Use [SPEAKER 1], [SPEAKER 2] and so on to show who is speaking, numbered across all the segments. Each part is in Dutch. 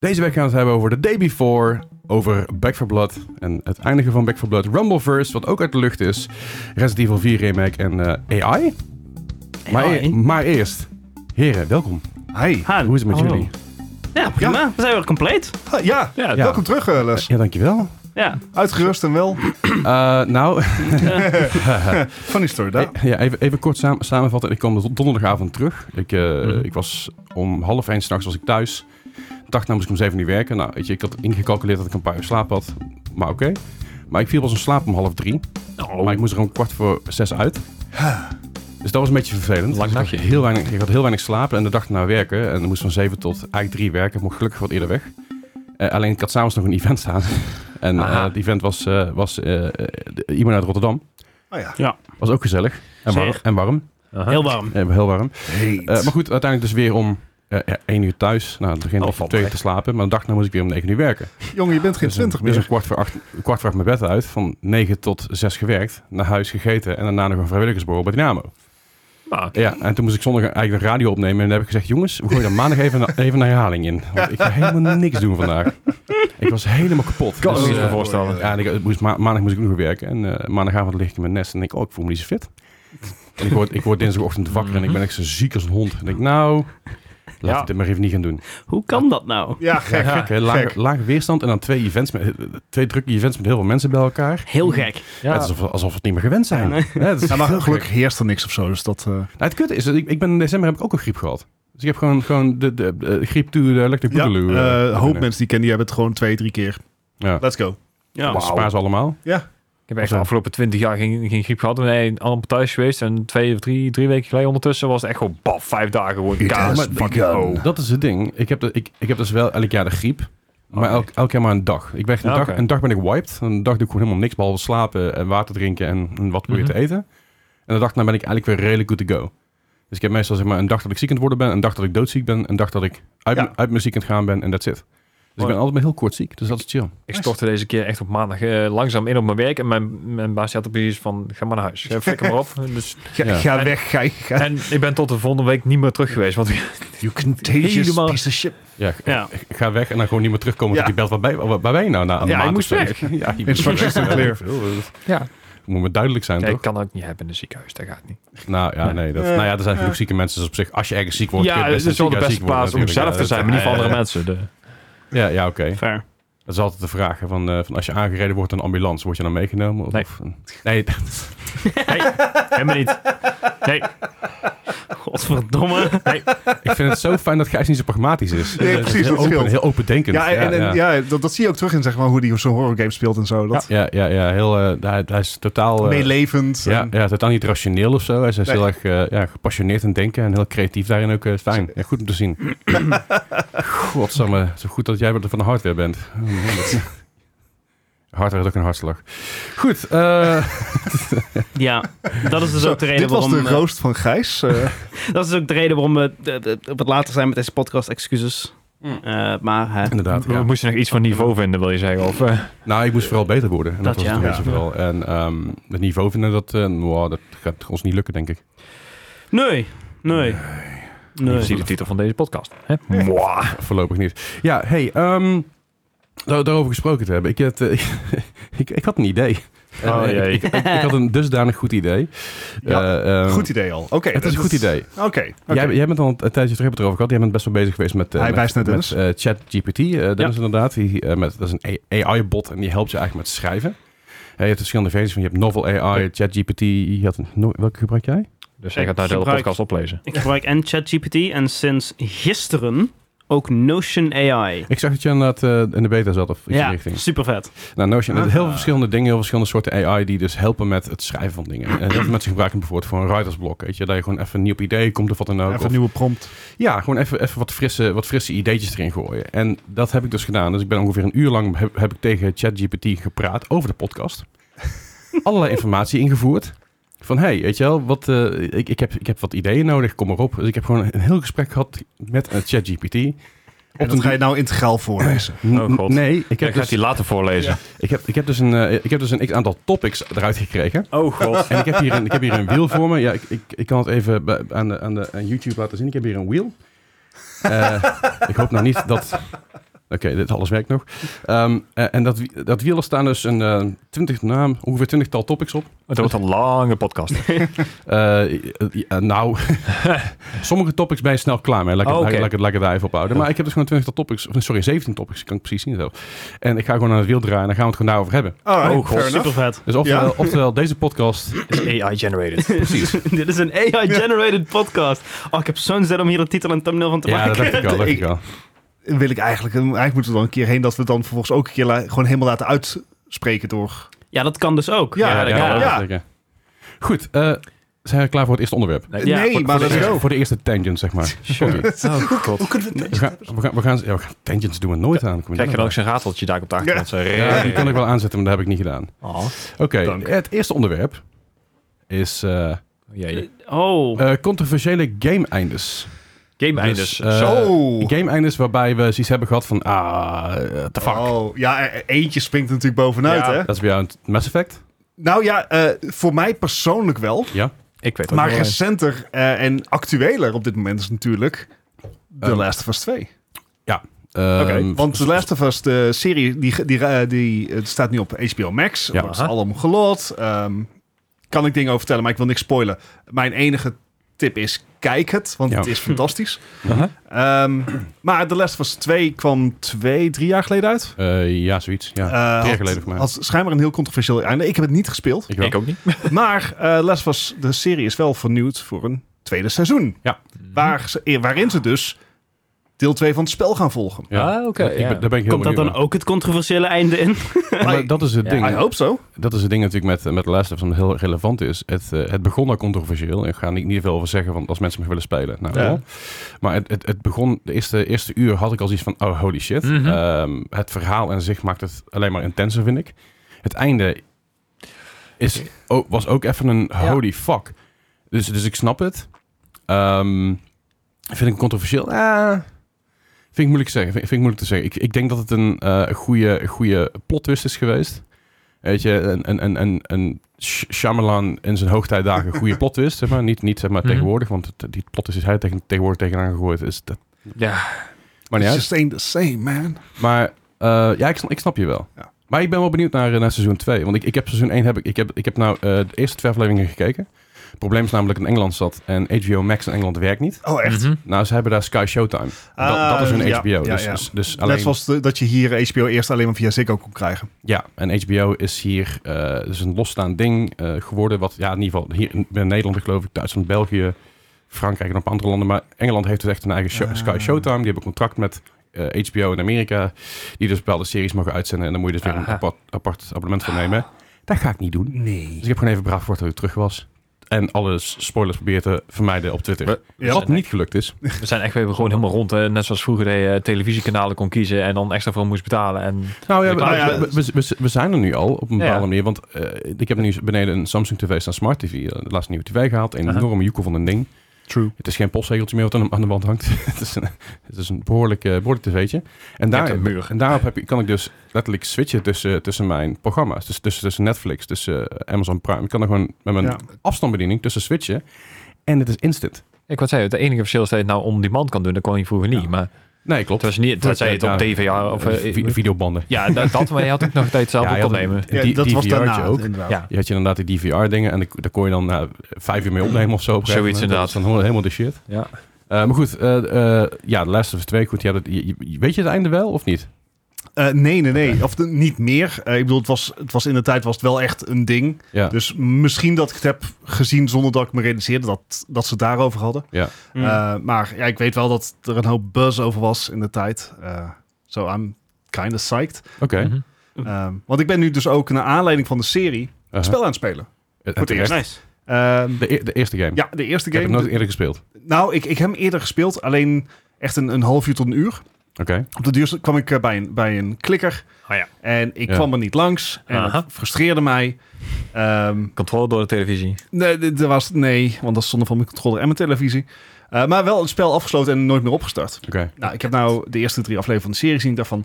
[SPEAKER 1] Deze week gaan we het hebben over The Day Before, over Back 4 Blood en het eindigen van Back 4 Blood, Rumbleverse, wat ook uit de lucht is, Resident Evil 4 Remake en eh, AI. Maar, e-
[SPEAKER 2] Hoi.
[SPEAKER 1] maar eerst, heren, welkom. Hi,
[SPEAKER 2] Hi.
[SPEAKER 1] hoe is het met
[SPEAKER 3] Hallo.
[SPEAKER 1] jullie?
[SPEAKER 2] Ja, prima. We zijn weer compleet.
[SPEAKER 3] Ah, ja.
[SPEAKER 4] Ja,
[SPEAKER 1] Ja.
[SPEAKER 3] welkom terug eh, Les.
[SPEAKER 1] Ja, dankjewel.
[SPEAKER 2] Ja.
[SPEAKER 3] Uitgerust en wel.
[SPEAKER 1] Eh, nou,
[SPEAKER 3] Funny story daar.
[SPEAKER 1] eh, ja, even, even kort samen, samenvatten. Ik kwam de don- donderdagavond terug. Ik, eh,
[SPEAKER 4] Mhm.
[SPEAKER 1] ik was om half één s'nachts was ik thuis. Ik dacht, nou moest ik om zeven uur werken. Nou, weet je, ik had ingecalculeerd dat ik een paar uur slaap had. Maar oké. Maar ik viel pas in slaap om half drie.
[SPEAKER 4] Oh,
[SPEAKER 1] Maar ik moest er om kwart voor zes uit. Dus dat was een beetje vervelend.
[SPEAKER 4] Lang
[SPEAKER 1] Dus ik had
[SPEAKER 4] nachtje.
[SPEAKER 1] Heel weinig, ik had heel weinig slapen en de dag naar werken. En ik moest van zeven tot eigenlijk drie werken. Ik mocht gelukkig wat eerder weg. Eh, alleen ik had s'avonds nog een event staan. en eh,
[SPEAKER 4] Aha.
[SPEAKER 1] het event was, eh, was eh, eh, de- iemand uit Rotterdam.
[SPEAKER 3] Oh ja.
[SPEAKER 1] Was ook gezellig. En warm.
[SPEAKER 2] Zeer.
[SPEAKER 1] En warm.
[SPEAKER 4] aha.
[SPEAKER 2] Heel warm.
[SPEAKER 1] Eh, heel warm.
[SPEAKER 3] Heet.
[SPEAKER 1] Eh, maar goed, uiteindelijk dus weer om eh, ja, één uur thuis. Nou, het begint
[SPEAKER 4] Oh,
[SPEAKER 1] om
[SPEAKER 4] valt
[SPEAKER 1] twee uur
[SPEAKER 4] mee.
[SPEAKER 1] te slapen. Maar de dag na moest ik weer om negen uur werken.
[SPEAKER 3] Jongen, je bent geen
[SPEAKER 1] Dus een-
[SPEAKER 3] twintig
[SPEAKER 1] Dus
[SPEAKER 3] meer.
[SPEAKER 1] een kwart voor, acht, een kwart voor acht mijn bed uit. Van 9 tot 6 gewerkt. Naar huis gegeten. En daarna nog een vrijwilligersbureau bij Dynamo.
[SPEAKER 4] Nou,
[SPEAKER 1] Ja, en toen moest ik zondag eigenlijk de radio opnemen. En dan heb ik gezegd, jongens, we gooien daar maandag even, een- even een herhaling in. Want ik ga helemaal niks doen vandaag. Ik was helemaal kapot.
[SPEAKER 4] Kan me
[SPEAKER 1] Dus,
[SPEAKER 4] iets
[SPEAKER 1] eh,
[SPEAKER 4] bij voorstellen.
[SPEAKER 1] ja, en ik, het moest, ma- maandag moest ik nog weer werken. En eh, maandagavond lig ik in mijn nest en denk ik, oh, ik voel me niet zo fit. En ik word, ik word dinsdagochtend wakker en ik ben echt zo ziek als een hond. En ik denk, nou, laat
[SPEAKER 4] Ja.
[SPEAKER 1] ik dit maar even niet gaan doen.
[SPEAKER 2] Hoe kan dat nou?
[SPEAKER 3] Ja, gek.
[SPEAKER 1] Ja, gek, hè? Lage,
[SPEAKER 3] Gek.
[SPEAKER 1] lage weerstand en dan twee events, met, twee drukke events met heel veel mensen bij elkaar.
[SPEAKER 2] Heel gek.
[SPEAKER 4] ja.
[SPEAKER 1] Het is alsof, alsof we het niet meer gewend zijn.
[SPEAKER 2] Nee.
[SPEAKER 1] Ja, het is
[SPEAKER 3] Nou, maar
[SPEAKER 1] heel gek.
[SPEAKER 3] gelukkig heerst er niks of zo. Dus dat, eh,
[SPEAKER 1] Nou, het kutte is, dat ik, ik ben in december heb ik ook een griep gehad. Dus ik heb gewoon, gewoon de, de, de griep toe, de electric
[SPEAKER 3] ja,
[SPEAKER 1] boogaloo.
[SPEAKER 3] eh,
[SPEAKER 1] eh,
[SPEAKER 3] hoop
[SPEAKER 1] kunnen.
[SPEAKER 3] mensen die kennen, die hebben het gewoon twee, drie keer.
[SPEAKER 1] Ja.
[SPEAKER 3] Let's go.
[SPEAKER 2] Ja.
[SPEAKER 1] Dat spaar ze allemaal.
[SPEAKER 4] Ik heb echt
[SPEAKER 1] Zo.
[SPEAKER 4] de afgelopen twintig jaar geen, geen griep gehad. en nee, allemaal thuis geweest. En twee of drie, drie weken geleden ondertussen was het echt gewoon baf, vijf dagen gewoon
[SPEAKER 3] It
[SPEAKER 4] kaas.
[SPEAKER 3] has
[SPEAKER 4] Maar-
[SPEAKER 3] begun.
[SPEAKER 4] oh.
[SPEAKER 1] Dat is het ding. Ik heb, de, ik, ik heb dus wel elk jaar de griep. Maar
[SPEAKER 4] Oké.
[SPEAKER 1] elk, elk jaar maar een dag. Ik ben echt een,
[SPEAKER 4] Oh, Ja,
[SPEAKER 1] dag,
[SPEAKER 4] oké.
[SPEAKER 1] een dag ben ik wiped. Een dag doe ik gewoon helemaal niks behalve slapen en water drinken en, en wat proberen
[SPEAKER 4] Mhm.
[SPEAKER 1] te eten. En de dag daarna ben ik eigenlijk weer redelijk good to go. Dus ik heb meestal zeg maar een dag dat ik ziek aan het worden ben, een dag dat ik doodziek ben, een dag dat ik uit,
[SPEAKER 3] Ja.
[SPEAKER 1] mijn- uit mijn ziek aan het gaan ben en that's it. Dus ik
[SPEAKER 4] Mooi.
[SPEAKER 1] ben altijd maar heel kort ziek, dus dat is chill.
[SPEAKER 4] Ik stortte deze keer echt op maandag eh, langzaam in op mijn werk. En mijn, mijn baas had op iets van, ga maar naar huis. Eh, Flikker maar op. Dus,
[SPEAKER 3] Ga,
[SPEAKER 1] Ja.
[SPEAKER 3] ga weg, ga, ga.
[SPEAKER 4] en ik ben tot de volgende week niet meer terug geweest. Want
[SPEAKER 3] You contagious
[SPEAKER 4] Helemaal-
[SPEAKER 3] piece of shit.
[SPEAKER 1] Ja,
[SPEAKER 2] Ja.
[SPEAKER 1] ik ga weg en dan gewoon niet meer terugkomen.
[SPEAKER 3] Ja.
[SPEAKER 1] Dat je belt, waar ben, je- waar waar ben je nou? na een
[SPEAKER 4] Ja,
[SPEAKER 1] maand
[SPEAKER 4] je
[SPEAKER 1] of
[SPEAKER 4] moest
[SPEAKER 1] zo?
[SPEAKER 4] weg.
[SPEAKER 1] dus. Ja, je moest
[SPEAKER 3] Instructions
[SPEAKER 1] weg.
[SPEAKER 3] to clear.
[SPEAKER 4] ja.
[SPEAKER 1] Het Moet me duidelijk zijn,
[SPEAKER 4] Nee, ik
[SPEAKER 1] toch?
[SPEAKER 4] kan ook niet hebben in een ziekenhuis. Dat gaat niet.
[SPEAKER 1] Nou ja, nee. Dat,
[SPEAKER 3] Eh,
[SPEAKER 1] nou ja, er zijn genoeg
[SPEAKER 3] eh.
[SPEAKER 1] zieke mensen. Dus op zich, als je ergens ziek wordt, kun
[SPEAKER 4] Ja,
[SPEAKER 1] je
[SPEAKER 4] het
[SPEAKER 1] best
[SPEAKER 4] is wel
[SPEAKER 1] een
[SPEAKER 4] de beste
[SPEAKER 1] zieke
[SPEAKER 4] plaats om
[SPEAKER 1] worden
[SPEAKER 4] zelf te
[SPEAKER 1] natuurlijk. eh,
[SPEAKER 4] zijn. Maar niet voor andere
[SPEAKER 1] Ja,
[SPEAKER 4] mensen. De-
[SPEAKER 1] Ja, ja, oké.
[SPEAKER 2] Fair.
[SPEAKER 1] Dat is altijd de vraag. hè, Van, eh, van als je aangereden wordt door een ambulance, word je dan meegenomen? Of,
[SPEAKER 4] Nee.
[SPEAKER 1] of- nee,
[SPEAKER 4] Helemaal niet. Nee,
[SPEAKER 2] Godverdomme.
[SPEAKER 1] ik vind het zo fijn dat Gijs niet zo pragmatisch is.
[SPEAKER 3] Nee,
[SPEAKER 1] Hij is
[SPEAKER 3] precies,
[SPEAKER 1] Heel
[SPEAKER 3] dat
[SPEAKER 1] open,
[SPEAKER 3] scheelt.
[SPEAKER 1] heel opendenkend.
[SPEAKER 3] Ja, en, en, ja. dat, dat zie je ook terug in zeg maar, hoe die zo'n horrorgame speelt en zo. Dat
[SPEAKER 1] ja, ja, ja, heel, eh, hij, hij is totaal... eh,
[SPEAKER 3] meelevend.
[SPEAKER 1] ja,
[SPEAKER 3] en-
[SPEAKER 1] ja, totaal niet rationeel of zo. Hij is
[SPEAKER 3] Nee.
[SPEAKER 1] heel erg eh, ja, gepassioneerd in denken en heel creatief daarin ook. eh, fijn. Ja, goed om te zien. Godsamme, zo goed dat jij van de hardware bent. Oh, man, dat- hardware is ook een hartslag. Goed, eh,
[SPEAKER 2] Ja, dat is dus
[SPEAKER 3] Zo,
[SPEAKER 2] ook de reden
[SPEAKER 3] dit was
[SPEAKER 2] waarom...
[SPEAKER 3] de
[SPEAKER 2] eh,
[SPEAKER 3] roost van Gijs. eh.
[SPEAKER 2] dat is ook de reden waarom we eh, eh, op het later zijn met deze podcast. Excuses.
[SPEAKER 1] Mm.
[SPEAKER 2] Eh, maar hè,
[SPEAKER 1] inderdaad.
[SPEAKER 4] we
[SPEAKER 1] Ja.
[SPEAKER 4] moesten nog iets van niveau vinden, wil je zeggen. Of, eh,
[SPEAKER 1] Nou, ik moest vooral beter worden. En dat,
[SPEAKER 2] Dat
[SPEAKER 1] was het
[SPEAKER 2] ja.
[SPEAKER 1] een beetje
[SPEAKER 3] Ja.
[SPEAKER 1] vooral. En ehm, het niveau vinden, dat, eh, nou, dat gaat ons niet lukken, denk ik.
[SPEAKER 2] nee, nee,
[SPEAKER 4] Niet
[SPEAKER 2] nee.
[SPEAKER 4] precies de titel van deze podcast. Hè? Mwah.
[SPEAKER 1] Voorlopig niet. Ja, hey, ehm, daar- daarover gesproken te hebben. Ik, had, eh, ik, ik had een idee. En,
[SPEAKER 4] Oh,
[SPEAKER 1] eh,
[SPEAKER 4] jee.
[SPEAKER 1] ik, ik, ik had een dusdanig goed idee.
[SPEAKER 3] Ja,
[SPEAKER 1] Eh, ehm,
[SPEAKER 3] goed idee al. Oké,
[SPEAKER 1] Het is
[SPEAKER 3] dat
[SPEAKER 1] een goed idee.
[SPEAKER 3] Oké. oké.
[SPEAKER 1] Jij, jij bent al een tijdje terug hebben we het erover gehad. Jij bent best wel bezig geweest met, eh,
[SPEAKER 3] Hij
[SPEAKER 1] met,
[SPEAKER 3] wijst naar
[SPEAKER 1] met
[SPEAKER 3] Dennis.
[SPEAKER 1] eh, ChatGPT. Eh, Dennis inderdaad. Die, eh, met, dat is een AI-bot en die helpt je eigenlijk met schrijven. Eh, je hebt verschillende versies van. Je hebt Novel AI, ChatGPT. Je had een- no- welke gebruik jij?
[SPEAKER 4] Dus jij gaat nou de hele
[SPEAKER 2] Gebruik.
[SPEAKER 4] podcast oplezen.
[SPEAKER 2] Ik gebruik en ChatGPT en sinds gisteren ook Notion AI.
[SPEAKER 1] Ik zag dat je inderdaad eh, in de beta zat of iets in die
[SPEAKER 2] Ja,
[SPEAKER 1] richting.
[SPEAKER 2] super vet.
[SPEAKER 1] Nou, Notion, er zijn heel veel
[SPEAKER 3] Ah.
[SPEAKER 1] verschillende dingen, heel veel verschillende soorten AI die dus helpen met het schrijven van dingen. En heel veel mensen gebruiken het bijvoorbeeld voor een writersblok, weet je, dat je gewoon even een nieuw idee komt of wat dan ook.
[SPEAKER 3] Even
[SPEAKER 1] Of-
[SPEAKER 3] een nieuwe prompt.
[SPEAKER 1] ja, gewoon even, even wat, frisse, wat frisse ideetjes erin gooien. En dat heb ik dus gedaan. Dus ik ben ongeveer een uur lang heb, heb ik tegen ChatGPT gepraat over de podcast. Allerlei informatie ingevoerd. Van, hey, weet je wel, wat, eh, ik, ik, heb, ik heb wat ideeën nodig, kom maar op. Dus ik heb gewoon een heel gesprek gehad met eh, ChatGPT.
[SPEAKER 3] En dat ga je nou integraal voorlezen.
[SPEAKER 1] N-
[SPEAKER 4] Oh, God.
[SPEAKER 1] Nee, ik
[SPEAKER 4] Jij
[SPEAKER 1] heb,
[SPEAKER 4] gaat
[SPEAKER 1] dus,
[SPEAKER 4] die later voorlezen.
[SPEAKER 1] ik, heb, ik, heb dus een, eh, ik heb dus een x-aantal topics eruit gekregen.
[SPEAKER 4] Oh god.
[SPEAKER 1] En ik heb hier een, ik heb hier een wiel voor me. Ja, ik, ik, ik kan het even bij- aan, de, aan, de, aan YouTube laten zien. Ik heb hier een wiel. Eh, ik hoop nou niet dat Oké, dit alles werkt nog. Ehm, eh, en dat, wi- dat wiel er staan dus een eh, twintig naam, ongeveer twintigtal topics op.
[SPEAKER 4] Het wordt een lange podcast.
[SPEAKER 1] Eh, eh, eh, nou, sommige topics ben je snel klaar mee. Laat ik, het-
[SPEAKER 4] Oh, oké.
[SPEAKER 1] laat ik het- laat ik het daar even op houden. Maar ik heb dus gewoon 20 topics, of sorry, 17 topics, kan ik precies zien zo. En ik ga gewoon aan het wiel draaien en dan gaan we het gewoon daarover hebben.
[SPEAKER 3] Alright,
[SPEAKER 4] Oh, god.
[SPEAKER 3] fair enough.
[SPEAKER 2] Super vet.
[SPEAKER 1] Dus oftewel,
[SPEAKER 3] Ja.
[SPEAKER 1] oftewel deze podcast,
[SPEAKER 4] AI-generated.
[SPEAKER 1] precies.
[SPEAKER 2] Dit is een AI-generated podcast. Oh, ik heb zo'n zin om hier een titel en thumbnail van te
[SPEAKER 1] ja, dat
[SPEAKER 2] maken.
[SPEAKER 1] dacht ik al, dat dacht ik al.
[SPEAKER 3] Wil ik eigenlijk, eh, eigenlijk moeten we dan een keer heen dat we het dan vervolgens ook een keer la- gewoon helemaal laten uitspreken door.
[SPEAKER 2] Ja, dat kan dus ook.
[SPEAKER 3] Ja, dat kan.
[SPEAKER 1] dat
[SPEAKER 3] Ja.
[SPEAKER 1] dacht ik, Goed, eh, zijn we klaar voor het eerste onderwerp?
[SPEAKER 2] Ja,
[SPEAKER 3] nee,
[SPEAKER 2] voor-
[SPEAKER 3] maar
[SPEAKER 1] voor,
[SPEAKER 3] let's
[SPEAKER 1] de eerste,
[SPEAKER 3] go.
[SPEAKER 1] voor de eerste tangent, zeg maar. Oké.
[SPEAKER 4] Oh god.
[SPEAKER 3] Hoe kunnen we
[SPEAKER 1] We gaan, we gaan, we gaan, ja, we gaan- tangents doen we nooit aan. Kom je
[SPEAKER 4] Krijg je dan
[SPEAKER 1] nou
[SPEAKER 4] ook zo'n rateltje daar op de achtergrond? Zo,
[SPEAKER 1] bij? Ja, die kan
[SPEAKER 4] rrrr.
[SPEAKER 1] ik wel aanzetten, maar dat heb ik niet gedaan.
[SPEAKER 4] Oh,
[SPEAKER 1] Oké,
[SPEAKER 3] Dank.
[SPEAKER 1] het eerste onderwerp is eh,
[SPEAKER 4] jee.
[SPEAKER 2] Oh,
[SPEAKER 1] eh, controversiële game-eindes.
[SPEAKER 4] Game eindes.
[SPEAKER 1] Dus, eh,
[SPEAKER 3] Zo.
[SPEAKER 1] Game-eindes waarbij we zoiets hebben gehad van, ah, eh, the fuck.
[SPEAKER 3] Oh, ja, e- eentje springt er natuurlijk bovenuit,
[SPEAKER 4] Ja.
[SPEAKER 3] hè?
[SPEAKER 1] Dat is bij jou een Mass Effect?
[SPEAKER 3] Nou ja, eh, voor mij persoonlijk wel.
[SPEAKER 1] Ja.
[SPEAKER 4] ik weet het
[SPEAKER 3] Maar
[SPEAKER 4] ook wel.
[SPEAKER 3] recenter eh, en actueler op dit moment is natuurlijk The
[SPEAKER 1] Ehm,
[SPEAKER 3] Last of Us 2.
[SPEAKER 1] Ehm,
[SPEAKER 3] Want The Last of Us, de serie, die, die, eh, die het staat nu op HBO Max.
[SPEAKER 1] Ja.
[SPEAKER 3] wordt allemaal gelot. Ehm, kan ik dingen over vertellen, maar ik wil niks spoilen. Mijn enige tip is, kijk het, want
[SPEAKER 1] Ja. Uh-huh.
[SPEAKER 3] het is fantastisch.
[SPEAKER 1] aha.
[SPEAKER 3] Ehm, maar The Last of Us 2 kwam twee, drie jaar geleden uit.
[SPEAKER 1] Eh, ja, zoiets. Ja.
[SPEAKER 3] Eh,
[SPEAKER 1] drie jaar
[SPEAKER 3] had-
[SPEAKER 1] geleden voor mij.
[SPEAKER 3] had schijnbaar een heel controversieel einde. Ik heb het niet gespeeld.
[SPEAKER 1] ik wel.
[SPEAKER 4] Ik ook niet.
[SPEAKER 3] Maar eh The Last of Us, de serie is wel vernieuwd voor een tweede seizoen.
[SPEAKER 1] Ja.
[SPEAKER 3] Waar ze- eh, waarin ze dus deel 2 van het spel gaan volgen.
[SPEAKER 1] Ja.
[SPEAKER 4] Ah, oké,
[SPEAKER 3] eh,
[SPEAKER 1] Ik ben-
[SPEAKER 4] ja.
[SPEAKER 1] Daar ben ik heel
[SPEAKER 2] komt dat dan
[SPEAKER 1] benieuwd
[SPEAKER 2] ook het controversiële einde in?
[SPEAKER 1] naar. Ja, maar dat is het
[SPEAKER 4] Ja,
[SPEAKER 1] ding.
[SPEAKER 3] I hope so.
[SPEAKER 1] Dat is het ding natuurlijk met, eh, met The Last of Us, omdat het heel relevant is. Het, eh, het begon al controversieel. Ik ga niet, niet veel over zeggen, want als mensen me willen spelen. Nou,
[SPEAKER 3] Ja.
[SPEAKER 1] wel. Maar het, het, het begon, de eerste, eerste uur had ik al zoiets van, oh holy shit.
[SPEAKER 4] Mhm.
[SPEAKER 1] Ehm, het verhaal en zich maakt het alleen maar intenser, vind ik. Het einde is, o- was ook even een holy fuck. Dus, dus ik snap het. Ehm, vind ik hem controversieel? Eh, vind ik moeilijk te zeggen. Vind, vind ik moeilijk te zeggen. Ik, ik denk dat het een eh goede, goede plot twist is geweest. Weet je, een, een, een, een, een Sh- Shyamalan in zijn hoogtijdagen goede plot twist. Zeg maar. Niet, niet zeg maar
[SPEAKER 4] Mhm.
[SPEAKER 1] tegenwoordig, want het- die plot twist is dus hij tegen, tegenwoordig tegenaan gegooid. Is dat,
[SPEAKER 4] Ja.
[SPEAKER 1] maar niet
[SPEAKER 3] It's
[SPEAKER 1] uit.
[SPEAKER 3] just ain't the same, man.
[SPEAKER 1] Maar eh, ja, ik snap, ik snap je wel.
[SPEAKER 3] Ja.
[SPEAKER 1] Maar ik ben wel benieuwd naar, eh, naar seizoen 2. Want ik, ik heb seizoen 1 heb ik, ik heb, ik heb nou eh, de eerste twee afleveringen gekeken. Het probleem is namelijk in Engeland zat en HBO Max in Engeland werkt niet.
[SPEAKER 3] Oh, echt.
[SPEAKER 4] Mhm.
[SPEAKER 1] Nou, ze hebben daar Sky Showtime.
[SPEAKER 3] Ah,
[SPEAKER 1] dat, dat is hun
[SPEAKER 3] ja,
[SPEAKER 1] HBO.
[SPEAKER 3] ja,
[SPEAKER 1] dus,
[SPEAKER 3] ja.
[SPEAKER 1] dus, dus alleen,
[SPEAKER 3] Net zoals de- dat je hier HBO eerst alleen maar via Ziggo kon krijgen.
[SPEAKER 1] Ja, en HBO is hier eh, dus een losstaand ding eh, geworden. Wat ja, in ieder geval hier in, in Nederland, geloof ik, Duitsland, België, Frankrijk en op andere landen. Maar Engeland heeft dus echt een eigen show-
[SPEAKER 3] Ah.
[SPEAKER 1] Sky Showtime. Die hebben een contract met eh, HBO in Amerika. Die dus bepaalde series mogen uitzenden. En dan moet je dus weer een
[SPEAKER 4] Aha.
[SPEAKER 1] apart, apart abonnement voor nemen. Dat ga ik niet doen. Dus
[SPEAKER 3] Ah. Nee.
[SPEAKER 1] ik heb gewoon even braaf voor dat ik terug was. En alle s- spoilers probeer te vermijden op Twitter. Dus
[SPEAKER 4] We-
[SPEAKER 3] Ja.
[SPEAKER 1] Wat niet gelukt is.
[SPEAKER 4] We zijn echt weer gewoon helemaal rond. Hè. Net zoals vroeger de televisiekanalen kon kiezen en dan extra veel moest betalen. En
[SPEAKER 1] Nou ja,
[SPEAKER 4] Ik-
[SPEAKER 1] we,
[SPEAKER 3] nou ja,
[SPEAKER 1] we, we- we- we zijn er nu al op een
[SPEAKER 4] Ja.
[SPEAKER 1] bepaalde manier. Want eh, ik heb nu beneden een Samsung TV staan, Smart TV. eh, De laatste nieuwe TV gehaald. Een
[SPEAKER 4] Aha.
[SPEAKER 1] enorme joekel van een ding.
[SPEAKER 3] True.
[SPEAKER 1] Het is geen postzegeltje meer wat aan de, aan de wand hangt. het, is een, het is een behoorlijk, eh, behoorlijk tv'tje. En, daar,
[SPEAKER 4] hebt een muur.
[SPEAKER 1] en daarop heb, ik- kan ik dus letterlijk switchen tussen, eh, tussen mijn programma's. Dus tussen, tussen Netflix, tussen eh, Amazon Prime. Ik kan er gewoon met mijn
[SPEAKER 3] Ja.
[SPEAKER 1] afstandsbediening tussen switchen. En het is instant.
[SPEAKER 4] ik wat zei, het enige verschil is dat je het nou on-demand kan doen. Dat kon je vroeger niet.
[SPEAKER 1] Ja.
[SPEAKER 4] Maar
[SPEAKER 1] Nee, klopt.
[SPEAKER 4] het was niet dat zij het op
[SPEAKER 1] Ja,
[SPEAKER 4] DVR of... eh,
[SPEAKER 1] vi- videobanden.
[SPEAKER 4] ja, dat, dat maar je had ook nog tijd zelf
[SPEAKER 1] Ja,
[SPEAKER 4] op
[SPEAKER 1] je
[SPEAKER 4] kon
[SPEAKER 1] had een-
[SPEAKER 4] nemen.
[SPEAKER 1] een
[SPEAKER 3] Ja, dat was
[SPEAKER 1] DVR -tje
[SPEAKER 3] daarna
[SPEAKER 1] ook.
[SPEAKER 3] inderdaad.
[SPEAKER 4] Ja.
[SPEAKER 1] Je had je inderdaad die DVR-dingen en daar kon je dan na vijf uur mee opnemen of zo. op een gegeven
[SPEAKER 4] Zoiets
[SPEAKER 1] moment. Dat is dan helemaal- helemaal de shit.
[SPEAKER 4] Ja.
[SPEAKER 1] Eh, maar goed, eh, eh, ja, de Last of Us 2, goed, ja, dat, je- je- weet je het einde wel of niet?
[SPEAKER 3] Eh, nee, nee, nee. Of de- niet meer. Eh, ik bedoel, het was, het was in de tijd was het wel echt een ding.
[SPEAKER 1] Ja.
[SPEAKER 3] Dus misschien dat ik het heb gezien zonder dat ik me realiseerde dat, dat ze het daarover hadden.
[SPEAKER 2] Mm.
[SPEAKER 3] Eh, maar ja, ik weet wel dat er een hoop buzz over was in de tijd. Eh, so I'm kind of psyched.
[SPEAKER 1] Oké. Eh,
[SPEAKER 4] Mhm.
[SPEAKER 3] Ehm, want ik ben nu dus ook naar aanleiding van de serie
[SPEAKER 1] Uh-huh.
[SPEAKER 3] het spel aan het spelen.
[SPEAKER 1] Eh,
[SPEAKER 3] Goed,
[SPEAKER 1] terecht.
[SPEAKER 2] Nice.
[SPEAKER 3] Ehm,
[SPEAKER 1] de, e- de eerste game.
[SPEAKER 3] ja, de eerste
[SPEAKER 1] ik heb
[SPEAKER 3] game.
[SPEAKER 1] hem nooit
[SPEAKER 3] de-
[SPEAKER 1] eerder gespeeld.
[SPEAKER 3] nou, ik, ik heb hem eerder gespeeld, alleen echt een, een half uur tot een uur.
[SPEAKER 1] Oké.
[SPEAKER 3] Op de duur kwam ik eh, bij een, bij een klikker
[SPEAKER 4] Oh ja.
[SPEAKER 3] en ik
[SPEAKER 1] Ja.
[SPEAKER 3] kwam er niet langs. En
[SPEAKER 4] Aha.
[SPEAKER 3] dat frustreerde mij. Ehm,
[SPEAKER 4] Controle door de televisie.
[SPEAKER 3] nee, d- er was, nee, want dat stond van mijn controller en mijn televisie. Eh, maar wel het spel afgesloten en nooit meer opgestart.
[SPEAKER 1] Oké.
[SPEAKER 3] Nou, ik heb nou de eerste drie afleveringen van de serie gezien. Ik dacht van...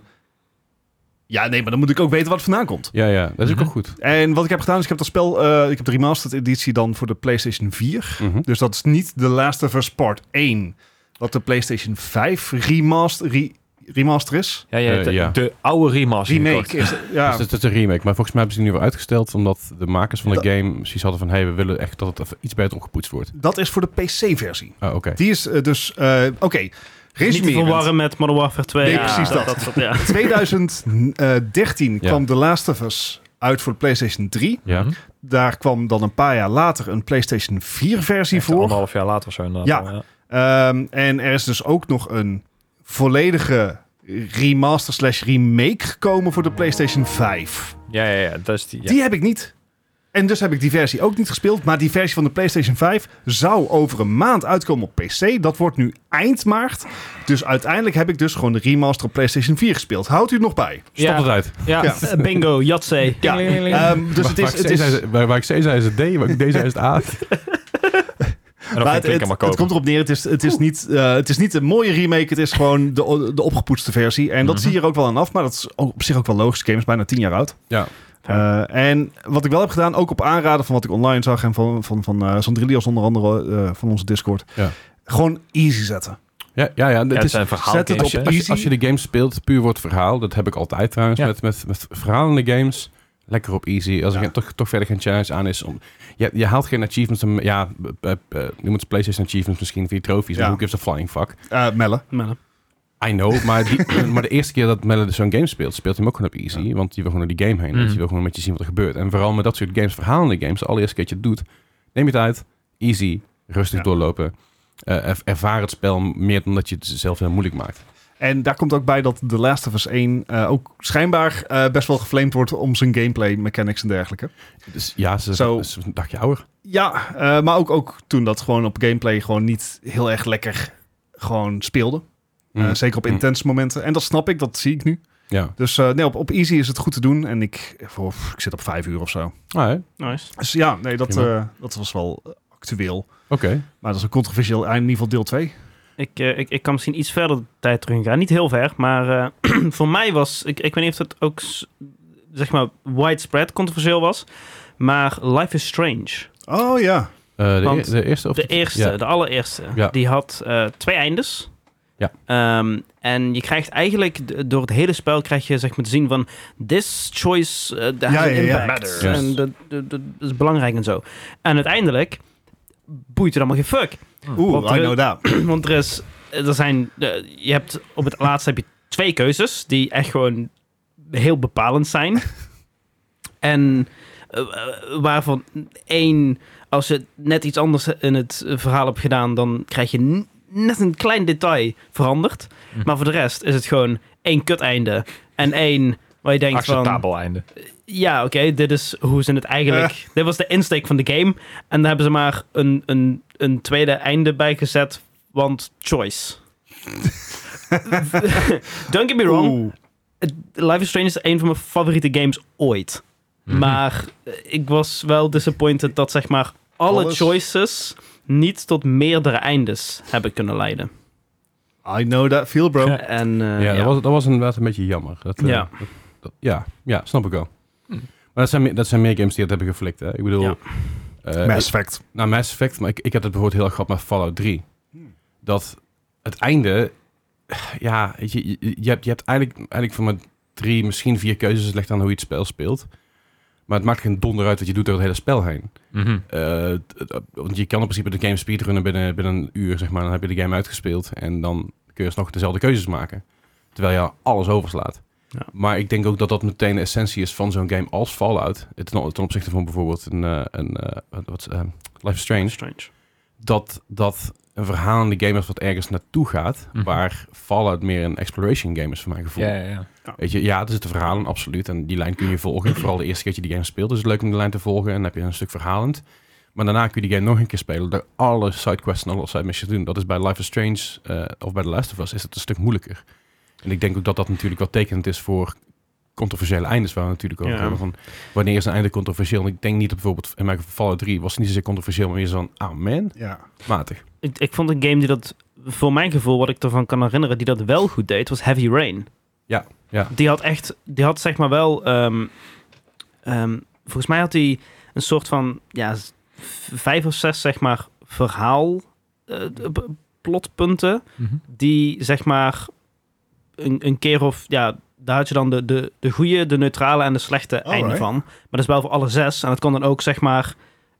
[SPEAKER 3] Ja, nee, maar dan moet ik ook weten wat het vandaan komt.
[SPEAKER 1] Ja, ja, dat is ook
[SPEAKER 4] Mhm.
[SPEAKER 1] wel goed.
[SPEAKER 3] En wat ik heb gedaan is, ik heb dat spel... eh, ik heb de remastered editie dan voor de PlayStation 4.
[SPEAKER 1] Mhm.
[SPEAKER 3] Dus dat is niet The Last of Us Part 1. Wat de PlayStation 5 remaster... Re, remaster is.
[SPEAKER 4] Ja, je hebt
[SPEAKER 1] Eh,
[SPEAKER 4] de,
[SPEAKER 1] ja.
[SPEAKER 4] de oude remaster gekocht.
[SPEAKER 3] Remake is. Ja,
[SPEAKER 1] Dus het is een remake, maar volgens mij hebben ze die nu weer uitgesteld. Omdat de makers van de
[SPEAKER 3] Dat-
[SPEAKER 1] game precies hadden van... hey, we willen echt dat het even iets beter opgepoetst wordt.
[SPEAKER 3] dat is voor de PC-versie.
[SPEAKER 1] Ah, oké.
[SPEAKER 3] Die is eh, dus. eh, Oké,
[SPEAKER 2] Niet te
[SPEAKER 3] resumerend.
[SPEAKER 2] verwarren met Modern Warfare 2.
[SPEAKER 3] Nee, precies dat.
[SPEAKER 2] soort- ja.
[SPEAKER 3] 2013
[SPEAKER 1] Ja.
[SPEAKER 3] eh, kwam The Last of Us uit voor de PlayStation 3.
[SPEAKER 1] Ja.
[SPEAKER 4] Mhm.
[SPEAKER 3] Daar kwam dan een paar jaar later een PlayStation 4-versie
[SPEAKER 4] Echt
[SPEAKER 3] voor.
[SPEAKER 4] Anderhalf jaar later of zo. inderdaad.
[SPEAKER 3] Ja. Ehm, en er is dus ook nog een volledige remaster slash remake gekomen voor de PlayStation 5.
[SPEAKER 4] Ja, ja, ja. Dat is die. Ja.
[SPEAKER 3] Die heb ik niet. En dus heb ik die versie ook niet gespeeld. Maar die versie van de PlayStation 5 zou over een maand uitkomen op PC. Dat wordt nu eind maart. Dus uiteindelijk heb ik dus gewoon de remaster op PlayStation 4 gespeeld. Houdt u het nog bij?
[SPEAKER 1] Stop
[SPEAKER 4] Ja.
[SPEAKER 1] het uit.
[SPEAKER 4] Ja.
[SPEAKER 3] Ja.
[SPEAKER 2] Eh, Bingo, Jatzee.
[SPEAKER 3] Ja. Ehm, dus
[SPEAKER 1] Waar-
[SPEAKER 3] het
[SPEAKER 1] waar
[SPEAKER 3] is,
[SPEAKER 1] ik C
[SPEAKER 3] het
[SPEAKER 1] zei
[SPEAKER 3] is,
[SPEAKER 1] is het- Waar waar ik C zei is het D, waar ik D zei is het A.
[SPEAKER 4] En
[SPEAKER 3] Maar
[SPEAKER 4] dan kan je
[SPEAKER 3] het,
[SPEAKER 4] klinken
[SPEAKER 3] het-
[SPEAKER 4] maar
[SPEAKER 3] het
[SPEAKER 4] kopen.
[SPEAKER 3] komt erop neer. Het is, het, is niet, eh, het is niet een mooie remake. Het is gewoon de, de opgepoetste versie. En dat
[SPEAKER 4] Mhm.
[SPEAKER 3] zie je er ook wel aan af. Maar dat is ook op zich ook wel logisch. De game is bijna tien jaar oud.
[SPEAKER 1] Ja.
[SPEAKER 3] Eh, en wat ik wel heb gedaan, ook op aanraden van wat ik online zag... en van, van, van eh Sandrilios onder andere, eh, van onze Discord...
[SPEAKER 1] Ja.
[SPEAKER 3] gewoon easy zetten.
[SPEAKER 1] Ja, ja, ja.
[SPEAKER 4] Ja,
[SPEAKER 1] Het
[SPEAKER 4] het
[SPEAKER 1] is,
[SPEAKER 4] zijn
[SPEAKER 3] zet het
[SPEAKER 4] verhaalgames.
[SPEAKER 3] op-
[SPEAKER 4] hè.
[SPEAKER 1] als,
[SPEAKER 3] easy.
[SPEAKER 1] je, als je de game speelt, puur wordt verhaal. Dat heb ik altijd trouwens
[SPEAKER 4] Ja.
[SPEAKER 1] met, met, met verhalende games. Lekker op easy. Als
[SPEAKER 3] Ja.
[SPEAKER 1] er toch, toch verder geen challenge aan is. Om, je, je haalt geen achievements. om- Ja, eh, eh, eh, noem het PlayStation achievements misschien via trofies.
[SPEAKER 3] Ja.
[SPEAKER 1] Maar who gives a flying fuck?
[SPEAKER 3] Eh Melle.
[SPEAKER 2] Maar-
[SPEAKER 1] I know, maar, die, maar de eerste keer dat Melle zo'n game speelt, speelt hij hem ook gewoon op easy. Want je wil gewoon door die game heen.
[SPEAKER 4] Mm.
[SPEAKER 1] Je wil gewoon een beetje zien wat er gebeurt. En vooral met dat soort games, verhalende games, de allereerste keer dat je het doet, neem je tijd, easy, rustig
[SPEAKER 3] Ja.
[SPEAKER 1] doorlopen. Eh, er- ervaar het spel meer dan dat je het zelf heel moeilijk maakt.
[SPEAKER 3] En daar komt ook bij dat The Last of Us 1 eh, ook schijnbaar eh, best wel geflamed wordt... om zijn gameplay mechanics en dergelijke.
[SPEAKER 1] Dus ja, ze
[SPEAKER 3] Zo.
[SPEAKER 1] is een dagje ouder.
[SPEAKER 3] Ja, eh, maar ook, ook toen dat gewoon op gameplay gewoon niet heel erg lekker gewoon speelde. Eh,
[SPEAKER 1] Mm.
[SPEAKER 3] zeker op
[SPEAKER 1] Mm.
[SPEAKER 3] intense momenten. En dat snap ik, dat zie ik nu.
[SPEAKER 1] Ja.
[SPEAKER 3] Dus eh, nee, op, op easy is het goed te doen. En ik, voor, ik zit op vijf uur of zo.
[SPEAKER 1] Ah, hè.
[SPEAKER 2] Nice.
[SPEAKER 3] Dus ja, nee, dat,
[SPEAKER 1] Prima.
[SPEAKER 3] eh, dat was wel eh, actueel.
[SPEAKER 1] Oké.
[SPEAKER 3] Maar dat is een controversieel eind, in ieder geval deel 2.
[SPEAKER 2] Ik, eh, ik, ik kan misschien iets verder de tijd terug gaan. Niet heel ver, maar eh, voor mij was... Ik, ik weet niet of dat ook, s- zeg maar, widespread controversieel was. Maar Life is Strange,
[SPEAKER 3] Oh ja.
[SPEAKER 1] Eh, de,
[SPEAKER 2] Want
[SPEAKER 1] e- de eerste of
[SPEAKER 2] de eerste,
[SPEAKER 1] ja.
[SPEAKER 2] de allereerste,
[SPEAKER 1] Ja.
[SPEAKER 2] die had eh, twee eindes.
[SPEAKER 1] Ja.
[SPEAKER 2] Ehm, en je krijgt eigenlijk d- door het hele spel krijg je zeg maar te zien van this choice eh, that
[SPEAKER 3] Ja,
[SPEAKER 2] has
[SPEAKER 3] ja,
[SPEAKER 2] an
[SPEAKER 3] ja.
[SPEAKER 2] impact.
[SPEAKER 4] Matters.
[SPEAKER 1] Yes.
[SPEAKER 2] En dat, dat, dat is belangrijk en zo. En uiteindelijk boeit het allemaal geen fuck.
[SPEAKER 3] Oeh,
[SPEAKER 2] Wat,
[SPEAKER 3] I
[SPEAKER 2] eh,
[SPEAKER 3] know that.
[SPEAKER 2] Want er is, er zijn, eh, je hebt op het laatst heb je twee keuzes die echt gewoon heel bepalend zijn. En eh, eh, waarvan één, als je net iets anders in het eh, verhaal hebt gedaan, dan krijg je n- net een klein detail veranderd.
[SPEAKER 4] Hm.
[SPEAKER 2] Maar voor de rest is het gewoon één kuteinde en één waar je denkt van...
[SPEAKER 4] Acceptabel einde.
[SPEAKER 2] Ja, oké, dit is hoe ze het eigenlijk... Dit was de insteek van de game. En daar hebben ze maar een, een, een tweede einde bij gezet, want choice. Don't get me wrong,
[SPEAKER 3] Oeh.
[SPEAKER 2] Life is Strange is een van mijn favoriete games ooit.
[SPEAKER 1] Mhm.
[SPEAKER 2] Maar eh, ik was wel disappointed dat zeg maar alle
[SPEAKER 3] Alles.
[SPEAKER 2] choices niet tot meerdere eindes hebben kunnen leiden.
[SPEAKER 3] I know that feel, bro.
[SPEAKER 4] Ja.
[SPEAKER 2] En, eh,
[SPEAKER 1] ja,
[SPEAKER 2] ja,
[SPEAKER 1] Dat, was, dat was inderdaad een beetje jammer. Dat, eh,
[SPEAKER 2] Ja. Hm.
[SPEAKER 1] dat- dat- ja, ja, snap ik wel. Maar dat zijn, meer- dat zijn meer games die dat hebben geflikt. Hè? Ik bedoel,
[SPEAKER 2] Ja.
[SPEAKER 1] eh,
[SPEAKER 3] Mass Effect.
[SPEAKER 1] Nou, Mass Effect, maar ik, ik heb het bijvoorbeeld heel erg gehad met Fallout 3. Dat het einde, ja, weet je, je, je hebt, je hebt eigenlijk, eigenlijk van mijn drie, misschien vier keuzes, het ligt aan hoe je het spel speelt. Maar het maakt geen donder uit wat je doet door het hele spel heen.
[SPEAKER 4] Mhm.
[SPEAKER 1] Eh, t- eh, want je kan in principe de game speedrunnen binnen, binnen een uur, zeg maar. Dan heb je de game uitgespeeld en dan kun je nog dezelfde keuzes maken. Terwijl je alles overslaat.
[SPEAKER 2] Ja.
[SPEAKER 1] Maar ik denk ook dat dat meteen de essentie is van zo'n game als Fallout. Ten, ten opzichte van bijvoorbeeld een, eh, een eh, wat- wat, eh, Life is Strange
[SPEAKER 2] Strange.
[SPEAKER 1] dat, dat een verhalende game is wat ergens naartoe gaat.
[SPEAKER 4] Mhm.
[SPEAKER 1] Waar Fallout meer een exploration game is, voor mijn gevoel.
[SPEAKER 4] Ja, ja, ja.
[SPEAKER 1] Weet je, ja, er zitten verhalen, absoluut. En die lijn kun je volgen. Vooral de eerste keer dat je die game speelt, is het leuk om de lijn te volgen. En dan heb je een stuk verhalend. Maar daarna kun je die game nog een keer spelen. Door alle sidequests en alle side missions te doen. Dat is bij Life is Strange eh, of bij The Last of Us is het een stuk moeilijker. En ik denk ook dat dat natuurlijk wel tekenend is voor controversiële eindes waar we natuurlijk over
[SPEAKER 2] Ja.
[SPEAKER 1] hebben van wanneer is een einde controversieel en ik denk niet dat bijvoorbeeld in mijn geval Fallout 3 was het niet zozeer controversieel maar meer zo van ah man
[SPEAKER 3] Ja.
[SPEAKER 1] matig
[SPEAKER 2] Ik, ik vond een game die dat, voor mijn gevoel, wat ik ervan kan herinneren, die dat wel goed deed, was Heavy Rain.
[SPEAKER 1] Ja, ja.
[SPEAKER 2] Die had echt, die had zeg maar wel, ehm, ehm, volgens mij had hij een soort van, ja, z- v- vijf of zes zeg maar verhaal, eh, d- b- plotpunten,
[SPEAKER 4] Mhm.
[SPEAKER 2] die zeg maar een, een keer of... Ja, daar had je dan de, de, de goede, de neutrale en de slechte
[SPEAKER 3] Oh, Alright.
[SPEAKER 2] einde van. Maar dat is wel voor alle zes. En dat kon dan ook, zeg maar,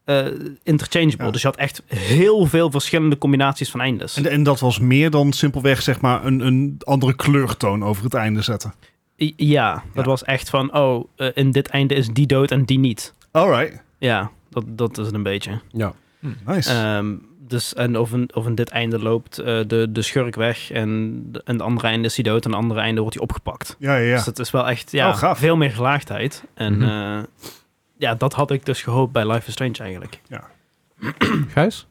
[SPEAKER 2] eh, interchangeable.
[SPEAKER 3] Ja.
[SPEAKER 2] Dus je had echt heel veel verschillende combinaties van eindes.
[SPEAKER 3] En, en dat was meer dan simpelweg zeg maar, een, een andere kleurtoon over het einde zetten.
[SPEAKER 2] I- Ja, dat
[SPEAKER 3] Ja.
[SPEAKER 2] was echt van... Oh, eh, in dit einde is die dood en die niet.
[SPEAKER 3] Alright,
[SPEAKER 2] Ja, dat, dat is het een beetje.
[SPEAKER 1] Ja.
[SPEAKER 3] nice.
[SPEAKER 2] Ehm, dus, en of in, of in dit einde loopt eh, de, de schurk weg en de- en het andere einde is hij dood en het andere einde wordt hij opgepakt.
[SPEAKER 3] ja, ja,
[SPEAKER 2] Dus
[SPEAKER 3] ja.
[SPEAKER 2] dat is wel echt ja,
[SPEAKER 3] Oh, gaaf.
[SPEAKER 2] veel meer gelaagdheid. En
[SPEAKER 4] Mhm.
[SPEAKER 2] eh, ja, dat had ik dus gehoopt bij Life is Strange eigenlijk.
[SPEAKER 1] Gijs?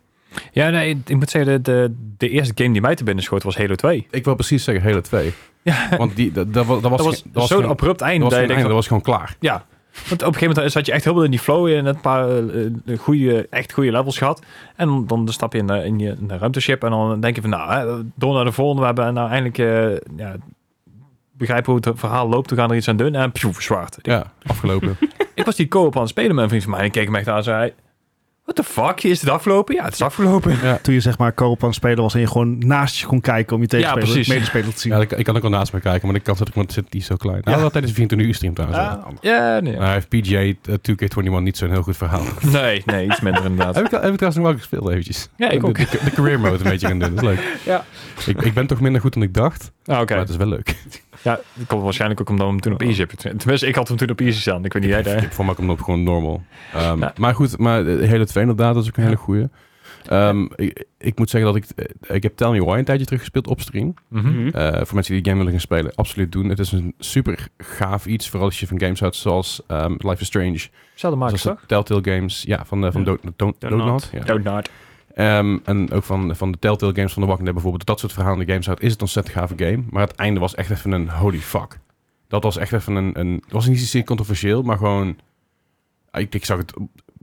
[SPEAKER 4] Ja, nee, ik moet zeggen, de, de, de eerste game die mij te binnen schoot was Halo 2.
[SPEAKER 1] Ik wil precies zeggen hele twee.
[SPEAKER 4] Ja,
[SPEAKER 1] Want die, dat, dat, wa- dat was,
[SPEAKER 4] dat was,
[SPEAKER 1] geen- dat was
[SPEAKER 4] zo'n
[SPEAKER 1] geen-
[SPEAKER 4] abrupt einde.
[SPEAKER 1] dat was
[SPEAKER 4] dat je
[SPEAKER 1] geen einde, dat
[SPEAKER 4] denkt van-
[SPEAKER 1] was gewoon klaar.
[SPEAKER 4] Ja, want op een gegeven moment zat je echt helemaal in die flow en een paar eh, eh, goede, echt goede levels gehad. En dan, dan stap je in de, in je in de ruimteschip en dan denk je van, nou, hè, door naar de volgende. We hebben nou eindelijk... eh, ja, begrijpen hoe het verhaal loopt, we gaan er iets aan doen en pjoe, zwart.
[SPEAKER 1] Ja, afgelopen.
[SPEAKER 4] Ik was die co-op aan het spelen met een vriend van mij. En ik keek me echt aan en zei... What the fuck? Is het afgelopen? Ja, het is afgelopen.
[SPEAKER 3] Toen je zeg maar co-op aan het spelen was en je gewoon naast je kon kijken om je tegenspeler,
[SPEAKER 4] precies.
[SPEAKER 3] medespeler te zien.
[SPEAKER 1] ja, ik, ik kan ook wel naast me kijken, maar de kans dat ik want het zit niet zo klein. Nou,
[SPEAKER 3] Ja.
[SPEAKER 1] dat tijdens 24 uur stream trouwens. wel.
[SPEAKER 3] Ah,
[SPEAKER 4] Ja, nee.
[SPEAKER 1] Nou, heeft PGA eh, 2K21 niet zo'n heel goed verhaal.
[SPEAKER 4] Nee, nee, iets minder inderdaad.
[SPEAKER 1] heb, ik, heb ik trouwens nog wel gespeeld eventjes.
[SPEAKER 4] Ja, ik
[SPEAKER 1] De-
[SPEAKER 4] ook.
[SPEAKER 1] De, de career mode een beetje gaan doen, dat is leuk.
[SPEAKER 4] Ja.
[SPEAKER 1] Ik, ik ben toch minder goed dan ik dacht,
[SPEAKER 4] Ah, Oké. Oh.
[SPEAKER 1] maar het is wel leuk.
[SPEAKER 4] Ja, dat komt waarschijnlijk ook omdat we hem toen op easy hebben. Tenminste, ik had hem toen op easy staan. Ik weet niet jij
[SPEAKER 1] Ik
[SPEAKER 4] daar.
[SPEAKER 1] heb voor mij komt het op gewoon normal. Ehm,
[SPEAKER 4] Ja.
[SPEAKER 1] Maar goed, maar de hele twee inderdaad, dat is ook een hele goeie. Ehm, ik, ik moet zeggen dat ik... eh, Ik heb Tell Me Why een tijdje teruggespeeld op stream.
[SPEAKER 4] Mhm.
[SPEAKER 1] Eh, voor mensen die de game willen gaan spelen, absoluut doen. Het is een super gaaf iets, vooral als je van games houdt zoals ehm, Life is Strange.
[SPEAKER 4] Zelfde
[SPEAKER 1] zoals
[SPEAKER 4] makers
[SPEAKER 1] de
[SPEAKER 4] toch?
[SPEAKER 1] Telltale Games, ja, van, eh, van
[SPEAKER 4] Ah, Ja.
[SPEAKER 1] Don't- Don't-
[SPEAKER 2] Don't
[SPEAKER 1] Donut, ja.
[SPEAKER 4] Don't not.
[SPEAKER 1] Ehm, en ook van, van de Telltale games van The Walking Dead bijvoorbeeld. Dat soort verhalende games uit is het een ontzettend gave game. Maar het einde was echt even een holy fuck. Dat was echt even een... een het was niet zozeer controversieel, maar gewoon... ah, Ik, ik zag, het,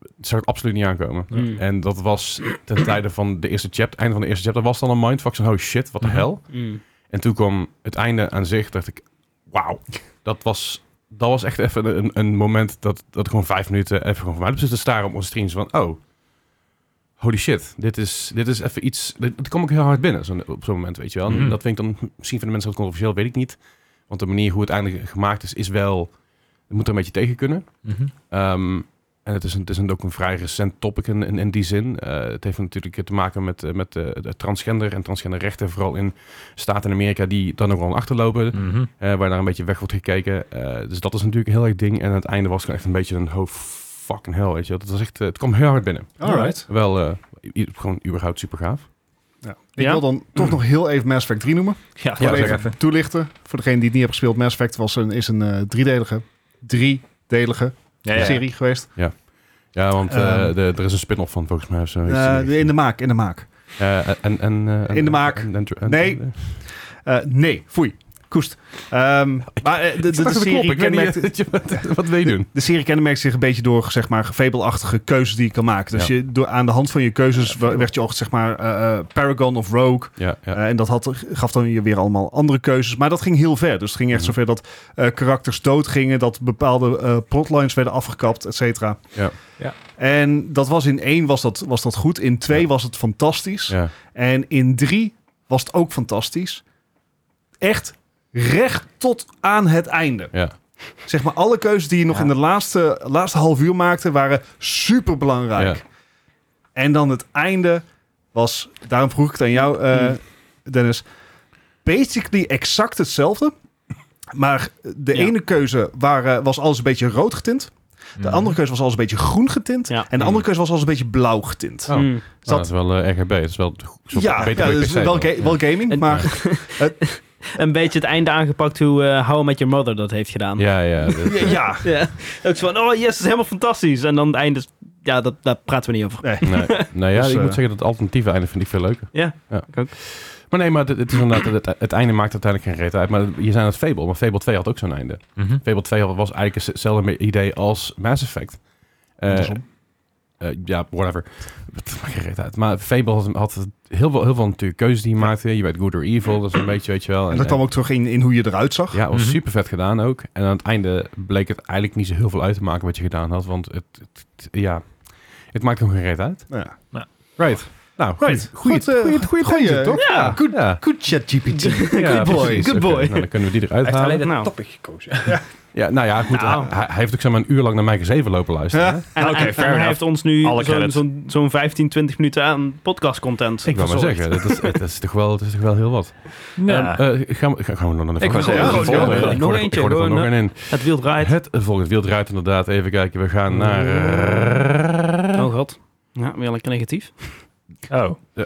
[SPEAKER 1] ik zag het absoluut niet aankomen.
[SPEAKER 2] Mm.
[SPEAKER 1] En dat was ten tijde van de eerste chapter, einde van de eerste chapter, was dan een mindfuck van, oh shit, wat de
[SPEAKER 4] Mhm.
[SPEAKER 1] hel.
[SPEAKER 2] Mm.
[SPEAKER 1] En toen kwam het einde aan zich, dacht ik, wauw. Dat was, dat was echt even een, een moment dat, dat ik gewoon vijf minuten even gewoon van mij op zit te staren op onze streams. Van, oh, holy shit, dit is, dit is even iets, dit, dit kwam ook heel hard binnen zo'n- op zo'n moment, weet je wel. En
[SPEAKER 4] Mhm.
[SPEAKER 1] Dat vind ik dan, misschien vinden mensen dat controversieel, weet ik niet. Want de manier hoe het einde gemaakt is, is wel, het moet er een beetje tegen kunnen.
[SPEAKER 4] Mhm.
[SPEAKER 1] Ehm, en het is, een, het is een, ook een vrij recent topic in, in, in die zin. Eh, het heeft natuurlijk te maken met, eh, met eh, de transgender en transgenderrechten, vooral in staten in Amerika die daar nogal aan achterlopen,
[SPEAKER 3] Mm.
[SPEAKER 4] Mhm.
[SPEAKER 1] eh, waar daar een beetje weg wordt gekeken. Eh, dus dat is natuurlijk een heel erg ding. En aan het einde was het echt een beetje een hoofd fucking hell, weet je. wel. Dat was echt, eh, het kwam heel hard binnen.
[SPEAKER 3] Ah, Alright.
[SPEAKER 1] Wel, eh, i- gewoon überhaupt super gaaf.
[SPEAKER 3] Ja. Hm. Ik
[SPEAKER 2] Ja?
[SPEAKER 3] wil dan toch nog heel even Mass Effect 3 noemen.
[SPEAKER 4] Ja,
[SPEAKER 1] Ja,
[SPEAKER 4] dat
[SPEAKER 1] zeg
[SPEAKER 4] zeg
[SPEAKER 3] even,
[SPEAKER 4] even.
[SPEAKER 3] toelichten. Voor degene die het niet hebben gespeeld, Mass Effect was een, is een eh, driedelige, driedelige
[SPEAKER 4] Ja, ja.
[SPEAKER 3] serie geweest.
[SPEAKER 1] Ja, want eh,
[SPEAKER 3] Ehm.
[SPEAKER 1] de- er is een spin-off van volgens mij. of zo.
[SPEAKER 3] Eh, in de maak, in de maak.
[SPEAKER 1] Eh, en, en, eh, en-
[SPEAKER 3] In de maak.
[SPEAKER 1] en- en- en-
[SPEAKER 3] Nee.
[SPEAKER 1] en-
[SPEAKER 3] Eh, nee, foei. Koest. Ehm, maar eh, de, de,
[SPEAKER 1] Ik zat
[SPEAKER 3] de
[SPEAKER 1] even te
[SPEAKER 3] serie
[SPEAKER 1] kloppen. Ik eh, weet
[SPEAKER 3] kenmerkt,
[SPEAKER 1] niet, wat- wat wil je doen?
[SPEAKER 3] de serie kenmerkt zich een beetje door zeg maar, fabelachtige keuzes die je kan maken. Dus
[SPEAKER 1] Ja.
[SPEAKER 3] je, door, aan de hand van je keuzes wa- werd je ook zeg maar, eh, eh, Paragon of Rogue.
[SPEAKER 1] Ja, ja.
[SPEAKER 3] Eh, en dat had, gaf dan je weer allemaal andere keuzes. Maar dat ging heel ver. Dus het ging echt
[SPEAKER 1] Mhm.
[SPEAKER 3] zover dat eh, karakters doodgingen, dat bepaalde eh, plotlines werden afgekapt, et cetera.
[SPEAKER 1] Ja.
[SPEAKER 4] Ja.
[SPEAKER 3] En dat was in één was dat, was dat goed. In twee
[SPEAKER 1] Ja.
[SPEAKER 3] was het fantastisch.
[SPEAKER 1] ja.
[SPEAKER 3] En in drie was het ook fantastisch. Echt recht tot aan het einde.
[SPEAKER 1] Ja.
[SPEAKER 3] Zeg maar, alle keuzes die je nog
[SPEAKER 4] Ja.
[SPEAKER 3] in de laatste, laatste half uur maakte, waren super belangrijk.
[SPEAKER 1] Ja.
[SPEAKER 3] En dan het einde was, daarom vroeg ik het aan jou, eh, Dennis. Basically exact hetzelfde. Maar de
[SPEAKER 2] Ja.
[SPEAKER 3] ene keuze waren, was alles een beetje rood getint. De
[SPEAKER 4] Mhm.
[SPEAKER 3] andere keuze was alles een beetje groen getint.
[SPEAKER 2] Ja.
[SPEAKER 3] En de andere keuze was alles een beetje blauw getint.
[SPEAKER 1] Oh.
[SPEAKER 2] Mm.
[SPEAKER 1] Nou,
[SPEAKER 3] Zat-
[SPEAKER 1] dat is wel eh, RGB. Dat is wel een soort
[SPEAKER 3] ja,
[SPEAKER 1] beter
[SPEAKER 3] ja, dus
[SPEAKER 1] dan
[SPEAKER 3] dat is
[SPEAKER 1] PC
[SPEAKER 3] wel, ga- wel gaming,
[SPEAKER 2] En-
[SPEAKER 3] maar
[SPEAKER 2] Een beetje het einde aangepakt hoe eh How I Met Your Mother dat heeft gedaan.
[SPEAKER 1] Ja, ja. dus- dat-
[SPEAKER 3] ja, ja.
[SPEAKER 2] Ja. Ook zo van, oh yes, het is helemaal fantastisch. En dan het einde, is- ja, dat, daar praten we niet over.
[SPEAKER 1] Nee, nou ja,
[SPEAKER 3] Dus,
[SPEAKER 1] ik
[SPEAKER 3] eh,
[SPEAKER 1] moet zeggen dat het alternatieve einde vind ik veel leuker.
[SPEAKER 2] Ja, ik ook.
[SPEAKER 1] Maar nee, maar het, het is inderdaad, het, het einde maakt uiteindelijk geen reet uit. Maar je zei het Fable, maar Fable 2 had ook zo'n einde.
[SPEAKER 4] Mhm.
[SPEAKER 1] Fable 2 had- was eigenlijk hetzelfde idee als Mass Effect. Eh,
[SPEAKER 3] Andersom.
[SPEAKER 1] eh, ja, whatever. Het maakt geen reet uit. Maar Fable had, had heel, veel, heel veel natuurlijk keuzes die je maakte. Je werd good or evil, dat is een beetje, weet je wel.
[SPEAKER 3] En dat kwam ook terug in, in hoe je eruit zag.
[SPEAKER 1] Ja, het was
[SPEAKER 4] Mhm.
[SPEAKER 1] super vet gedaan ook. En aan het einde bleek het eigenlijk niet zo heel veel uit te maken wat je gedaan had. Want het, het- ja, het maakt hem geen reet uit.
[SPEAKER 3] Nou ja.
[SPEAKER 1] Right. Nou,
[SPEAKER 3] Right.
[SPEAKER 1] goeie,
[SPEAKER 3] Goed, eh,
[SPEAKER 1] goeie, goeie,
[SPEAKER 3] goeie-
[SPEAKER 1] tangent, toch?
[SPEAKER 2] ja,
[SPEAKER 1] goed. Ja.
[SPEAKER 3] Good chat GPT.
[SPEAKER 1] Ja,
[SPEAKER 3] boy,
[SPEAKER 1] precies.
[SPEAKER 2] good
[SPEAKER 1] Oké,
[SPEAKER 2] boy.
[SPEAKER 1] nou, dan kunnen we die eruit
[SPEAKER 4] Echt alleen
[SPEAKER 1] halen.
[SPEAKER 4] dat
[SPEAKER 2] Nou.
[SPEAKER 4] topic gekozen.
[SPEAKER 1] Ja, nou ja, goed.
[SPEAKER 2] Nou.
[SPEAKER 1] Hij, hij heeft ook zeg maar een uur lang naar mij gezeven lopen luisteren.
[SPEAKER 3] Ja.
[SPEAKER 1] hè?
[SPEAKER 2] En,
[SPEAKER 4] Oké,
[SPEAKER 2] en- en hij
[SPEAKER 4] fair enough.
[SPEAKER 2] heeft ons nu
[SPEAKER 4] Alle
[SPEAKER 2] zo'n
[SPEAKER 4] credit.
[SPEAKER 2] zo'n- zo'n 15, 20 minuten aan podcast content.
[SPEAKER 1] Ik wil maar zeggen, dat is, dat, is toch wel, dat is toch wel heel wat.
[SPEAKER 4] Ja.
[SPEAKER 1] Ehm, eh, gaan, we, ga- gaan we nog naar de
[SPEAKER 4] Ik
[SPEAKER 1] volgende?
[SPEAKER 4] wou zeggen,
[SPEAKER 1] Ja,
[SPEAKER 4] gewoon
[SPEAKER 1] volgende.
[SPEAKER 2] nog-
[SPEAKER 1] Ik
[SPEAKER 2] nog
[SPEAKER 1] gooi er-
[SPEAKER 2] eentje,
[SPEAKER 1] Ik gooi er
[SPEAKER 2] gewoon,
[SPEAKER 1] nog een in.
[SPEAKER 2] Het wiel draait.
[SPEAKER 1] Het volgende wiel draait inderdaad. Even kijken, we gaan naar... eh,
[SPEAKER 2] Oh god. Ja, weer lekker negatief.
[SPEAKER 4] Oh.
[SPEAKER 3] Ja.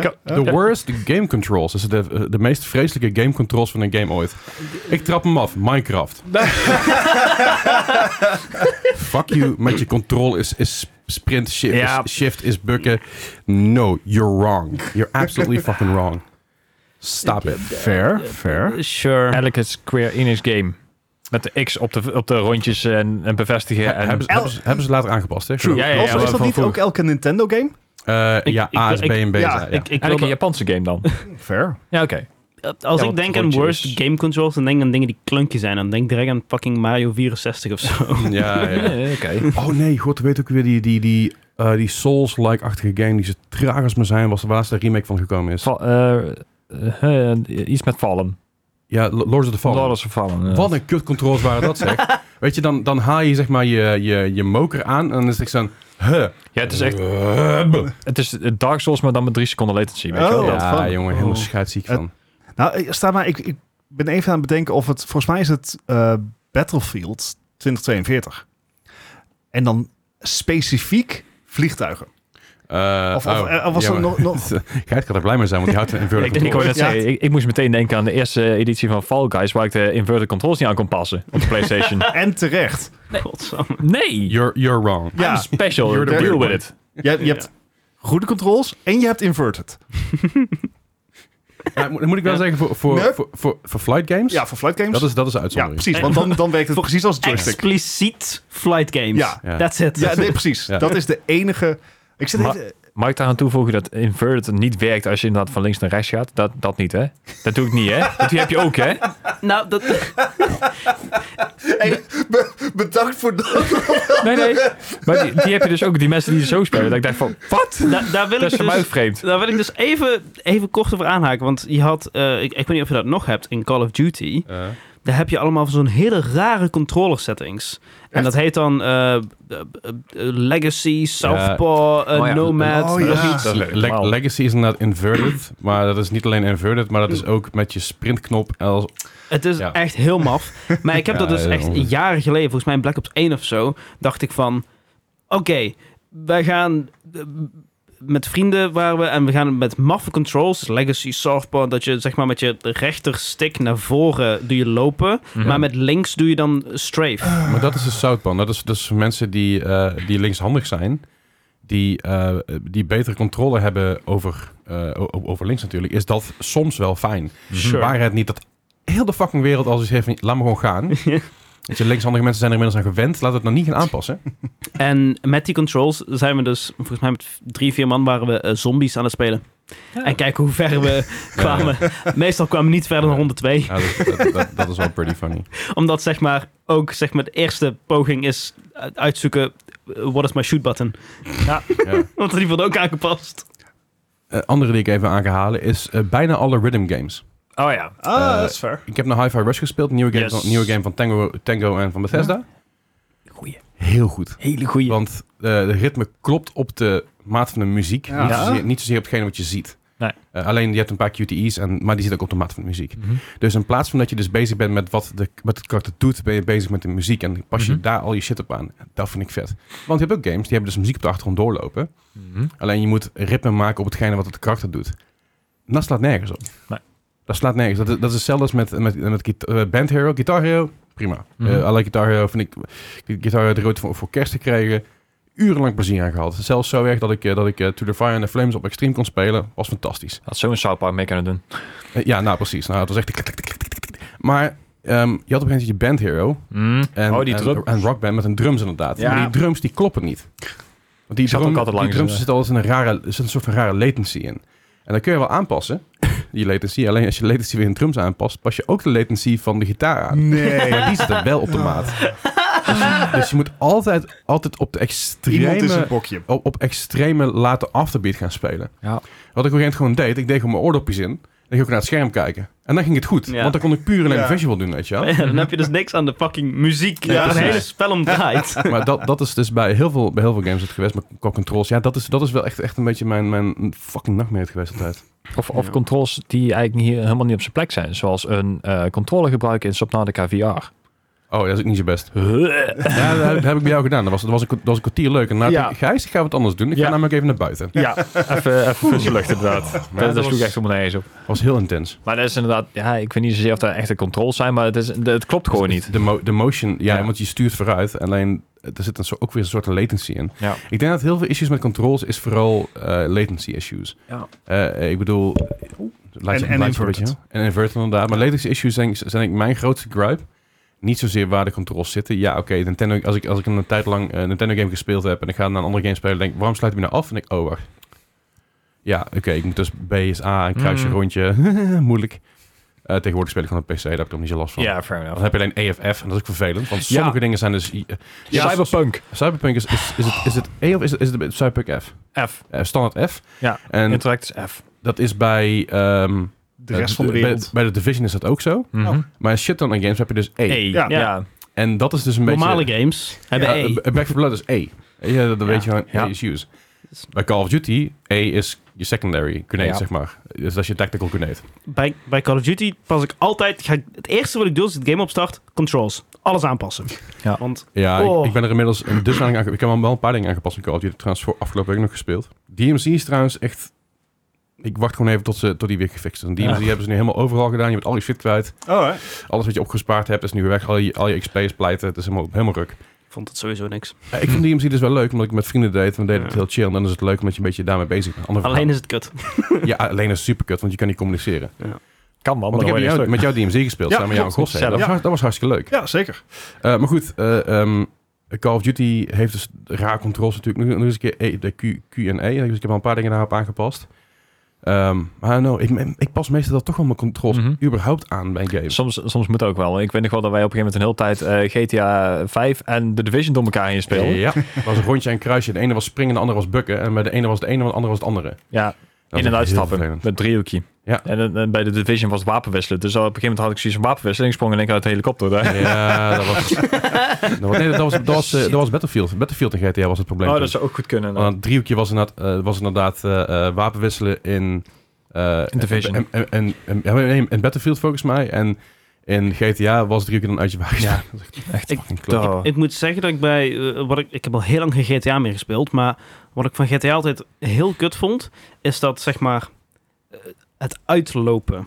[SPEAKER 4] Ka-
[SPEAKER 1] The worst game controls. Dat is de, eh, de meest vreselijke game controls van een game ooit. Ik trap hem af. Minecraft. Fuck you met je control is, is sprint, shift,
[SPEAKER 4] Ja.
[SPEAKER 1] is, shift is bukken. No, you're wrong. You're absolutely fucking wrong. Stop it.
[SPEAKER 3] Fair, fair.
[SPEAKER 2] Sure.
[SPEAKER 4] Elke Square Enix game. Met de X op de, op de rondjes en, en bevestigen.
[SPEAKER 1] He-
[SPEAKER 4] en,
[SPEAKER 1] hebben, ze, hebben, ze, hebben ze later aangepast, hè?
[SPEAKER 3] True.
[SPEAKER 4] Ja, ja, ja,
[SPEAKER 3] Also,
[SPEAKER 4] maar
[SPEAKER 3] is dat
[SPEAKER 4] van
[SPEAKER 3] niet ook
[SPEAKER 4] vroeger.
[SPEAKER 3] elke Nintendo game?
[SPEAKER 1] Eh,
[SPEAKER 2] Ik-
[SPEAKER 1] ja,
[SPEAKER 2] ik-
[SPEAKER 1] A is
[SPEAKER 2] ik-
[SPEAKER 1] B en B. is
[SPEAKER 3] ja,
[SPEAKER 1] A, ja.
[SPEAKER 2] Ik, ik
[SPEAKER 4] elke
[SPEAKER 2] wilde-
[SPEAKER 4] Japanse game dan.
[SPEAKER 3] Fair.
[SPEAKER 4] ja, oké.
[SPEAKER 2] als
[SPEAKER 4] Ja,
[SPEAKER 2] ik
[SPEAKER 4] want
[SPEAKER 2] denk aan
[SPEAKER 4] rondjes.
[SPEAKER 3] dus?
[SPEAKER 2] worst game controls, dan denk ik aan dingen die klunky zijn. Dan denk ik direct aan fucking Mario 64 of zo.
[SPEAKER 1] Ja, ja.
[SPEAKER 4] Eh, oké.
[SPEAKER 1] Oh nee, god, weet ook weer die, die, die, eh, die Souls-like-achtige game die ze traag als maar zijn, was de laatste remake van gekomen is.
[SPEAKER 4] Val- eh, eh, eh, iets met Fallen.
[SPEAKER 1] Ja, L- Lords of the Fallen.
[SPEAKER 4] Lords of Fallen. ja.
[SPEAKER 1] Wat een kut controls waren dat zeg. Weet je, dan, dan haal je zeg maar je, je, je moker aan en dan is het zo'n... Huh.
[SPEAKER 4] Ja, het is echt
[SPEAKER 1] Huh.
[SPEAKER 4] het is eh, Dark Souls, maar dan met drie seconden latency. Weet je wel?
[SPEAKER 3] Oh.
[SPEAKER 4] Dat-
[SPEAKER 1] Ja,
[SPEAKER 3] fun.
[SPEAKER 1] jongen, helemaal
[SPEAKER 3] Oh.
[SPEAKER 1] scheidsziek
[SPEAKER 3] Het-
[SPEAKER 1] van.
[SPEAKER 3] Nou, eh, sta maar, ik, ik ben even aan het bedenken of het, volgens mij is het eh, Battlefield 2042. En dan specifiek vliegtuigen.
[SPEAKER 1] Eh,
[SPEAKER 3] Of, of,
[SPEAKER 1] oh,
[SPEAKER 3] eh, was
[SPEAKER 1] jammer.
[SPEAKER 3] er nog... nog
[SPEAKER 1] Gijs kan er blij mee zijn, want die houdt een inverted
[SPEAKER 4] Ik, ik wou
[SPEAKER 1] control.
[SPEAKER 4] net
[SPEAKER 3] Ja.
[SPEAKER 4] zeggen, ik, ik moest meteen denken aan de eerste editie van Fall Guys, waar ik de inverted controls niet aan kon passen op de PlayStation.
[SPEAKER 3] en terecht.
[SPEAKER 2] Godsamme.
[SPEAKER 4] nee!
[SPEAKER 1] You're, you're wrong.
[SPEAKER 3] Ja,
[SPEAKER 4] Special,
[SPEAKER 1] You're the
[SPEAKER 4] deal
[SPEAKER 1] weird
[SPEAKER 4] with it.
[SPEAKER 3] je, je hebt goede controls en je hebt inverted.
[SPEAKER 1] Maar moet- Eh, moet ik wel
[SPEAKER 2] Ja.
[SPEAKER 1] zeggen, voor, voor,
[SPEAKER 3] Nee.
[SPEAKER 1] voor, voor, voor flight games,
[SPEAKER 3] Ja, voor flight games.
[SPEAKER 1] dat, is, dat is een
[SPEAKER 3] ja,
[SPEAKER 1] uitzondering.
[SPEAKER 3] precies. Want dan, dan werkt het precies als een joystick.
[SPEAKER 2] Expliciet flight games.
[SPEAKER 3] Ja.
[SPEAKER 1] Ja.
[SPEAKER 2] That's it.
[SPEAKER 3] Ja, nee, precies.
[SPEAKER 1] Ja.
[SPEAKER 3] Dat is de enige... Ik zit
[SPEAKER 4] Maar-
[SPEAKER 3] even-
[SPEAKER 4] Mag ik daaraan toevoegen dat inverted niet werkt als je inderdaad van links naar rechts gaat? Dat, dat niet, hè? Dat doe ik niet, hè? Dat heb je ook, hè?
[SPEAKER 2] Nou, dat,
[SPEAKER 3] Hey, be- bedankt voor dat.
[SPEAKER 4] Nee, nee. Maar die, die heb je dus ook, die mensen die zo spelen. Dat ik dacht van, wat?
[SPEAKER 2] da- daar wil
[SPEAKER 4] Dat
[SPEAKER 2] ik
[SPEAKER 4] is voor mij ook
[SPEAKER 2] dus...
[SPEAKER 4] vreemd.
[SPEAKER 2] Daar wil ik dus even, even kort over aanhaken. Want je had, eh, ik, ik weet niet of je dat nog hebt in Call of Duty.
[SPEAKER 1] Eh,
[SPEAKER 2] Daar heb je allemaal van zo'n hele rare controller settings. En
[SPEAKER 3] Echt?
[SPEAKER 2] dat heet dan eh, eh, eh, eh, Legacy, Southpaw, eh,
[SPEAKER 4] Oh ja.
[SPEAKER 2] Nomad.
[SPEAKER 3] Oh ja.
[SPEAKER 2] nog iets.
[SPEAKER 4] Dat is
[SPEAKER 1] Le-
[SPEAKER 4] normaal.
[SPEAKER 1] Legacy is inderdaad inverted, maar dat is niet alleen inverted, maar dat is ook met je sprintknop. Als,
[SPEAKER 2] Het is
[SPEAKER 1] Ja.
[SPEAKER 2] echt heel maf. Maar ik heb
[SPEAKER 1] Ja,
[SPEAKER 2] dat dus
[SPEAKER 1] ja,
[SPEAKER 2] echt
[SPEAKER 1] ongeveer.
[SPEAKER 2] jaren geleden, volgens mij in Black Ops 1 of zo, dacht ik van... Oké, wij gaan eh, met vrienden waar we... En we gaan met maffe controls, legacy softball... Dat je zeg maar met je rechterstick naar voren doe je lopen. Maar met links doe je dan strafe.
[SPEAKER 1] maar dat is de Southbound. Dat is dus voor mensen die, eh, die linkshandig zijn, die, eh, die betere controle hebben over, eh, o- o- over links natuurlijk, is dat soms wel fijn.
[SPEAKER 2] Sure.
[SPEAKER 1] Maar het niet dat heel de fucking wereld als iets heeft, van, laat me gewoon gaan. Want je linkshandige mensen zijn er inmiddels aan gewend. Laat het nou niet gaan aanpassen.
[SPEAKER 2] En met die controls zijn we dus... Volgens mij met drie, vier man waren we eh, zombies aan het spelen. En kijken hoe ver we kwamen. Meestal kwamen we niet verder dan ronde 2.
[SPEAKER 1] Ja, dat, dat, dat, dat is wel pretty funny.
[SPEAKER 2] Omdat zeg maar ook zeg maar de eerste poging is uit- uitzoeken eh, what is my shoot button.
[SPEAKER 1] Ja.
[SPEAKER 2] Want die wordt ook aangepast.
[SPEAKER 1] Eh, andere die ik even aan ga halen is eh, bijna alle rhythm games.
[SPEAKER 4] Oh ja.
[SPEAKER 3] Ah,
[SPEAKER 1] Eh,
[SPEAKER 3] dat is fair.
[SPEAKER 1] Ik heb naar Hi-Fi Rush gespeeld, een nieuwe game,
[SPEAKER 4] Yes.
[SPEAKER 1] van, nieuwe game van Tango, Tango en van Bethesda.
[SPEAKER 2] Goeie.
[SPEAKER 1] Heel goed.
[SPEAKER 2] Hele goeie.
[SPEAKER 1] Want eh, de ritme klopt op de maat van de muziek.
[SPEAKER 3] Ja.
[SPEAKER 1] Niet,
[SPEAKER 3] Ja.
[SPEAKER 1] zozeer, niet zozeer op hetgene wat je ziet.
[SPEAKER 4] Nee.
[SPEAKER 1] Eh, alleen je hebt een paar QTE's, en, maar die zitten ook op de maat van de muziek.
[SPEAKER 4] Mhm.
[SPEAKER 1] Dus in plaats van dat je dus bezig bent met wat, de, wat het karakter doet, ben je bezig met de muziek. En pas je
[SPEAKER 4] Mhm.
[SPEAKER 1] daar al je shit op aan. Dat vind ik vet. Want je hebt ook games, die hebben dus muziek op de achtergrond doorlopen.
[SPEAKER 4] Mhm.
[SPEAKER 1] Alleen je moet ritme maken op hetgene wat het karakter doet. En dat slaat nergens op.
[SPEAKER 4] Nee.
[SPEAKER 1] Dat slaat nergens. Dat, is- dat is hetzelfde als met, met, met gita- eh, Band Hero. Guitar Hero, prima.
[SPEAKER 4] Mhm.
[SPEAKER 1] Eh, Alleen Guitar Hero vind ik... Guitar Hero had ik ooit voor, voor kerst gekregen. Urenlang plezier aan gehad. Zelfs zo erg dat ik, eh, dat ik eh, To The Fire and The Flames op Extreme kon spelen. Was fantastisch.
[SPEAKER 4] Had zo'n South Park mee kunnen doen.
[SPEAKER 1] Eh, ja, nou precies. Nou, het was echt... klik, klik, klik, klik, klik, klik. Maar ehm, je had op een gegeven moment je Band Hero. En,
[SPEAKER 4] oh, die
[SPEAKER 1] en,
[SPEAKER 4] druk.
[SPEAKER 1] en Rock Band met een drums inderdaad.
[SPEAKER 4] Ja.
[SPEAKER 1] Maar die drums die kloppen niet. Want die,
[SPEAKER 4] Zat ook altijd
[SPEAKER 1] die
[SPEAKER 4] langs,
[SPEAKER 1] drums
[SPEAKER 4] eh.
[SPEAKER 1] zit altijd in een, rare, zit een soort van rare latency in. En dat kun je wel aanpassen, die latency. Alleen als je de latency weer in drums aanpast, pas je ook de latency van de gitaar aan.
[SPEAKER 3] Nee.
[SPEAKER 1] Maar die zit er wel op de maat. Dus je moet altijd, altijd op de
[SPEAKER 3] Iemand is
[SPEAKER 1] extreme
[SPEAKER 3] een bokje.
[SPEAKER 1] op, op extreme late afterbeat gaan spelen.
[SPEAKER 4] Ja.
[SPEAKER 1] Wat ik op een gegeven moment gewoon deed, ik deed gewoon mijn oordopjes in. Dan ging ik ook naar het scherm kijken. En dan ging het goed.
[SPEAKER 2] Ja.
[SPEAKER 1] Want dan kon ik puur alleen
[SPEAKER 3] Ja.
[SPEAKER 1] visual doen, weet je wel.
[SPEAKER 2] Ja, dan heb je dus niks aan de fucking muziek.
[SPEAKER 1] Ja,
[SPEAKER 2] Ja, het
[SPEAKER 1] precies.
[SPEAKER 2] hele spel om draait.
[SPEAKER 1] Maar dat, dat is dus bij heel veel, bij heel veel games het geweest. Maar qua controls, ja, dat is, dat is wel echt, echt een beetje mijn, mijn fucking nachtmerrie geweest altijd.
[SPEAKER 4] Of, of
[SPEAKER 2] Ja.
[SPEAKER 4] controls die eigenlijk niet, helemaal niet op zijn plek zijn. Zoals een eh controller gebruiken in Subnautica VR.
[SPEAKER 1] Oh, dat is ook niet zo best. Ja, dat heb, dat heb ik bij jou gedaan. Dat was, dat was, een, dat was een kwartier leuk. En nou,
[SPEAKER 4] Ja.
[SPEAKER 1] dacht ik, Gijs, ik ga wat anders doen. Ik
[SPEAKER 4] Ja.
[SPEAKER 1] ga namelijk even naar buiten.
[SPEAKER 4] Ja, even, even frisse lucht inderdaad.
[SPEAKER 1] Maar
[SPEAKER 4] dat
[SPEAKER 1] dat
[SPEAKER 4] dat sloeg
[SPEAKER 1] was-
[SPEAKER 4] echt helemaal nergens op.
[SPEAKER 1] Dat was heel intens.
[SPEAKER 4] Maar dat is inderdaad, ja, ik weet niet zozeer of dat echte controls zijn, maar het, is, de- het klopt gewoon niet.
[SPEAKER 1] Dus De, mo- de motion, ja,
[SPEAKER 4] Ja.
[SPEAKER 1] want je stuurt vooruit. Alleen, eh, er zit een soort, ook weer een soort latency in.
[SPEAKER 4] Ja.
[SPEAKER 1] Ik denk dat heel veel issues met controls is vooral eh, latency issues.
[SPEAKER 4] Ja.
[SPEAKER 1] Eh, ik bedoel... oeh, lijkt-
[SPEAKER 3] En- en
[SPEAKER 1] lijkt een beetje-
[SPEAKER 3] inverted.
[SPEAKER 1] En inverted inderdaad. Maar latency issues zijn, zijn ik mijn grootste gripe. Niet zozeer waar de controls zitten. Ja, oké, Nintendo, als, ik, als ik een tijd lang eh, een Nintendo game gespeeld heb en ik ga naar een andere game spelen, denk ik, waarom sluit hij me nou af? En ik, oh, wacht. Ja, oké, ik moet dus B is A en kruisje
[SPEAKER 4] Mm.
[SPEAKER 1] rondje. Moeilijk. Eh, tegenwoordig speel ik gewoon op PC, daar heb ik toch niet zo last van.
[SPEAKER 4] Ja, fair
[SPEAKER 1] Nou, Dan
[SPEAKER 4] enough.
[SPEAKER 1] heb je alleen EFF en dat is ook vervelend, want
[SPEAKER 4] Ja.
[SPEAKER 1] sommige dingen zijn dus... Ja,
[SPEAKER 4] Cyberpunk.
[SPEAKER 1] Cyberpunk is, is, is, het, is het E of is het, is het Cyberpunk F?
[SPEAKER 4] F.
[SPEAKER 1] Eh, standaard F.
[SPEAKER 4] Ja,
[SPEAKER 1] En
[SPEAKER 4] Interact is F.
[SPEAKER 1] dat is bij... ehm,
[SPEAKER 3] De rest
[SPEAKER 1] eh,
[SPEAKER 3] van de
[SPEAKER 1] bij-
[SPEAKER 3] wereld.
[SPEAKER 1] Bij, de Division is dat ook zo.
[SPEAKER 4] Mhm.
[SPEAKER 1] Maar shit dan aan games heb je dus E.
[SPEAKER 4] E.
[SPEAKER 3] Ja.
[SPEAKER 4] Ja.
[SPEAKER 1] En dat is dus een
[SPEAKER 2] Normale
[SPEAKER 1] beetje...
[SPEAKER 2] games hebben
[SPEAKER 1] Ja,
[SPEAKER 2] E.
[SPEAKER 1] eh, Back 4 Blood is E. Ja, dat dat
[SPEAKER 2] Ja.
[SPEAKER 1] weet je gewoon.
[SPEAKER 4] Ja.
[SPEAKER 1] E is use. Bij Call of Duty, E is je secondary grenade,
[SPEAKER 4] Ja.
[SPEAKER 1] zeg maar. Dus dat is je tactical grenade.
[SPEAKER 2] bij, bij Call of Duty pas ik altijd. Ga ik, het eerste wat ik doe als ik het game opstart, controls. Alles aanpassen.
[SPEAKER 4] Ja.
[SPEAKER 2] Want
[SPEAKER 1] Ja, ik-
[SPEAKER 2] Oh.
[SPEAKER 1] ik, ben er inmiddels een dusdanig aan... Ik heb wel een paar dingen aangepast in Call of Duty. Trouwens, voor afgelopen week nog gespeeld. DMC is trouwens echt... Ik wacht gewoon even tot, ze, tot die weer gefixt is. En DMC hebben ze nu helemaal overal gedaan. Je bent al je shit kwijt.
[SPEAKER 3] Oh, hè?
[SPEAKER 1] Alles wat je opgespaard hebt is nu weer weg. Al je, al je XP is pleiten. Het is helemaal, helemaal ruk.
[SPEAKER 2] ik vond het sowieso niks.
[SPEAKER 1] Eh, ik vond DMC dus wel leuk, omdat ik met vrienden deed. We deden het
[SPEAKER 2] Ja.
[SPEAKER 1] heel chill. En dan is het leuk omdat je een beetje daarmee bezig bent. Andere
[SPEAKER 2] Alleen is het kut.
[SPEAKER 1] Ja, alleen is super kut, want je kan niet communiceren.
[SPEAKER 4] Kan wel, maar
[SPEAKER 1] Want ik
[SPEAKER 4] dan
[SPEAKER 1] heb
[SPEAKER 4] hoor je
[SPEAKER 1] jou-
[SPEAKER 4] niet
[SPEAKER 1] met jou DMC gespeeld,
[SPEAKER 3] Ja,
[SPEAKER 1] samen met jou en
[SPEAKER 4] klopt.
[SPEAKER 1] Gosse. Dat, was
[SPEAKER 4] Zelf.
[SPEAKER 1] hart- dat was hartstikke leuk.
[SPEAKER 3] Ja, zeker.
[SPEAKER 1] Eh, maar goed, eh, ehm, Call of Duty heeft dus raar controls natuurlijk. Nu, nu is een keer E- de Q, Q en E, dus ik heb al een paar dingen daarop aangepast. Ehm, maar no, ik, ik pas meestal dat toch wel mijn controls
[SPEAKER 4] Mhm.
[SPEAKER 1] überhaupt aan bij een game.
[SPEAKER 4] Soms, soms moet ook wel. Ik weet nog wel dat wij op een gegeven moment een hele tijd eh, GTA 5 en The Division door elkaar heen spelen.
[SPEAKER 1] Ja, er was een rondje en een kruisje. De ene was springen, de andere was bukken. En bij de ene was het ene, en de andere was het andere.
[SPEAKER 4] Ja,
[SPEAKER 1] Dat
[SPEAKER 4] in en
[SPEAKER 1] was heel
[SPEAKER 4] uitstappen
[SPEAKER 1] vervelend.
[SPEAKER 4] met driehoekje.
[SPEAKER 1] Ja.
[SPEAKER 4] En, eh, en bij de Division was het wapenwisselen. Dus op een gegeven moment had ik zoiets van wapenwisseling. sprong in één keer uit de helikopter. Daar.
[SPEAKER 1] Ja, dat was... dat was- nee, dat was, dat, was, eh, dat was Battlefield. Battlefield en GTA was het probleem.
[SPEAKER 4] Oh,
[SPEAKER 1] toen.
[SPEAKER 4] dat zou ook goed kunnen.
[SPEAKER 1] Want aan het driehoekje was inderdaad, eh, was inderdaad eh, eh, wapenwisselen in... eh,
[SPEAKER 4] Division.
[SPEAKER 1] En, en, en, en- ja, nee, in Battlefield volgens mij. En in GTA was het driehoekje dan uit je wagen.
[SPEAKER 4] Ja.
[SPEAKER 1] Dat is
[SPEAKER 4] Echt
[SPEAKER 1] echt fucking klopt.
[SPEAKER 4] Oh.
[SPEAKER 2] Ik moet zeggen dat ik bij. eh, wat ik, ik heb al heel lang geen GTA meer gespeeld. Maar wat ik van GTA altijd heel kut vond. Is dat zeg maar. eh, het uitlopen.
[SPEAKER 1] Oh,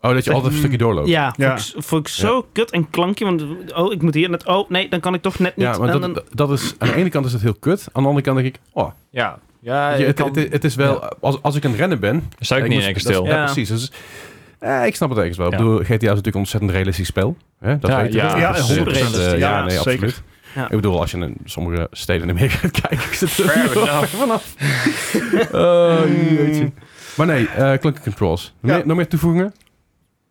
[SPEAKER 1] dat je
[SPEAKER 2] Zeg,
[SPEAKER 1] altijd een
[SPEAKER 3] mm,
[SPEAKER 1] stukje doorloopt.
[SPEAKER 2] Ja,
[SPEAKER 3] Ja.
[SPEAKER 2] Vond, ik, vond ik zo kut en klankje. Want oh, ik moet hier net. Oh nee, dan kan ik toch net niet.
[SPEAKER 1] Ja, maar
[SPEAKER 2] en
[SPEAKER 1] dat,
[SPEAKER 2] dan-
[SPEAKER 1] dat- dat is, aan de ene kant is het heel kut. Aan de andere kant denk ik, oh,
[SPEAKER 4] Ja. Ja,
[SPEAKER 1] je-
[SPEAKER 4] je
[SPEAKER 1] het,
[SPEAKER 4] kan,
[SPEAKER 1] het, het is wel, als, als ik aan het rennen ben,
[SPEAKER 4] sta ik
[SPEAKER 1] Ja,
[SPEAKER 4] niet in
[SPEAKER 1] moest-
[SPEAKER 4] één
[SPEAKER 1] dat-
[SPEAKER 4] keer stil.
[SPEAKER 1] Ja,
[SPEAKER 2] Ja.
[SPEAKER 1] precies. Dus, eh, ik snap het ergens wel. Ik
[SPEAKER 4] Ja.
[SPEAKER 1] bedoel, GTA is natuurlijk een ontzettend realistisch spel. Hè? Dat
[SPEAKER 4] Ja,
[SPEAKER 1] weten we.
[SPEAKER 4] ja,
[SPEAKER 3] Ja,
[SPEAKER 1] Dus, eh,
[SPEAKER 3] 100%
[SPEAKER 1] dus, eh,
[SPEAKER 3] realistisch.
[SPEAKER 1] ja,
[SPEAKER 3] Ja,
[SPEAKER 1] nee,
[SPEAKER 3] zeker.
[SPEAKER 1] absoluut.
[SPEAKER 2] Ja.
[SPEAKER 1] Ik bedoel, als je in sommige steden in Amerika gaat kijken, is het er
[SPEAKER 4] Fair
[SPEAKER 1] heel
[SPEAKER 4] enough.
[SPEAKER 1] erg vanaf. Oh, jeetje. Maar nee, eh klanken controls. Nog
[SPEAKER 3] Ja.
[SPEAKER 1] meer- nog meer toevoegingen?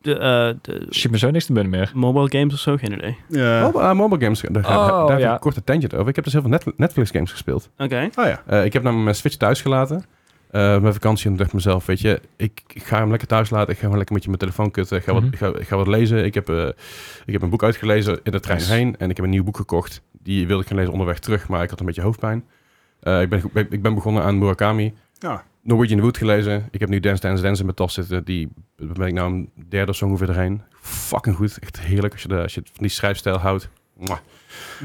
[SPEAKER 2] de, eh, de
[SPEAKER 4] Schiet me zo niks te binnen meer.
[SPEAKER 2] mobile games of zo, geen idee.
[SPEAKER 3] Ja.
[SPEAKER 1] Mobile, ah, mobile games, daar, daar-
[SPEAKER 4] Oh,
[SPEAKER 1] daar heb ik
[SPEAKER 4] ja.
[SPEAKER 1] een korte tangent over. Ik heb dus heel veel Net- Netflix games gespeeld.
[SPEAKER 2] Oké.
[SPEAKER 3] Oh ja.
[SPEAKER 1] Eh, ik heb namelijk mijn Switch thuis gelaten. Eh, mijn vakantie en dacht ik mezelf, weet je, ik, ik ga hem lekker thuis laten. Ik ga hem lekker met je mijn telefoon kutten. Ik ga,
[SPEAKER 4] Mhm.
[SPEAKER 1] wat, ik ga, ik ga wat lezen. Ik heb, eh, ik heb een boek uitgelezen in de trein
[SPEAKER 4] Nice.
[SPEAKER 1] heen. En ik heb een nieuw boek gekocht. Die wilde ik gaan lezen onderweg terug, maar ik had een beetje hoofdpijn. Eh, ik, ben, ik ben- ik ben begonnen aan Murakami.
[SPEAKER 3] Ja.
[SPEAKER 1] Norwegian Wood gelezen. Ik heb nu Dance Dance Dance in mijn tas zitten. Die daar ben ik nou een derde of zo ongeveer erheen. Fucking goed. Echt heerlijk als je, de, als je het van die schrijfstijl houdt. Mwah.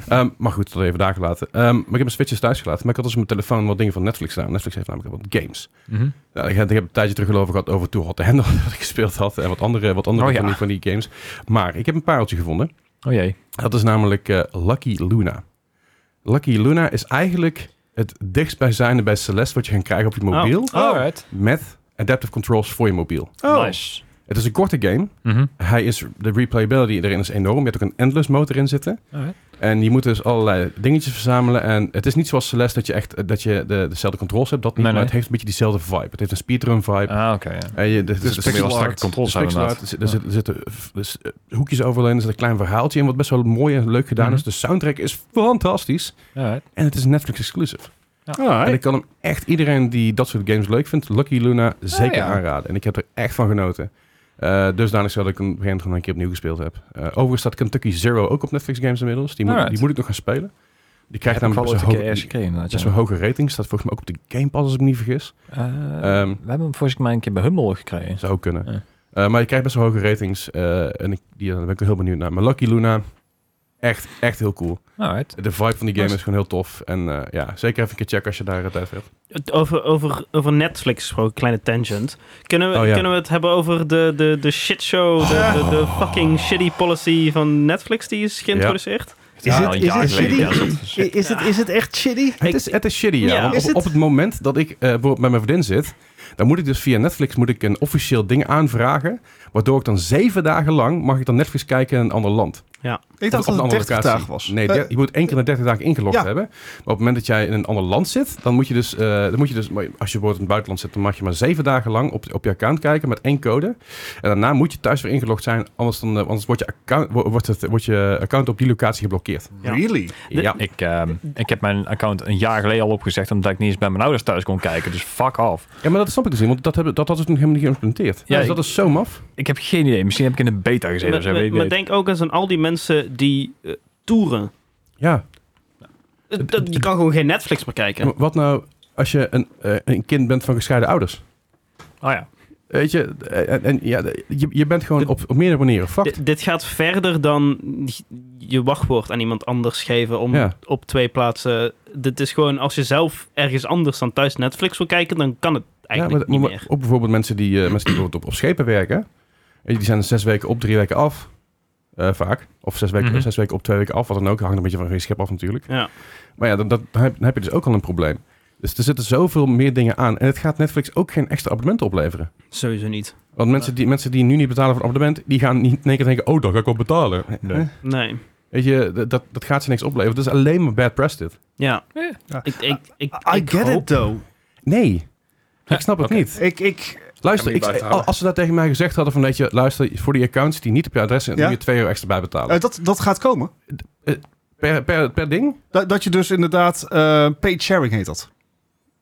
[SPEAKER 1] Ehm, maar goed, dat even daar gelaten. Ehm, maar ik heb mijn switches thuis gelaten. Maar ik had dus op mijn telefoon wat dingen van Netflix staan. Netflix heeft namelijk wat games.
[SPEAKER 4] Mhm.
[SPEAKER 1] Nou, ik, heb, ik heb een tijdje terug al over gehad over Too Hot to Handle. Dat ik gespeeld had. En wat andere, wat andere
[SPEAKER 4] Oh ja.
[SPEAKER 1] van, die, van die games. Maar ik heb een pareltje gevonden.
[SPEAKER 4] Oh jee.
[SPEAKER 1] Dat is namelijk eh, Lucky Luna. Lucky Luna is eigenlijk het dichtstbijzijnde bij Celeste wat je kan krijgen op
[SPEAKER 4] Oh,
[SPEAKER 1] je mobiel.
[SPEAKER 2] Oh.
[SPEAKER 4] Alright.
[SPEAKER 1] Met adaptive controls voor je mobiel.
[SPEAKER 3] Oh.
[SPEAKER 4] Nice.
[SPEAKER 1] Het is een korte game.
[SPEAKER 4] Mhm.
[SPEAKER 1] Hij is, de replayability erin is enorm. Je hebt ook een endless mode erin zitten.
[SPEAKER 4] Alright.
[SPEAKER 1] En je moet dus allerlei dingetjes verzamelen. En het is niet zoals Celeste dat je echt eh, dat je de, dezelfde controls hebt. Dat niet,
[SPEAKER 4] Nee,
[SPEAKER 1] maar
[SPEAKER 4] nee.
[SPEAKER 1] het heeft een beetje diezelfde vibe. Het heeft een speedrun vibe.
[SPEAKER 4] Ah, oké. ja.
[SPEAKER 1] En je, de,
[SPEAKER 4] Het is meer wel strakke controls
[SPEAKER 1] Pixel
[SPEAKER 4] hebben
[SPEAKER 1] art, er zit- er zitten, er zitten f- dus, eh, hoekjes overal in, er zit een klein verhaaltje in, wat best wel mooi en leuk gedaan
[SPEAKER 4] Mhm.
[SPEAKER 1] is. De soundtrack is fantastisch.
[SPEAKER 4] Alright.
[SPEAKER 1] En het is Netflix exclusive. En ik
[SPEAKER 3] Alright.
[SPEAKER 1] kan hem echt iedereen die dat soort games leuk vindt, Lucky Luna, zeker
[SPEAKER 4] ja.
[SPEAKER 1] aanraden. En ik heb er echt van genoten. Eh dusdanig zo dat ik hem op een gegeven moment gewoon een keer opnieuw gespeeld heb. Eh, overigens staat Kentucky Zero ook op Netflix games inmiddels. Die moet,
[SPEAKER 4] Alright.
[SPEAKER 1] die moet ik nog gaan spelen. Die krijgt
[SPEAKER 4] Heb ik wel
[SPEAKER 1] namelijk
[SPEAKER 4] ooit
[SPEAKER 1] best
[SPEAKER 4] een
[SPEAKER 1] een
[SPEAKER 4] keer
[SPEAKER 1] hoge-
[SPEAKER 4] eerst gekregen. inderdaad,
[SPEAKER 1] best wel
[SPEAKER 4] ja.
[SPEAKER 1] een hoge rating. Staat volgens mij ook op de Game Pass als ik me niet vergis.
[SPEAKER 4] Eh,
[SPEAKER 1] Ehm,
[SPEAKER 4] we hebben hem volgens mij een keer bij Humble gekregen.
[SPEAKER 1] Zou ook kunnen.
[SPEAKER 4] Ja.
[SPEAKER 1] Eh, maar je krijgt best wel hoge ratings. eh, en ik, die, daar ben ik wel heel benieuwd naar. Maar Lucky Luna, echt, echt heel cool.
[SPEAKER 4] Alright.
[SPEAKER 1] De vibe van die game
[SPEAKER 4] Nice.
[SPEAKER 1] is gewoon heel tof. En eh, ja, zeker even een keer checken als je daar eh, tijd voor hebt.
[SPEAKER 2] Het Over, over, over Netflix gesproken, kleine tangent. Kunnen we,
[SPEAKER 1] Oh, ja.
[SPEAKER 2] kunnen we het hebben over de, de, de shitshow, de, de,
[SPEAKER 1] Ah.
[SPEAKER 2] de fucking shitty policy van Netflix die is geïntroduceerd?
[SPEAKER 3] Is het- is het shitty?
[SPEAKER 4] shitty?
[SPEAKER 3] I- Is het, is het echt shitty?
[SPEAKER 1] Het is, het is shitty, ja.
[SPEAKER 2] Ja.
[SPEAKER 1] Want
[SPEAKER 3] Is
[SPEAKER 1] op,
[SPEAKER 3] het-
[SPEAKER 1] op het moment dat ik eh, bijvoorbeeld met mijn vriendin zit... dan moet ik dus via Netflix moet ik een officieel ding aanvragen... waardoor ik dan zeven dagen lang mag ik dan Netflix kijken in een ander land.
[SPEAKER 3] Ik
[SPEAKER 1] Of op
[SPEAKER 3] dacht dat het
[SPEAKER 1] een andere
[SPEAKER 3] 30
[SPEAKER 1] locatie.
[SPEAKER 3] dagen was.
[SPEAKER 1] Nee,
[SPEAKER 3] Eh,
[SPEAKER 1] der- je moet één keer in de 30 dagen ingelogd
[SPEAKER 3] Ja.
[SPEAKER 1] hebben. Maar op het moment dat jij in een ander land zit, dan moet je dus, eh, dan moet je dus maar als je bijvoorbeeld in het buitenland zit, dan mag je maar zeven dagen lang op, op je account kijken met één code. En daarna moet je thuis weer ingelogd zijn, anders, dan, eh, anders wordt, je account, wo- wordt, het, wordt je account op die locatie geblokkeerd.
[SPEAKER 2] Ja.
[SPEAKER 3] Really?
[SPEAKER 2] De-
[SPEAKER 1] ja.
[SPEAKER 4] Ik, ehm, ik heb mijn account een jaar geleden al opgezegd omdat ik niet eens bij mijn ouders thuis kon kijken. Dus fuck off.
[SPEAKER 1] ja, maar dat snap ik dus niet, want dat, hebben, dat hadden ze toen helemaal niet geïmplementeerd.
[SPEAKER 4] Ja,
[SPEAKER 1] dus dat
[SPEAKER 4] ik-
[SPEAKER 1] is zo maf.
[SPEAKER 4] Ik heb geen idee. Misschien heb ik in een beta gezeten.
[SPEAKER 2] Maar,
[SPEAKER 4] of zo, weet
[SPEAKER 2] maar,
[SPEAKER 4] ik
[SPEAKER 2] maar
[SPEAKER 4] niet.
[SPEAKER 2] denk ook eens aan al die mensen die eh, toeren.
[SPEAKER 1] Ja,
[SPEAKER 2] Eh, dat- Je kan gewoon geen Netflix meer kijken.
[SPEAKER 1] maar wat nou als je een, eh, een kind bent van gescheiden ouders?
[SPEAKER 4] Oh ja.
[SPEAKER 1] Weet je, eh, en, en ja, je, je bent gewoon op, op meerdere manieren fucked.
[SPEAKER 2] Dit- dit gaat verder dan je wachtwoord aan iemand anders geven om
[SPEAKER 1] Ja.
[SPEAKER 2] op twee plaatsen. Dit is gewoon als je zelf ergens anders dan thuis Netflix wil kijken, dan kan het eigenlijk
[SPEAKER 1] maar-
[SPEAKER 2] niet
[SPEAKER 1] maar
[SPEAKER 2] meer.
[SPEAKER 1] Ook bijvoorbeeld mensen die, eh, mensen die bijvoorbeeld op, op schepen werken. Weet je, Die zijn zes weken op, drie weken af. eh, vaak. Of zes weken,
[SPEAKER 4] Mhm.
[SPEAKER 1] zes weken op, twee weken af. Wat dan ook. Hangt een beetje van je schip af natuurlijk.
[SPEAKER 2] Ja.
[SPEAKER 1] Maar ja, dan, dat, dan, heb, dan heb je dus ook al een probleem. Dus er zitten zoveel meer dingen aan. En het gaat Netflix ook geen extra abonnementen opleveren.
[SPEAKER 2] Sowieso niet.
[SPEAKER 1] Want mensen die, mensen die nu niet betalen voor een abonnement... die gaan niet in één keer denken... oh, dan ga ik wel betalen.
[SPEAKER 4] Nee.
[SPEAKER 1] Eh,
[SPEAKER 2] Nee.
[SPEAKER 1] Weet je, dat- dat, dat gaat ze niks opleveren. Dat is alleen maar bad press dit.
[SPEAKER 2] Ja.
[SPEAKER 4] Ja.
[SPEAKER 2] Ik, ik, ik,
[SPEAKER 3] I
[SPEAKER 2] ik
[SPEAKER 3] get
[SPEAKER 2] hoop-
[SPEAKER 3] it though.
[SPEAKER 1] Nee. Ik snap het niet.
[SPEAKER 3] Ik, ik,
[SPEAKER 1] Luister,
[SPEAKER 5] Kan me
[SPEAKER 1] ik,
[SPEAKER 5] niet buitenhouden.
[SPEAKER 1] als ze dat tegen mij gezegd hadden van, weet je, luister, voor die accounts die niet op je adres zijn,
[SPEAKER 3] Ja?
[SPEAKER 1] moet je 2 euro extra bij betalen.
[SPEAKER 3] eh, dat, dat gaat komen.
[SPEAKER 1] Per, per, per ding?
[SPEAKER 3] Dat, dat je dus inderdaad eh paid sharing heet dat.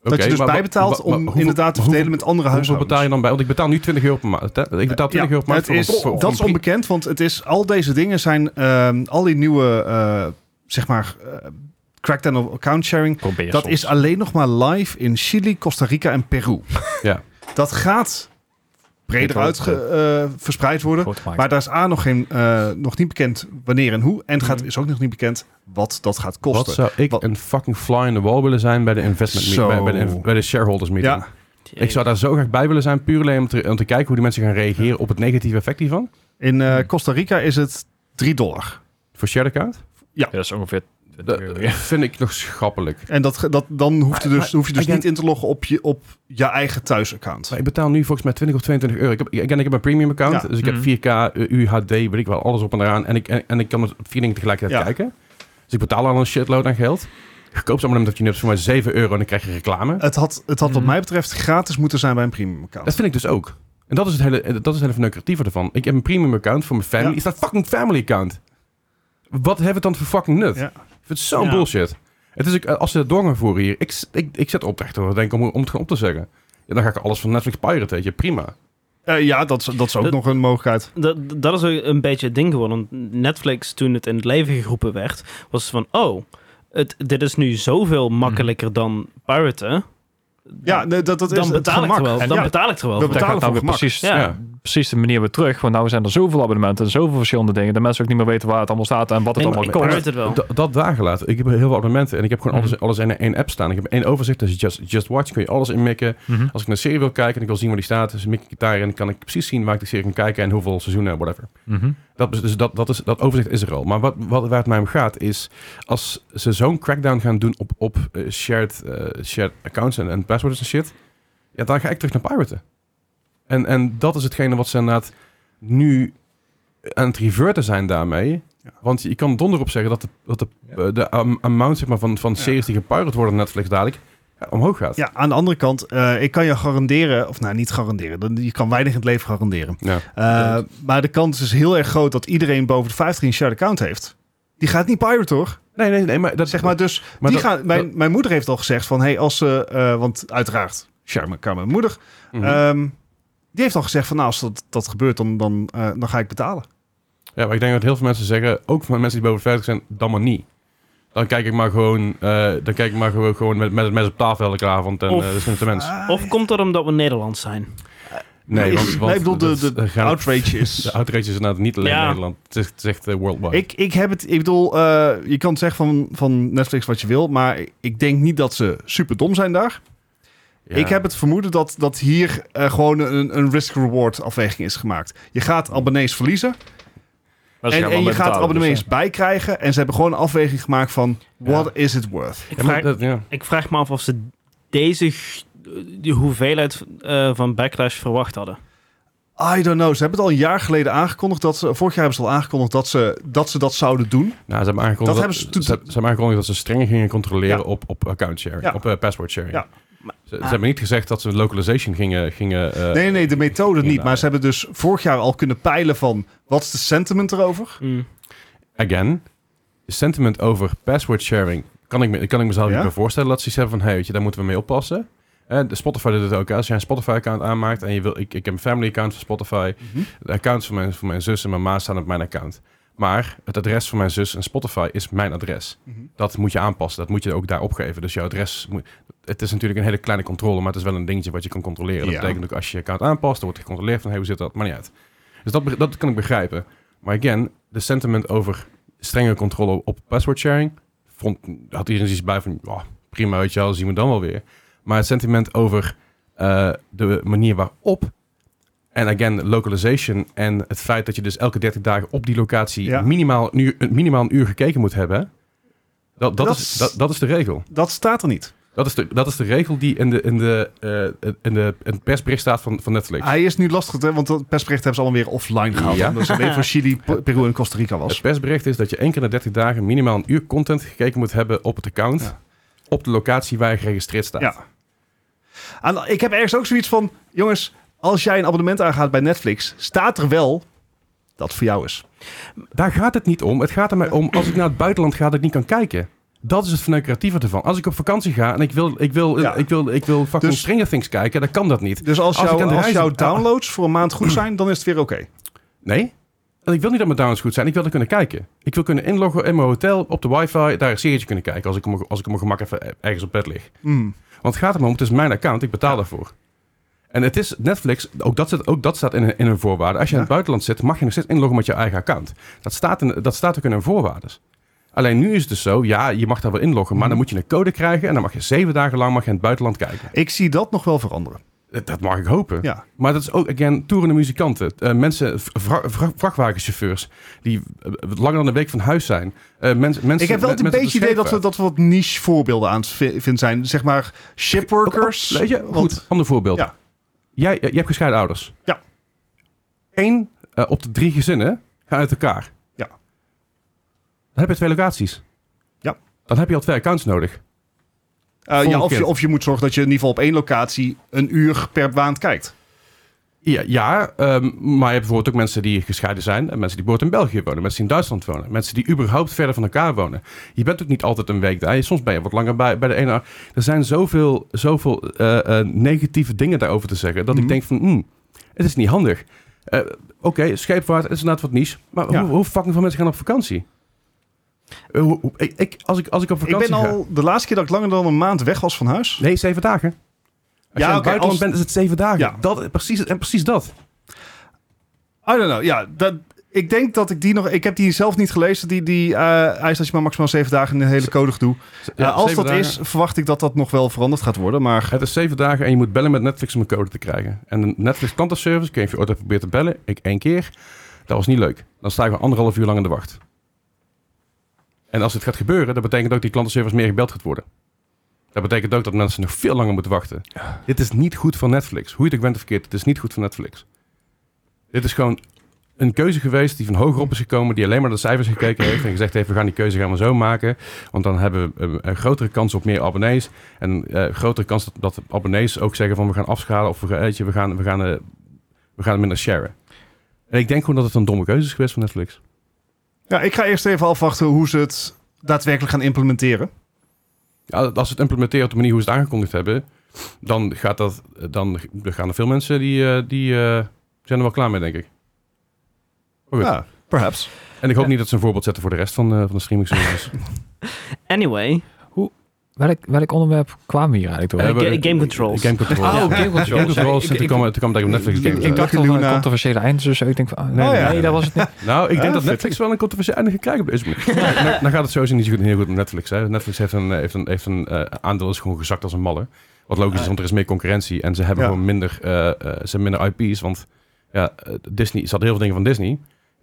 [SPEAKER 3] Dat
[SPEAKER 1] Oké,
[SPEAKER 3] je dus
[SPEAKER 1] maar-
[SPEAKER 3] bijbetaalt
[SPEAKER 1] maar- maar
[SPEAKER 3] om
[SPEAKER 1] hoeveel-
[SPEAKER 3] inderdaad te
[SPEAKER 1] hoeveel-
[SPEAKER 3] verdelen met andere
[SPEAKER 1] Hoeveel
[SPEAKER 3] huishoudens.
[SPEAKER 1] betaal je nou dan bij? Want ik betaal nu 20 euro per maand. hè? Ik betaal 20 euro per maand
[SPEAKER 3] het is,
[SPEAKER 1] voor een- voor- voor
[SPEAKER 3] dat is
[SPEAKER 1] een pri-
[SPEAKER 3] onbekend, want het is, al deze dingen zijn, ehm, al die nieuwe, eh, zeg maar, eh, crackdown op account sharing,
[SPEAKER 4] Probeer
[SPEAKER 3] dat
[SPEAKER 4] soms.
[SPEAKER 3] is alleen nog maar live in Chili, Costa Rica en Peru.
[SPEAKER 1] Ja.
[SPEAKER 3] Dat gaat breder
[SPEAKER 4] Dit wordt,
[SPEAKER 3] uit verspreid worden.
[SPEAKER 4] Goed gemaakt.
[SPEAKER 3] Maar daar is A nog, geen, eh, nog niet bekend wanneer en hoe. En het gaat, is ook nog niet bekend wat dat gaat
[SPEAKER 1] Wat
[SPEAKER 3] kosten.
[SPEAKER 1] zou ik
[SPEAKER 3] Wat-
[SPEAKER 1] een fucking fly in the wall willen zijn bij de investment meeting,
[SPEAKER 3] Zo.
[SPEAKER 1] bij, bij de, bij de shareholders meeting.
[SPEAKER 3] Ja.
[SPEAKER 1] Ik zou daar zo graag bij willen zijn, puur alleen om te, om te kijken hoe die mensen gaan reageren op het negatieve effect hiervan.
[SPEAKER 3] In eh, Costa Rica is het 3 dollar.
[SPEAKER 1] Voor shared account.
[SPEAKER 4] Ja, dat is ongeveer 20
[SPEAKER 1] Dat
[SPEAKER 4] euro.
[SPEAKER 1] dat vind ik nog schappelijk.
[SPEAKER 3] En dat, ge- dat, dan hoef je dus, hoef je dus
[SPEAKER 1] again-
[SPEAKER 3] niet in te loggen op je, op je eigen thuisaccount.
[SPEAKER 1] Maar ik betaal nu volgens mij 20 of 22 euro. Ik heb, again, ik heb een premium account,
[SPEAKER 3] Ja.
[SPEAKER 1] dus ik heb
[SPEAKER 4] Mhm.
[SPEAKER 1] 4K, eh, UHD, weet ik wel, alles op en eraan. En ik, en, en ik kan met vier dingen tegelijkertijd
[SPEAKER 3] Ja.
[SPEAKER 1] kijken. Dus ik betaal al een shitload aan geld. Goedkoopste abonnement dat je nu hebt is voor mij 7 euro en dan krijg je reclame.
[SPEAKER 3] Het had, het had wat
[SPEAKER 4] Mhm.
[SPEAKER 3] mij betreft gratis moeten zijn bij een premium account.
[SPEAKER 1] Dat vind ik dus ook. En dat is het hele, eh, dat is het hele verneukeratieve ervan. Ik heb een premium account voor mijn family.
[SPEAKER 3] Ja.
[SPEAKER 1] Is dat fucking family account? Wat heeft het dan voor fucking nut?
[SPEAKER 3] Ja.
[SPEAKER 1] Ik vind het zo'n
[SPEAKER 2] Ja.
[SPEAKER 1] bullshit. Het is ook, eh, als ze dat door gaan voeren hier. Ik, s- ik, ik zet opdrachten hoor, denk ik, om, om het gewoon op te zeggen. Ja, dan ga ik alles van Netflix pirate, weet je. Prima.
[SPEAKER 3] Eh, ja, dat, is- dat is ook
[SPEAKER 2] Dat-
[SPEAKER 3] nog een mogelijkheid.
[SPEAKER 2] Dat, dat is ook een beetje het ding geworden. Want Netflix, toen het in het leven geroepen werd, was van... Oh, het, dit is nu zoveel makkelijker dan piraten.
[SPEAKER 3] Ja, nee, dat, dat is
[SPEAKER 2] dan
[SPEAKER 3] het
[SPEAKER 2] betaal ik
[SPEAKER 3] gemak.
[SPEAKER 2] er wel.
[SPEAKER 3] En
[SPEAKER 2] Dan
[SPEAKER 3] ja,
[SPEAKER 2] betaal ik er wel
[SPEAKER 3] we
[SPEAKER 2] voor.
[SPEAKER 4] Dat gaat
[SPEAKER 3] betalen
[SPEAKER 4] nou weer
[SPEAKER 3] voor gemak.
[SPEAKER 4] precies,
[SPEAKER 2] Ja.
[SPEAKER 1] Ja.
[SPEAKER 4] precies de manier weer terug. Want nou zijn er zoveel abonnementen en zoveel verschillende dingen. Dat mensen ook niet meer weten waar het allemaal staat en wat het
[SPEAKER 2] Nee, maar
[SPEAKER 4] allemaal
[SPEAKER 2] ik
[SPEAKER 4] kost.
[SPEAKER 2] pirate het wel.
[SPEAKER 1] Da- dat dagen later. Ik heb heel veel abonnementen en ik heb gewoon alles,
[SPEAKER 4] Mhm.
[SPEAKER 1] alles in één app staan. Ik heb één overzicht, dat is Just, Just Watch. Kun je alles inmikken.
[SPEAKER 4] Mhm.
[SPEAKER 1] Als ik naar een serie wil kijken en ik wil zien waar die staat, dus mik ik daarin. kan ik precies zien waar ik de serie kan kijken en hoeveel seizoenen, whatever.
[SPEAKER 4] Mhm.
[SPEAKER 1] Dat, is- dus dat, dat, is, dat overzicht is er al. Maar wat, wat, waar het mij om gaat is, als ze zo'n crackdown gaan doen op, op eh, shared, eh, shared accounts en, en passwords en shit, ja, dan ga ik terug naar piraten. En, en dat is hetgene wat ze inderdaad nu aan het reverten zijn daarmee. Want je kan donder op zeggen dat de, dat de, eh, de am- amount zeg maar, van, van series die gepirate worden op Netflix dadelijk ja, omhoog gaat.
[SPEAKER 3] Ja, aan de andere kant, eh, ik kan je garanderen, of nou niet garanderen, dan, je kan weinig in het leven garanderen.
[SPEAKER 1] Ja.
[SPEAKER 3] Eh, maar de kans is heel erg groot dat iedereen boven de 50 een shared account heeft. Die gaat niet pirate hoor.
[SPEAKER 1] Nee, nee, nee, maar dat
[SPEAKER 3] Zeg maar, dus
[SPEAKER 1] maar
[SPEAKER 3] die
[SPEAKER 1] dat-
[SPEAKER 3] gaan, mijn, mijn moeder heeft al gezegd van, hey, als ze, eh, want uiteraard, share mijn mijn moeder,
[SPEAKER 1] Mhm.
[SPEAKER 3] ehm, die heeft al gezegd van, nou, als dat, dat gebeurt, dan, dan, eh, dan ga ik betalen.
[SPEAKER 1] Ja, maar ik denk dat heel veel mensen zeggen, ook van mensen die boven de 50 zijn, dan maar niet. Dan kijk ik maar gewoon, eh, dan kijk ik maar gewoon, gewoon met, met het mes op tafel elke avond en
[SPEAKER 2] Of-
[SPEAKER 1] eh dat is niet de mens.
[SPEAKER 3] Ah,
[SPEAKER 2] Of komt dat omdat we Nederlands zijn?
[SPEAKER 1] nee, want, want
[SPEAKER 3] ik bedoel, de,
[SPEAKER 1] dat-
[SPEAKER 3] de,
[SPEAKER 1] eh, gaan-
[SPEAKER 3] outrage is...
[SPEAKER 1] de outrage is inderdaad niet alleen
[SPEAKER 2] Ja.
[SPEAKER 1] Nederland. Het is, het is echt eh, worldwide.
[SPEAKER 3] Ik, ik heb het, ik bedoel, eh, je kan zeggen van, van Netflix wat je wil, maar ik denk niet dat ze super dom zijn daar.
[SPEAKER 1] Ja.
[SPEAKER 3] Ik heb het vermoeden dat, dat hier eh, gewoon een, een risk-reward afweging is gemaakt. Je
[SPEAKER 1] Hmm.
[SPEAKER 3] gaat abonnees verliezen
[SPEAKER 4] Maar ze
[SPEAKER 3] en,
[SPEAKER 4] gaan wel
[SPEAKER 3] en je
[SPEAKER 4] mee
[SPEAKER 3] gaat
[SPEAKER 4] betalen, dus,
[SPEAKER 3] abonnees bijkrijgen. En ze hebben gewoon een afweging gemaakt van, what is it worth?
[SPEAKER 2] Ik
[SPEAKER 1] Ja, maar
[SPEAKER 2] vraag,
[SPEAKER 1] dat- ja.
[SPEAKER 2] ik vraag me af of ze deze g- die hoeveelheid eh, van backlash verwacht hadden.
[SPEAKER 3] I don't know. Ze hebben het al een jaar geleden aangekondigd. Dat ze, vorig jaar hebben ze al aangekondigd dat ze dat, ze dat zouden doen.
[SPEAKER 1] Nou, ze hebben aangekondigd
[SPEAKER 3] Dat
[SPEAKER 1] dat,
[SPEAKER 3] hebben ze toen-
[SPEAKER 1] ze, hebben- ze hebben aangekondigd dat ze strenger gingen controleren
[SPEAKER 3] Ja.
[SPEAKER 1] op, op account sharing,
[SPEAKER 3] Ja.
[SPEAKER 1] op eh, password sharing.
[SPEAKER 3] Ja. Ah.
[SPEAKER 1] Ze, ze hebben niet gezegd dat ze localization gingen. gingen eh,
[SPEAKER 3] Nee, nee, de methode niet.
[SPEAKER 1] inderdaad.
[SPEAKER 3] Maar ze hebben dus vorig jaar al kunnen peilen van, wat is de sentiment erover?
[SPEAKER 1] again, de sentiment over password sharing. Kan ik, me, kan ik mezelf
[SPEAKER 3] Ja?
[SPEAKER 1] niet meer voorstellen dat ze iets hebben van... hey, weet je, daar moeten we mee oppassen. En de Spotify doet het ook. hè. Als jij een Spotify-account aanmaakt en je wil... Ik, ik heb een family-account van Spotify.
[SPEAKER 3] Mhm.
[SPEAKER 1] De accounts van mijn, van mijn zus en mijn ma staan op mijn account. Maar het adres van mijn zus en Spotify is mijn adres.
[SPEAKER 3] Mhm.
[SPEAKER 1] Dat moet je aanpassen. Dat moet je ook daar opgeven. Dus jouw adres... Moet, het is natuurlijk een hele kleine controle... maar het is wel een dingetje wat je kan controleren. Dat
[SPEAKER 3] Ja.
[SPEAKER 1] betekent ook als je je account aanpast... dan wordt er gecontroleerd van... hey, hoe zit dat? Maar niet uit. Dus dat, be- dat kan ik begrijpen. Maar again, de sentiment over strenge controle op password sharing. Vond, had iedereen iets bij van, "Oh, prima, weet je wel, zien we dan wel weer. Maar het sentiment over eh, de manier waarop. En again, localization. En het feit dat je dus elke 30 dagen op die locatie
[SPEAKER 3] Ja.
[SPEAKER 1] minimaal, een uur, minimaal een uur gekeken moet hebben. Dat, dat,
[SPEAKER 3] Dat
[SPEAKER 1] is,
[SPEAKER 3] is-
[SPEAKER 1] dat, dat is de regel.
[SPEAKER 3] Dat staat er niet.
[SPEAKER 1] Dat is de, dat is de regel die in, de, in, de, eh, in, de, in het persbericht staat van, van Netflix.
[SPEAKER 3] Hij is nu lastig, hè? want dat persbericht hebben ze allemaal weer offline gehaald.
[SPEAKER 1] Ja.
[SPEAKER 3] Omdat ze alleen voor Chili, P- Peru en Costa Rica was.
[SPEAKER 1] Het persbericht is dat je één keer na 30 dagen minimaal een uur content gekeken moet hebben op het account.
[SPEAKER 3] Ja.
[SPEAKER 1] Op de locatie waar je geregistreerd staat.
[SPEAKER 3] Ja. En ik heb ergens ook zoiets van... Jongens, als jij een abonnement aangaat bij Netflix... staat er wel dat het voor jou is.
[SPEAKER 1] Daar gaat het niet om. Het gaat er mij om, als ik naar het buitenland ga, dat ik niet kan kijken. Dat is het verneukeratieve ervan. Als ik op vakantie ga en ik wil, ik wil,
[SPEAKER 3] Ja.
[SPEAKER 1] ik wil, ik wil fucking
[SPEAKER 3] Dus-
[SPEAKER 1] Stranger Things kijken, dan kan dat niet.
[SPEAKER 3] Dus als,
[SPEAKER 1] Als
[SPEAKER 3] jou-
[SPEAKER 1] ik aan Ah. de
[SPEAKER 3] als
[SPEAKER 1] reis-
[SPEAKER 3] jouw downloads voor een maand goed zijn... dan is het weer oké.
[SPEAKER 1] Nee. En ik wil niet dat mijn downloads goed zijn. Ik wil er kunnen kijken. Ik wil kunnen inloggen in mijn hotel, op de wifi, daar een serietje kunnen kijken. Als ik, op mijn- als ik op mijn gemak even eh, ergens op bed lig.
[SPEAKER 3] Hmm.
[SPEAKER 1] Want het gaat erom, het is mijn account, ik betaal daarvoor. En het is Netflix, ook dat, zit, ook dat staat in, in hun voorwaarden. Als je in het buitenland zit, mag je nog steeds inloggen met je eigen account. Dat staat, in, dat staat ook in hun voorwaarden. Alleen nu is het dus zo, ja, je mag daar wel inloggen, maar dan moet je een code krijgen en dan mag je zeven dagen lang mag je in het buitenland kijken.
[SPEAKER 3] Ik zie dat nog wel veranderen.
[SPEAKER 1] Dat, dat mag ik hopen.
[SPEAKER 3] Ja.
[SPEAKER 1] Maar dat is ook, again, toerende muzikanten. eh, mensen, vra- vra- vrachtwagenchauffeurs, die eh, langer dan een week van huis zijn. Eh, mens- mensen,
[SPEAKER 3] Ik heb wel
[SPEAKER 1] mensen
[SPEAKER 3] het een
[SPEAKER 1] op de
[SPEAKER 3] beetje idee dat we,
[SPEAKER 1] scheepvaart.
[SPEAKER 3] dat we wat niche voorbeelden aan het vi- vinden zijn. Zeg maar shipworkers.
[SPEAKER 1] Oh, Weet je,
[SPEAKER 3] want-
[SPEAKER 1] goed, ander voorbeeld.
[SPEAKER 3] Ja.
[SPEAKER 1] Jij, eh, jij hebt gescheiden ouders.
[SPEAKER 3] Ja.
[SPEAKER 1] Eén eh, op de drie gezinnen gaan uit elkaar.
[SPEAKER 3] Ja.
[SPEAKER 1] Dan heb je twee locaties.
[SPEAKER 3] Ja.
[SPEAKER 1] Dan heb je al twee accounts nodig.
[SPEAKER 3] Eh, ja,
[SPEAKER 1] volgende
[SPEAKER 3] of, je,
[SPEAKER 1] keer.
[SPEAKER 3] of je moet zorgen dat je in ieder geval op één locatie... een uur per maand kijkt.
[SPEAKER 1] Ja, ja ehm, maar je hebt bijvoorbeeld ook mensen die gescheiden zijn. En mensen die bijvoorbeeld in België wonen. Mensen die in Duitsland wonen. Mensen die überhaupt verder van elkaar wonen. Je bent ook niet altijd een week daar. Je- Soms ben je wat langer bij, bij de ene. Er zijn zoveel, zoveel eh, eh, negatieve dingen daarover te zeggen. Dat
[SPEAKER 3] Mhm.
[SPEAKER 1] ik denk van, hmm, het is niet handig. Eh, Oké, scheepvaart is inderdaad wat niche. Maar
[SPEAKER 3] Ja.
[SPEAKER 1] hoe, hoe fucking veel mensen gaan op vakantie? Eh, hoe- hoe- ik, ik- als, ik, als ik op
[SPEAKER 3] Ik
[SPEAKER 1] vakantie
[SPEAKER 3] ben al de laatste keer dat ik langer dan een maand weg was van huis.
[SPEAKER 1] ga... Nee, zeven dagen. Als ja,
[SPEAKER 3] Ja,
[SPEAKER 1] je in
[SPEAKER 3] oké,
[SPEAKER 1] het buitenland
[SPEAKER 3] als-
[SPEAKER 1] bent, is het zeven dagen.
[SPEAKER 3] Ja.
[SPEAKER 1] Dat, precies, en precies dat.
[SPEAKER 3] I don't know. Ja, dat, ik denk dat ik die nog. Ik heb die zelf niet gelezen. Die, die eh eist dat je maar maximaal zeven dagen in de hele code doet.
[SPEAKER 1] Ja,
[SPEAKER 3] Eh, als
[SPEAKER 1] zeven
[SPEAKER 3] dat
[SPEAKER 1] dagen.
[SPEAKER 3] is, verwacht ik dat dat nog wel veranderd gaat worden. Maar
[SPEAKER 1] Het is zeven dagen en je moet bellen met Netflix om een code te krijgen. En de Netflix klantenservice, ik weet niet of je ooit hebt geprobeerd te bellen. Ik één keer. Dat was niet leuk. Dan sta je gewoon anderhalf uur lang in de wacht. En als het gaat gebeuren, dat betekent ook dat die klantenservice meer gebeld gaat worden. Dat betekent ook dat mensen nog veel langer moeten wachten. Dit is niet goed voor Netflix. Hoe je het ook bent of verkeerd, het is niet goed voor Netflix. Dit is gewoon een keuze geweest die van hogerop is gekomen, die alleen maar naar de cijfers gekeken heeft en gezegd heeft, we gaan die keuze gaan we zo maken, want dan hebben we eh, een grotere kans op meer abonnees en eh grotere kans dat, dat abonnees ook zeggen van we gaan afschalen of we gaan, weet je, we gaan, we gaan, eh, we gaan minder sharen. En ik denk gewoon dat het een domme keuze is geweest van Netflix.
[SPEAKER 3] Ja, ik ga eerst even afwachten hoe ze het daadwerkelijk gaan implementeren.
[SPEAKER 1] Ja, als ze het implementeren op de manier hoe ze het aangekondigd hebben, dan, gaat dat, dan gaan er veel mensen die, eh, die eh, zijn er wel klaar mee, denk ik. Goed.
[SPEAKER 3] Ja, perhaps.
[SPEAKER 1] En ik hoop niet dat ze een voorbeeld zetten voor de rest van, eh, van de streaming services.
[SPEAKER 2] Anyway,
[SPEAKER 4] Welk, welk onderwerp kwamen we hier eigenlijk door?
[SPEAKER 1] Eh, we-
[SPEAKER 2] ga- game controls.
[SPEAKER 1] Game controls.
[SPEAKER 4] Oh, Game Controls.
[SPEAKER 1] Game controls.
[SPEAKER 4] Ja,
[SPEAKER 1] en
[SPEAKER 4] ik-
[SPEAKER 1] toen
[SPEAKER 4] ik-
[SPEAKER 1] kwam het kwam het eigenlijk op Netflix
[SPEAKER 3] ik-
[SPEAKER 1] games.
[SPEAKER 4] ik
[SPEAKER 1] uit.
[SPEAKER 4] dacht dat we
[SPEAKER 3] Luna.
[SPEAKER 4] een controversiële eind dus ik denk van, ah, nee,
[SPEAKER 3] Oh, ja.
[SPEAKER 4] nee, dat was het niet.
[SPEAKER 1] nou, ik
[SPEAKER 3] Ja,
[SPEAKER 1] denk dat
[SPEAKER 3] vet.
[SPEAKER 1] Netflix wel een controversie einde krijgt op deze manier. Nou, nou, nou gaat het sowieso niet zo goed, heel goed met Netflix. Hè. Netflix heeft een, heeft een, heeft een eh, aandeel is gewoon gezakt als een malle. Wat logisch is, want er is meer concurrentie. En ze hebben
[SPEAKER 3] Ja.
[SPEAKER 1] gewoon minder, eh, eh, ze hebben minder IP's. Want ja, eh, Disney, ze hadden heel veel dingen van Disney. En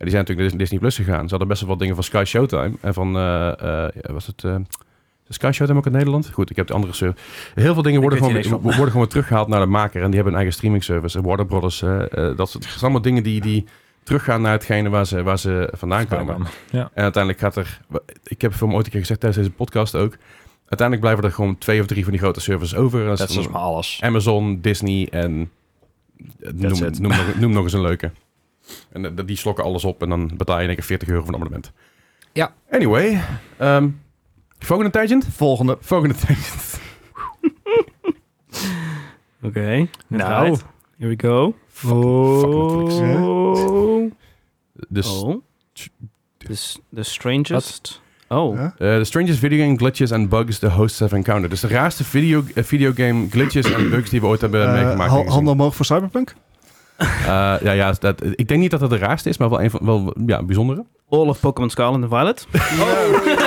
[SPEAKER 1] die zijn natuurlijk naar Disney Plus gegaan. Ze hadden best wel wat dingen van Sky Showtime. En van, eh, eh, ja, was het... eh, is Sky Showtime ook in Nederland? Goed, ik heb de andere service. Heel veel dingen worden
[SPEAKER 4] Ik weet
[SPEAKER 1] gewoon,
[SPEAKER 4] hier niks
[SPEAKER 1] worden gewoon weer teruggehaald naar de maker. En die hebben een eigen streaming service. Warner Brothers, eh, eh, dat soort. Het zijn allemaal dingen die, die teruggaan naar hetgene waar ze, waar ze vandaan komen. En uiteindelijk gaat er, ik heb voor me ooit een keer gezegd tijdens deze podcast ook, uiteindelijk blijven er gewoon twee of drie van die grote servers over. En dat is
[SPEAKER 4] Dat is
[SPEAKER 1] dan
[SPEAKER 4] maar alles.
[SPEAKER 1] Amazon, Disney en eh, noem,
[SPEAKER 4] it.
[SPEAKER 1] noem, nog, noem nog eens een leuke. En eh, die slokken alles op en dan betaal je in één keer 40 euro voor een abonnement.
[SPEAKER 4] Ja.
[SPEAKER 1] Anyway, ehm, volgende tangent?
[SPEAKER 3] Volgende.
[SPEAKER 1] Volgende tangent.
[SPEAKER 2] Oké, nou,
[SPEAKER 4] Nou.
[SPEAKER 2] here we go.
[SPEAKER 1] fuck Netflix,
[SPEAKER 3] hè?
[SPEAKER 2] Oh.
[SPEAKER 1] Dus
[SPEAKER 2] Oh. Dus The Strangest. Oh.
[SPEAKER 3] Ja.
[SPEAKER 1] Eh, the strangest video game glitches and bugs the hosts have encountered. Dus de raarste video, eh, videogame glitches en bugs die we ooit hebben
[SPEAKER 3] Eh,
[SPEAKER 1] meegemaakt. en
[SPEAKER 3] ha-
[SPEAKER 1] gezien.
[SPEAKER 3] handen omhoog voor Cyberpunk?
[SPEAKER 1] Eh, ja, ja dat, ik denk niet dat dat de raarste is, maar wel een van wel, ja, een bijzondere.
[SPEAKER 2] All of Pokémon Scarlet and Violet.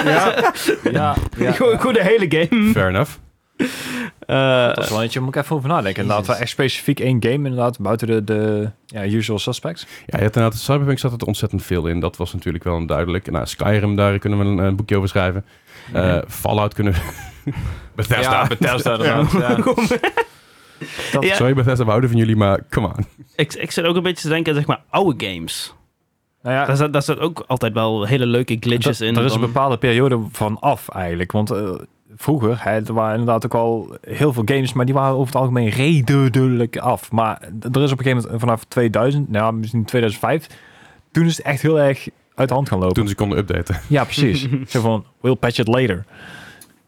[SPEAKER 3] Ja.
[SPEAKER 4] Ja, ja.
[SPEAKER 2] Gewoon gewoon de hele game.
[SPEAKER 1] Fair enough.
[SPEAKER 2] Eh,
[SPEAKER 4] Dat is wel eentje, moet ik even over nadenken. Inderdaad, wel echt specifiek één game inderdaad, buiten de, de ja, usual suspects.
[SPEAKER 1] Ja, je hebt inderdaad, Cyberpunk zat er ontzettend veel in. Dat was natuurlijk wel een duidelijk. Nou, Skyrim, daar kunnen we een, een boekje over schrijven. Eh, Fallout kunnen we... Bethesda.
[SPEAKER 4] Bethesda
[SPEAKER 3] inderdaad,
[SPEAKER 4] Nou
[SPEAKER 2] ja,
[SPEAKER 1] Sorry Bethesda, we houden van jullie, maar come on.
[SPEAKER 2] ik, ik zit ook een beetje te denken aan zeg maar oude games.
[SPEAKER 4] Nou ja,
[SPEAKER 2] Daar zat, daar zat ook altijd wel hele leuke glitches in.
[SPEAKER 4] Er is een
[SPEAKER 2] dan-
[SPEAKER 4] bepaalde periode van af eigenlijk. Want eh, vroeger, hè, er waren inderdaad ook al heel veel games, maar die waren over het algemeen redelijk af. Maar d- er is op een gegeven moment vanaf 2000, nou misschien 2005, toen is het echt heel erg uit de hand gaan lopen.
[SPEAKER 1] Toen ze konden updaten.
[SPEAKER 4] Ja, precies. Zo van, we'll patch it later.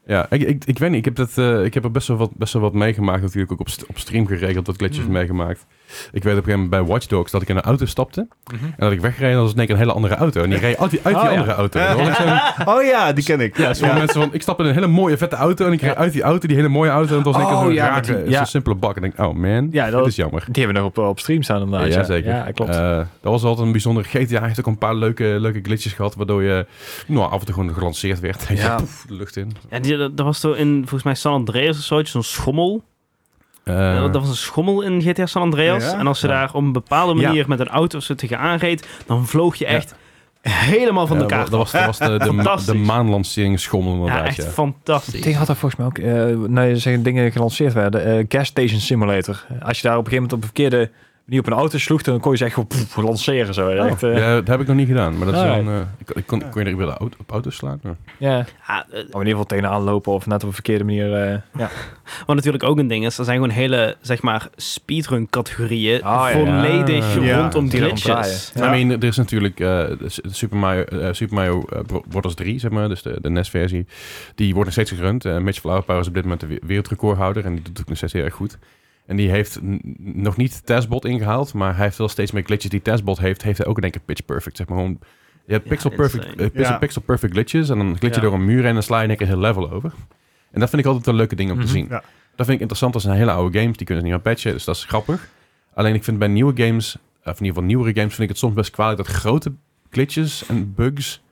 [SPEAKER 1] Ja, ik, ik, ik weet niet. Ik heb, dat, eh, ik heb er best wel, wat, best wel wat meegemaakt. Natuurlijk ook op, st- op stream geregeld wat glitches
[SPEAKER 4] Mm.
[SPEAKER 1] meegemaakt. Ik weet op een gegeven moment bij Watch Dogs dat ik in een auto stapte. En dat ik wegreed en dat was in één keer een hele andere auto. En die reed uit die, uit die
[SPEAKER 4] Oh, ja.
[SPEAKER 1] andere auto. En dan hoorde ik zo-
[SPEAKER 3] Oh ja, die ken ik.
[SPEAKER 1] Ja, sommige mensen van, ik stap in een hele mooie vette auto en ik reed uit die auto, die hele mooie auto. En het was in één keer
[SPEAKER 4] Oh,
[SPEAKER 1] zo'n
[SPEAKER 4] ja,
[SPEAKER 1] rare,
[SPEAKER 4] met die-
[SPEAKER 1] zo'n
[SPEAKER 4] ja.
[SPEAKER 1] simpele bak. En ik denk, oh man,
[SPEAKER 4] Ja, dat-
[SPEAKER 1] dat is jammer.
[SPEAKER 4] Dus Die hebben we nog op, op stream staan
[SPEAKER 1] Ja,
[SPEAKER 4] inderdaad.
[SPEAKER 1] ja, zeker.
[SPEAKER 4] Ja, klopt.
[SPEAKER 1] Eh, dat was altijd een bijzondere GTA. heeft ook een paar leuke, leuke glitches gehad, waardoor je nou, af en toe gewoon gelanceerd werd. En je
[SPEAKER 4] Ja.
[SPEAKER 1] poef, de lucht in.
[SPEAKER 2] Ja, die, dat was zo in, volgens mij, San Andreas of zoiets, zo'n schommel.
[SPEAKER 1] Eh,
[SPEAKER 2] dat was een schommel in GTA San Andreas.
[SPEAKER 3] Ja?
[SPEAKER 2] En als je
[SPEAKER 4] Ja.
[SPEAKER 2] daar op een bepaalde
[SPEAKER 4] Ja.
[SPEAKER 2] manier met een auto of zo tegenaan reed, dan vloog je echt helemaal van
[SPEAKER 1] Ja,
[SPEAKER 2] de
[SPEAKER 1] wa-
[SPEAKER 2] kaart.
[SPEAKER 1] Dat was, dat was de, de,
[SPEAKER 2] Fantastisch.
[SPEAKER 1] de maanlancering schommel
[SPEAKER 2] ja,
[SPEAKER 1] inderdaad.
[SPEAKER 2] echt
[SPEAKER 1] Ja,
[SPEAKER 2] fantastisch.
[SPEAKER 4] Tegen had er volgens mij ook eh, nee, ze zeggen dingen gelanceerd werden. eh, gas Station Simulator. Als je daar op een gegeven moment op een verkeerde manier op een auto sloeg, dan kon je ze echt gewoon poef, lanceren. Zo. Echt, eh,
[SPEAKER 1] Oh, Ja, dat heb ik nog niet gedaan. Maar dat is wel
[SPEAKER 4] Alright.
[SPEAKER 1] een, eh, ik, ik kon, kon je er weer de auto, op auto's slaan? Ja.
[SPEAKER 4] ja.
[SPEAKER 2] Ja, eh,
[SPEAKER 4] Of in ieder geval tegenaan lopen of net op een verkeerde manier. eh, ja.
[SPEAKER 2] Wat natuurlijk ook een ding is, er zijn gewoon hele, zeg maar, speedrun-categorieën
[SPEAKER 4] Ah, ja.
[SPEAKER 2] volledig
[SPEAKER 3] Ja,
[SPEAKER 2] rondom
[SPEAKER 4] die dan
[SPEAKER 2] glitches.
[SPEAKER 4] omdraaien. Ja.
[SPEAKER 1] I mean, er is natuurlijk eh, de S- Super Mario, eh, Super Mario eh, Bro- Bros. 3, zeg maar, dus de, de NES-versie. Die wordt nog steeds gerund. Eh Mitch Flowerpower is op dit moment de we- wereldrecordhouder en die doet het nog steeds heel erg goed. En die heeft n- nog niet Testbot ingehaald, maar hij heeft wel steeds meer glitches die Testbot heeft. Heeft hij ook in één keer Pitch Perfect, zeg maar gewoon... Je hebt
[SPEAKER 2] Ja,
[SPEAKER 1] pixel, perfect,
[SPEAKER 2] insane.
[SPEAKER 1] eh, pixel,
[SPEAKER 3] Ja.
[SPEAKER 1] pixel perfect glitches en dan glitch je
[SPEAKER 2] Ja.
[SPEAKER 1] door een muur heen en dan sla je in één keer heel level over. En dat vind ik altijd een leuke ding om
[SPEAKER 4] Mhm.
[SPEAKER 1] te zien.
[SPEAKER 3] Ja.
[SPEAKER 1] Dat vind ik interessant. Dat zijn hele oude games, die kunnen ze niet aan patchen, dus dat is grappig. Alleen ik vind bij nieuwe games, Eh, of in ieder geval nieuwere games, vind ik het soms best kwalijk dat grote glitches en bugs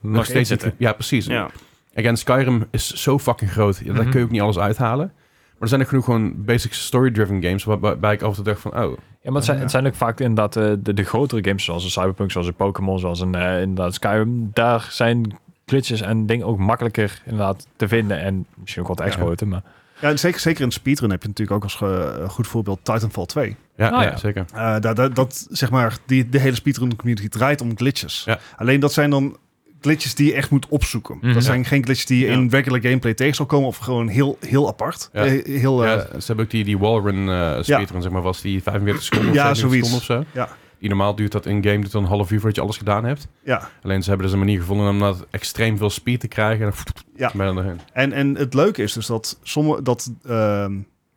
[SPEAKER 1] nog, steeds
[SPEAKER 4] zitten.
[SPEAKER 1] Ja, precies.
[SPEAKER 2] Ja.
[SPEAKER 1] Again, Skyrim is zo fucking groot. Ja, Daar
[SPEAKER 4] Mhm.
[SPEAKER 1] kun je ook niet alles uithalen. Maar er zijn er genoeg gewoon basic story-driven games waar- waarbij ik af en toe dacht van, oh,
[SPEAKER 4] Ja, maar het zijn, het zijn ook vaak inderdaad eh, de, de grotere games zoals een Cyberpunk, zoals een Pokémon, zoals een eh, inderdaad Skyrim. Daar zijn glitches en dingen ook makkelijker inderdaad te vinden en misschien ook wat te
[SPEAKER 1] Ja.
[SPEAKER 4] exploiten. Maar
[SPEAKER 3] Ja, en zeker, zeker in speedrun heb je natuurlijk ook als eh, goed voorbeeld Titanfall 2.
[SPEAKER 1] Ja,
[SPEAKER 4] Ah,
[SPEAKER 1] ja,
[SPEAKER 4] ja.
[SPEAKER 1] zeker.
[SPEAKER 3] Eh, dat, dat, dat, zeg maar, die, de hele speedrun community draait om glitches.
[SPEAKER 1] Ja.
[SPEAKER 3] Alleen dat zijn dan glitches die je echt moet opzoeken.
[SPEAKER 4] Mhm.
[SPEAKER 3] Dat zijn geen glitches die je
[SPEAKER 2] Ja.
[SPEAKER 3] in regular gameplay tegen zal komen of gewoon heel, heel apart.
[SPEAKER 1] Ja.
[SPEAKER 3] Eh, heel, eh,
[SPEAKER 1] ja, ze hebben ook die, die wallrun eh speedrun, zeg maar, was die 45 seconden of
[SPEAKER 3] Ja,
[SPEAKER 1] 47
[SPEAKER 3] zoiets.
[SPEAKER 1] seconden of zo.
[SPEAKER 3] Ja.
[SPEAKER 1] Die normaal duurt dat in-game duurt dan een half uur voordat je alles gedaan hebt.
[SPEAKER 3] ja.
[SPEAKER 1] Alleen ze hebben dus een manier gevonden om dat extreem veel speed te krijgen. En dan
[SPEAKER 3] Ja.
[SPEAKER 1] ben je dan erheen.
[SPEAKER 3] En, en het leuke is dus dat, sommige, dat ehm,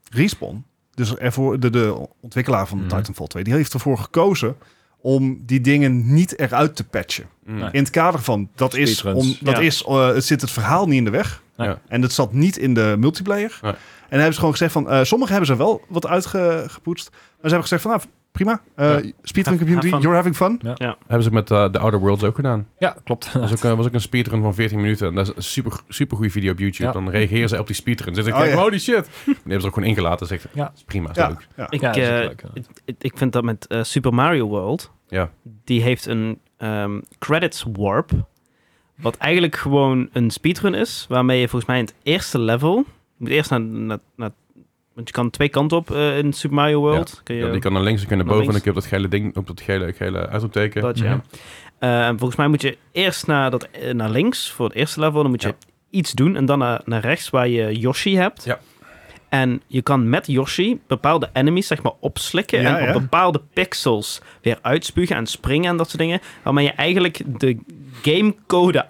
[SPEAKER 3] Respawn, dus ervoor, de, de ontwikkelaar van
[SPEAKER 4] Mhm.
[SPEAKER 3] Titanfall 2, die heeft ervoor gekozen om die dingen niet eruit te patchen.
[SPEAKER 1] Mm.
[SPEAKER 3] In het kader van, dat is,
[SPEAKER 4] Speedruns.
[SPEAKER 3] om, dat
[SPEAKER 2] Ja.
[SPEAKER 3] is eh, het zit het verhaal niet in de weg.
[SPEAKER 4] Nee.
[SPEAKER 1] Ja.
[SPEAKER 3] En dat zat niet in de multiplayer.
[SPEAKER 1] Nee.
[SPEAKER 3] En dan hebben ze gewoon gezegd van, eh sommigen hebben ze wel wat uitgepoetst. Maar ze hebben gezegd van, nou, prima. eh Speedrun
[SPEAKER 2] Ha-
[SPEAKER 3] community,
[SPEAKER 2] have fun.
[SPEAKER 3] you're having fun.
[SPEAKER 1] Hebben ze met eh, The Outer Worlds ook gedaan.
[SPEAKER 4] Ja, klopt.
[SPEAKER 1] Dat was ook, eh, was ook een speedrun van 14 minuten. En dat is een super, super goede video op YouTube.
[SPEAKER 4] Ja.
[SPEAKER 1] Dan reageren ze op die speedrun. Zitten
[SPEAKER 3] Oh,
[SPEAKER 1] kijken,
[SPEAKER 3] ja.
[SPEAKER 1] holy shit. En die hebben ze ook gewoon ingelaten. Zegt,
[SPEAKER 4] Ja.
[SPEAKER 1] ja. is prima, is
[SPEAKER 3] Ja,
[SPEAKER 1] leuk.
[SPEAKER 3] ja.
[SPEAKER 2] Ik,
[SPEAKER 4] Ja, dat is
[SPEAKER 2] eh,
[SPEAKER 4] ook leuk, inderdaad.
[SPEAKER 2] ik, ik vind dat met eh, Super Mario World.
[SPEAKER 1] Ja.
[SPEAKER 2] Die heeft een ehm, credits warp. Wat eigenlijk gewoon een speedrun is. Waarmee je volgens mij in het eerste level. Je moet eerst naar. naar, naar- want je kan twee kanten op eh, in Super Mario World. Kun je,
[SPEAKER 1] Ja, die kan naar links en kunnen
[SPEAKER 2] Naar
[SPEAKER 1] boven. En ik
[SPEAKER 2] links.
[SPEAKER 1] heb dat gele ding op dat gele, gele uitroepteken.
[SPEAKER 2] dat, ja.
[SPEAKER 4] Mhm.
[SPEAKER 2] Eh, en volgens mij moet je eerst naar, dat, eh, naar links voor het eerste level. Dan moet je
[SPEAKER 1] Ja.
[SPEAKER 2] iets doen. En dan naar, naar rechts waar je Yoshi hebt.
[SPEAKER 1] Ja.
[SPEAKER 2] En je kan met Yoshi bepaalde enemies zeg maar opslikken.
[SPEAKER 3] Ja,
[SPEAKER 2] en
[SPEAKER 3] ja.
[SPEAKER 2] op bepaalde pixels weer uitspugen en springen en dat soort dingen. Waarmee je eigenlijk de gamecode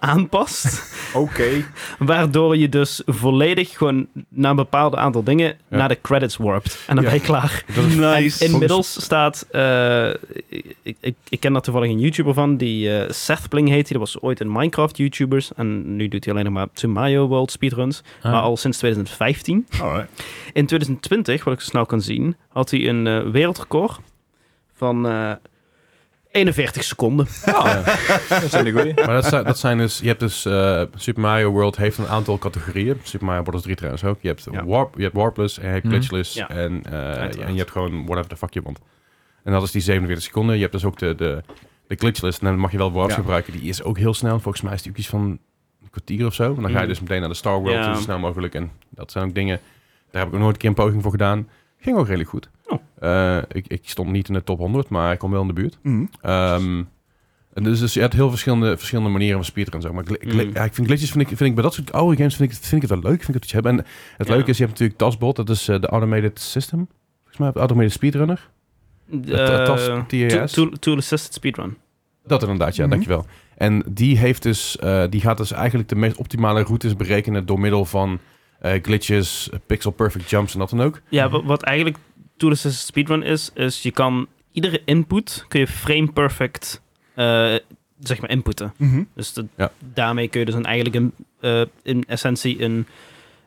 [SPEAKER 2] aanpast.
[SPEAKER 3] Oké.
[SPEAKER 2] waardoor je dus volledig gewoon naar een bepaald aantal dingen
[SPEAKER 1] Ja.
[SPEAKER 2] naar de credits warpt. En dan
[SPEAKER 1] Ja.
[SPEAKER 2] ben je klaar.
[SPEAKER 1] Dat is-
[SPEAKER 3] Nice.
[SPEAKER 2] En inmiddels staat, eh, ik, ik, ik ken daar toevallig een YouTuber van, die eh, Seth Bling heet hij. Dat was ooit een Minecraft-YouTubers en nu doet hij alleen nog maar Super Mario World speedruns, maar al sinds 2015.
[SPEAKER 3] Alright.
[SPEAKER 2] In 2020, wat ik zo snel kan zien, had hij een eh, wereldrecord van eh, 41 seconden.
[SPEAKER 1] Ja.
[SPEAKER 4] Dat zijn de goeie.
[SPEAKER 1] Maar dat zijn, dat zijn dus, je hebt dus, eh, Super Mario World heeft een aantal categorieën. Super Mario Bros. 3 trouwens ook. Je hebt,
[SPEAKER 3] Ja.
[SPEAKER 1] warp, je hebt Warpless en je hebt
[SPEAKER 4] Mhm.
[SPEAKER 1] Glitchless.
[SPEAKER 2] Ja.
[SPEAKER 1] En, eh,
[SPEAKER 2] Uiteraard.
[SPEAKER 1] en je hebt gewoon whatever the fuck je want. En dat is die 47 seconden. Je hebt dus ook de, de, de Glitchless. En dan mag je wel warps
[SPEAKER 3] Ja.
[SPEAKER 1] gebruiken. Die is ook heel snel. Volgens mij is die ook iets van een kwartier of zo. En dan ga je
[SPEAKER 2] Mhm.
[SPEAKER 1] dus meteen naar de Star World
[SPEAKER 2] Ja.
[SPEAKER 1] toe, zo snel mogelijk. En dat zijn ook dingen, daar heb ik ook nooit een keer een poging voor gedaan. Ging ook redelijk goed.
[SPEAKER 2] Oh.
[SPEAKER 1] Eh, ik, ik stond niet in de top 100, maar ik kwam wel in de buurt.
[SPEAKER 3] Mhm.
[SPEAKER 1] Ehm, en dus, dus je hebt heel verschillende, verschillende manieren van speedrun. Zeg maar. Gl- gl-
[SPEAKER 2] Mm.
[SPEAKER 1] ja, ik vind glitches vind ik, vind ik bij dat soort oude games vind ik, het- vind ik het wel leuk. Vind ik het iets hebben. En het
[SPEAKER 2] Ja.
[SPEAKER 1] leuke is, je hebt natuurlijk Tasbot, dat is eh, de Automated System. Volgens mij, de Automated Speedrunner. De ta- Tas
[SPEAKER 2] Eh,
[SPEAKER 1] TAS.
[SPEAKER 2] tool- tool- Tool-assisted speedrun.
[SPEAKER 1] Dat inderdaad, ja,
[SPEAKER 3] Mhm.
[SPEAKER 1] dankjewel. En die, heeft dus, eh, die gaat dus eigenlijk de meest optimale routes berekenen door middel van eh, glitches, pixel perfect jumps en dat dan ook.
[SPEAKER 2] Ja, wa- wat eigenlijk tool-assisted speedrun is, is je kan iedere input kun je frame perfect eh, zeg maar inputten.
[SPEAKER 3] Mhm.
[SPEAKER 2] Dus de-
[SPEAKER 1] Ja.
[SPEAKER 2] daarmee kun je dus een, eigenlijk een, eh, in essentie een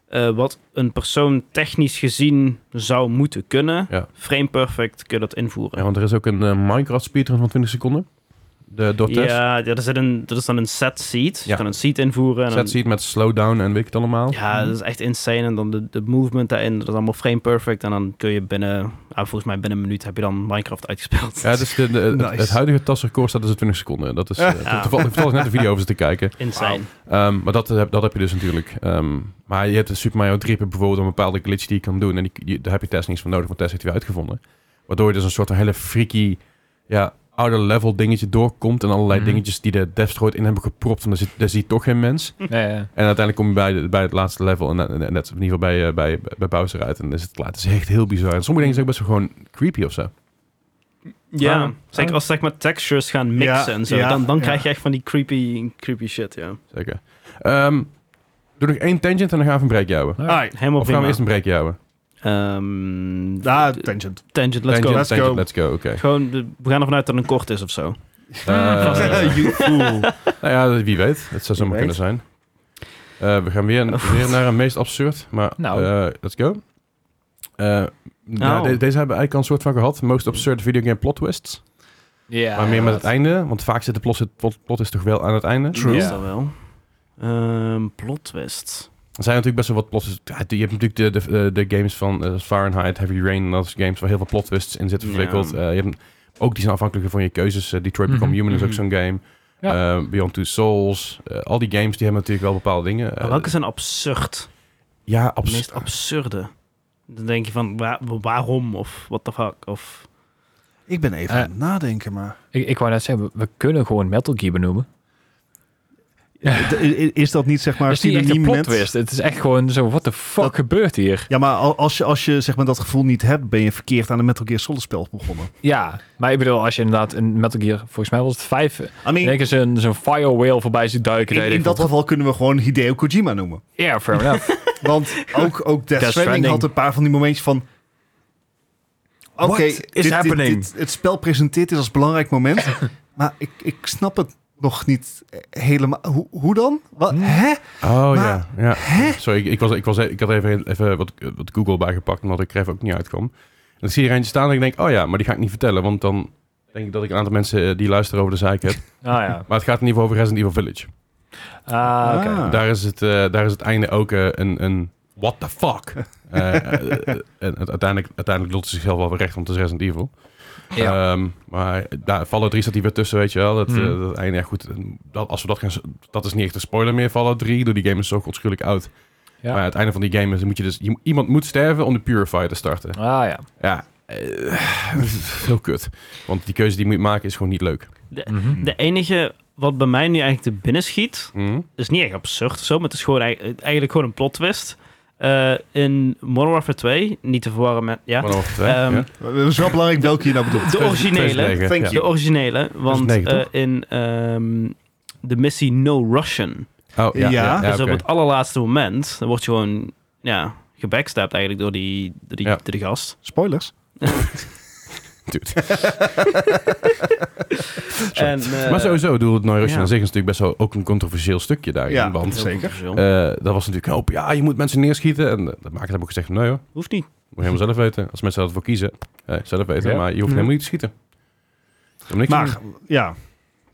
[SPEAKER 2] eh, wat een persoon technisch gezien zou moeten kunnen.
[SPEAKER 1] Ja.
[SPEAKER 2] Frame perfect kun je dat invoeren.
[SPEAKER 1] Ja, want er is ook een eh, Minecraft speedrun van 20 seconden. De, door Tess.
[SPEAKER 2] Ja, ja, er zit een, dat is dan een set seed. Dus
[SPEAKER 1] dus? Ja.
[SPEAKER 2] je kan een seed invoeren. En dan-
[SPEAKER 1] Zet ziet met slowdown en weet ik het allemaal.
[SPEAKER 2] Ja, dat is echt insane. En dan de, de movement daarin, dat is allemaal frame perfect. En dan kun je binnen, ah, volgens mij binnen een minuut heb je dan Minecraft uitgespeeld.
[SPEAKER 1] Ja, dus de, de- het,
[SPEAKER 3] Nice.
[SPEAKER 1] het huidige tasrecord staat dus op 20 seconden. Dat is, eh, ik heb toevallig, toevallig net een video over zitten kijken.
[SPEAKER 2] Insane.
[SPEAKER 1] Ehm, maar dat, heb- dat heb je dus natuurlijk. Ehm, maar je hebt een Super Mario 3 heb je bijvoorbeeld een bepaalde glitch die je kan doen. En die, die- daar heb je Tess niks van nodig, want Tess heeft die uitgevonden. Waardoor je dus een soort van hele freaky, ja, outer level dingetje doorkomt. En allerlei
[SPEAKER 4] Mhm.
[SPEAKER 1] dingetjes die de Deathstroid in hebben gepropt. En daar, zit, daar ziet toch geen mens.
[SPEAKER 4] Ja, ja.
[SPEAKER 1] En uiteindelijk kom je bij, de- bij het laatste level. En, en, en net, in ieder geval bij, eh, bij, bij Bowser uit. En dan is het klaar. Het is echt heel bizar. En sommige dingen zijn ook best wel gewoon creepy of zo.
[SPEAKER 2] Ja,
[SPEAKER 1] Ah,
[SPEAKER 2] zeker
[SPEAKER 1] ah.
[SPEAKER 2] als zeg maar textures gaan mixen
[SPEAKER 3] Ja,
[SPEAKER 2] en zo,
[SPEAKER 3] ja,
[SPEAKER 2] dan, dan
[SPEAKER 3] ja.
[SPEAKER 2] krijg je echt van die creepy, creepy shit, ja.
[SPEAKER 1] Zeker. Ehm, doe nog één tangent en dan gaan we een break jouwen.
[SPEAKER 3] Alright.
[SPEAKER 2] Helemaal
[SPEAKER 1] Of gaan we
[SPEAKER 2] Nou, prima.
[SPEAKER 1] eerst een break jouwen?
[SPEAKER 2] Ehm,
[SPEAKER 3] Ah,
[SPEAKER 2] d-
[SPEAKER 3] tangent.
[SPEAKER 2] tangent, let's
[SPEAKER 1] Tangent,
[SPEAKER 2] go.
[SPEAKER 3] Let's
[SPEAKER 1] tangent,
[SPEAKER 3] go.
[SPEAKER 1] Let's go, oké.
[SPEAKER 2] Gewoon, de- we gaan ervan uit dat het een kort is of zo.
[SPEAKER 1] Eh,
[SPEAKER 3] You fool.
[SPEAKER 1] nou ja, wie weet. Het zou zomaar
[SPEAKER 2] Wie
[SPEAKER 1] kunnen zijn.
[SPEAKER 2] weet.
[SPEAKER 1] Eh, we gaan weer, weer naar een meest absurd. Maar
[SPEAKER 4] Nou.
[SPEAKER 1] eh, let's go. Eh, nou, de- deze hebben we eigenlijk al een soort van gehad. Most absurd videogame plot twists.
[SPEAKER 4] Ja,
[SPEAKER 1] maar meer met het
[SPEAKER 4] inderdaad.
[SPEAKER 1] einde. Want vaak zit de plot, plot, plot is toch wel aan het einde.
[SPEAKER 4] True.
[SPEAKER 2] Is
[SPEAKER 4] Ja.
[SPEAKER 2] dat wel. Ehm, plot twist.
[SPEAKER 1] Er zijn natuurlijk best wel wat plot twists. Ja, Je hebt natuurlijk de, de, de, de games van eh, Fahrenheit, Heavy Rain en dat soort games waar heel veel plot twists in zitten
[SPEAKER 2] Ja.
[SPEAKER 1] verwikkeld. Eh, je hebt ook die zijn afhankelijk van je keuzes. Eh, Detroit Become
[SPEAKER 4] Mhm,
[SPEAKER 1] Human is ook
[SPEAKER 2] mhm.
[SPEAKER 1] zo'n game.
[SPEAKER 4] Ja.
[SPEAKER 1] Eh, Beyond Two Souls. Eh, al die games die hebben natuurlijk wel bepaalde dingen.
[SPEAKER 2] Maar
[SPEAKER 1] Eh,
[SPEAKER 2] welke zijn absurd?
[SPEAKER 1] Ja,
[SPEAKER 2] De
[SPEAKER 1] absoluut.
[SPEAKER 2] meest absurde. Dan denk je van, wa- waarom of what the fuck? Of
[SPEAKER 3] Ik ben even
[SPEAKER 4] Eh.
[SPEAKER 3] aan het nadenken, maar...
[SPEAKER 4] Ik, ik wou net zeggen, we, we kunnen gewoon Metal Gear benoemen.
[SPEAKER 3] D- i- Is dat niet, zeg maar,
[SPEAKER 4] Maar het is niet echt een
[SPEAKER 3] synoniem
[SPEAKER 4] plot
[SPEAKER 3] met-
[SPEAKER 4] twist. Het is echt gewoon zo, what the fuck
[SPEAKER 3] Dat-
[SPEAKER 4] gebeurt hier?
[SPEAKER 3] Ja, maar al- als je, als je zeg maar, dat gevoel niet hebt, ben je verkeerd aan een Metal Gear Solid spel begonnen.
[SPEAKER 4] Ja, maar ik bedoel, als je inderdaad een Metal Gear, volgens mij was het vijf,
[SPEAKER 3] I mean,
[SPEAKER 4] in één keer zo'n zo'n fire whale voorbij ziet duiken.
[SPEAKER 3] in, in dat geval kunnen we gewoon Hideo Kojima noemen.
[SPEAKER 4] Ja, fair enough.
[SPEAKER 3] Want ook, ook Death
[SPEAKER 4] Death
[SPEAKER 3] Stranding
[SPEAKER 4] Stranding.
[SPEAKER 3] had een paar van die momentjes van... Oké,
[SPEAKER 4] What is
[SPEAKER 3] dit- dit-
[SPEAKER 4] happening?
[SPEAKER 3] dit- het spel presenteert dit als belangrijk moment, maar ik, ik snap het nog niet helemaal. Hoe, hoe dan? Wat?
[SPEAKER 4] Hmm.
[SPEAKER 3] Hè?
[SPEAKER 1] Oh
[SPEAKER 3] Maar-
[SPEAKER 1] ja. ja. Sorry, ik, ik was, ik, was, e-, ik had even, even wat, wat Google bijgepakt, omdat ik er even ook niet uitkwam. En dan zie je er eentje staan en ik denk, oh ja, maar die ga ik niet vertellen, want dan denk ik dat ik een aantal mensen eh, die luisteren over de zeik heb.
[SPEAKER 4] Ah ja.
[SPEAKER 1] Maar het gaat in ieder geval over Resident Evil Village.
[SPEAKER 4] Ah, oké.
[SPEAKER 3] Ah.
[SPEAKER 1] Daar, is het, eh, daar is het einde ook eh, een, een what the fuck. Eh, eh, eh, en het, uiteindelijk, uiteindelijk lult ze zichzelf wel weer recht, want het is Resident Evil.
[SPEAKER 4] Ja.
[SPEAKER 1] Ehm, maar daar, Fallout 3 staat hier weer tussen, weet je wel. Dat,
[SPEAKER 4] Hmm.
[SPEAKER 1] eh, dat einde, ja goed, dat, als we dat gaan... s- Dat is niet echt een spoiler meer, Fallout 3. Door die game is zo godschuwelijk oud.
[SPEAKER 4] Ja.
[SPEAKER 1] Maar ja, het einde van die game is... Moet je dus, je- iemand moet sterven om de Purifier te starten.
[SPEAKER 4] Ah ja.
[SPEAKER 1] Ja, eh, heel kut. Want die keuze die je moet maken is gewoon niet leuk.
[SPEAKER 4] Mhm.
[SPEAKER 2] De enige wat bij mij nu eigenlijk te binnen schiet,
[SPEAKER 1] Hm?
[SPEAKER 2] is niet echt absurd of zo, maar het is gewoon eig- eigenlijk gewoon een plot twist. Eh, in Modern Warfare 2, niet te verwarren met... Ja,
[SPEAKER 1] Maar dan over twee,
[SPEAKER 2] Ehm,
[SPEAKER 1] ja.
[SPEAKER 3] Het is wel belangrijk welke je nou bedoelt.
[SPEAKER 2] de originele.
[SPEAKER 1] 2009,
[SPEAKER 3] Thank
[SPEAKER 1] ja.
[SPEAKER 2] De originele, want
[SPEAKER 1] 2009,
[SPEAKER 2] eh, in ehm, de missie No Russian,
[SPEAKER 1] Oh, ja, ja, ja,
[SPEAKER 3] Ja.
[SPEAKER 2] dus
[SPEAKER 1] oké.
[SPEAKER 2] op het allerlaatste moment, dan word je gewoon ja, gebackstabbed eigenlijk door die, door die,
[SPEAKER 1] Ja.
[SPEAKER 2] door die gast.
[SPEAKER 3] Spoilers.
[SPEAKER 1] Dude.
[SPEAKER 2] En, eh,
[SPEAKER 1] maar sowieso, ik bedoel, het Noorusje
[SPEAKER 2] ja.
[SPEAKER 1] aan zich is natuurlijk best wel ook een controversieel stukje daarin.
[SPEAKER 3] Ja,
[SPEAKER 1] want
[SPEAKER 2] heel
[SPEAKER 3] zeker.
[SPEAKER 2] controversieel.
[SPEAKER 1] eh, dat was natuurlijk hoop, ja, je moet mensen neerschieten. En eh, dat maakt het ook gezegd, nee hoor,
[SPEAKER 2] Hoeft niet.
[SPEAKER 1] moet je helemaal zelf weten. Als mensen daarvoor kiezen, eh, zelf weten.
[SPEAKER 4] Ja.
[SPEAKER 1] Maar je hoeft
[SPEAKER 4] Ja.
[SPEAKER 1] helemaal niet te schieten. Je hoeft niks te doen.
[SPEAKER 3] Maar ja,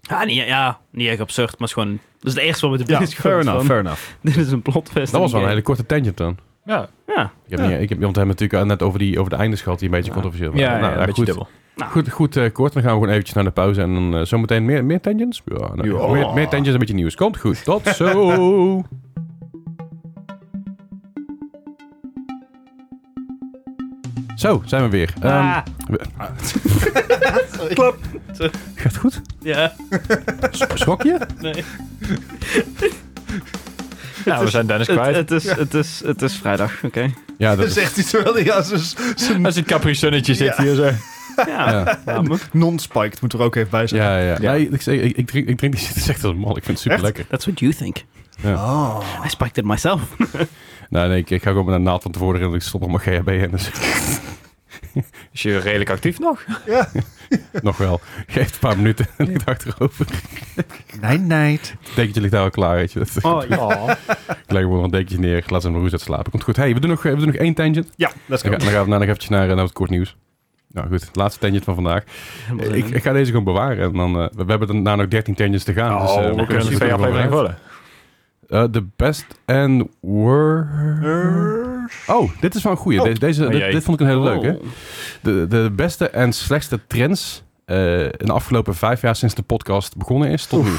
[SPEAKER 2] Ah, Ja, niet, ja, niet echt absurd, maar het is gewoon... Dat is het eerste wat we te
[SPEAKER 3] ja
[SPEAKER 2] binnen
[SPEAKER 3] fair
[SPEAKER 2] schiet. Van,
[SPEAKER 3] enough, fair enough.
[SPEAKER 2] Dit is een plot twist.
[SPEAKER 1] dat was wel een
[SPEAKER 2] in
[SPEAKER 1] hele
[SPEAKER 2] die
[SPEAKER 1] korte tangent dan.
[SPEAKER 4] Ja,
[SPEAKER 2] game. Ja,
[SPEAKER 1] Ik heb,
[SPEAKER 3] Ja.
[SPEAKER 1] niet, ik heb, want we hebben natuurlijk net over, die, over de eindes gehad die een beetje
[SPEAKER 2] Ja.
[SPEAKER 1] controversieel
[SPEAKER 4] ja, ja,
[SPEAKER 1] waren. Nou,
[SPEAKER 4] een
[SPEAKER 1] nou,
[SPEAKER 4] beetje
[SPEAKER 1] goed,
[SPEAKER 4] dubbel.
[SPEAKER 1] Goed, goed eh, kort, dan gaan we gewoon eventjes naar de pauze. En dan eh, zometeen meer, meer tangents? Ja, nou,
[SPEAKER 4] Ja.
[SPEAKER 1] Meer, meer tangents, een beetje nieuws. Komt goed, tot zo! zo, zijn we weer. Ehm,
[SPEAKER 2] Ah,
[SPEAKER 1] Gaat goed?
[SPEAKER 2] Ah, ja,
[SPEAKER 1] S- Schrok je?
[SPEAKER 2] nee.
[SPEAKER 4] Nou, we zijn Dennis
[SPEAKER 2] Het,
[SPEAKER 4] kwijt.
[SPEAKER 2] het, is, het, is, het is vrijdag, oké.
[SPEAKER 1] Ja, dat
[SPEAKER 3] Dat
[SPEAKER 1] is...
[SPEAKER 3] zegt hij terwijl hij als een s-
[SPEAKER 4] Als het Capri Sunnetje zit
[SPEAKER 3] Ja.
[SPEAKER 4] hier zo.
[SPEAKER 2] Ja,
[SPEAKER 1] Ja,
[SPEAKER 2] ja. maar
[SPEAKER 3] non-spiked moet er ook even bij zijn.
[SPEAKER 1] ja, ja.
[SPEAKER 4] Ja.
[SPEAKER 1] Nee, ik, zeg- ik, ik drink, ik drink die shit dus echt als een man. Ik vind het super lekker.
[SPEAKER 2] That's what you think.
[SPEAKER 3] Oh.
[SPEAKER 2] I spiked it myself.
[SPEAKER 1] Nou, nee, ik, ik ga gewoon met een naald van tevoren en ik stop nog maar GHB in. Dus
[SPEAKER 4] Is je redelijk actief nog?
[SPEAKER 1] nog wel. Geef een paar minuten en ik dacht erover.
[SPEAKER 3] Nee, nee.
[SPEAKER 1] Het dekentje ligt daar al klaar, weet je. Dat,
[SPEAKER 2] Oh, ja.
[SPEAKER 4] Oh.
[SPEAKER 1] Ik leg gewoon nog een dekentje neer. Laat ze hem roes slapen. Komt goed. Hey, we doen nog, we doen nog één tangent.
[SPEAKER 3] Ja, let's
[SPEAKER 1] Dan
[SPEAKER 3] go.
[SPEAKER 1] ga- dan gaan we daarna nog eventjes naar, eh, naar het kort nieuws. Nou goed, het laatste tangent van vandaag. Ik, ik ga deze gewoon bewaren. En dan, eh, we, we hebben daarna nog 13 tangents te gaan. dus, eh,
[SPEAKER 4] Oh, we kunnen
[SPEAKER 1] zien
[SPEAKER 4] er twee
[SPEAKER 1] wat we
[SPEAKER 4] afleveringen
[SPEAKER 1] hebben.
[SPEAKER 4] vullen.
[SPEAKER 1] Eh, The best and worst... Oh, dit is wel een goeie.
[SPEAKER 3] Oh.
[SPEAKER 1] Deze, deze,
[SPEAKER 4] Oh,
[SPEAKER 1] dit,
[SPEAKER 4] jee.
[SPEAKER 1] dit vond ik een hele leuke.
[SPEAKER 2] Oh.
[SPEAKER 1] De, de beste en slechtste trends eh, in de afgelopen vijf jaar sinds de podcast begonnen is tot nu.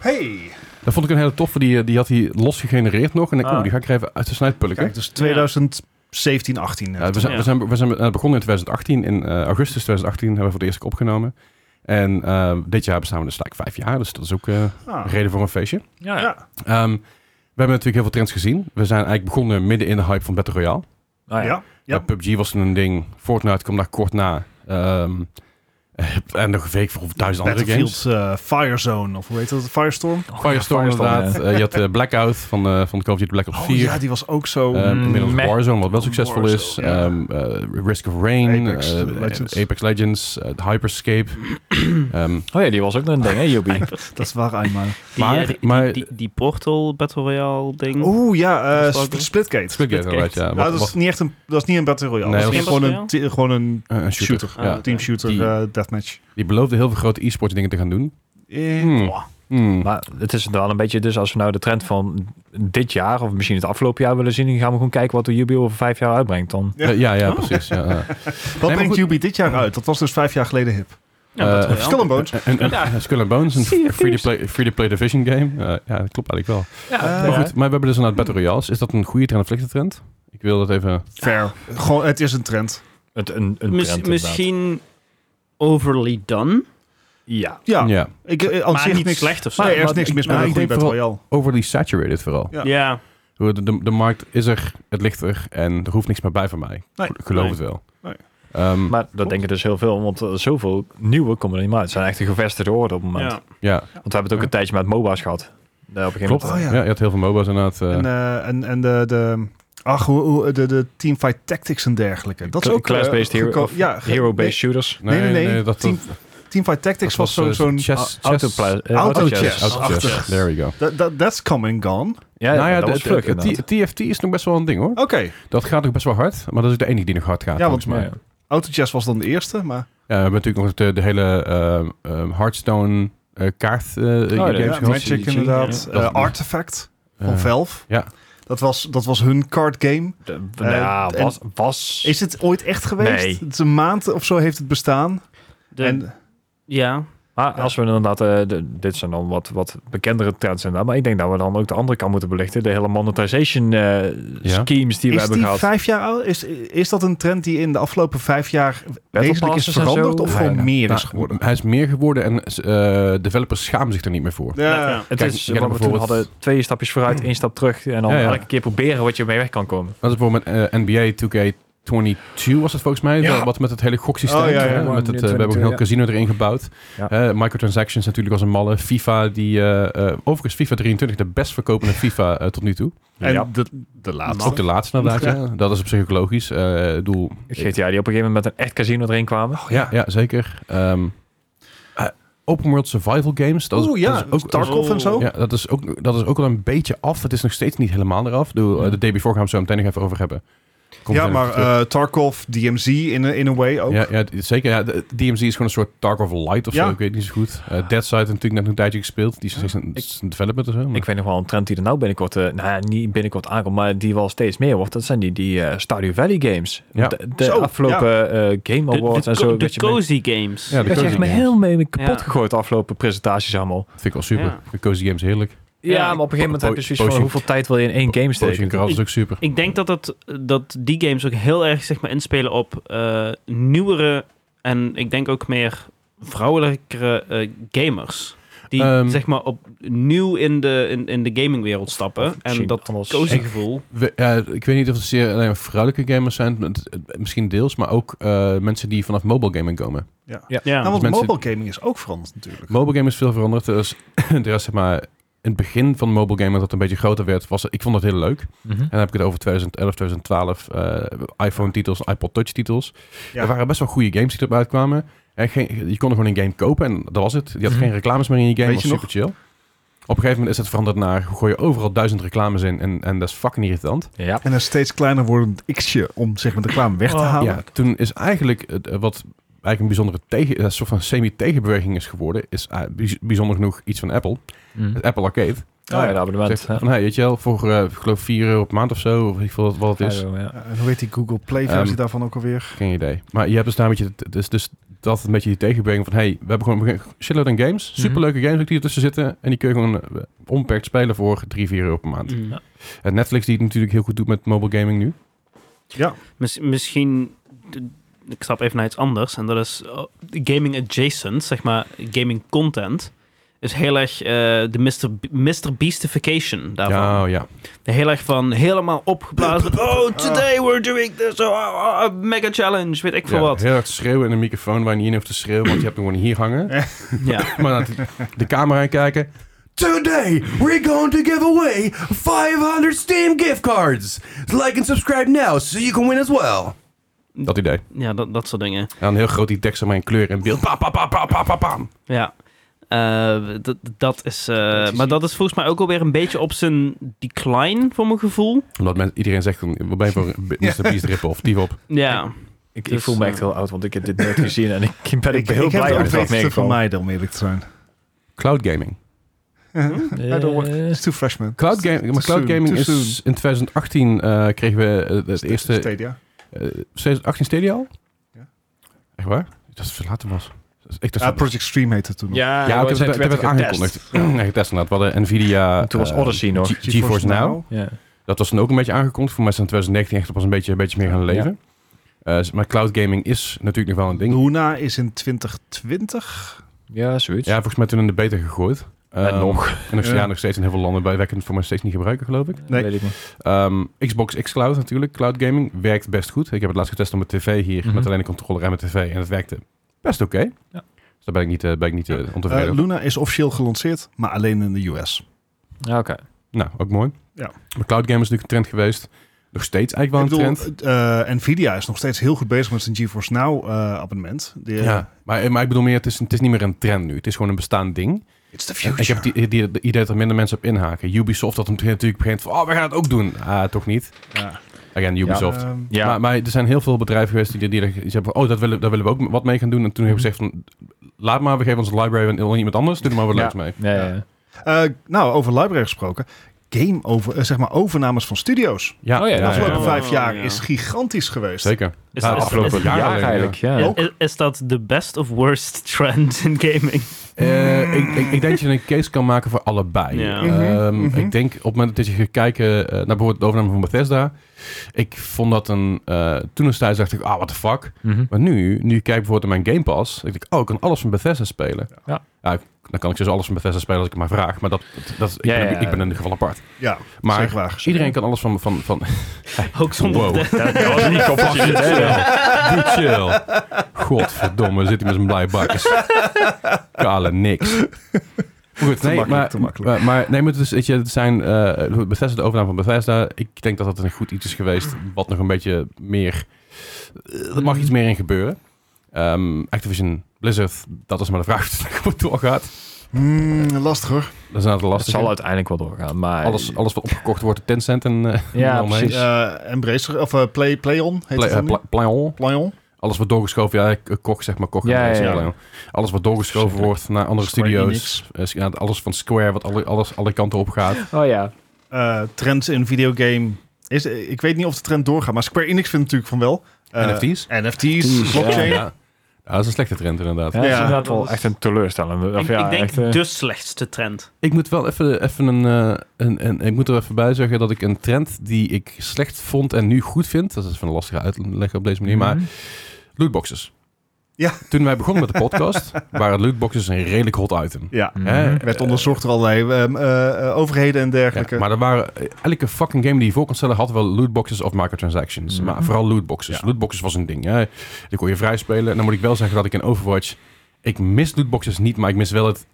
[SPEAKER 3] Hey.
[SPEAKER 1] Dat vond ik een hele toffe. Die, die had hij los gegenereerd nog. En ik,
[SPEAKER 4] Ah.
[SPEAKER 1] oeh, die ga ik er even uit de snuit pulken.
[SPEAKER 3] Kijk, dus 2017, 18.
[SPEAKER 1] Ja, we, zijn, we, zijn, we zijn eh, begonnen in 2018. In eh, augustus 2018 hebben we voor de eerste keer opgenomen. En eh, dit jaar bestaan we dus gelijk vijf jaar. Dus dat is ook eh, een
[SPEAKER 3] Ah.
[SPEAKER 1] reden voor een feestje.
[SPEAKER 4] Ja, ja.
[SPEAKER 3] Ja.
[SPEAKER 1] Ehm, we hebben natuurlijk heel veel trends gezien. We zijn eigenlijk begonnen midden in de hype van Battle Royale.
[SPEAKER 4] Ah, ja.
[SPEAKER 3] Ja. Ja.
[SPEAKER 1] Eh, PUBG was toen een ding. Fortnite kwam daar kort na. Ehm, en nog een week voor duizend andere games.
[SPEAKER 3] Battlefield eh, Firezone, of hoe heet dat? Firestorm?
[SPEAKER 1] Firestorm, inderdaad.
[SPEAKER 4] Oh, ja.
[SPEAKER 1] Eh, je had eh, Blackout van, eh van Call of Duty Black Ops
[SPEAKER 3] Oh
[SPEAKER 1] 4.
[SPEAKER 3] ja, die was ook zo.
[SPEAKER 1] Ehm,
[SPEAKER 4] Mm,
[SPEAKER 1] inmiddels
[SPEAKER 4] meh.
[SPEAKER 1] Warzone, wat wel succesvol is.
[SPEAKER 3] Warzone, ja.
[SPEAKER 1] Ehm, eh, Risk of Rain,
[SPEAKER 3] Apex
[SPEAKER 1] Apex Legends,
[SPEAKER 3] Legends.
[SPEAKER 1] Apex Legends eh, Hyperscape. Ehm,
[SPEAKER 4] Oh ja, die was ook nog een ding, hè, Joby?
[SPEAKER 3] dat is waar eenmaal.
[SPEAKER 2] Die,
[SPEAKER 1] maar-
[SPEAKER 2] eh, die,
[SPEAKER 1] maar-
[SPEAKER 2] die, die Portal Battle Royale ding.
[SPEAKER 3] Oeh ja, eh,
[SPEAKER 2] Dat was ook-
[SPEAKER 3] Sp- Splitgate.
[SPEAKER 1] Splitgate inderdaad, ja.
[SPEAKER 3] Nou,
[SPEAKER 1] Wat,
[SPEAKER 3] dat, is
[SPEAKER 1] wat,
[SPEAKER 3] niet echt een, dat is niet een Battle Royale.
[SPEAKER 1] Nee,
[SPEAKER 3] dat is
[SPEAKER 2] dat
[SPEAKER 3] gewoon
[SPEAKER 2] is-
[SPEAKER 3] een, ti- gewoon een
[SPEAKER 1] eh, een shooter.
[SPEAKER 3] shooter.
[SPEAKER 1] Ja.
[SPEAKER 2] Ah.
[SPEAKER 3] team shooter
[SPEAKER 1] Die-
[SPEAKER 3] eh, deathmatch.
[SPEAKER 1] Die beloofde heel veel grote e-sports dingen te gaan doen.
[SPEAKER 3] Eh,
[SPEAKER 1] Hmm. Hmm.
[SPEAKER 4] Maar het is wel een beetje, dus als we nou de trend van dit jaar of misschien het afgelopen jaar willen zien, dan gaan we gewoon kijken wat de Joby over vijf jaar uitbrengt. Dan
[SPEAKER 3] Ja.
[SPEAKER 1] Eh, ja, ja, precies. Ja, ja.
[SPEAKER 3] Wat
[SPEAKER 1] maar
[SPEAKER 3] brengt
[SPEAKER 1] goed.
[SPEAKER 3] Ubi dit jaar uit? Dat was dus vijf jaar geleden hip.
[SPEAKER 2] Ja,
[SPEAKER 1] Eh,
[SPEAKER 2] Battle Royale.
[SPEAKER 3] Skull and Bones.
[SPEAKER 1] Een- een-
[SPEAKER 4] Ja.
[SPEAKER 1] een Skull and Bones,
[SPEAKER 2] Sea of
[SPEAKER 1] een
[SPEAKER 2] Thieves.
[SPEAKER 1] free-to-play free-to-play division game. Eh, ja, dat klopt eigenlijk wel.
[SPEAKER 3] Ja,
[SPEAKER 1] Maar goed, maar we hebben dus inderdaad Battle Royales. Is dat een goede trend of slechte trend? Ik wil dat even...
[SPEAKER 3] Fair. Gewoon, het is een trend.
[SPEAKER 4] het, een, een
[SPEAKER 2] Mis-
[SPEAKER 4] trend, inderdaad.
[SPEAKER 2] misschien overly done.
[SPEAKER 4] Ja.
[SPEAKER 3] Ja,
[SPEAKER 1] Ja.
[SPEAKER 3] Ik, eh, aan
[SPEAKER 2] maar
[SPEAKER 3] zich
[SPEAKER 2] niet
[SPEAKER 3] niks,
[SPEAKER 2] slecht of zo.
[SPEAKER 3] Nee, er is
[SPEAKER 1] Maar
[SPEAKER 3] niks
[SPEAKER 1] ik-
[SPEAKER 3] mis met
[SPEAKER 1] nou,
[SPEAKER 3] een
[SPEAKER 1] ik
[SPEAKER 3] goede
[SPEAKER 1] denk
[SPEAKER 3] Battle Royale.
[SPEAKER 1] Overly saturated vooral.
[SPEAKER 3] Ja.
[SPEAKER 2] ja.
[SPEAKER 1] De, de, de markt is er, het ligt er en er hoeft niks meer bij van mij.
[SPEAKER 3] Nee.
[SPEAKER 1] Ik geloof
[SPEAKER 3] Nee.
[SPEAKER 1] het wel.
[SPEAKER 3] Nee.
[SPEAKER 1] Ehm,
[SPEAKER 4] Maar dat denken dus heel veel, want eh, zoveel nieuwe komen er niet meer uit. Het zijn echt een gevestigde orde op het moment.
[SPEAKER 2] ja.
[SPEAKER 1] ja,
[SPEAKER 4] Want we hebben het ook een tijdje met MOBA's gehad. Daar op een gegeven
[SPEAKER 1] klopt.
[SPEAKER 4] moment- eh,
[SPEAKER 3] Oh, ja.
[SPEAKER 1] ja. je had heel veel MOBA's inderdaad. eh,
[SPEAKER 3] En, eh, en, en de, de, ach, hoe, hoe- de, de teamfight tactics en dergelijke. Dat is
[SPEAKER 4] Cla-
[SPEAKER 3] ook... eh,
[SPEAKER 4] class-based hero-
[SPEAKER 3] geko-
[SPEAKER 4] of
[SPEAKER 3] ja, ge-
[SPEAKER 4] Hero-based shooters.
[SPEAKER 3] nee, nee, nee,
[SPEAKER 1] dat,
[SPEAKER 3] team-
[SPEAKER 1] dat-
[SPEAKER 3] nee, teamfight tactics
[SPEAKER 1] dat
[SPEAKER 3] was,
[SPEAKER 1] eh,
[SPEAKER 3] zo- zo'n...
[SPEAKER 1] chess,
[SPEAKER 4] Auto
[SPEAKER 1] chess-
[SPEAKER 3] Autochess.
[SPEAKER 1] auto
[SPEAKER 3] Autochess.
[SPEAKER 1] chess. There we go.
[SPEAKER 3] that- that- that's come and gone.
[SPEAKER 4] Ja,
[SPEAKER 1] nou ja,
[SPEAKER 4] dat
[SPEAKER 1] de-
[SPEAKER 4] was vlug
[SPEAKER 1] de- de-
[SPEAKER 4] inderdaad.
[SPEAKER 1] T- TFT is nog best wel een ding hoor.
[SPEAKER 3] Oké,
[SPEAKER 1] Dat gaat nog best wel hard, maar dat is de enige die nog hard gaat
[SPEAKER 3] Ja,
[SPEAKER 1] volgens
[SPEAKER 3] want-
[SPEAKER 1] mij.
[SPEAKER 4] Ja.
[SPEAKER 3] Autochess was dan de eerste, maar...
[SPEAKER 1] Ja, we hebben natuurlijk nog de, de hele ehm, ehm, Hearthstone eh, kaart eh games
[SPEAKER 4] ja,
[SPEAKER 1] gehad.
[SPEAKER 3] Ja, Magic
[SPEAKER 4] Zie-
[SPEAKER 3] inderdaad.
[SPEAKER 4] zie-
[SPEAKER 1] ja.
[SPEAKER 3] Eh,
[SPEAKER 1] Dat-
[SPEAKER 3] Artifact van
[SPEAKER 1] Eh,
[SPEAKER 3] Valve.
[SPEAKER 1] ja.
[SPEAKER 3] Dat was, dat was hun card game.
[SPEAKER 4] De-
[SPEAKER 3] Eh,
[SPEAKER 4] Nou ja,
[SPEAKER 3] en-
[SPEAKER 4] was... was
[SPEAKER 3] Is het ooit echt geweest?
[SPEAKER 4] Nee.
[SPEAKER 3] Het is een maand of zo heeft het bestaan.
[SPEAKER 2] De-
[SPEAKER 3] en,
[SPEAKER 2] ja.
[SPEAKER 4] maar als we inderdaad... eh, de- dit zijn dan wat, wat bekendere trends inderdaad. Maar ik denk dat we dan ook de andere kant moeten belichten. De hele monetization eh,
[SPEAKER 1] Ja.
[SPEAKER 4] schemes die we
[SPEAKER 3] is
[SPEAKER 4] hebben
[SPEAKER 3] die
[SPEAKER 4] gehad.
[SPEAKER 3] vijf jaar oud? Is, is dat een trend die in de afgelopen vijf jaar wezenlijk is
[SPEAKER 4] passes en
[SPEAKER 3] veranderd?
[SPEAKER 4] zo?
[SPEAKER 3] Of
[SPEAKER 4] Ja,
[SPEAKER 3] gewoon
[SPEAKER 4] ja.
[SPEAKER 3] meer is
[SPEAKER 1] Nou,
[SPEAKER 3] geworden?
[SPEAKER 1] Hij is meer geworden en eh, developers schamen zich er niet meer voor.
[SPEAKER 2] Ja, ja.
[SPEAKER 4] Het
[SPEAKER 1] Kijk,
[SPEAKER 4] is
[SPEAKER 1] je kan
[SPEAKER 4] wat we toen
[SPEAKER 1] bijvoorbeeld-
[SPEAKER 4] hadden twee stapjes vooruit, één stap terug. En dan
[SPEAKER 1] Ja, ja.
[SPEAKER 4] elke keer proberen wat je mee weg kan komen.
[SPEAKER 1] Dat is bijvoorbeeld met, eh, NBA 2K22 was het volgens mij.
[SPEAKER 4] Ja.
[SPEAKER 1] dat- Wat met het hele goksysteem.
[SPEAKER 3] Oh, ja, ja.
[SPEAKER 1] hè,
[SPEAKER 4] Ja,
[SPEAKER 1] met het, eh, we
[SPEAKER 4] 22,
[SPEAKER 1] hebben ook een heel
[SPEAKER 4] ja.
[SPEAKER 1] casino erin gebouwd.
[SPEAKER 4] Ja.
[SPEAKER 1] Eh, microtransactions natuurlijk als een malle. FIFA die... eh, eh, overigens FIFA 23 de best verkopende FIFA eh, tot nu toe.
[SPEAKER 3] En
[SPEAKER 4] ja.
[SPEAKER 3] de, de laatste.
[SPEAKER 1] Ook de laatste inderdaad. Ja. Dat is op zich ook logisch. Eh, ik bedoel,
[SPEAKER 4] GTA die op een gegeven moment met een echt casino erin kwamen.
[SPEAKER 1] ja, ja, zeker. Ehm, eh, open world survival games. Dat is,
[SPEAKER 3] Oeh, ja,
[SPEAKER 1] dat is ook,
[SPEAKER 3] Tarkov en zo.
[SPEAKER 1] Ja, dat is, ook, dat is ook al een beetje af. Het is nog steeds niet helemaal eraf. Ik bedoel, eh, De day before gaan we het zo meteen nog even over hebben. Komt
[SPEAKER 3] Ja,
[SPEAKER 1] er
[SPEAKER 3] maar
[SPEAKER 1] even terug.
[SPEAKER 3] eh, Tarkov, DMZ in, a- in a way ook.
[SPEAKER 1] Ja, ja, d- zeker. Ja, de- DMZ is gewoon een soort Tarkov Light of
[SPEAKER 3] Ja.
[SPEAKER 1] zo. Ik weet het niet zo goed. Eh Deadside heeft natuurlijk net een tijdje gespeeld. Die is nog steeds een, is een development of zo. maar-
[SPEAKER 4] Ik weet nog wel een trend die er nou binnenkort, eh, nou ja, niet binnenkort aankomt, maar die wel steeds meer wordt. Dat zijn die, die eh, Stardew Valley games.
[SPEAKER 1] Ja.
[SPEAKER 4] De, de
[SPEAKER 3] Zo,
[SPEAKER 4] afgelopen eh, Game
[SPEAKER 2] De,
[SPEAKER 4] Awards
[SPEAKER 2] de,
[SPEAKER 4] en zo.
[SPEAKER 2] co- de
[SPEAKER 4] dat je mee-
[SPEAKER 2] cozy games.
[SPEAKER 1] ja, de
[SPEAKER 4] dat je echt
[SPEAKER 1] cozy
[SPEAKER 4] me
[SPEAKER 1] games.
[SPEAKER 4] heel mee kapot
[SPEAKER 2] Ja.
[SPEAKER 4] gegooid de afgelopen presentaties allemaal.
[SPEAKER 1] Vind ik wel super.
[SPEAKER 2] Ja.
[SPEAKER 1] De cozy games heerlijk.
[SPEAKER 4] Ja,
[SPEAKER 2] Ja,
[SPEAKER 4] maar op een gegeven moment
[SPEAKER 1] po-
[SPEAKER 4] heb je zoiets van
[SPEAKER 1] potion-
[SPEAKER 4] hoeveel tijd wil je in één game
[SPEAKER 1] Potion
[SPEAKER 4] steken?
[SPEAKER 1] Girls is ook super.
[SPEAKER 2] Ik denk dat, dat, dat die games ook heel erg zeg maar, inspelen op eh, nieuwere en ik denk ook meer vrouwelijkere eh, gamers. Die
[SPEAKER 1] Ehm.
[SPEAKER 2] zeg maar opnieuw in de, in, in de gamingwereld stappen. En
[SPEAKER 4] misschien
[SPEAKER 2] dat
[SPEAKER 4] anders.
[SPEAKER 2] cozy
[SPEAKER 4] Ik-
[SPEAKER 2] gevoel.
[SPEAKER 1] We- eh, ik weet niet of het zeer alleen maar vrouwelijke gamers zijn. het- het- Misschien deels. Maar ook eh, mensen die vanaf mobile gaming komen.
[SPEAKER 2] Ja.
[SPEAKER 3] Nou, want
[SPEAKER 1] mensen-
[SPEAKER 3] mobile gaming is ook veranderd natuurlijk.
[SPEAKER 1] Mobile game is veel veranderd. Er is, er is zeg maar... In het begin van mobile gaming, dat het een beetje groter werd, was, ik vond dat heel leuk.
[SPEAKER 4] Mhm.
[SPEAKER 1] En dan heb ik het over 2011, 2012, eh, iPhone-titels, iPod Touch-titels.
[SPEAKER 3] Ja.
[SPEAKER 1] Er waren best wel goede games die eruit kwamen. En geen, je kon er gewoon een game kopen en dat was het. Je had
[SPEAKER 4] Mhm.
[SPEAKER 1] geen reclames meer in je game,
[SPEAKER 3] Weet je
[SPEAKER 1] was super chill. Op een gegeven moment is het veranderd naar... gooi je overal duizend reclames in en, en dat is fucking irritant.
[SPEAKER 4] Ja.
[SPEAKER 3] En een steeds kleiner wordend x'je om zeg maar de reclame weg te halen.
[SPEAKER 1] Ja, toen is eigenlijk het, eh, wat eigenlijk een bijzondere tegen, eh, soort van semi-tegenbeweging is geworden... is eh, bijz- bijzonder genoeg iets van Apple,
[SPEAKER 4] Mhm.
[SPEAKER 1] het Apple Arcade.
[SPEAKER 4] Oh ja, de abonnement.
[SPEAKER 1] Zegt
[SPEAKER 4] ja.
[SPEAKER 1] van, hey, weet je wel, voor eh, ik geloof 4 euro per maand of zo, of ik veel wat het is.
[SPEAKER 4] Ja, ja.
[SPEAKER 3] Ja, Eh, en hoe heet die Google Play versie
[SPEAKER 1] Ehm,
[SPEAKER 3] daarvan ook alweer?
[SPEAKER 1] Geen idee. Maar je hebt dus daar een beetje, dus, dus dat een beetje die tegenbeweging van, hey, we hebben gewoon shitload aan games,
[SPEAKER 2] Mhm.
[SPEAKER 1] superleuke games ook die ertussen zitten, en die kun je gewoon eh, onbeperkt spelen voor 3, 4 euro per maand.
[SPEAKER 2] Mm.
[SPEAKER 1] En Netflix die het natuurlijk heel goed doet met mobile gaming nu.
[SPEAKER 2] Miss- misschien, ik stap even naar iets anders. En dat is oh, gaming adjacent, zeg maar gaming content. Is heel erg eh, de Mr. B- Mr. Beastification daarvan.
[SPEAKER 1] Ja, oh, ja.
[SPEAKER 2] Heel erg van helemaal opgeblazen. met, Oh, today we're doing this. Oh, oh, oh, mega challenge. Weet ik veel
[SPEAKER 1] Ja,
[SPEAKER 2] wat.
[SPEAKER 1] Heel hard schreeuwen in een microfoon waar je niet in hoeft te schreeuwen, want je hebt hem gewoon hier hangen.
[SPEAKER 2] Ja.
[SPEAKER 1] Maar naar de- de camera in kijken. Today we're going to give away 500 Steam gift cards. Like and subscribe now so you can win as well.
[SPEAKER 2] Mm.
[SPEAKER 1] Dat idee.
[SPEAKER 2] Ja, dat, dat soort dingen.
[SPEAKER 1] En dan heel groot die tekst aan mijn kleur en beeld. Pa, pa, pa, pa, pa, pa, pam.
[SPEAKER 2] Ja. Eh, dat, dat is, eh, maar dat is volgens mij ook alweer een beetje op zijn decline, voor mijn gevoel.
[SPEAKER 1] Omdat men, iedereen zegt, van, wat ben je voor een Mr. Beast rip of die op.
[SPEAKER 2] Ja.
[SPEAKER 4] Ik, ik
[SPEAKER 2] Dus,
[SPEAKER 4] voel me
[SPEAKER 2] eh,
[SPEAKER 4] echt heel oud, want ik heb dit nooit gezien. En ik ben ik, heel
[SPEAKER 3] ik heb
[SPEAKER 4] blij
[SPEAKER 3] het ook
[SPEAKER 4] dat ik
[SPEAKER 3] weten te
[SPEAKER 4] dat
[SPEAKER 3] vermijden, om eerlijk te zijn.
[SPEAKER 1] Cloud gaming.
[SPEAKER 4] Hm? meegevallen.
[SPEAKER 3] It's too freshman.
[SPEAKER 1] Cloud, ga- maar
[SPEAKER 3] soon,
[SPEAKER 1] cloud gaming
[SPEAKER 3] too
[SPEAKER 1] is...
[SPEAKER 3] soon.
[SPEAKER 1] In 2018 eh, kregen we eh, het eerste... eh
[SPEAKER 3] Stadia.
[SPEAKER 1] 2018 Stadia al?
[SPEAKER 3] Ja.
[SPEAKER 1] Echt waar? Ik dacht dat het verlaten was. Ik dacht
[SPEAKER 3] Ja,
[SPEAKER 1] dat-
[SPEAKER 3] Project Stream heette het toen. nog.
[SPEAKER 4] Ja,
[SPEAKER 1] Ja,
[SPEAKER 4] ik
[SPEAKER 1] ik heb het, ik heb het aangekondigd. Ja, getest inderdaad. We hadden Nvidia...
[SPEAKER 4] En toen was
[SPEAKER 1] eh,
[SPEAKER 4] Odyssey nog.
[SPEAKER 1] G- GeForce Now.
[SPEAKER 4] Ja.
[SPEAKER 1] Dat was dan ook een beetje aangekondigd. Voor mij is het in 2019 echt pas een beetje, een beetje meer gaan leven. Eh, maar cloud gaming is natuurlijk nog wel een ding.
[SPEAKER 3] Luna is in 2020.
[SPEAKER 4] Ja, zoiets.
[SPEAKER 1] Ja, volgens mij toen in de beta gegooid.
[SPEAKER 4] En
[SPEAKER 1] Ehm,
[SPEAKER 4] nog.
[SPEAKER 1] En nog,
[SPEAKER 3] Ja.
[SPEAKER 1] ja, nog steeds in heel veel landen. Wij wij kunnen het voor mij steeds niet gebruiken, geloof ik.
[SPEAKER 3] Nee.
[SPEAKER 4] Weet ik niet.
[SPEAKER 1] Ehm, Xbox xCloud natuurlijk, cloud gaming, werkt best goed. Ik heb het laatst getest op mijn tv hier,
[SPEAKER 4] Mhm.
[SPEAKER 1] met alleen een controller en mijn tv. En het werkte best oké.
[SPEAKER 4] Ja.
[SPEAKER 1] Dus daar ben ik niet, eh, ben ik niet eh, ontevreden
[SPEAKER 3] Eh,
[SPEAKER 1] over.
[SPEAKER 3] Luna is officieel gelanceerd, maar alleen in de US.
[SPEAKER 4] Ja, oké.
[SPEAKER 1] Nou, ook mooi.
[SPEAKER 3] Ja.
[SPEAKER 1] Maar cloud gaming is natuurlijk een trend geweest. Nog steeds eigenlijk wel
[SPEAKER 3] Ik
[SPEAKER 1] een
[SPEAKER 3] bedoel,
[SPEAKER 1] trend.
[SPEAKER 3] eh, Nvidia is nog steeds heel goed bezig met zijn GeForce Now eh, abonnement. De,
[SPEAKER 1] Ja, maar, maar ik bedoel meer, het is, een- het is niet meer een trend nu. Het is gewoon een bestaand ding.
[SPEAKER 3] It's the
[SPEAKER 1] En
[SPEAKER 3] future.
[SPEAKER 1] Ik heb het idee dat er minder mensen op inhaken. Ubisoft dat natuurlijk begint van, oh, we gaan het ook doen. Ah, toch niet.
[SPEAKER 3] Ja.
[SPEAKER 1] Again, Ubisoft.
[SPEAKER 3] Ehm,
[SPEAKER 4] Ja.
[SPEAKER 1] Maar, maar er zijn heel veel bedrijven geweest die, die, die zeggen van, oh, dat willen, daar willen we ook wat mee gaan doen. En toen hebben we gezegd van, laat maar, we geven onze library aan iemand anders. Doe er maar wat
[SPEAKER 4] Ja.
[SPEAKER 1] leuks mee.
[SPEAKER 4] Nee,
[SPEAKER 3] Ja.
[SPEAKER 4] ja.
[SPEAKER 3] eh, nou, over library gesproken. Game over, eh, zeg maar overnames van studio's.
[SPEAKER 1] Ja,
[SPEAKER 4] Oh ja,
[SPEAKER 3] De
[SPEAKER 4] ja,
[SPEAKER 3] afgelopen
[SPEAKER 2] ja.
[SPEAKER 3] vijf jaar
[SPEAKER 2] Ja.
[SPEAKER 3] is gigantisch geweest.
[SPEAKER 1] Zeker.
[SPEAKER 2] Is
[SPEAKER 1] Ja,
[SPEAKER 2] dat-
[SPEAKER 1] de afgelopen
[SPEAKER 2] is-
[SPEAKER 1] jaar
[SPEAKER 4] Ja,
[SPEAKER 1] alleen,
[SPEAKER 4] eigenlijk. Ja.
[SPEAKER 3] Ja.
[SPEAKER 2] Is- Is dat de best of worst trend in gaming?
[SPEAKER 1] Eh, ik, ik, ik denk dat je een case kan maken voor allebei.
[SPEAKER 2] Ja.
[SPEAKER 1] Ehm,
[SPEAKER 3] Mhm, mhm.
[SPEAKER 1] Ik denk op het moment dat je gaat kijken eh, naar bijvoorbeeld de overname van Bethesda. Ik vond dat een... eh toen een tijd dacht ik, ah, what the fuck.
[SPEAKER 4] Mhm.
[SPEAKER 1] Maar nu, nu ik kijk bijvoorbeeld naar mijn Game Pass. Ik denk, oh, ik kan alles van Bethesda spelen.
[SPEAKER 4] Ja.
[SPEAKER 1] ik- dan kan ik dus alles van Bethesda spelen als ik het maar vraag. Maar dat, dat, ik,
[SPEAKER 4] Ja,
[SPEAKER 1] ben,
[SPEAKER 4] ja, ja.
[SPEAKER 1] ik ben in ieder geval apart.
[SPEAKER 3] Ja,
[SPEAKER 1] Maar
[SPEAKER 3] zeker waar.
[SPEAKER 1] Iedereen kan alles van... van, van
[SPEAKER 2] Ook zonder
[SPEAKER 1] Wow.
[SPEAKER 2] de-
[SPEAKER 4] Ja, dat was niet
[SPEAKER 1] Fucking
[SPEAKER 4] compassie.
[SPEAKER 1] chill. Doe chill. Godverdomme, zit hij met zijn blije bakjes. Kale niks. Goed, nee,
[SPEAKER 3] makkelijk,
[SPEAKER 1] maar,
[SPEAKER 3] te makkelijk.
[SPEAKER 1] maar- maar, nee, maar het, is, weet je, het zijn eh Bethesda, de overname van Bethesda. Ik denk dat dat een goed iets is geweest, wat nog een beetje meer... eh, Er mag iets meer in gebeuren. Ehm, Activision, Blizzard, dat is maar de vraag of het goed doorgaat.
[SPEAKER 3] Hmm, lastig hoor.
[SPEAKER 1] Dat is een aantal
[SPEAKER 4] Het zal
[SPEAKER 1] lastige.
[SPEAKER 4] uiteindelijk wel doorgaan, maar...
[SPEAKER 1] Alles, alles wat opgekocht wordt, Tencent en... eh,
[SPEAKER 4] Ja,
[SPEAKER 1] omheen.
[SPEAKER 4] precies.
[SPEAKER 3] Eh Embracer, of eh, Play, Playon heet
[SPEAKER 1] Pla- eh,
[SPEAKER 3] het dan nu?
[SPEAKER 1] Pla- Playon.
[SPEAKER 3] Playon.
[SPEAKER 1] Alles wat doorgeschoven, ja, ik- ik koch zeg maar, koch.
[SPEAKER 4] Ja,
[SPEAKER 1] en
[SPEAKER 4] ja,
[SPEAKER 1] zo,
[SPEAKER 3] ja.
[SPEAKER 1] ja. Alles wat doorgeschoven wordt naar andere
[SPEAKER 3] Square
[SPEAKER 1] studio's. Eh, ja, alles van Square, wat alle, alles alle kanten op gaat.
[SPEAKER 4] Oh ja.
[SPEAKER 3] Eh, trends in videogame. Is, ik weet niet of de trend doorgaat, maar Square Enix vindt natuurlijk van wel. Eh,
[SPEAKER 1] NFT's.
[SPEAKER 3] NFT's, blockchain.
[SPEAKER 1] Ja. Ja, dat is een slechte trend inderdaad.
[SPEAKER 4] Ja, dat is
[SPEAKER 3] Ja.
[SPEAKER 4] inderdaad wel
[SPEAKER 2] Dat is-
[SPEAKER 4] echt een teleurstelling. Of
[SPEAKER 2] Ik,
[SPEAKER 4] ja,
[SPEAKER 2] ik denk dus-
[SPEAKER 4] echt, eh,
[SPEAKER 2] de slechtste trend.
[SPEAKER 1] Ik moet wel even, even een, eh, een, een- Ik moet er even bij zeggen dat ik een trend die ik slecht vond en nu goed vind. Dat is van een lastige uitleg op deze manier. Maar
[SPEAKER 4] mhm.
[SPEAKER 1] lootboxes.
[SPEAKER 3] Ja.
[SPEAKER 1] Toen wij begonnen met de podcast, waren lootboxes een redelijk hot item.
[SPEAKER 3] Ja.
[SPEAKER 4] Mhm.
[SPEAKER 1] Hè?
[SPEAKER 3] Werd onderzocht door allerlei ehm, eh, eh, overheden en dergelijke.
[SPEAKER 1] Ja, maar er waren eh, elke fucking game die je voor kon stellen had wel lootboxes of microtransactions.
[SPEAKER 4] Mhm.
[SPEAKER 1] Maar vooral lootboxes.
[SPEAKER 3] Ja.
[SPEAKER 1] Lootboxes was een ding. Hè. Die kon je vrij spelen. En dan moet ik wel zeggen dat ik in Overwatch ik mis lootboxes niet, maar ik mis wel het.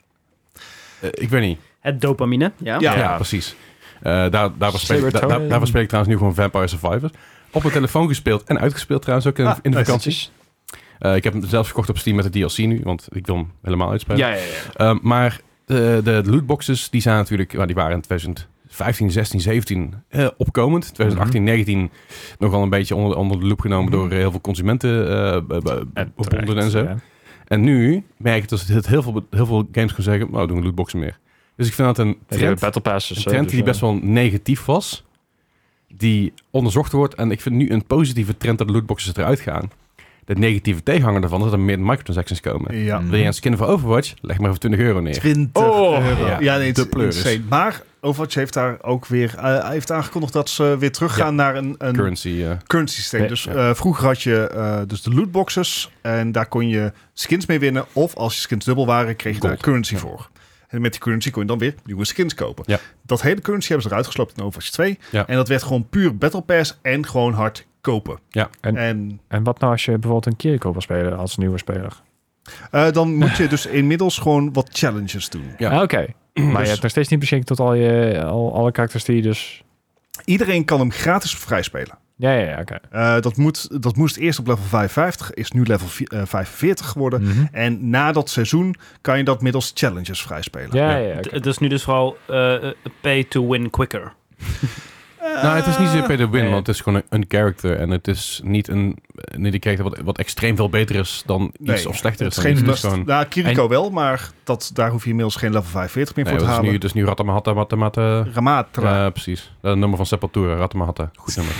[SPEAKER 1] eh, ik weet niet.
[SPEAKER 2] Het dopamine, ja.
[SPEAKER 1] Ja,
[SPEAKER 3] Ja.
[SPEAKER 1] precies. Eh, daar, daarvoor, speel ik, daar,
[SPEAKER 4] Serotonin.
[SPEAKER 1] daar, daarvoor speel ik trouwens nu gewoon Vampire Survivors. Op mijn telefoon gespeeld en uitgespeeld trouwens ook in,
[SPEAKER 3] Ah,
[SPEAKER 1] in de
[SPEAKER 3] nice.
[SPEAKER 1] vakantie. Eh, ik heb hem zelfs verkocht op Steam met de DLC nu, want ik wil hem helemaal uitspelen.
[SPEAKER 4] Ja, ja, ja.
[SPEAKER 1] Ehm, maar de, de lootboxes, die zijn natuurlijk, nou, die waren in 2015, 16, 17 eh, opkomend. 2018, 19 nogal een beetje onder, onder de loep genomen door eh, heel veel consumenten eh, b- b- bonden en zo.
[SPEAKER 4] Ja.
[SPEAKER 1] En nu merk ik dat het heel veel, heel veel games gaan zeggen, nou, doen we lootboxen meer. Dus ik vind dat een
[SPEAKER 4] Die hebben
[SPEAKER 1] trend,
[SPEAKER 4] battle passes.
[SPEAKER 1] een
[SPEAKER 4] hè,
[SPEAKER 1] trend
[SPEAKER 4] dus,
[SPEAKER 1] die
[SPEAKER 4] eh,
[SPEAKER 1] best wel negatief was, die onderzocht wordt. En ik vind nu een positieve trend dat lootboxes eruit gaan. De negatieve tegenhanger daarvan is dat er meer microtransactions komen.
[SPEAKER 3] Ja.
[SPEAKER 4] Mhm.
[SPEAKER 1] Wil jij een skin van Overwatch? Leg maar even 20 euro neer.
[SPEAKER 3] 20
[SPEAKER 4] Oh,
[SPEAKER 3] euro.
[SPEAKER 1] ja.
[SPEAKER 3] nee, het
[SPEAKER 1] De
[SPEAKER 3] is
[SPEAKER 1] pleuris.
[SPEAKER 3] insane. Maar Overwatch heeft daar ook weer eh, hij heeft aangekondigd dat ze weer teruggaan naar een, een
[SPEAKER 1] currency. eh.
[SPEAKER 3] currency systeem.
[SPEAKER 4] Ja,
[SPEAKER 3] dus
[SPEAKER 1] ja.
[SPEAKER 3] eh, vroeger had je eh, dus de lootboxes en daar kon je skins mee winnen. Of als je skins dubbel waren, kreeg je daar
[SPEAKER 1] Gold.
[SPEAKER 3] currency voor. En met die currency kon je dan weer nieuwe skins kopen.
[SPEAKER 1] Ja.
[SPEAKER 3] Dat hele currency hebben ze eruit gesloopt in Overwatch 2.
[SPEAKER 1] Ja.
[SPEAKER 3] En dat werd gewoon puur Battle Pass en gewoon hard kopen.
[SPEAKER 1] Ja.
[SPEAKER 4] En-
[SPEAKER 3] en
[SPEAKER 4] En wat nou als je bijvoorbeeld een Kiriko wil spelen als nieuwe speler?
[SPEAKER 3] Eh, dan moet je dus inmiddels gewoon wat challenges doen.
[SPEAKER 1] Ja.
[SPEAKER 4] Ah, Oké. Maar je hebt nog steeds niet beschikt tot al je al, alle karakters die je dus...
[SPEAKER 3] Iedereen kan hem gratis vrijspelen.
[SPEAKER 4] Ja, ja, ja, oké.
[SPEAKER 3] Eh dat, moet, dat moest eerst op level 55, is nu level vi- eh, 45 geworden.
[SPEAKER 4] Mhm.
[SPEAKER 1] Hm.
[SPEAKER 3] En na dat seizoen kan je dat middels challenges vrijspelen.
[SPEAKER 4] Ja, ja, ja.
[SPEAKER 2] D-
[SPEAKER 4] oké.
[SPEAKER 2] Het is nu dus vooral eh, eh, pay to win quicker.
[SPEAKER 1] nou, het is niet zozeer de win,
[SPEAKER 4] nee.
[SPEAKER 1] want het is gewoon een, een character. En het is niet een, een indicator wat, wat extreem veel beter is dan iets
[SPEAKER 3] Nee,
[SPEAKER 1] of slechter
[SPEAKER 3] Het
[SPEAKER 1] is.
[SPEAKER 3] is
[SPEAKER 1] dan iets.
[SPEAKER 3] geen
[SPEAKER 1] Het
[SPEAKER 3] must.
[SPEAKER 1] is gewoon-
[SPEAKER 3] Nou, Kiriko wel, maar dat, daar hoef je inmiddels geen level 45 meer
[SPEAKER 1] Nee,
[SPEAKER 3] voor te
[SPEAKER 1] het is
[SPEAKER 3] halen.
[SPEAKER 1] nu, dus nu Ratamahata Matamata.
[SPEAKER 3] Ramatra.
[SPEAKER 1] Ja, Eh, precies. Dat nummer van Sepultura, Ratamahata. Goed nummer.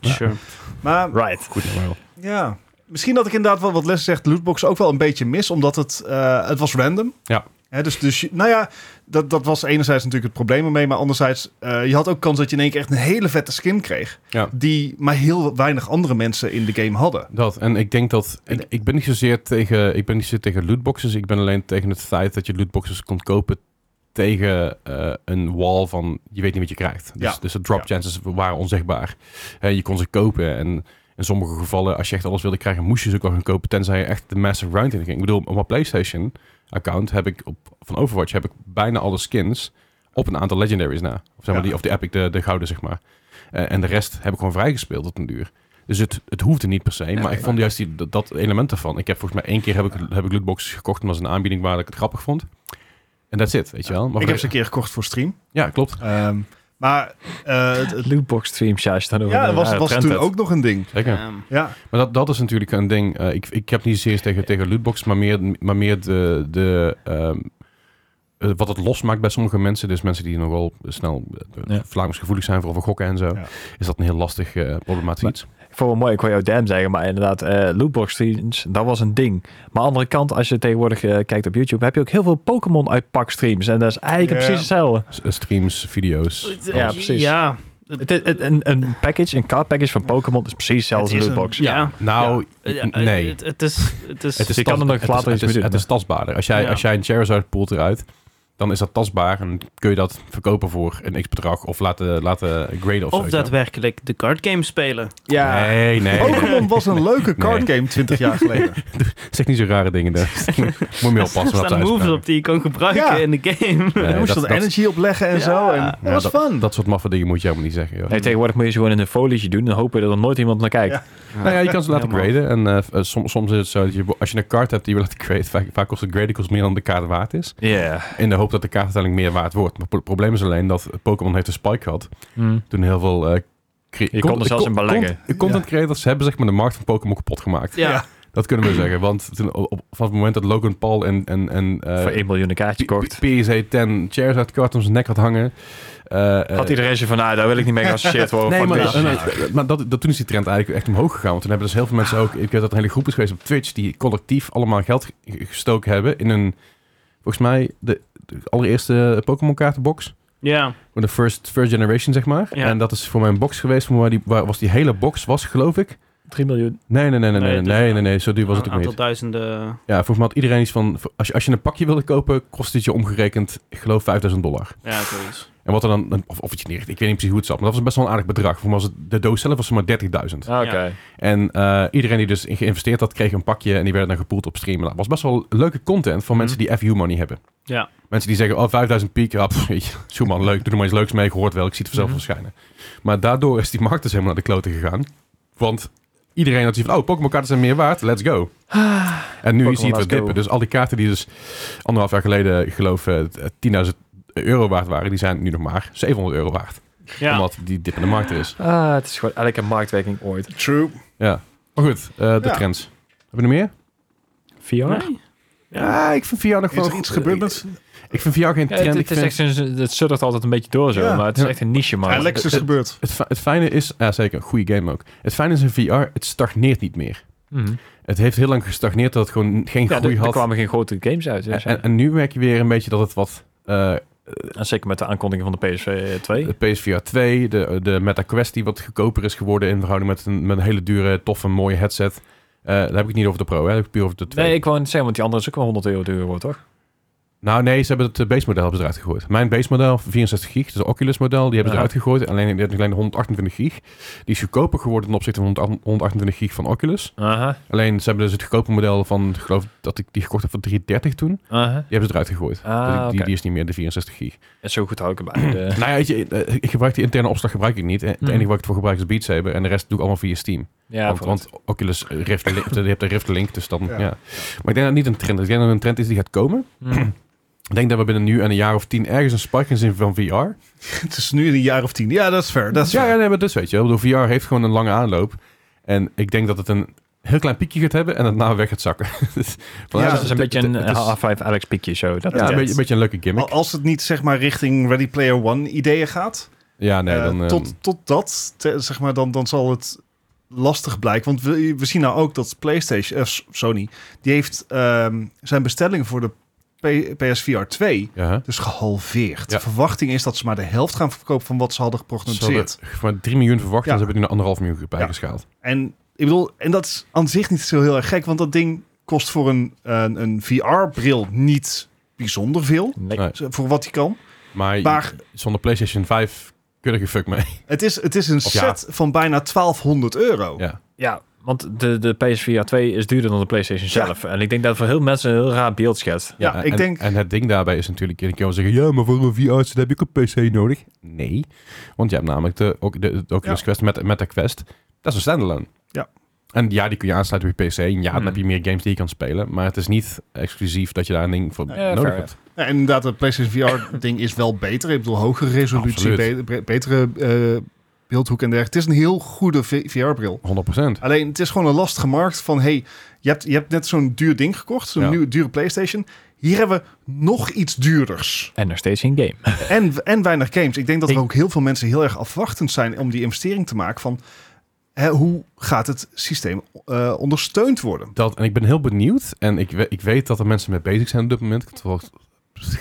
[SPEAKER 1] Ja.
[SPEAKER 2] Sure.
[SPEAKER 3] maar
[SPEAKER 4] Right.
[SPEAKER 1] Goed nummer wel.
[SPEAKER 3] ja, misschien dat ik inderdaad wel wat lessen zegt lootbox ook wel een beetje mis, omdat het, eh, het was random.
[SPEAKER 1] Ja.
[SPEAKER 3] Hè, dus, dus je- nou ja, dat, dat was enerzijds natuurlijk het probleem ermee. Maar anderzijds, eh, je had ook kans dat je in één keer echt een hele vette skin kreeg.
[SPEAKER 1] Ja.
[SPEAKER 3] Die maar heel weinig andere mensen in de game hadden.
[SPEAKER 1] Dat, en ik denk dat, ik, ik ben niet zozeer tegen, ik ben niet zozeer tegen lootboxes, ik ben alleen tegen het feit dat je lootboxes kon kopen tegen eh, een wall van, je weet niet wat je krijgt. Dus,
[SPEAKER 3] Ja.
[SPEAKER 1] dus de drop
[SPEAKER 3] Ja.
[SPEAKER 1] chances waren onzichtbaar. Hè, je kon ze kopen en in sommige gevallen, als je echt alles wilde krijgen, moest je ze ook wel gaan kopen, tenzij je echt de massive round in ging. Ik bedoel, op mijn Playstation account heb ik, op, van Overwatch heb ik bijna alle skins op een aantal legendaries na. Of, zeg maar
[SPEAKER 3] Ja.
[SPEAKER 1] die, of die epic, de, de gouden zeg maar. Eh, en de rest heb ik gewoon vrijgespeeld tot een duur. Dus het, het hoefde niet per se. maar ik vond juist die, dat, dat element ervan. Ik heb volgens mij één keer heb ik, heb ik lootboxes gekocht omdat ze een aanbieding waren dat ik het grappig vond. En that's it, weet je wel. Maar
[SPEAKER 3] ik
[SPEAKER 1] voor-
[SPEAKER 3] heb ze een keer gekocht voor stream.
[SPEAKER 1] Ja, klopt.
[SPEAKER 3] Ehm, maar eh, het- het-
[SPEAKER 4] Lootbox streams, ja, als je het dan over
[SPEAKER 3] ja, dat was,
[SPEAKER 4] ja,
[SPEAKER 3] was
[SPEAKER 4] Trent
[SPEAKER 3] toen
[SPEAKER 4] hebt.
[SPEAKER 3] ook nog een ding.
[SPEAKER 1] Zeker.
[SPEAKER 2] Ehm,
[SPEAKER 3] Ja,
[SPEAKER 1] Maar dat, dat is natuurlijk een ding. eh, ik, ik heb niet zozeer tegen, tegen lootbox, maar meer, maar meer de, de, ehm, eh, wat het losmaakt bij sommige mensen. Dus mensen die nogal snel
[SPEAKER 4] Ja.
[SPEAKER 1] uh, gevoelig zijn voor, voor gokken en zo.
[SPEAKER 3] Ja.
[SPEAKER 1] Is dat een heel lastig eh, problematisch
[SPEAKER 4] Maar-
[SPEAKER 1] iets.
[SPEAKER 4] Ik vond het mooi, ik hoor jou damn zeggen, maar inderdaad, eh, lootbox streams, dat was een ding. Maar aan de andere kant, als je tegenwoordig eh, kijkt op YouTube, heb je ook heel veel Pokémon uitpak streams. En dat is eigenlijk
[SPEAKER 3] Ja.
[SPEAKER 4] precies hetzelfde.
[SPEAKER 1] S- Streams, video's.
[SPEAKER 4] Ja,
[SPEAKER 1] alles.
[SPEAKER 4] precies.
[SPEAKER 2] eh, Ja,
[SPEAKER 4] Het, is- het- een, een package, een card package van Pokémon is precies hetzelfde als
[SPEAKER 3] Het
[SPEAKER 4] een
[SPEAKER 3] is
[SPEAKER 4] lootbox.
[SPEAKER 2] ja.
[SPEAKER 1] Nou,
[SPEAKER 3] eh,
[SPEAKER 2] Ja,
[SPEAKER 1] n- nee.
[SPEAKER 2] Het, het is... Het is,
[SPEAKER 1] Het is,
[SPEAKER 4] Je kan
[SPEAKER 1] tast-
[SPEAKER 4] er nog
[SPEAKER 1] het
[SPEAKER 4] later
[SPEAKER 1] is,
[SPEAKER 4] iets
[SPEAKER 1] het is,
[SPEAKER 4] mee doen,
[SPEAKER 1] het is tastbaarder. Als jij,
[SPEAKER 2] Ja.
[SPEAKER 1] als jij een Charizard poelt eruit, dan is dat tastbaar en kun je dat verkopen voor een x-bedrag of laten, laten graden of,
[SPEAKER 2] of
[SPEAKER 1] zo.
[SPEAKER 2] daadwerkelijk de card game spelen.
[SPEAKER 4] Ja.
[SPEAKER 1] Nee, nee. nee.
[SPEAKER 3] Pokémon was een leuke card game 20 jaar geleden.
[SPEAKER 1] Zeg niet zo rare dingen. Daar. Moet je mee
[SPEAKER 2] Er
[SPEAKER 1] oppassen. wat ze
[SPEAKER 2] staan moves
[SPEAKER 1] uitspreken.
[SPEAKER 2] op die je kan gebruiken
[SPEAKER 3] Ja.
[SPEAKER 2] in de game.
[SPEAKER 1] Nee,
[SPEAKER 3] Daar moest je dat, energy opleggen en
[SPEAKER 2] Ja.
[SPEAKER 3] zo. En dat
[SPEAKER 1] ja,
[SPEAKER 3] was
[SPEAKER 1] dat-
[SPEAKER 3] fun.
[SPEAKER 1] Dat soort maffe dingen moet je helemaal niet zeggen. Joh.
[SPEAKER 4] Nee, tegenwoordig moet je ze gewoon in een folietje doen en hopen dat er nooit iemand naar kijkt.
[SPEAKER 3] Ja.
[SPEAKER 1] Nou ja, je kan ze laten
[SPEAKER 2] Helemaal.
[SPEAKER 1] graden. En eh, eh, soms, soms is het zo dat je, als je een kaart hebt die je wil laten graden, vaak, vaak kost het graden kost meer dan de kaart waard is.
[SPEAKER 4] Ja.
[SPEAKER 1] In de hoop dat de kaart uiteindelijk meer waard wordt. Maar het probleem is alleen dat Pokémon heeft een spike gehad.
[SPEAKER 4] Hmm.
[SPEAKER 1] toen heel veel... eh, cre-
[SPEAKER 4] Je kon er
[SPEAKER 1] con-
[SPEAKER 4] zelfs in
[SPEAKER 1] con-
[SPEAKER 4] beleggen.
[SPEAKER 1] con- Content creators hebben zeg maar de markt van Pokémon kapot gemaakt.
[SPEAKER 2] Ja.
[SPEAKER 3] Ja.
[SPEAKER 1] Dat kunnen we zeggen. Want toen, op, op- vanaf het moment dat Logan Paul en... en, en eh,
[SPEAKER 4] Voor 1 miljoen een kaartje
[SPEAKER 1] P-
[SPEAKER 4] kocht.
[SPEAKER 1] P- PSA 10 Charizard kaart om zijn nek had hangen. eh, eh,
[SPEAKER 4] Had iedereen zo van, nou, daar wil ik niet mee geassocieerd worden.
[SPEAKER 1] Nee,
[SPEAKER 4] Fuck
[SPEAKER 1] maar,
[SPEAKER 4] this.
[SPEAKER 1] eh, nee, maar dat, dat, toen is die trend eigenlijk echt omhoog gegaan. Want toen hebben dus heel veel mensen ook... Ik weet dat er een hele groep is geweest op Twitch... die collectief allemaal geld ge- gestoken hebben... in een, volgens mij, de, de allereerste Pokémon kaartenbox.
[SPEAKER 2] Ja.
[SPEAKER 1] Gewoon de first, first generation, zeg maar.
[SPEAKER 2] Ja.
[SPEAKER 1] En dat is voor mij een box geweest. Voor mij die, waar was die hele box was, geloof ik.
[SPEAKER 4] 3 miljoen.
[SPEAKER 1] Nee, nee, nee, nee,
[SPEAKER 2] Nee,
[SPEAKER 1] nee,
[SPEAKER 2] het is-
[SPEAKER 1] nee, nee, nee, zo duur was het
[SPEAKER 2] een
[SPEAKER 1] ook
[SPEAKER 2] aantal
[SPEAKER 1] niet.
[SPEAKER 2] duizenden...
[SPEAKER 1] Ja, volgens mij had iedereen iets van, als je, als je een pakje wilde kopen, kost het je omgerekend, ik geloof, 5000 dollar.
[SPEAKER 2] Ja, zoiets.
[SPEAKER 1] En wat er dan, of, of het je neer, ik weet niet precies hoe het zat, maar dat was best wel een aardig bedrag. Voor mij was het, de doos zelf was maar 30.000.
[SPEAKER 4] Ah, Oké.
[SPEAKER 1] En eh, iedereen die dus in geïnvesteerd had, kreeg een pakje en die werden dan gepoeld op stream. Dat was best wel leuke content voor
[SPEAKER 4] Mhm.
[SPEAKER 1] mensen die FU money hebben.
[SPEAKER 2] Ja.
[SPEAKER 1] Mensen die zeggen, oh, 5000 piek, ja, pff, weet je, zoe man, leuk, doe er maar iets leuks mee, ik hoor het wel, ik zie het vanzelf
[SPEAKER 4] Mhm.
[SPEAKER 1] verschijnen. Maar daardoor is die markt dus helemaal naar de kloten gegaan. Want iedereen had zoiets van, oh, Pokémon kaarten zijn meer waard, let's go. en nu zie
[SPEAKER 4] Pokémon,
[SPEAKER 1] je het
[SPEAKER 4] let's
[SPEAKER 1] weer
[SPEAKER 4] go.
[SPEAKER 1] dippen. Dus al die kaarten die dus anderhalf jaar geleden, ik geloof, eh, 10.000 euro waard waren, die zijn nu nog maar 700 euro waard.
[SPEAKER 2] Ja.
[SPEAKER 1] Omdat die dip in de markt er is.
[SPEAKER 4] Ah, het is gewoon elke marktwerking ooit.
[SPEAKER 3] True.
[SPEAKER 1] Ja. Maar goed, eh, de
[SPEAKER 3] Ja.
[SPEAKER 1] trends. Hebben we er meer?
[SPEAKER 4] VR?
[SPEAKER 2] Nee?
[SPEAKER 1] Ja, Ah, ik vind VR nog
[SPEAKER 3] Is
[SPEAKER 1] wel...
[SPEAKER 3] er iets gebeurd met...
[SPEAKER 1] Ik vind VR geen
[SPEAKER 4] Ja,
[SPEAKER 1] trend.
[SPEAKER 4] het,
[SPEAKER 1] ik
[SPEAKER 4] het is
[SPEAKER 1] vind-
[SPEAKER 4] echt een, het suddert altijd een beetje door zo,
[SPEAKER 3] Ja.
[SPEAKER 4] maar het is
[SPEAKER 1] Ja.
[SPEAKER 4] echt een niche markt.
[SPEAKER 3] Alex is
[SPEAKER 1] het-
[SPEAKER 3] gebeurd.
[SPEAKER 1] Het, fi- het fijne is, ja zeker, een goede game ook. Het fijne is in VR, het stagneert niet meer.
[SPEAKER 4] Mhm.
[SPEAKER 1] Het heeft heel lang gestagneerd dat het gewoon geen
[SPEAKER 4] Ja, er,
[SPEAKER 1] groei
[SPEAKER 4] er
[SPEAKER 1] had.
[SPEAKER 4] kwamen geen grote games uit. Dus,
[SPEAKER 1] en, en nu merk je weer een beetje dat het wat... eh,
[SPEAKER 4] ja. En zeker met de aankondiging van de PSV 2.
[SPEAKER 1] de PSVR 2, de, de Meta Quest die wat goedkoper is geworden in verhouding met een, met een hele dure, toffe, mooie headset. Eh, daar heb ik niet over de Pro, hè. daar heb ik puur over de 2.
[SPEAKER 4] Nee, ik wou niet zeggen, want die andere is ook wel 100 euro duur, wordt, toch?
[SPEAKER 1] Nou nee, ze hebben het eh, base model hebben ze eruit gegooid. Mijn base model, 64 gig, dus de Oculus model, die hebben ze
[SPEAKER 4] Ja.
[SPEAKER 1] eruit gegooid. Alleen die heeft alleen 128 gig. Die is goedkoper geworden ten opzichte van 128 gig van Oculus.
[SPEAKER 4] Aha,
[SPEAKER 1] Alleen ze hebben dus het goedkope model van, ik geloof dat ik die gekocht heb voor 330 toen. Die
[SPEAKER 4] aha.
[SPEAKER 1] hebben ze eruit gegooid.
[SPEAKER 4] Ah,
[SPEAKER 1] Dus die, die,
[SPEAKER 4] oké.
[SPEAKER 1] die is niet meer de 64 gig.
[SPEAKER 4] En zo goed hou ik erbij. De...
[SPEAKER 1] Nou ja, weet je, eh, ik gebruik die interne opslag gebruik ik niet. Eh, Het
[SPEAKER 4] Hmm.
[SPEAKER 1] enige wat ik het voor gebruik is Beat Saber en de rest doe ik allemaal via Steam.
[SPEAKER 4] Ja,
[SPEAKER 1] want,
[SPEAKER 4] voor-
[SPEAKER 1] want Oculus Rift, Link- je hebt de Rift Link, dus dan ja.
[SPEAKER 3] Ja.
[SPEAKER 1] Maar ik denk dat het niet een trend is. Ik denk dat het een trend is die gaat komen.
[SPEAKER 4] Mhm.
[SPEAKER 1] Ik denk dat we binnen nu en een jaar of tien ergens een spike gaan zien van VR.
[SPEAKER 3] Het is nu een jaar of tien. Ja, dat is fair. Dat is
[SPEAKER 1] Ja,
[SPEAKER 3] fair.
[SPEAKER 1] ja, nee, maar dus weet je wel. Ik bedoel, VR heeft gewoon een lange aanloop. En ik denk dat het een heel klein piekje gaat hebben en daarna weg gaat zakken. Dus vandaar
[SPEAKER 3] Ja,
[SPEAKER 4] Ja,
[SPEAKER 1] dat
[SPEAKER 4] dat is een beetje een
[SPEAKER 1] het- het is-
[SPEAKER 4] H5 Alex piekje zo. Dat
[SPEAKER 1] Ja, een beetje, een beetje een leuke gimmick.
[SPEAKER 3] Al- Als het niet zeg maar richting Ready Player One ideeën gaat,
[SPEAKER 1] Ja, nee,
[SPEAKER 3] eh,
[SPEAKER 1] dan... ehm,
[SPEAKER 3] tot, tot dat, te- zeg maar, dan, dan zal het lastig blijken. Want we, we zien nou ook dat PlayStation, eh, S- Sony, die heeft ehm, zijn bestellingen voor de P- PSVR 2
[SPEAKER 1] Ja.
[SPEAKER 3] dus gehalveerd.
[SPEAKER 1] Ja.
[SPEAKER 3] De verwachting is dat ze maar de helft gaan verkopen van wat ze hadden
[SPEAKER 1] Ze hadden
[SPEAKER 3] geprognosticeerd.
[SPEAKER 1] maar 3 miljoen verwacht
[SPEAKER 3] Ja.
[SPEAKER 1] en ze hebben nu naar anderhalf miljoen
[SPEAKER 3] Ja.
[SPEAKER 1] bijgeschaald.
[SPEAKER 3] En ik bedoel, en dat is aan zich niet zo heel erg gek, want dat ding kost voor een, een, een VR-bril niet bijzonder veel.
[SPEAKER 4] Nee.
[SPEAKER 1] Nee.
[SPEAKER 3] Voor wat hij kan.
[SPEAKER 1] Maar,
[SPEAKER 3] Maar-
[SPEAKER 1] zonder PlayStation 5 kun je er geen fuck mee.
[SPEAKER 3] Het is, het is een
[SPEAKER 1] Of ja.
[SPEAKER 3] set van bijna 1200 euro.
[SPEAKER 1] Ja.
[SPEAKER 4] Ja, want de, de PSVR 2 is duurder dan de PlayStation
[SPEAKER 3] Ja.
[SPEAKER 4] zelf. En ik denk dat voor heel mensen een heel raar beeld schetst.
[SPEAKER 3] Ja, ik
[SPEAKER 1] en,
[SPEAKER 3] denk-
[SPEAKER 1] En het ding daarbij is natuurlijk, je kan wel zeggen, ja, maar voor een VR-set heb ik een PC nodig. Nee, want je hebt namelijk de, ook de, de Oculus
[SPEAKER 3] Ja.
[SPEAKER 1] Quest met, met de Quest. Dat is een standalone.
[SPEAKER 3] Ja. Mhm.
[SPEAKER 1] En ja, die kun je aansluiten op je PC. En ja, dan
[SPEAKER 4] Hmm.
[SPEAKER 1] heb je meer games die je kan spelen. Maar het is niet exclusief dat je daar een ding voor
[SPEAKER 4] Ja,
[SPEAKER 1] nodig
[SPEAKER 4] fair,
[SPEAKER 1] hebt.
[SPEAKER 3] Ja, en inderdaad, het PlayStation VR-ding is wel beter. Ik bedoel, hogere resolutie,
[SPEAKER 1] Absoluut.
[SPEAKER 3] be- betere eh, beeldhoek en dergelijke. Het is een heel goede VR-bril.
[SPEAKER 1] 100%.
[SPEAKER 3] Alleen, het is gewoon een lastige markt van... hey, je hebt, je hebt net zo'n duur ding gekocht, zo'n
[SPEAKER 1] Ja.
[SPEAKER 3] nieuwe dure PlayStation. Hier hebben we nog iets duurders.
[SPEAKER 4] En nog steeds geen game.
[SPEAKER 3] en, en weinig games. Ik denk dat er
[SPEAKER 4] Ik-
[SPEAKER 3] ook heel veel mensen heel erg afwachtend zijn... om die investering te maken van... hè, hoe gaat het systeem eh, ondersteund worden?
[SPEAKER 1] Dat, en ik ben heel benieuwd. En ik, we- ik weet dat er mensen mee bezig zijn op dit moment. Ik had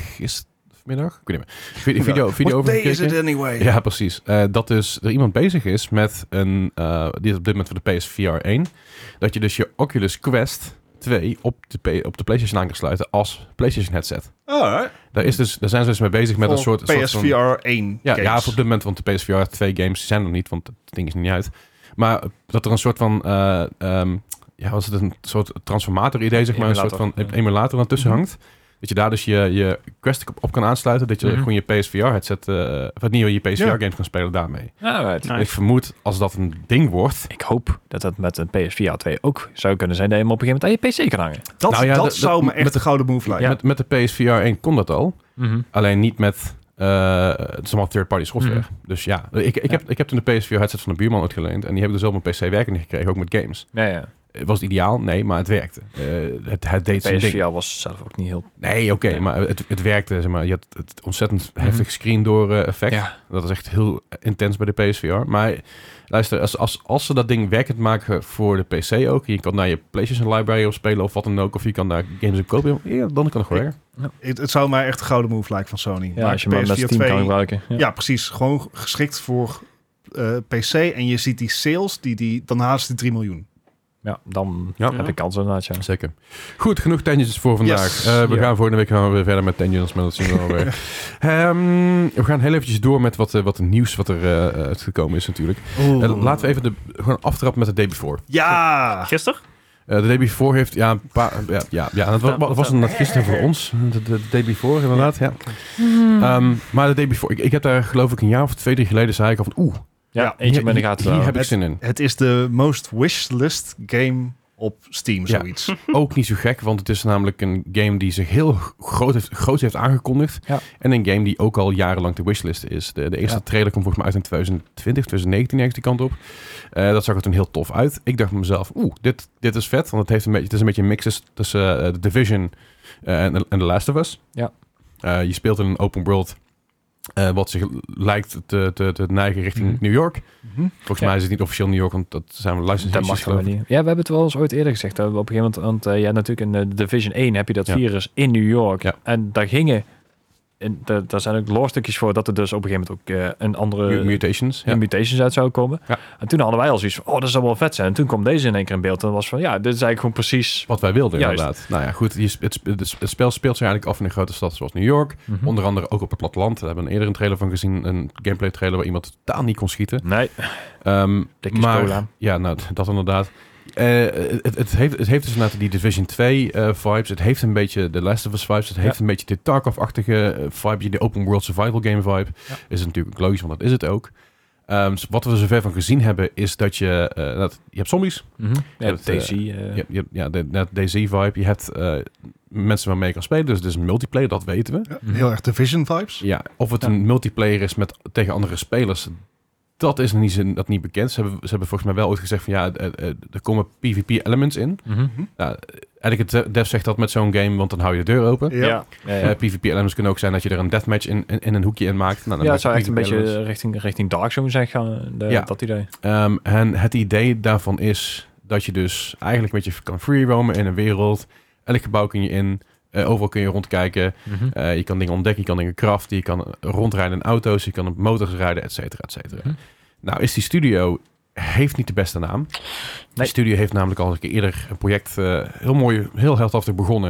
[SPEAKER 1] gistermiddag, ik weet niet meer, video, video, video
[SPEAKER 3] What
[SPEAKER 1] over
[SPEAKER 3] day is
[SPEAKER 1] gekeken.
[SPEAKER 3] it anyway?
[SPEAKER 1] Ja, precies. Eh, dat dus er iemand bezig is met een, eh, die is op dit moment voor de PSVR 1, dat je dus je Oculus Quest 2 op de, P- op de PlayStation aan kan sluiten als PlayStation headset.
[SPEAKER 3] Alright.
[SPEAKER 1] Daar, is dus, daar zijn ze dus mee bezig met een
[SPEAKER 3] Voor
[SPEAKER 1] soort... soort van-
[SPEAKER 3] PSVR 1
[SPEAKER 1] ja, ja,
[SPEAKER 3] games.
[SPEAKER 1] op dit moment, want de PSVR 2 games zijn er niet, want het ding is niet uit. Maar dat er een soort van, eh, ehm, ja, was het een soort transformator idee, zeg maar, een soort
[SPEAKER 4] Emulator,
[SPEAKER 1] van
[SPEAKER 4] ja. Mhm.
[SPEAKER 1] emulator aan tussen hangt. Dat je daar dus je, je Quest op- op kan aansluiten, dat je
[SPEAKER 4] Mhm.
[SPEAKER 1] gewoon je PSVR headset, eh of niet, je PSVR
[SPEAKER 3] Ja.
[SPEAKER 1] games kan spelen daarmee.
[SPEAKER 4] Alright.
[SPEAKER 2] Nou,
[SPEAKER 1] Ik vermoed, als dat een ding wordt...
[SPEAKER 4] Ik hoop dat dat met een PSVR 2 ook zou kunnen zijn. Dat je hem op een gegeven moment aan je PC kan hangen.
[SPEAKER 3] Dat,
[SPEAKER 1] Nou ja,
[SPEAKER 3] dat
[SPEAKER 1] dat-
[SPEAKER 3] zou
[SPEAKER 1] dat-
[SPEAKER 3] me echt
[SPEAKER 1] met-
[SPEAKER 3] de gouden move lijken.
[SPEAKER 1] Met, met de PSVR 1 kon dat al. Alleen niet met... eh, het is allemaal third-party software.
[SPEAKER 4] Mhm.
[SPEAKER 1] Dus ja, ik, ik,
[SPEAKER 4] Ja.
[SPEAKER 1] Heb, ik heb toen de PSVR headset van de buurman uitgeleend. En die hebben dus zelf mijn PC werkende gekregen, ook met games.
[SPEAKER 4] Ja, ja.
[SPEAKER 1] Eh, Was het ideaal? Nee, maar het werkte. Eh, het, het deed zijn ding.
[SPEAKER 4] PSVR was zelf ook niet heel...
[SPEAKER 1] Nee, oké,
[SPEAKER 4] Nee.
[SPEAKER 1] maar het, het werkte. Zeg maar. Je had het ontzettend heftig screen door eh, effect. Dat is echt heel intens bij de PSVR. Maar luister, als, als, als ze dat ding werkend maken voor de PC ook... je kan naar je PlayStation library op spelen of wat dan ook... of je kan daar games op kopen, ja, dan kan het gewoon werken.
[SPEAKER 3] Het, het zou mij echt de gouden move lijken van Sony.
[SPEAKER 4] Ja,
[SPEAKER 3] Maak
[SPEAKER 4] als je maar met
[SPEAKER 3] PSVR
[SPEAKER 4] Steam kan
[SPEAKER 3] 2.
[SPEAKER 4] gebruiken. Ja.
[SPEAKER 3] Ja, precies. Gewoon geschikt voor eh, PC. En je ziet die sales, die, die, dan haast de 3 miljoen.
[SPEAKER 4] Ja, dan
[SPEAKER 1] Ja.
[SPEAKER 4] heb ik kans inderdaad, ja.
[SPEAKER 1] Zeker. Goed, genoeg tangents voor vandaag.
[SPEAKER 3] Yes.
[SPEAKER 1] Eh, we
[SPEAKER 4] Ja.
[SPEAKER 1] gaan volgende week gaan we weer verder met tangents, maar dat zien we wel weer. Ehm, we gaan heel eventjes door met wat, eh, wat nieuws wat er eh, uitgekomen is natuurlijk. Eh, laten we even de, gewoon aftrappen met de day before.
[SPEAKER 3] Ja!
[SPEAKER 2] Gisteren?
[SPEAKER 1] Eh, de day before heeft, ja, een paar, ja, ja, ja en dat wa- wa- was, inderdaad gisteren voor ons. De, de day before inderdaad, ja. Ehm, maar de day before, ik, ik heb daar geloof ik een jaar of twee, drie geleden zei ik al van oeh,
[SPEAKER 4] Ja,
[SPEAKER 3] Ja.
[SPEAKER 4] eentje
[SPEAKER 1] hier-
[SPEAKER 4] met de gaten.
[SPEAKER 1] hier
[SPEAKER 4] houden.
[SPEAKER 1] heb ik dus zin in.
[SPEAKER 3] Het is de most wishlist game op Steam,
[SPEAKER 1] Ja. Hm.
[SPEAKER 3] zoiets.
[SPEAKER 1] Ook niet zo gek, want het is namelijk een game die zich heel groot heeft, groot heeft aangekondigd.
[SPEAKER 4] Ja.
[SPEAKER 1] En een game die ook al jarenlang de wishlist is. De, de eerste
[SPEAKER 4] Ja.
[SPEAKER 1] trailer komt volgens mij uit in 2020, 2019 ergens die kant op. Eh, dat zag er toen heel tof uit. Ik dacht bij mezelf, oeh, dit, dit is vet. Want het, heeft een beetje, het is een beetje een mix tussen- tussen eh, The Division eh, en en The Last of Us.
[SPEAKER 4] Ja.
[SPEAKER 1] Eh, je speelt in een open world eh, wat zich lijkt te, te, te neigen richting
[SPEAKER 4] Mhm.
[SPEAKER 1] New York.
[SPEAKER 3] Mhm.
[SPEAKER 1] Volgens
[SPEAKER 4] Ja.
[SPEAKER 1] mij is het niet officieel New York, want dat zijn we license
[SPEAKER 4] Dat mag gewoon niet. Ja, we hebben het wel eens ooit eerder gezegd. hè. Op een gegeven moment, want eh, je hebt natuurlijk in eh, Division 1 heb je dat
[SPEAKER 1] Ja.
[SPEAKER 4] virus in New York.
[SPEAKER 1] Ja.
[SPEAKER 4] En daar gingen, en da- daar zijn ook lore-stukjes voor, dat er dus op een gegeven moment ook eh, een andere
[SPEAKER 1] Mutations.
[SPEAKER 4] en
[SPEAKER 1] Ja.
[SPEAKER 4] mutations uit zouden komen.
[SPEAKER 1] Ja.
[SPEAKER 4] En toen hadden wij al zoiets van, oh, dat zou wel vet zijn. En toen kwam deze in één keer in beeld. En dat was van, ja, dit is eigenlijk gewoon precies...
[SPEAKER 1] Wat wij wilden,
[SPEAKER 4] Juist.
[SPEAKER 1] inderdaad. Nou ja, goed. je sp- Het, sp- het sp- het spel speelt zich eigenlijk af in een grote stad zoals New York.
[SPEAKER 4] Hm. Mhm.
[SPEAKER 1] Onder andere ook op het platteland. Daar hebben we eerder een trailer van gezien. Een gameplay trailer waar iemand totaal niet kon schieten.
[SPEAKER 4] Nee,
[SPEAKER 1] Ehm,
[SPEAKER 4] Dikke cola.
[SPEAKER 1] Ja, nou, d- dat inderdaad. Eh, het, het, heeft, het heeft dus inderdaad die Division 2 eh, vibes. Het heeft een beetje de Last of Us vibes. Het heeft een beetje de Tarkov-achtige eh, vibe. De open world survival game vibe.
[SPEAKER 4] Ja.
[SPEAKER 1] Is natuurlijk ook logisch, want dat is het ook. Ehm, s- wat we zover van gezien hebben, is dat je... eh, dat, je hebt zombies.
[SPEAKER 4] Mhm. ja,
[SPEAKER 1] hebt, eh,
[SPEAKER 4] DayZ, eh,
[SPEAKER 1] Je, hebt- je, hebt- ja, de, de DayZ-vibe. Je hebt eh, mensen waarmee je kan spelen. Dus het is een multiplayer, dat weten we.
[SPEAKER 3] Ja, Heel erg Division vibes.
[SPEAKER 1] Ja, of het
[SPEAKER 4] Ja.
[SPEAKER 1] een multiplayer is met, tegen andere spelers... Dat is niet, zo- dat niet bekend. Ze hebben, ze hebben volgens mij wel ooit gezegd van ja, eh, eh, er komen PvP-elements in.
[SPEAKER 4] mhm.
[SPEAKER 1] Nou, eigenlijk het dev zegt dat met zo'n game, want dan hou je de deur open.
[SPEAKER 4] Ja,
[SPEAKER 3] Ja.
[SPEAKER 4] ja. ja, ja.
[SPEAKER 1] Eh, PvP-elements kunnen ook zijn dat je er een deathmatch in, in, in een hoekje in maakt. Nou, dan maak
[SPEAKER 4] Ja, het
[SPEAKER 1] je
[SPEAKER 4] zou echt een
[SPEAKER 1] PvP elements.
[SPEAKER 4] beetje richting, richting Dark Zone zijn gaan, de-
[SPEAKER 1] Ja.
[SPEAKER 4] dat idee.
[SPEAKER 1] Ehm, en het idee daarvan is dat je dus eigenlijk een beetje kan free roamen in een wereld. Elk gebouw kun je in. Eh, overal kun je rondkijken.
[SPEAKER 3] Mhm.
[SPEAKER 1] Eh, je kan dingen ontdekken, je kan dingen craften, je kan rondrijden in auto's, je kan op motors rijden, et cetera, et cetera.
[SPEAKER 4] Mhm.
[SPEAKER 1] Nou, is die studio heeft niet de beste naam. Die
[SPEAKER 4] Nee.
[SPEAKER 1] studio heeft namelijk al een keer eerder een project eh, heel mooi, heel heldhaftig begonnen.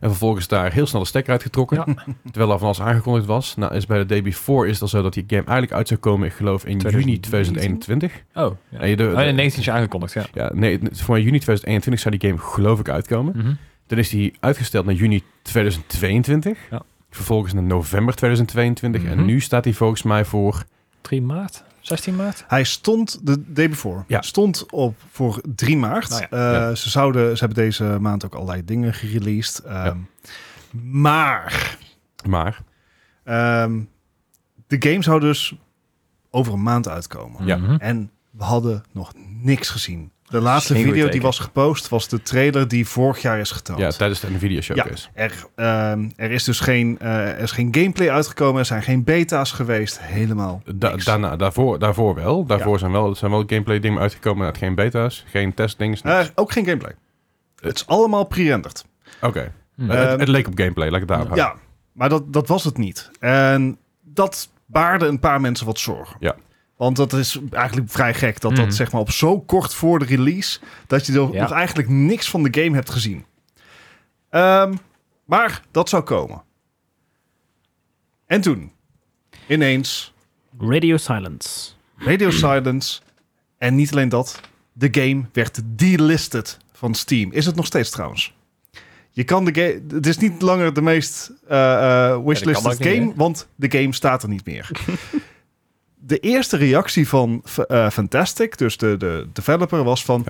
[SPEAKER 1] En vervolgens daar heel snel de stekker uitgetrokken. Terwijl er van alles aangekondigd was. Nou, is bij de day before is het al zo dat die game eigenlijk uit zou komen, ik geloof, in juni 2021.
[SPEAKER 4] Oh, ja.
[SPEAKER 1] Nee,
[SPEAKER 3] eh,
[SPEAKER 1] de- de-
[SPEAKER 4] Oh, nee, 19 is aangekondigd, ja.
[SPEAKER 1] Ja, nee, het- voor mij juni 2021 zou die game geloof ik uitkomen.
[SPEAKER 4] Mhm.
[SPEAKER 1] Dan is die uitgesteld naar juni 2022.
[SPEAKER 4] Ja.
[SPEAKER 1] Vervolgens naar november 2022.
[SPEAKER 4] Mhm.
[SPEAKER 1] En nu staat die volgens mij voor...
[SPEAKER 4] 3 maart? 16 maart?
[SPEAKER 3] Hij stond de day before.
[SPEAKER 1] Ja.
[SPEAKER 3] Stond op voor 3 maart.
[SPEAKER 4] Nou
[SPEAKER 3] Eh,
[SPEAKER 1] ja.
[SPEAKER 3] Ze, zouden, ze hebben deze maand ook allerlei dingen gereleased. Ehm, Maar
[SPEAKER 1] Maar,
[SPEAKER 3] ehm, de game zou dus over een maand uitkomen.
[SPEAKER 1] Ja.
[SPEAKER 4] Mhm.
[SPEAKER 3] En we hadden nog niks gezien. De laatste
[SPEAKER 4] Geen goed
[SPEAKER 3] video die
[SPEAKER 4] teken.
[SPEAKER 3] was gepost was de trailer die vorig jaar is getoond.
[SPEAKER 1] ja, tijdens de dus. Nvidia Showcase.
[SPEAKER 3] Er, ehm, er is dus geen, eh, er is geen gameplay uitgekomen. Er zijn geen beta's geweest. Helemaal
[SPEAKER 1] Da-
[SPEAKER 3] niks.
[SPEAKER 1] daarna, daarvoor, daarvoor wel. Daarvoor
[SPEAKER 3] Ja.
[SPEAKER 1] zijn wel, zijn wel gameplay dingen uitgekomen. uit geen beta's, geen testdingen. niks.
[SPEAKER 3] Eh, ook geen gameplay.
[SPEAKER 1] Eh.
[SPEAKER 3] Het is allemaal pre-rendered.
[SPEAKER 1] Oké.
[SPEAKER 4] Mhm.
[SPEAKER 1] Eh, het,
[SPEAKER 3] Ehm,
[SPEAKER 1] het leek op gameplay, laat ik het daarop houden.
[SPEAKER 3] Ja, maar dat, dat was het niet. En dat baarde een paar mensen wat zorgen.
[SPEAKER 1] Ja.
[SPEAKER 3] Want dat is eigenlijk vrij gek dat
[SPEAKER 4] Mhm.
[SPEAKER 3] dat zeg maar op zo kort voor de release dat je nog-
[SPEAKER 4] Ja.
[SPEAKER 3] nog eigenlijk niks van de game hebt gezien. Ehm, maar dat zou komen. En toen ineens
[SPEAKER 2] Radio Silence.
[SPEAKER 3] radio silence en niet alleen dat, de game werd delisted van Steam. Is het nog steeds trouwens? Je kan de game. Het is niet langer de meest eh, eh,
[SPEAKER 4] Ja, dat
[SPEAKER 3] wishlisted
[SPEAKER 4] kan ook niet,
[SPEAKER 3] game, want de game staat er niet meer. de eerste reactie van eh, Fantastic, dus de, de developer, was van.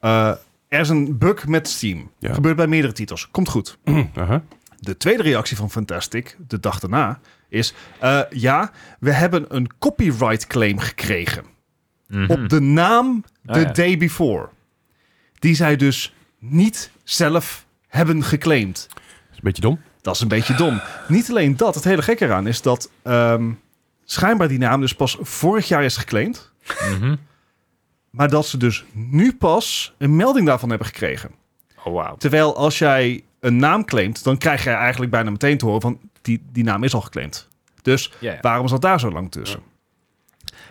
[SPEAKER 3] eh, er is een bug met Steam.
[SPEAKER 1] Ja.
[SPEAKER 3] Gebeurt bij meerdere titels. Komt goed.
[SPEAKER 1] Aha.
[SPEAKER 3] De tweede reactie van Fantastic, de dag daarna, is... eh, ja, we hebben een copyright claim gekregen.
[SPEAKER 4] Mhm.
[SPEAKER 3] Op de naam The
[SPEAKER 4] Ah, ja.
[SPEAKER 3] Day Before. Die zij dus niet zelf hebben geclaimd.
[SPEAKER 1] Is een beetje dom.
[SPEAKER 3] Dat is een beetje dom. Niet alleen dat, het hele gekke eraan is dat... ehm, schijnbaar die naam dus pas vorig jaar is geclaimd.
[SPEAKER 4] Mhm.
[SPEAKER 3] Maar dat ze dus nu pas een melding daarvan hebben gekregen.
[SPEAKER 4] Oh, wauw.
[SPEAKER 3] Terwijl als jij een naam claimt, dan krijg je eigenlijk bijna meteen te horen van die, die naam is al geclaimd. Dus
[SPEAKER 4] Ja, ja.
[SPEAKER 3] waarom zat daar zo lang tussen?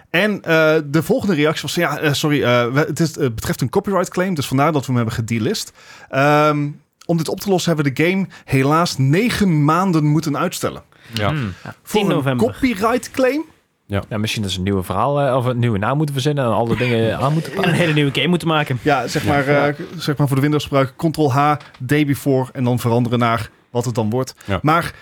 [SPEAKER 3] En eh, de volgende reactie was, ja, eh, sorry, eh, we- het, is, het betreft een copyright claim, dus vandaar dat we hem hebben gedelist. Ehm, om dit op te lossen hebben we de game helaas negen maanden moeten uitstellen.
[SPEAKER 1] Ja.
[SPEAKER 4] Mhm.
[SPEAKER 3] Voor
[SPEAKER 2] 10 november.
[SPEAKER 3] een copyright claim?
[SPEAKER 4] Ja, misschien dat ze een nieuwe verhaal eh, of een nieuwe naam moeten verzinnen en alle dingen aan moeten
[SPEAKER 2] En een
[SPEAKER 4] pakken.
[SPEAKER 2] hele nieuwe game moeten maken.
[SPEAKER 3] Ja, zeg maar, eh, zeg maar voor de Windows gebruik Ctrl-H, day before en dan veranderen naar wat het dan wordt.
[SPEAKER 1] Ja.
[SPEAKER 3] Maar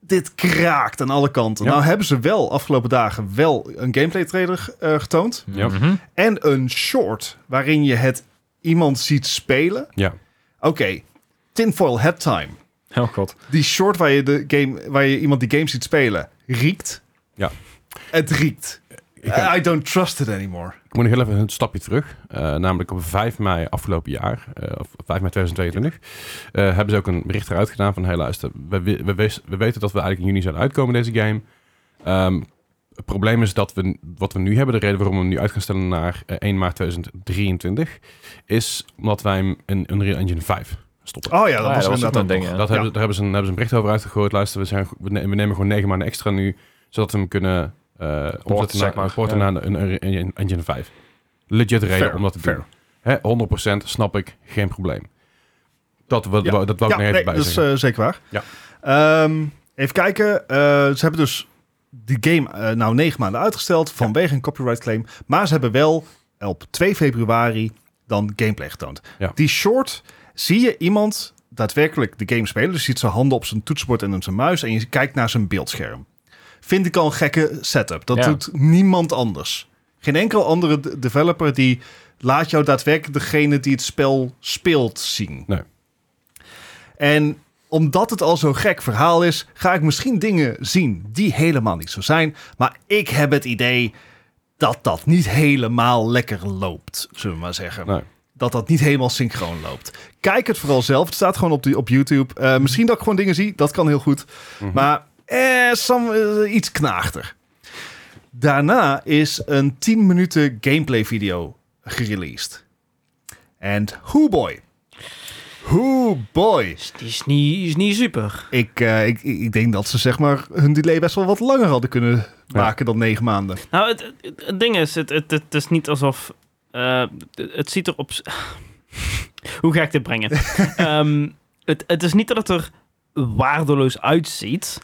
[SPEAKER 3] dit kraakt aan alle kanten.
[SPEAKER 1] Ja.
[SPEAKER 3] Nou hebben ze wel afgelopen dagen wel een gameplay trailer eh, getoond.
[SPEAKER 1] Ja.
[SPEAKER 4] Mhm.
[SPEAKER 3] En een short waarin je het iemand ziet spelen.
[SPEAKER 1] Ja.
[SPEAKER 3] Oké, tinfoil hat time.
[SPEAKER 4] Oh god.
[SPEAKER 3] Die short waar je, de game, waar je iemand die game ziet spelen, riekt.
[SPEAKER 1] Ja.
[SPEAKER 3] Het riekt.
[SPEAKER 1] Ik ga-
[SPEAKER 3] I don't trust it anymore.
[SPEAKER 1] Ik moet nog heel even een stapje terug. Eh, namelijk op 5 mei afgelopen jaar, eh, of 5 mei 2022, eh, hebben ze ook een bericht eruit gedaan van... Hey, luister, we, wi- we, wis- we weten dat we eigenlijk in juni zouden uitkomen deze game. Ehm, het probleem is dat we, wat we nu hebben, de reden waarom we hem nu uit gaan stellen naar eh, 1 maart 2023, is omdat wij hem in Unreal Engine 5 stoppen.
[SPEAKER 3] Oh ja, dat was
[SPEAKER 4] Ah, dat was ook
[SPEAKER 3] inderdaad
[SPEAKER 4] een
[SPEAKER 3] ook
[SPEAKER 4] ding,
[SPEAKER 3] nog.
[SPEAKER 4] hè?
[SPEAKER 1] dat hebben, ze- daar hebben ze, een, hebben ze een bericht over uitgegooid. Luister, we, zijn, we ne- we nemen gewoon 9 maanden extra nu, zodat we hem kunnen eh omzetten
[SPEAKER 4] zeg
[SPEAKER 1] naar,
[SPEAKER 4] maar.
[SPEAKER 1] porten
[SPEAKER 4] Ja.
[SPEAKER 1] naar een Unreal Engine 5. Legit reden
[SPEAKER 3] Fair,
[SPEAKER 1] om dat te
[SPEAKER 3] fair.
[SPEAKER 1] doen. Hè, 100% snap ik, geen probleem. Dat, wa-
[SPEAKER 3] Ja.
[SPEAKER 1] wa- dat wou ik nog even bij
[SPEAKER 3] dat is
[SPEAKER 1] zeggen.
[SPEAKER 3] eh, zeker waar.
[SPEAKER 1] Ja.
[SPEAKER 3] Ehm, even kijken. Eh, ze hebben dus die game eh, nou negen maanden uitgesteld vanwege een copyright claim. Maar ze hebben wel op 2 februari dan gameplay getoond.
[SPEAKER 1] Ja.
[SPEAKER 3] Die short zie je iemand daadwerkelijk de game spelen. Dus je ziet zijn handen op zijn toetsenbord en op zijn muis. En je kijkt naar zijn beeldscherm. Vind ik al een gekke setup. Dat
[SPEAKER 4] Ja.
[SPEAKER 3] doet niemand anders. Geen enkel andere d- developer die laat jou daadwerkelijk degene die het spel speelt zien.
[SPEAKER 1] Nee.
[SPEAKER 3] En omdat het al zo'n gek verhaal is, ga ik misschien dingen zien die helemaal niet zo zijn. Maar ik heb het idee dat dat niet helemaal lekker loopt, zullen we maar zeggen.
[SPEAKER 1] Nee.
[SPEAKER 3] Dat dat niet helemaal synchroon loopt. Kijk het vooral zelf. Het staat gewoon op, die, op YouTube. Eh, misschien dat ik gewoon dingen zie. Dat kan heel goed.
[SPEAKER 1] Mhm.
[SPEAKER 3] Maar eh, some, eh, iets knaagder. Daarna is een 10 minuten gameplay video gereleased. En hoe boy. Hoo boy.
[SPEAKER 2] Is- Die is niet, is niet super.
[SPEAKER 3] Ik, eh, ik, ik denk dat ze zeg maar hun delay best wel wat langer hadden kunnen maken dan negen maanden.
[SPEAKER 2] Nou, het, het, het ding is, het, het, het is niet alsof... eh, het ziet er op... z- Hoe ga ik dit brengen? Ehm, het, het is niet dat het er waardeloos uitziet.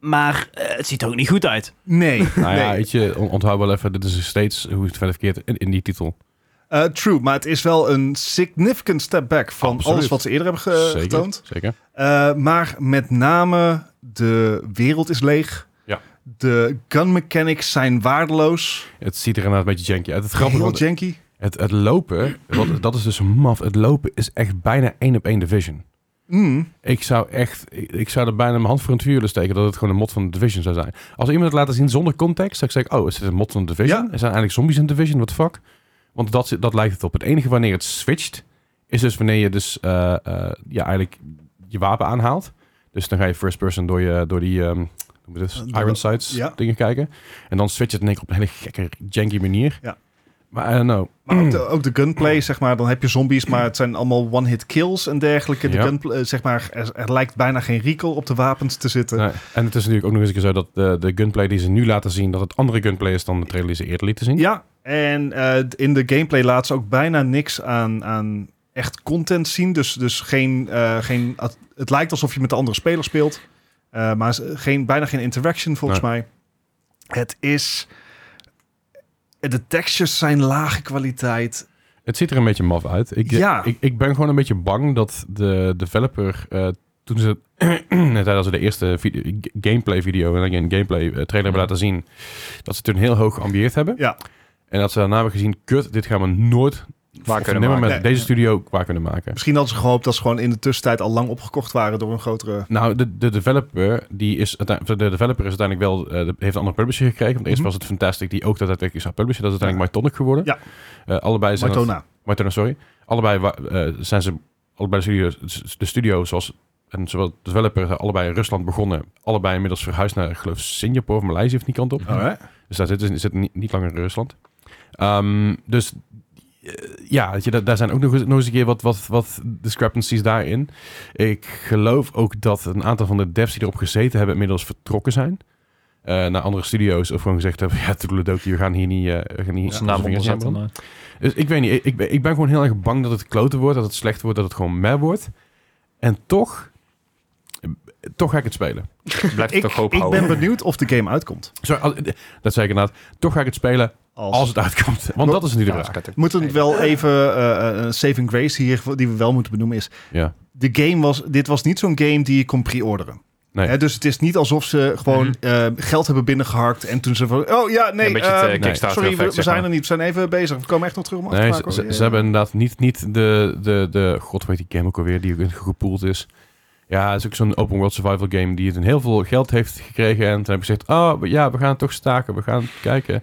[SPEAKER 2] Maar eh, het ziet er ook niet goed uit.
[SPEAKER 3] Nee.
[SPEAKER 1] Nou ja,
[SPEAKER 3] dus, eh, nee.
[SPEAKER 1] weet je, on- onthoud wel even, dit is steeds, hoe is het verder verkeerd, in, in die titel.
[SPEAKER 3] Eh, true, maar het is wel een significant step back van
[SPEAKER 1] Absoluut.
[SPEAKER 3] alles wat ze eerder hebben ge-
[SPEAKER 1] zeker,
[SPEAKER 3] Eh, getoond.
[SPEAKER 1] zeker.
[SPEAKER 3] Eh, maar met name de wereld is leeg.
[SPEAKER 1] Ja.
[SPEAKER 3] De gun mechanics zijn waardeloos.
[SPEAKER 1] Het ziet er inderdaad een beetje janky uit. Het grappige,
[SPEAKER 3] Heel
[SPEAKER 1] want
[SPEAKER 3] janky.
[SPEAKER 1] het, het lopen, want dat is dus maf, het lopen is echt bijna één op één Division.
[SPEAKER 3] Mm.
[SPEAKER 1] Ik zou echt, ik, ik zou er bijna mijn hand voor in het vuur willen steken dat het gewoon een mod van de Division zou zijn. Als iemand het laat zien zonder context, zou ik zeggen, oh, is dit een mod van de Division?
[SPEAKER 3] Ja.
[SPEAKER 1] Er zijn eigenlijk zombies in de Division, what the fuck? Want dat, zit- dat lijkt het op. Het enige wanneer het switcht, is dus wanneer je dus, eh, eh, ja, eigenlijk je wapen aanhaalt. Dus dan ga je first person door, je, door die, ehm hoe heet het,
[SPEAKER 3] Eh, door-
[SPEAKER 1] iron sights
[SPEAKER 3] ja.
[SPEAKER 1] dingen kijken. En dan switcht het in één keer op een hele gekke, janky manier.
[SPEAKER 3] Ja.
[SPEAKER 1] Maar I don't know.
[SPEAKER 3] Maar ook de, ook de
[SPEAKER 1] Mm.
[SPEAKER 3] gunplay, zeg maar. Dan heb je zombies, maar het zijn allemaal one-hit kills en dergelijke. De
[SPEAKER 1] Ja.
[SPEAKER 3] gunplay, eh, zeg maar, er, er lijkt bijna geen recall op de wapens te zitten.
[SPEAKER 1] Nee, en het is natuurlijk ook nog eens een keer zo dat de, de gunplay die ze nu laten zien, dat het andere gunplay is dan de trailer die ze eerder lieten zien.
[SPEAKER 3] Ja, en eh, in de gameplay laat ze ook bijna niks aan, aan echt content zien. Dus, dus geen, eh, geen, het lijkt alsof je met de andere speler speelt. Eh, maar ze- geen, bijna geen interaction volgens mij. Het is... De textures zijn lage kwaliteit.
[SPEAKER 1] Het ziet er een beetje maf uit. Ik,
[SPEAKER 3] Ja.
[SPEAKER 1] ik, ik ben gewoon een beetje bang dat de developer, eh, toen ze tijdens de eerste video, gameplay video en again, gameplay eh, trailer hebben laten zien, dat ze toen heel hoog geambieerd hebben.
[SPEAKER 3] Ja.
[SPEAKER 1] En dat ze daarna hebben gezien, kut, dit gaan we nooit
[SPEAKER 4] Waar
[SPEAKER 1] of
[SPEAKER 4] kunnen
[SPEAKER 1] nimmer
[SPEAKER 4] maken.
[SPEAKER 1] met
[SPEAKER 3] Nee.
[SPEAKER 1] deze studio waar kunnen maken.
[SPEAKER 3] Misschien hadden ze gehoopt dat ze gewoon in de tussentijd al lang opgekocht waren door een grotere...
[SPEAKER 1] Nou, de, de developer die is uiteindelijk- de developer is uiteindelijk wel eh, de- heeft een andere publisher gekregen. Want eerst
[SPEAKER 3] Mhm.
[SPEAKER 1] was het Fantastic die ook dat uiteindelijk zou publishen. Dat is uiteindelijk MyTonic geworden.
[SPEAKER 3] Ja.
[SPEAKER 1] Eh, allebei zijn het-
[SPEAKER 3] Martona.
[SPEAKER 1] Martona, sorry. Allebei wa- eh, zijn ze allebei de studio's, de studio's zoals en zowel de developer zijn allebei in Rusland begonnen. Allebei inmiddels verhuisd naar ik geloof Singapore of Maleisië of die kant op. Dus daar zitten zitten niet, niet langer in Rusland. Ehm, dus eh, ja, weet je, daar, daar zijn ook nog eens, nog eens een keer wat, wat, wat discrepancies daarin. Ik geloof ook dat een aantal van de devs die erop gezeten hebben inmiddels vertrokken zijn. eh, naar andere studio's of gewoon gezegd hebben... ja, toedeledokie, we gaan hier niet... eh, we gaan hier
[SPEAKER 4] Onze
[SPEAKER 1] onze
[SPEAKER 4] naam
[SPEAKER 1] vingers in
[SPEAKER 4] onderzetten.
[SPEAKER 1] branden. Dus ik weet niet, ik- ik ben, ik ben gewoon heel erg bang dat het kloten wordt, dat het slecht wordt, dat het gewoon meh wordt. En toch, toch ga ik het spelen.
[SPEAKER 4] eh, Blijft het
[SPEAKER 3] Ik,
[SPEAKER 4] toch hoop
[SPEAKER 3] ik
[SPEAKER 4] houden.
[SPEAKER 3] ben benieuwd of de game uitkomt.
[SPEAKER 1] Sorry, al- dat zei ik inderdaad. Toch ga ik het spelen
[SPEAKER 3] Als,
[SPEAKER 1] als het uitkomt. Want dat is
[SPEAKER 4] Ja,
[SPEAKER 1] natuurlijk
[SPEAKER 4] dat
[SPEAKER 1] waar.
[SPEAKER 4] is kut.
[SPEAKER 3] Moeten we wel even eh, eh, saving grace hier, die we wel moeten benoemen, is...
[SPEAKER 1] Ja.
[SPEAKER 3] de game was, dit was niet zo'n game die je kon pre-orderen.
[SPEAKER 1] Nee.
[SPEAKER 3] Hè, dus het is niet alsof ze gewoon
[SPEAKER 4] Mhm.
[SPEAKER 3] eh, geld hebben binnengeharkt en toen ze van, oh ja, nee,
[SPEAKER 4] Een beetje het,
[SPEAKER 3] eh,
[SPEAKER 4] eh, Kickstarter
[SPEAKER 3] sorry, we,
[SPEAKER 4] effect,
[SPEAKER 3] we
[SPEAKER 4] zeg
[SPEAKER 3] zijn
[SPEAKER 4] maar.
[SPEAKER 3] er niet, we zijn even bezig, we komen echt nog terug om af te
[SPEAKER 1] Nee,
[SPEAKER 3] maken.
[SPEAKER 1] ze,
[SPEAKER 3] hoor.
[SPEAKER 1] ze- ze hebben inderdaad niet, niet de, de, de... God, hoe heet die game ook alweer die gepoeld is. Ja, het is ook zo'n open world survival game die het in heel veel geld heeft gekregen. En toen heb ik gezegd, oh ja, we gaan het toch staken. We gaan kijken.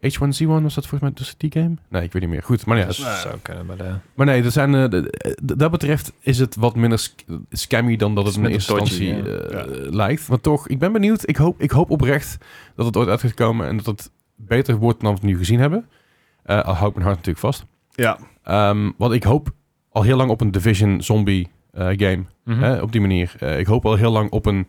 [SPEAKER 1] H1Z1 was dat volgens mij dus die game? Nee, ik weet niet meer. Goed, maar ja,
[SPEAKER 4] Dat
[SPEAKER 1] het is-
[SPEAKER 4] zou kunnen, maar eh,
[SPEAKER 1] Maar nee, er zijn, eh, de- de- dat betreft is het wat minder sc- scammy dan dat het in
[SPEAKER 4] Het is
[SPEAKER 1] eerste
[SPEAKER 4] minder dodgy,
[SPEAKER 1] instantie eh, lijkt. Maar toch, ik ben benieuwd. Ik hoop, ik hoop oprecht dat het ooit uit gaat komen en dat het beter wordt dan we het nu gezien hebben. Eh al houdt mijn hart natuurlijk vast.
[SPEAKER 3] Ja,
[SPEAKER 1] Ehm, want ik hoop al heel lang op een Division zombie eh, game.
[SPEAKER 4] mhm.
[SPEAKER 1] Hè, op die manier. Eh, ik hoop al heel lang op een,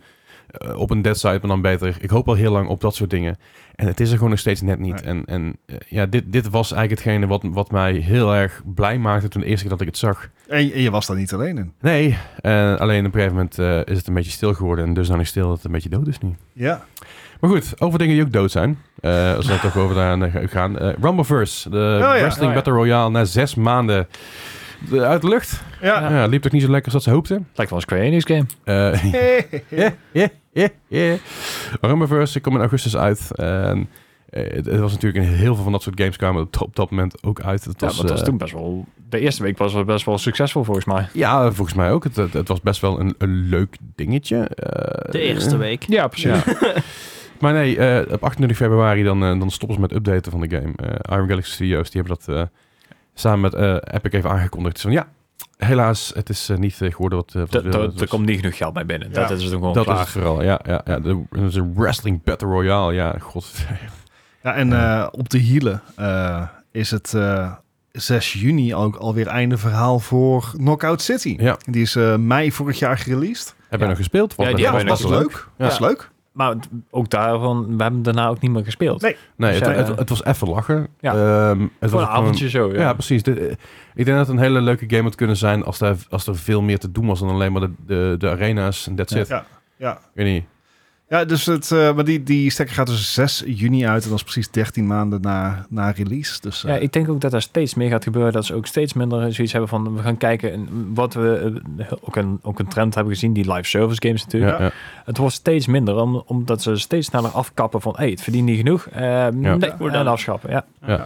[SPEAKER 1] eh, op een Dead Side, maar dan beter. Ik hoop al heel lang op dat soort dingen. En het is er gewoon nog steeds net niet.
[SPEAKER 3] Nee.
[SPEAKER 1] En, en eh, ja, dit, dit was eigenlijk hetgene wat, wat mij heel erg blij maakte toen de eerste keer dat ik het zag.
[SPEAKER 3] en, en je was daar niet alleen in.
[SPEAKER 1] Nee, eh, alleen op een gegeven moment eh, is het een beetje stil geworden. En dus dan is stil dat het een beetje dood is nu.
[SPEAKER 3] Ja,
[SPEAKER 1] Maar goed, over dingen die ook dood zijn. Eh, als we het toch over daar aan gaan. Eh Rumbleverse, de
[SPEAKER 3] ja.
[SPEAKER 1] Wrestling
[SPEAKER 4] Oh ja.
[SPEAKER 1] Battle Royale na zes maanden eh, uit de lucht.
[SPEAKER 3] ja.
[SPEAKER 1] Ja. liep toch niet zo lekker als dat ze hoopten.
[SPEAKER 4] Lijkt wel een Square Enix game.
[SPEAKER 1] Eh, Ja, ja, ja, ja. Rumbleverse komt in augustus uit. En eh, het, het was natuurlijk in heel veel van dat soort games kwamen op, op dat moment ook uit. Het
[SPEAKER 4] Ja,
[SPEAKER 1] was,
[SPEAKER 4] want dat was
[SPEAKER 1] eh,
[SPEAKER 4] toen best wel... De eerste week was het best wel succesvol volgens mij.
[SPEAKER 1] ja, volgens mij ook. Het, het, het was best wel een, een leuk dingetje. Eh,
[SPEAKER 2] De eerste week.
[SPEAKER 4] Ja,
[SPEAKER 1] Ja.
[SPEAKER 4] precies.
[SPEAKER 1] maar nee, eh, op 28 februari dan, eh, dan stoppen ze met updaten van de game. Eh Iron Galaxy Studios die hebben dat eh, samen met eh, Epic even aangekondigd. Dus van ja, helaas, het is eh, niet eh, geworden wat... eh, wat we
[SPEAKER 4] Dat-
[SPEAKER 1] wilden.
[SPEAKER 4] dat-
[SPEAKER 1] Het
[SPEAKER 4] Er
[SPEAKER 1] was-
[SPEAKER 4] komt niet genoeg geld bij binnen.
[SPEAKER 3] Ja.
[SPEAKER 4] Dat is het gewoon
[SPEAKER 1] dat is
[SPEAKER 4] klaar.
[SPEAKER 1] het vooral, ja. ja, ja. De, dat is een wrestling battle royale, ja. God,
[SPEAKER 3] Ja, en eh, op de hielen eh, is het eh, 6 juni ook alweer einde verhaal voor Knockout City.
[SPEAKER 1] Ja.
[SPEAKER 3] Die is eh, mei vorig jaar gereleased.
[SPEAKER 1] Heb je nog gespeeld? Wat
[SPEAKER 4] Ja,
[SPEAKER 1] was-
[SPEAKER 4] die
[SPEAKER 1] was
[SPEAKER 4] hebben
[SPEAKER 1] was
[SPEAKER 4] we nog
[SPEAKER 1] leuk. Ja.
[SPEAKER 3] Dat is leuk.
[SPEAKER 4] Maar het- ook daarvan, we hebben daarna ook niet meer gespeeld.
[SPEAKER 3] Nee.
[SPEAKER 1] Nee, het,
[SPEAKER 4] Dus ja,
[SPEAKER 1] het, het was even lachen.
[SPEAKER 4] Ja.
[SPEAKER 1] Ehm, het was
[SPEAKER 4] Gewoon een
[SPEAKER 1] ook gewoon-
[SPEAKER 4] avondje zo. Ja.
[SPEAKER 1] Ja, precies. De- eh, ik denk dat het een hele leuke game had kunnen zijn als, daar, als er veel meer te doen was dan alleen maar de, de, de arena's en that's
[SPEAKER 4] Ja.
[SPEAKER 1] it.
[SPEAKER 3] Ja, ja.
[SPEAKER 1] Ik weet niet.
[SPEAKER 3] Ja, dus het, eh, maar die, die stekker gaat dus 6 juni uit. En dat is precies 13 maanden na, na release. Dus, eh,
[SPEAKER 4] Ja, ik denk ook dat er steeds meer gaat gebeuren. Dat ze ook steeds minder zoiets hebben van... we gaan kijken en wat we... eh, ook een, ook een trend hebben gezien, die live service games
[SPEAKER 1] Ja,
[SPEAKER 4] natuurlijk.
[SPEAKER 1] ja.
[SPEAKER 4] Het wordt steeds minder, om, omdat ze steeds sneller afkappen van... hé, hey, het verdient niet genoeg. Eh, Nee,
[SPEAKER 2] We're
[SPEAKER 4] we
[SPEAKER 2] done.
[SPEAKER 4] gaan afschappen. Ja.
[SPEAKER 1] Nou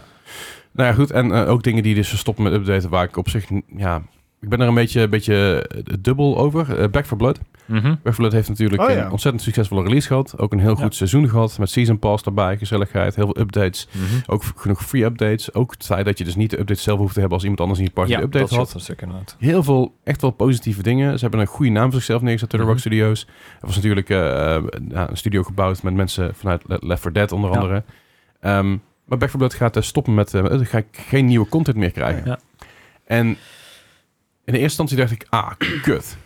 [SPEAKER 1] ja, goed. En eh, ook dingen die dus verstoppen met updaten waar ik op zich... n- Ja, ik ben er een beetje, een beetje eh, dubbel over. Eh, Back for Blood.
[SPEAKER 4] Mhm.
[SPEAKER 1] Back for Blood heeft natuurlijk
[SPEAKER 3] Oh, ja.
[SPEAKER 1] een ontzettend succesvolle release gehad. Ook een heel goed
[SPEAKER 4] Ja.
[SPEAKER 1] seizoen gehad. Met Season Pass erbij, gezelligheid, heel veel updates.
[SPEAKER 4] Mhm.
[SPEAKER 1] Ook v- genoeg free updates. Ook het feit dat je dus niet de updates zelf hoeft te hebben als iemand anders in je party
[SPEAKER 4] Ja,
[SPEAKER 1] de update
[SPEAKER 4] dat
[SPEAKER 1] had.
[SPEAKER 4] soort van stukken inderdaad.
[SPEAKER 1] heel veel echt wel positieve dingen. Ze hebben een goede naam voor zichzelf neergezet, Turtle Rock
[SPEAKER 4] Mhm.
[SPEAKER 1] Studios. Er was natuurlijk eh, nou, een studio gebouwd met mensen vanuit Le- Left 4 Dead onder
[SPEAKER 4] Ja.
[SPEAKER 1] andere. Ehm, maar Back 4 Blood gaat eh, stoppen met... eh, eh, ga ik geen nieuwe content meer krijgen.
[SPEAKER 4] Ja.
[SPEAKER 1] En in de eerste instantie dacht ik, ah, kut.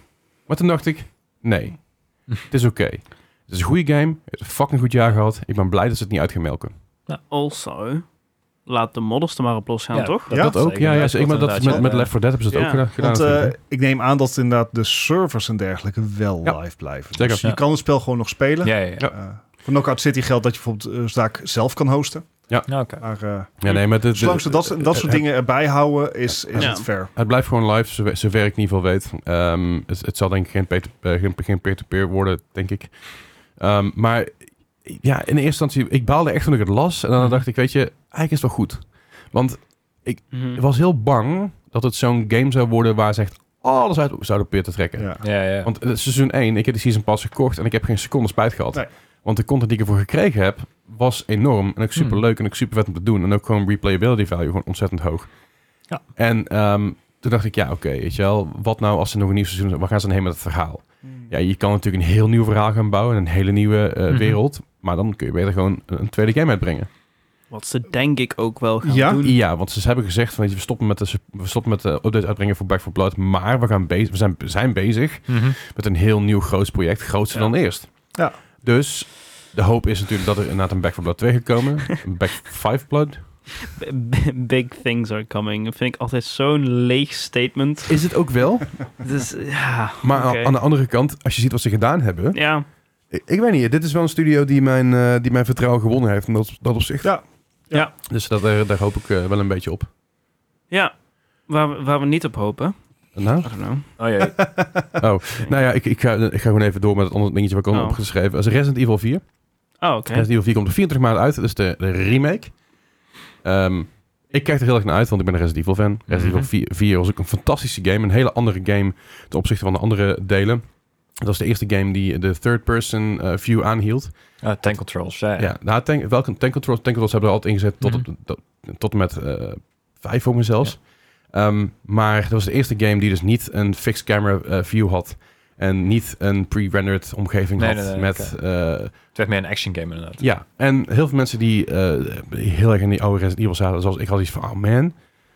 [SPEAKER 1] Maar toen dacht ik, nee, het is oké. Het is een goede game. Het heeft een fucking goed jaar gehad. Ik ben blij dat ze het niet uit gaan melken.
[SPEAKER 2] Also, laat de modders er maar op losgaan, toch?
[SPEAKER 3] Ja,
[SPEAKER 1] dat ook, ja. ja
[SPEAKER 4] Dat
[SPEAKER 1] ik maar dat,
[SPEAKER 4] inderdaad,
[SPEAKER 1] met,
[SPEAKER 4] ja.
[SPEAKER 1] met Left 4 Dead hebben ze het
[SPEAKER 2] Ja.
[SPEAKER 1] ook gedaan.
[SPEAKER 3] want eh,
[SPEAKER 1] natuurlijk, hè.
[SPEAKER 3] ik neem aan dat inderdaad de servers en dergelijke wel
[SPEAKER 1] Ja.
[SPEAKER 3] live blijven.
[SPEAKER 1] Zeker.
[SPEAKER 3] Dus je
[SPEAKER 4] Ja.
[SPEAKER 3] kan het spel gewoon nog spelen.
[SPEAKER 4] Ja, ja, ja.
[SPEAKER 1] Ja.
[SPEAKER 3] Eh, voor Knockout City geldt dat je bijvoorbeeld eh, zaak zelf kan hosten.
[SPEAKER 4] Ja, oké.
[SPEAKER 3] Maar eh,
[SPEAKER 1] ja, nee, maar dit-
[SPEAKER 3] zolang ze dat, dat soort
[SPEAKER 1] eh,
[SPEAKER 3] dingen erbij houden, is, is
[SPEAKER 2] Ja.
[SPEAKER 3] het fair.
[SPEAKER 1] Het blijft gewoon live, zover, zover ik in ieder geval weet. Ehm, het, het zal denk ik geen peer- eh, geen- geen peer-to-peer worden, denk ik. Ehm, maar ja, in de eerste instantie, ik baalde echt toen ik het las. En
[SPEAKER 3] Mhm.
[SPEAKER 1] dan dacht ik, weet je, eigenlijk is het wel goed. Want
[SPEAKER 2] Mhm.
[SPEAKER 1] ik was heel bang dat het zo'n game zou worden waar ze echt alles uit zouden peer te trekken.
[SPEAKER 3] Ja.
[SPEAKER 4] Ja, ja.
[SPEAKER 1] Want eh, seizoen 1, ik heb de season pass gekocht en ik heb geen seconde spijt gehad.
[SPEAKER 3] Nee.
[SPEAKER 1] Want de content die ik ervoor gekregen heb, was enorm. En ook
[SPEAKER 4] Hmm.
[SPEAKER 1] super leuk en ook super vet om te doen. En ook gewoon replayability value, gewoon ontzettend hoog.
[SPEAKER 4] Ja.
[SPEAKER 1] En ehm, toen dacht ik, ja oké, weet je wel. Wat nou als ze nog een nieuw seizoen Waar gaan ze dan heen met het verhaal? Ja, je kan natuurlijk een heel nieuw verhaal gaan bouwen. en Een hele nieuwe eh,
[SPEAKER 4] Hmm. Mhm.
[SPEAKER 1] wereld. Maar dan kun je beter gewoon een tweede game uitbrengen.
[SPEAKER 2] Wat ze denk ik ook wel gaan
[SPEAKER 3] Ja?
[SPEAKER 4] Hmm.
[SPEAKER 2] doen.
[SPEAKER 1] Ja, want ze hebben gezegd, van, weet je, we stoppen met de, we stoppen met de update uitbrengen voor Back 4 Blood. Maar we, gaan bezig, we zijn, we zijn bezig
[SPEAKER 4] Mhm.
[SPEAKER 1] met een heel nieuw groot project, groter
[SPEAKER 2] Ja.
[SPEAKER 1] dan eerst.
[SPEAKER 3] Ja.
[SPEAKER 1] Dus de hoop is natuurlijk dat er inderdaad een Back 4 Blood 2 gaat komen. Een Back 5 Blood.
[SPEAKER 2] B- b- Big things are coming. Dat vind ik altijd zo'n leeg statement.
[SPEAKER 1] Is het ook wel.
[SPEAKER 2] Dus ja.
[SPEAKER 1] Maar
[SPEAKER 2] oké.
[SPEAKER 1] aan de andere kant, als je ziet wat ze gedaan hebben.
[SPEAKER 2] Ja,
[SPEAKER 1] Ik, ik weet niet, dit is wel een studio die mijn, eh, die mijn vertrouwen gewonnen heeft. En dat, dat op zich.
[SPEAKER 3] Ja.
[SPEAKER 2] Ja.
[SPEAKER 1] Dus dat, eh, daar hoop ik eh, wel een beetje op.
[SPEAKER 2] ja. Waar, we- waar we niet op hopen.
[SPEAKER 1] En Nou,
[SPEAKER 2] I don't know.
[SPEAKER 4] Oh, jee.
[SPEAKER 1] nou ja, ik, ik, ga, ik ga gewoon even door met het andere dingetje wat ik al
[SPEAKER 2] Oh.
[SPEAKER 1] opgeschreven. Als Resident Evil 4.
[SPEAKER 2] Oh, oké.
[SPEAKER 1] Resident Evil 4 komt er 24 maart uit. Dus de, de remake. Ehm, ik kijk er heel erg naar uit, want ik ben een Resident Evil fan. Resident
[SPEAKER 4] Mhm.
[SPEAKER 1] Evil 4, 4 was ook een fantastische game. Een hele andere game ten opzichte van de andere delen. Dat was de eerste game die de third-person eh, view aanhield.
[SPEAKER 4] Ah, tank controls.
[SPEAKER 1] Ja,
[SPEAKER 4] Ja, ja.
[SPEAKER 1] nou, tank, welke tank controls, tank controls hebben er altijd ingezet tot,
[SPEAKER 4] Mhm.
[SPEAKER 1] op, tot, tot en met eh vijf voor me zelfs. Ehm, maar dat was de eerste game die dus niet een fixed camera eh, view had. En niet een pre-rendered omgeving
[SPEAKER 4] Nee,
[SPEAKER 1] had
[SPEAKER 4] nee, nee,
[SPEAKER 1] met eh,
[SPEAKER 4] Het werd meer een action game inderdaad.
[SPEAKER 1] ja, en heel veel mensen die eh, heel erg in die oude Resident Evil zaten, zoals ik had iets van, oh man,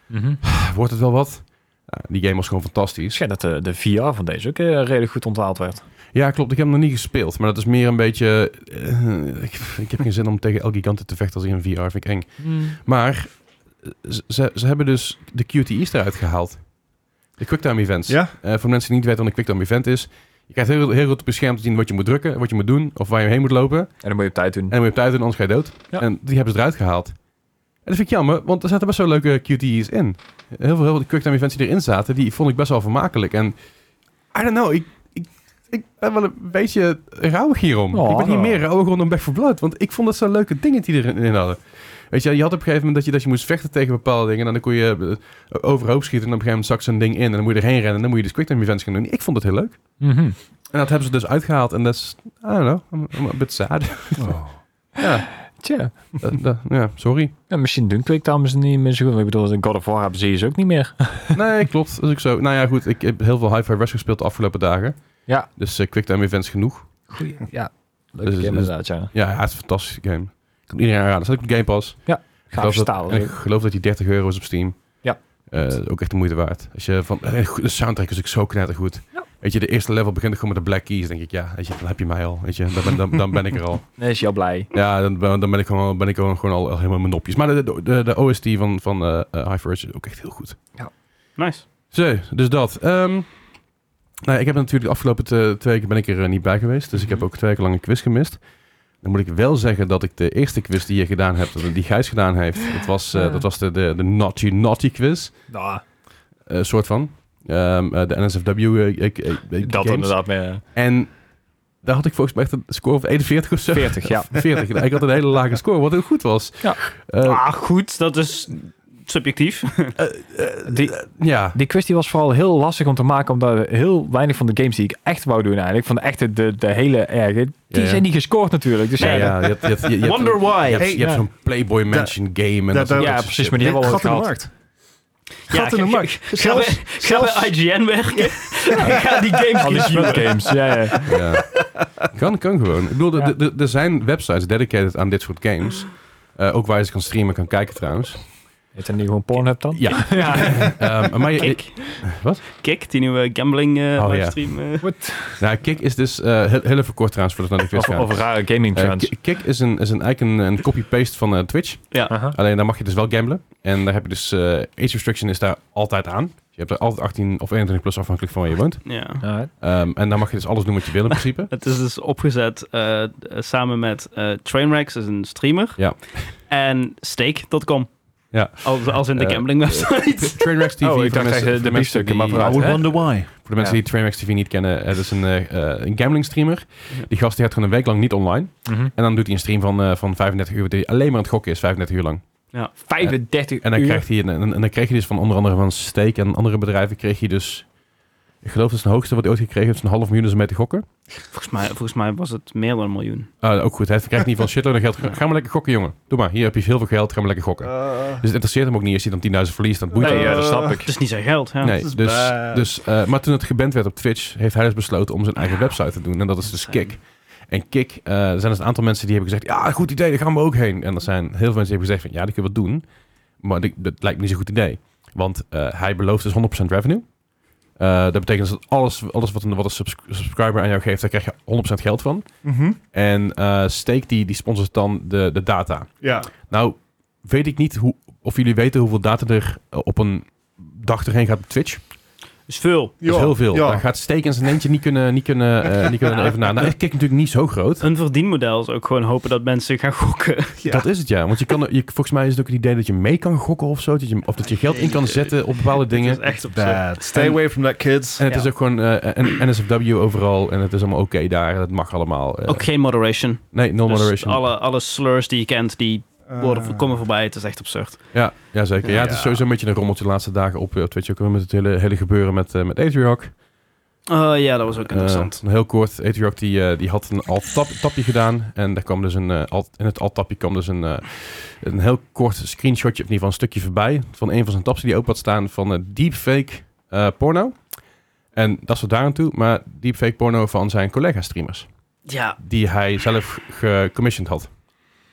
[SPEAKER 4] Mhm.
[SPEAKER 1] wordt het wel wat? Nou, die game was gewoon fantastisch.
[SPEAKER 4] Misschien dat de, de VR van deze ook eh, redelijk goed onthaald werd.
[SPEAKER 1] Ja, klopt, ik heb hem nog niet gespeeld, maar dat is meer een beetje... eh, ik, ik heb geen zin om tegen El Gigante te vechten als ik in VR, vind ik eng.
[SPEAKER 4] Mhm.
[SPEAKER 1] Maar eh, ze, ze hebben dus de QTE's eruit gehaald. De quicktime events.
[SPEAKER 3] Ja?
[SPEAKER 1] Eh, voor mensen die niet weten wat een quicktime event is, je krijgt heel, heel goed op je scherm te zien wat je moet drukken, wat je moet doen, of waar je heen moet lopen.
[SPEAKER 4] En dan moet je op tijd doen.
[SPEAKER 1] En dan moet je op tijd doen, anders ga je dood.
[SPEAKER 4] Ja.
[SPEAKER 1] En die hebben ze eruit gehaald. En dat vind ik jammer, want er zaten best wel leuke QTE's in. Heel veel, heel veel quicktime events die erin zaten, die vond ik best wel vermakelijk. En I don't know, ik, ik, ik ben wel een beetje rauwig hierom.
[SPEAKER 4] Oh,
[SPEAKER 1] ik ben hier
[SPEAKER 4] nou.
[SPEAKER 1] meer rauwig rondom Back for Blood, want ik vond dat zo'n leuke dingen die erin hadden. Weet je, je had op een gegeven moment dat je, dat je moest vechten tegen bepaalde dingen. En dan kon je eh, overhoop schieten en op een gegeven moment zak zo'n ding in. En dan moet je erheen rennen en dan moet je dus quicktime events gaan doen. Ik vond het heel leuk.
[SPEAKER 4] Mhm.
[SPEAKER 1] En dat hebben ze dus uitgehaald. En dat is, I don't know, I'm, I'm a bit sad.
[SPEAKER 3] Oh.
[SPEAKER 1] ja.
[SPEAKER 4] Tja.
[SPEAKER 1] Da- Eh, da- ja, sorry.
[SPEAKER 4] Ja, misschien doen Quicktime ze niet meer zo goed. Ik bedoel, in God of War hebben ze hier ze ook niet meer.
[SPEAKER 1] Nee, klopt. Dat is ook zo. Nou ja, goed. Ik heb heel veel Hi-Fi Rush gespeeld de afgelopen dagen.
[SPEAKER 4] Ja.
[SPEAKER 1] Dus eh, quicktime events genoeg.
[SPEAKER 4] Goeie. Ja. Leuke
[SPEAKER 1] Dus-
[SPEAKER 4] game
[SPEAKER 1] dus-
[SPEAKER 4] inderdaad, ja.
[SPEAKER 1] Ja, ja, het is een fantastische game. Ik kan iedereen aanraden. Dat staat ook op Game Pass. Ik
[SPEAKER 4] Gaaf
[SPEAKER 1] geloof dat-
[SPEAKER 4] staal.
[SPEAKER 1] en ik geloof dat die 30 euro is op Steam.
[SPEAKER 4] Ja.
[SPEAKER 1] Eh, ook echt de moeite waard. Als je van, eh, goed, de soundtrack is ook zo knettergoed. Weet je, de eerste level begint gewoon met de Black Keys. denk ik, ja, weet je, dan heb je mij al. Weet je, dan ben, dan, dan ben ik er al.
[SPEAKER 4] Dan is je al blij.
[SPEAKER 1] Ja, dan, ben- dan ben ik gewoon, ben ik gewoon, gewoon al, al helemaal in mijn nopjes. Maar de, de, de OST van, van eh, eh, High Verge is ook echt heel goed.
[SPEAKER 2] Nice.
[SPEAKER 1] Zo, dus dat. Ehm, nou, ja, ik heb natuurlijk de afgelopen te- twee weken ben ik er eh, niet bij geweest. Dus ik
[SPEAKER 4] Mhm.
[SPEAKER 1] heb ook twee weken lang een quiz gemist. Dan moet ik wel zeggen dat ik de eerste quiz die je gedaan hebt, die Gijs gedaan heeft, dat was, eh, dat was de, de, de Naughty Naughty quiz.
[SPEAKER 4] Nou,
[SPEAKER 1] eh, soort van. Ehm, eh, de NSFW eh, eh, eh, eh,
[SPEAKER 4] dat
[SPEAKER 1] games.
[SPEAKER 4] inderdaad. Meer.
[SPEAKER 1] En daar had ik volgens mij echt een score van 41 of zo.
[SPEAKER 4] 40, ja.
[SPEAKER 1] 40. Nou, Ik had een hele lage score, wat heel goed was.
[SPEAKER 4] Ja.
[SPEAKER 1] Eh,
[SPEAKER 2] ah, goed, dat is subjectief.
[SPEAKER 4] Die,
[SPEAKER 1] ja.
[SPEAKER 4] die quiz die was vooral heel lastig om te maken, omdat heel weinig van de games die ik echt wou doen eigenlijk, van de echte, de, de hele erge, die
[SPEAKER 1] Ja.
[SPEAKER 4] zijn niet gescoord natuurlijk. Dus ja,
[SPEAKER 1] Ja, ja, je hebt, je hebt, je- je hebt-
[SPEAKER 2] Wonder
[SPEAKER 1] je
[SPEAKER 2] why.
[SPEAKER 1] hebt, je hebt
[SPEAKER 4] Ja.
[SPEAKER 1] zo'n Playboy Mansion game. En
[SPEAKER 3] da-
[SPEAKER 1] dat
[SPEAKER 3] da-
[SPEAKER 1] soort
[SPEAKER 4] ja,
[SPEAKER 1] shit.
[SPEAKER 4] precies, maar die hebben we al
[SPEAKER 3] Gat in de markt.
[SPEAKER 4] gehad.
[SPEAKER 3] Gat in de markt.
[SPEAKER 2] Ga bij,
[SPEAKER 3] Zelfs-
[SPEAKER 2] ga bij IGN werken. ga die games
[SPEAKER 4] Al die
[SPEAKER 2] reviewen.
[SPEAKER 4] games. Ja, ja.
[SPEAKER 1] Ja. Kan, kan gewoon. Ik bedoel,
[SPEAKER 4] Ja.
[SPEAKER 1] er- er- er zijn websites dedicated aan dit soort games. Eh, ook waar je ze kan streamen, kan kijken trouwens.
[SPEAKER 4] Heet dat niet gewoon Pornhub dan?
[SPEAKER 1] Ja.
[SPEAKER 4] Ja.
[SPEAKER 1] Ehm, maar je,
[SPEAKER 2] Kik.
[SPEAKER 1] Wat?
[SPEAKER 2] Kik, die nieuwe gambling eh,
[SPEAKER 1] Oh, ja.
[SPEAKER 2] livestream. eh.
[SPEAKER 1] nou, Kik is dus... eh heel, heel even kort trouwens, voordat we naar de quiz
[SPEAKER 4] Over,
[SPEAKER 1] gaan.
[SPEAKER 4] over rare gaming
[SPEAKER 1] Eh,
[SPEAKER 4] trends.
[SPEAKER 1] Ki- Kik is, een, is een, eigenlijk een, een copy-paste van eh, Twitch.
[SPEAKER 4] Aha.
[SPEAKER 1] Alleen daar mag je dus wel gamblen. En daar heb je dus... eh, age restriction is daar altijd aan. Je hebt er altijd 18 of 21 plus afhankelijk van waar je woont.
[SPEAKER 2] Ja.
[SPEAKER 4] Alright.
[SPEAKER 1] Ehm, en daar mag je dus alles doen wat je wil in principe.
[SPEAKER 2] Het is dus opgezet eh, eh, samen met eh Trainwrecks, is een streamer.
[SPEAKER 1] Ja.
[SPEAKER 2] En Stake.com.
[SPEAKER 1] Ja.
[SPEAKER 2] Als, als in de
[SPEAKER 1] Eh,
[SPEAKER 2] gambling website.
[SPEAKER 1] Trainwrecks TV.
[SPEAKER 4] Oh, ik
[SPEAKER 1] voor
[SPEAKER 4] dacht echt, eh, de
[SPEAKER 1] voor
[SPEAKER 4] biefstukken,
[SPEAKER 1] die-
[SPEAKER 4] maar vooruit.
[SPEAKER 1] Voor
[SPEAKER 4] Hè?
[SPEAKER 3] why.
[SPEAKER 1] de mensen
[SPEAKER 4] Ja.
[SPEAKER 1] die Trainwrecks TV niet kennen, eh, dat is een, eh, eh, een gambling streamer. Die gast die gaat gewoon een week lang niet online.
[SPEAKER 4] Mhm.
[SPEAKER 1] En dan doet hij een stream van, eh, van 35 uur, die alleen maar aan het gokken is, 35 uur lang.
[SPEAKER 4] 35
[SPEAKER 1] En dan,
[SPEAKER 4] uur.
[SPEAKER 1] krijgt hij, een- en, en dan kreeg hij dus van onder andere van Steak en andere bedrijven, kreeg hij dus, ik geloof dat is het hoogste wat hij ooit gekregen heeft, is een half miljoen dus mee te gokken.
[SPEAKER 2] volgens, mij, volgens mij was het meer dan een miljoen.
[SPEAKER 1] Ah, ook goed, hij krijgt niet van shitload aan geld. Ga ga maar lekker gokken, jongen. Doe maar, hier heb je heel veel geld, ga maar lekker gokken. Dus
[SPEAKER 2] Eh,
[SPEAKER 1] het interesseert hem ook niet als hij dan 10.000 verliest, dat boeit
[SPEAKER 4] Eh. Nee,
[SPEAKER 1] hem
[SPEAKER 4] ja, dat snap ik.
[SPEAKER 2] Het is niet zijn geld, ja.
[SPEAKER 1] Nee,
[SPEAKER 3] dat is
[SPEAKER 1] dus,
[SPEAKER 3] bad.
[SPEAKER 1] dus, eh, maar toen het geband werd op Twitch, heeft hij dus besloten om zijn eigen website te doen. En dat is dus Kik. En Kik, eh, er zijn dus een aantal mensen die hebben gezegd, ja, goed idee, daar gaan we ook heen. En er zijn heel veel mensen die hebben gezegd van, ja, dat kunnen we doen. Maar dit- dat lijkt me niet zo'n goed idee. Want eh, hij belooft dus 100% revenue. Eh, dat betekent dus dat alles, alles wat, een, wat een subs- subscriber aan jou geeft, daar krijg je 100% geld van.
[SPEAKER 3] Mhm.
[SPEAKER 1] En eh Steek, die, die sponsort dan de, de data.
[SPEAKER 3] Ja.
[SPEAKER 1] Nou, weet ik niet hoe, of jullie weten hoeveel data er eh, op een dag erheen gaat op Twitch.
[SPEAKER 2] is veel.
[SPEAKER 1] Dat is heel veel.
[SPEAKER 3] Ja.
[SPEAKER 1] Daar gaat Steek en zijn eentje niet kunnen, niet kunnen, eh, niet kunnen even naar. Nou, ik kijk natuurlijk niet zo groot.
[SPEAKER 2] Hun verdienmodel is ook gewoon hopen dat mensen gaan gokken.
[SPEAKER 3] Ja.
[SPEAKER 1] Dat is het ja. Want je kan, je, volgens mij is het ook het idee dat je mee kan gokken of zo. Dat je, of dat je geld in kan zetten op bepaalde
[SPEAKER 2] Dat
[SPEAKER 1] dingen.
[SPEAKER 2] is echt op
[SPEAKER 3] Bad. Stay away from that, kids.
[SPEAKER 1] En het is ook gewoon eh, N- NSFW overal. En het is allemaal oké daar. Dat mag allemaal. eh.
[SPEAKER 2] Ook geen moderation.
[SPEAKER 1] Nee, no
[SPEAKER 2] Dus
[SPEAKER 1] moderation. Ah.
[SPEAKER 2] alle, alle slurs die je kent, die worden,
[SPEAKER 3] Eh,
[SPEAKER 2] komen voorbij. Het is echt absurd.
[SPEAKER 1] Ja, ja, zeker. Ja, het is
[SPEAKER 3] Ja.
[SPEAKER 1] sowieso een beetje een rommeltje de laatste dagen op, eh, op Twitch. Ook weer met het hele, hele gebeuren met, eh met Atrioc.
[SPEAKER 2] Oh ja, dat was ook interessant.
[SPEAKER 1] Eh, heel kort, Atrioc die, eh, die had een alt-tapje gedaan. En daar kwam dus een, eh, alt, in het alt-tapje kwam dus een, eh, een heel kort screenshotje, of in ieder geval een stukje voorbij, van een van zijn tabs die hij open had staan van eh, deepfake eh, porno. En dat is tot daar aan toe, maar deepfake porno van zijn collega-streamers.
[SPEAKER 2] ja.
[SPEAKER 1] Die hij zelf gecommissioned had.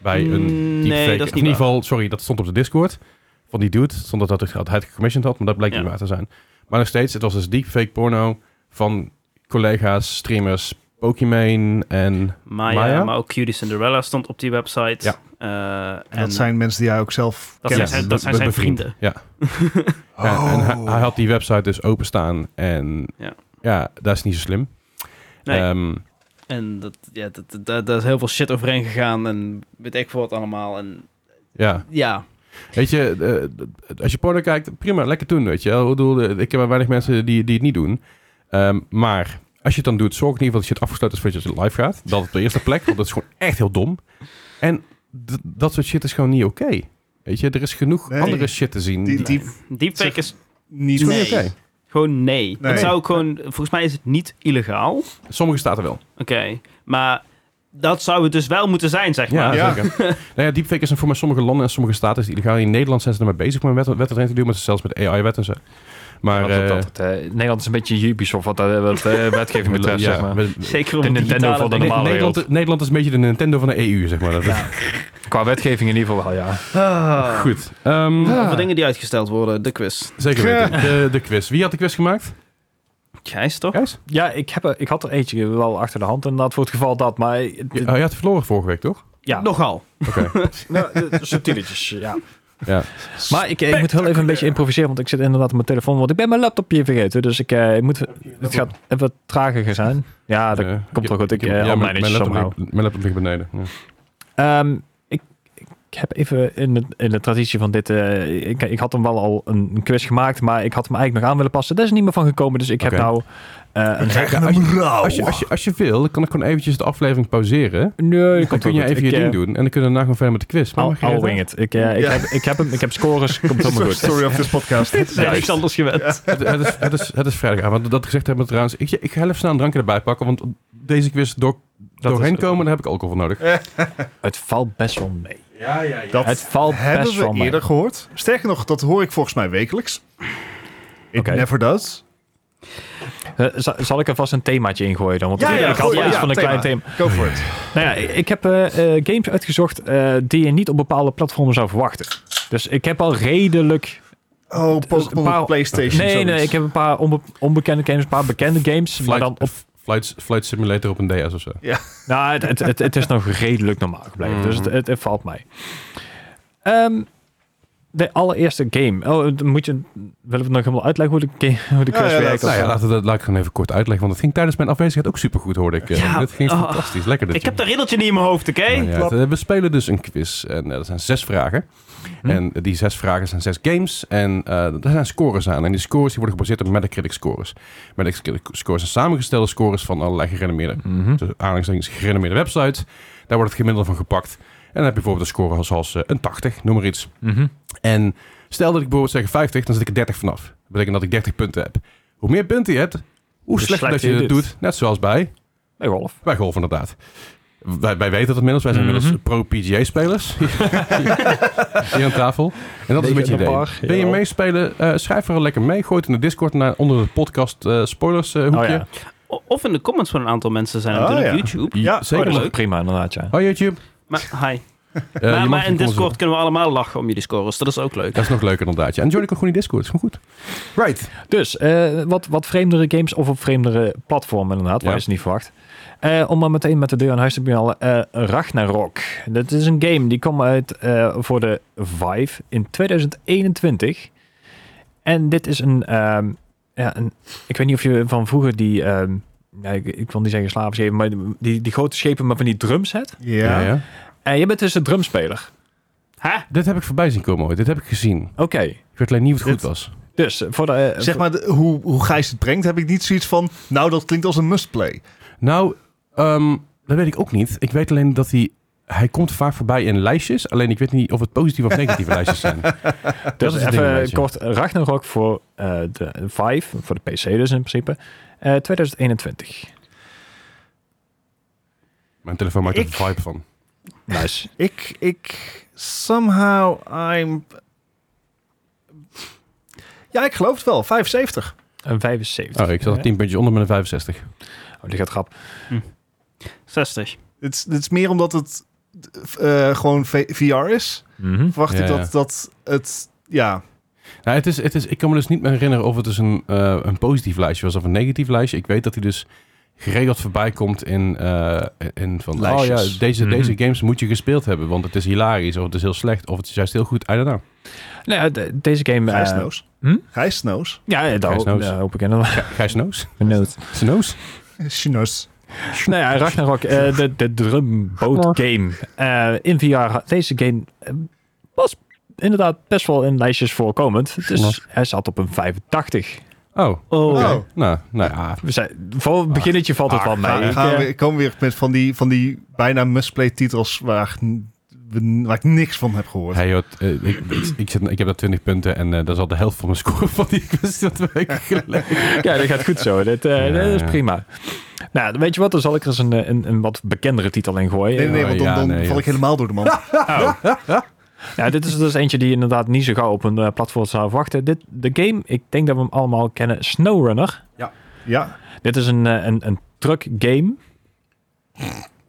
[SPEAKER 1] Bij een
[SPEAKER 2] Mm,
[SPEAKER 1] deepfake.
[SPEAKER 2] nee,
[SPEAKER 1] Of
[SPEAKER 2] dat is
[SPEAKER 1] in
[SPEAKER 2] niet
[SPEAKER 1] ieder
[SPEAKER 2] waar.
[SPEAKER 1] geval, sorry, dat stond op de Discord van die dude. Stond dat dat hij het gecommissioned had, maar dat blijkt
[SPEAKER 2] Ja.
[SPEAKER 1] niet waar te zijn. Maar nog steeds, het was dus deepfake porno van collega's, streamers, Pokimane en...
[SPEAKER 2] Maya,
[SPEAKER 1] Maya?
[SPEAKER 2] maar ook Cutie Cinderella stond op die website.
[SPEAKER 1] Ja.
[SPEAKER 2] Eh, en
[SPEAKER 3] Dat zijn mensen die hij ook zelf
[SPEAKER 2] dat
[SPEAKER 3] kent.
[SPEAKER 2] zijn zijn, dat zijn,
[SPEAKER 1] be-
[SPEAKER 2] zijn
[SPEAKER 1] bevriend.
[SPEAKER 2] vrienden.
[SPEAKER 1] Ja. En,
[SPEAKER 3] Oh.
[SPEAKER 1] en hij, hij had die website dus openstaan en ja,
[SPEAKER 2] Ja.
[SPEAKER 1] dat is niet zo slim.
[SPEAKER 2] Nee.
[SPEAKER 1] Ehm,
[SPEAKER 2] En dat, ja, dat, dat, daar- daar is heel veel shit overheen gegaan en weet ik veel wat allemaal. En
[SPEAKER 1] ja,
[SPEAKER 2] ja,
[SPEAKER 1] weet je, eh, als je porno kijkt, prima, lekker doen, weet je wel. Ik bedoel, eh, ik ken maar weinig mensen die, die het niet doen. Ehm, maar als je het dan doet, zorg in ieder geval dat je het afgesloten is voordat je het live gaat. Dat op de eerste plek, want dat is gewoon echt heel dom. En d- dat soort shit is gewoon niet oké. Weet je, er is genoeg
[SPEAKER 3] Nee.
[SPEAKER 1] andere shit te zien.
[SPEAKER 3] Die,
[SPEAKER 1] die-
[SPEAKER 3] die
[SPEAKER 2] deepfake
[SPEAKER 3] Zeg-
[SPEAKER 2] is
[SPEAKER 3] niet
[SPEAKER 1] is gewoon
[SPEAKER 2] Nee.
[SPEAKER 1] niet oké.
[SPEAKER 2] gewoon nee.
[SPEAKER 3] Nee.
[SPEAKER 2] Het zou ook gewoon, volgens mij is het niet illegaal. Oké,
[SPEAKER 1] Sommige staten wel.
[SPEAKER 2] maar dat zou het dus wel moeten zijn, zeg maar.
[SPEAKER 1] Ja,
[SPEAKER 3] Ja.
[SPEAKER 1] zeker. nou ja, deepfake is een- voor mij sommige landen en sommige staten is het illegaal. In Nederland zijn ze ermee bezig om een wet, wet erin te doen, maar zelfs met AI-wet en zo. Maar
[SPEAKER 4] Wat
[SPEAKER 1] eh,
[SPEAKER 4] dat, het, eh, Nederland is een beetje Ubisoft wat, eh, wat eh, wetgeving betreft,
[SPEAKER 1] ja,
[SPEAKER 4] zeg maar.
[SPEAKER 1] we-
[SPEAKER 2] Zeker op
[SPEAKER 4] De
[SPEAKER 2] het
[SPEAKER 4] Nintendo
[SPEAKER 2] digitale
[SPEAKER 4] voor de
[SPEAKER 2] ding.
[SPEAKER 4] normale wereld.
[SPEAKER 1] Nederland, Nederland is een beetje de Nintendo van de EU, zeg maar. Dat
[SPEAKER 4] Qua wetgeving in ieder geval wel, ja.
[SPEAKER 2] Ah.
[SPEAKER 1] Goed. Ehm,
[SPEAKER 2] Over dingen die uitgesteld worden, de quiz.
[SPEAKER 1] Zeker weten. De, de quiz. Wie had de quiz gemaakt?
[SPEAKER 2] Gijs, toch?
[SPEAKER 1] Gijs?
[SPEAKER 4] Ja, ik, heb, er- ik had er eentje wel achter de hand inderdaad voor het geval dat, maar... eh, d-
[SPEAKER 1] Ja, oh, je had verloren vorige week, toch?
[SPEAKER 4] ja.
[SPEAKER 2] Nogal.
[SPEAKER 1] Oké.
[SPEAKER 4] Nou, eh, subtieletjes, ja.
[SPEAKER 1] Ja.
[SPEAKER 4] Maar ik, ik moet heel even een beetje improviseren, want ik zit inderdaad op mijn telefoon, want ik ben mijn laptopje vergeten. Dus ik, eh, ik moet, het gaat even wat trager zijn. Ja, dat
[SPEAKER 1] Eh,
[SPEAKER 4] komt wel goed. Ik,
[SPEAKER 1] ja,
[SPEAKER 4] eh,
[SPEAKER 1] mijn,
[SPEAKER 4] online
[SPEAKER 1] mijn,
[SPEAKER 4] is
[SPEAKER 1] laptop
[SPEAKER 4] somehow.
[SPEAKER 1] ligt, mijn laptop ligt beneden. Ja.
[SPEAKER 4] Ehm, ik, ik heb even in de, in de traditie van dit. eh, ik, ik had hem wel al een, een quiz gemaakt, maar ik had hem eigenlijk nog aan willen passen. Daar is niet meer van gekomen, dus ik
[SPEAKER 1] Oké.
[SPEAKER 4] heb nou. eh, een,
[SPEAKER 1] Ja, als, je, als, je, als, je, als je wil, dan kan ik gewoon eventjes de aflevering pauzeren.
[SPEAKER 4] nee, dat
[SPEAKER 1] Dan
[SPEAKER 4] komt
[SPEAKER 1] kun je
[SPEAKER 4] wel goed.
[SPEAKER 1] even je
[SPEAKER 4] Ik,
[SPEAKER 1] ding
[SPEAKER 4] eh,
[SPEAKER 1] doen en dan kunnen we daarna gewoon verder met de quiz. Maar
[SPEAKER 4] I'll,
[SPEAKER 1] mag je
[SPEAKER 4] I'll
[SPEAKER 1] dat?
[SPEAKER 4] wing it. Ik, eh, ik,
[SPEAKER 3] Ja.
[SPEAKER 4] heb, ik, heb hem, ik heb scores, komt helemaal goed.
[SPEAKER 3] Story of this podcast.
[SPEAKER 2] Dit is
[SPEAKER 4] Juist.
[SPEAKER 2] niks anders gewend.
[SPEAKER 1] Het, het is, het, is, het is vrijdagavond. Want dat gezegd hebben we trouwens. Ik, ik ga even snel een drankje erbij pakken, want deze quiz door, doorheen
[SPEAKER 4] is-
[SPEAKER 1] komen, daar heb ik alcohol voor nodig.
[SPEAKER 4] Het valt best wel mee.
[SPEAKER 3] Dat
[SPEAKER 4] Het valt
[SPEAKER 3] hebben
[SPEAKER 4] best
[SPEAKER 3] we
[SPEAKER 4] wel mee.
[SPEAKER 3] eerder gehoord. Sterker nog, dat hoor ik volgens mij wekelijks. It
[SPEAKER 4] Oké.
[SPEAKER 3] never does.
[SPEAKER 4] Eh, zal, zal ik er vast een themaatje ingooien dan? Want
[SPEAKER 3] Ja,
[SPEAKER 4] ik,
[SPEAKER 3] ja,
[SPEAKER 4] ik had
[SPEAKER 3] gooi,
[SPEAKER 4] wel
[SPEAKER 3] ja,
[SPEAKER 4] iets van een
[SPEAKER 3] thema.
[SPEAKER 4] klein thema.
[SPEAKER 3] Go for it.
[SPEAKER 4] Nou ja, ik heb eh, eh, games uitgezocht eh, die je niet op bepaalde platformen zou verwachten. Dus ik heb al redelijk...
[SPEAKER 3] Oh, Pokémon
[SPEAKER 4] paar-
[SPEAKER 3] PlayStation.
[SPEAKER 4] Nee,
[SPEAKER 3] zoiets.
[SPEAKER 4] nee, ik heb een paar onbe- onbekende games, een paar bekende games. Maar dan op...
[SPEAKER 1] Flight, Flight Simulator op een DS of zo.
[SPEAKER 4] Nou, het, het, het, het is nog redelijk normaal gebleven.
[SPEAKER 3] Mm.
[SPEAKER 4] Dus het, het, het valt mij. Ehm, de allereerste game. Oh, dan moet je... Willen we het nog helemaal uitleggen hoe de, game, hoe de
[SPEAKER 3] Ja,
[SPEAKER 4] quiz
[SPEAKER 3] ja,
[SPEAKER 4] werkt?
[SPEAKER 3] dat-
[SPEAKER 4] of
[SPEAKER 1] Nou ja,
[SPEAKER 4] zo?
[SPEAKER 1] laten we dat laat ik gewoon even kort uitleggen. Want het ging tijdens mijn afwezigheid ook supergoed, hoorde ik. eh.
[SPEAKER 2] Ja,
[SPEAKER 1] het ging
[SPEAKER 2] oh.
[SPEAKER 1] fantastisch. Lekker dit.
[SPEAKER 2] Ik heb dat riddeltje niet in mijn hoofd, oké?
[SPEAKER 1] Nou ja, het- we spelen dus een quiz. En eh, dat zijn zes vragen.
[SPEAKER 4] Hm.
[SPEAKER 1] En die zes vragen zijn zes games. En eh daar zijn scores aan. En die scores die worden gebaseerd op Metacritic scores. Metacritic scores zijn samengestelde scores van allerlei gerenommeerde,
[SPEAKER 4] Mhm.
[SPEAKER 1] dus aanhalingstekens gerenommeerde websites. Daar wordt het gemiddelde van gepakt. En dan heb je bijvoorbeeld een score zoals eh, een 80, noem maar iets.
[SPEAKER 4] Mhm.
[SPEAKER 1] En stel dat ik bijvoorbeeld zeg 50, dan zit ik er 30 vanaf. Dat betekent dat ik 30 punten heb. Hoe meer punten je hebt, hoe
[SPEAKER 4] Dus
[SPEAKER 1] slechter dat
[SPEAKER 4] slechter
[SPEAKER 1] je het
[SPEAKER 4] je
[SPEAKER 1] doet. Net zoals bij,
[SPEAKER 4] Hey, Rolf.
[SPEAKER 1] bij golf inderdaad. Wij, wij weten dat inmiddels. Wij zijn
[SPEAKER 4] Mhm.
[SPEAKER 1] inmiddels pro-PGA-spelers. Hier aan tafel. En dat is een
[SPEAKER 4] Negen
[SPEAKER 1] beetje het
[SPEAKER 4] aan de
[SPEAKER 1] idee.
[SPEAKER 4] bar,
[SPEAKER 1] Wil je
[SPEAKER 4] jawel.
[SPEAKER 1] meespelen? eh, schrijf vooral lekker mee. Gooi het in de Discord naar onder de podcast eh, spoilers eh,
[SPEAKER 4] Oh
[SPEAKER 1] hoekje.
[SPEAKER 4] ja,
[SPEAKER 2] O- Of in de comments van een aantal mensen zijn
[SPEAKER 3] Oh,
[SPEAKER 2] natuurlijk
[SPEAKER 3] ja.
[SPEAKER 2] op YouTube.
[SPEAKER 1] Je-
[SPEAKER 3] Ja,
[SPEAKER 4] oh,
[SPEAKER 1] Zeker.
[SPEAKER 4] dat is
[SPEAKER 1] leuk.
[SPEAKER 4] ook prima inderdaad, ja.
[SPEAKER 1] Hoi YouTube.
[SPEAKER 2] Maar, hi.
[SPEAKER 1] Eh, je mag
[SPEAKER 2] maar, maar in
[SPEAKER 1] niet
[SPEAKER 2] Discord
[SPEAKER 1] onderzoeken.
[SPEAKER 2] kunnen we allemaal lachen om jullie scores. Dat is ook leuk.
[SPEAKER 1] Dat is nog leuker inderdaad. ja. En Jordi kan gewoon in Discord. is gewoon goed. Right.
[SPEAKER 4] Dus eh, wat, wat vreemdere games of op vreemdere platformen inderdaad, waar
[SPEAKER 1] Ja.
[SPEAKER 4] is het niet verwacht. Eh, om maar meteen met de deur aan huis te beginnen. eh Ragnarok. Dat is een game die kwam uit eh, voor de Vive in 2021. En dit is een, ehm, ja, een... Ik weet niet of je van vroeger die... ehm, ja, ik, ik wil niet zeggen slavenschepen, maar die, die grote schepen maar van die drumset.
[SPEAKER 3] Ja.
[SPEAKER 1] Ja, ja.
[SPEAKER 4] En je bent dus een drumspeler.
[SPEAKER 2] Hè?
[SPEAKER 1] Dit heb ik voorbij zien komen ooit. Dit heb ik gezien.
[SPEAKER 4] Oké,
[SPEAKER 1] Ik weet alleen niet of het goed
[SPEAKER 3] Dit-
[SPEAKER 1] was.
[SPEAKER 4] dus voor de... eh,
[SPEAKER 3] Zeg maar, de- hoe, hoe Gijs het brengt, heb ik niet zoiets van... Nou, dat klinkt als een must-play.
[SPEAKER 1] Nou, ehm, dat weet ik ook niet. Ik weet alleen dat hij... Hij komt vaak voorbij in lijstjes. Alleen ik weet niet of het positieve of negatieve lijstjes zijn.
[SPEAKER 4] Dus
[SPEAKER 1] Dat is het ding een
[SPEAKER 4] even
[SPEAKER 1] beetje.
[SPEAKER 4] kort, Ragnarok voor eh, de Vive, voor de PC dus in principe, eh, 2021.
[SPEAKER 1] Mijn telefoon maakt er
[SPEAKER 3] Ik-
[SPEAKER 1] een vibe van.
[SPEAKER 4] Nice.
[SPEAKER 3] Ik, ik... Somehow, I'm... Ja, ik geloof het wel. 75.
[SPEAKER 4] Een 75.
[SPEAKER 1] Oh, ik zat
[SPEAKER 4] Ja.
[SPEAKER 1] 10 puntjes onder met een 65.
[SPEAKER 4] Oh, die gaat grap.
[SPEAKER 2] 60.
[SPEAKER 3] Het is, het is meer omdat het eh, gewoon V- VR is.
[SPEAKER 4] Mhm.
[SPEAKER 3] Verwacht
[SPEAKER 1] Ja,
[SPEAKER 3] ik
[SPEAKER 1] ja.
[SPEAKER 3] dat, dat het... Ja,
[SPEAKER 1] Nou, het is, het is, ik kan me dus niet meer herinneren of het dus een, eh, een positief lijstje was of een negatief lijstje. Ik weet dat hij dus geregeld voorbij komt in, eh, in van...
[SPEAKER 3] Lijstjes.
[SPEAKER 1] Oh ja, deze,
[SPEAKER 4] Mhm.
[SPEAKER 1] deze games moet je gespeeld hebben. Want het is hilarisch of het is heel slecht of het is juist heel goed. I don't know.
[SPEAKER 4] Nou, ja, de- deze game...
[SPEAKER 3] Gijs
[SPEAKER 4] eh,
[SPEAKER 3] Noos.
[SPEAKER 4] hm?
[SPEAKER 3] Gijs Noos.
[SPEAKER 4] ja, ja, daar
[SPEAKER 1] Gijs Noos.
[SPEAKER 4] daar hoop ik inderdaad.
[SPEAKER 1] Gijs Noos?
[SPEAKER 4] Benoemd.
[SPEAKER 1] Snoos?
[SPEAKER 3] Chineus.
[SPEAKER 4] nou ja, Ragnarok, eh, de, de drumboot game eh, in VR. had- Deze game eh, was inderdaad best wel in lijstjes voorkomend. Dus
[SPEAKER 1] Snap.
[SPEAKER 4] hij zat op een 85.
[SPEAKER 1] Oh,
[SPEAKER 2] Oh.
[SPEAKER 3] Oh.
[SPEAKER 1] nou, nou ja.
[SPEAKER 4] We zijn, voor het beginnetje valt het wel mee.
[SPEAKER 3] Ah, Ga,
[SPEAKER 4] Ik,
[SPEAKER 3] gaan
[SPEAKER 4] eh,
[SPEAKER 3] we, komen weer met van die, van die bijna must-play titels waar, n- we- waar ik niks van heb gehoord.
[SPEAKER 1] Hey, joh, t- eh, ik, ik, ik, zit, ik heb daar 20 punten en eh dat is al de helft van mijn score van die quiz dat weken geleden.
[SPEAKER 4] Ja, dat gaat goed zo. Dat, eh,
[SPEAKER 1] Ja,
[SPEAKER 4] dat is
[SPEAKER 1] ja.
[SPEAKER 4] prima. Nou, weet je wat? Dan zal ik er eens een, eh, een, een wat bekendere titel in gooien.
[SPEAKER 3] Nee, nee, nee, want dan,
[SPEAKER 1] oh Ja,
[SPEAKER 3] dan
[SPEAKER 1] nee,
[SPEAKER 3] val
[SPEAKER 1] ja.
[SPEAKER 3] ik helemaal door de man.
[SPEAKER 4] Ja, dit is dus eentje die inderdaad niet zo gauw op een eh, platform zou verwachten. Dit, de game, ik denk dat we hem allemaal kennen, SnowRunner.
[SPEAKER 3] Ja,
[SPEAKER 4] Dit is een, eh, een, een truck game.
[SPEAKER 1] Oh,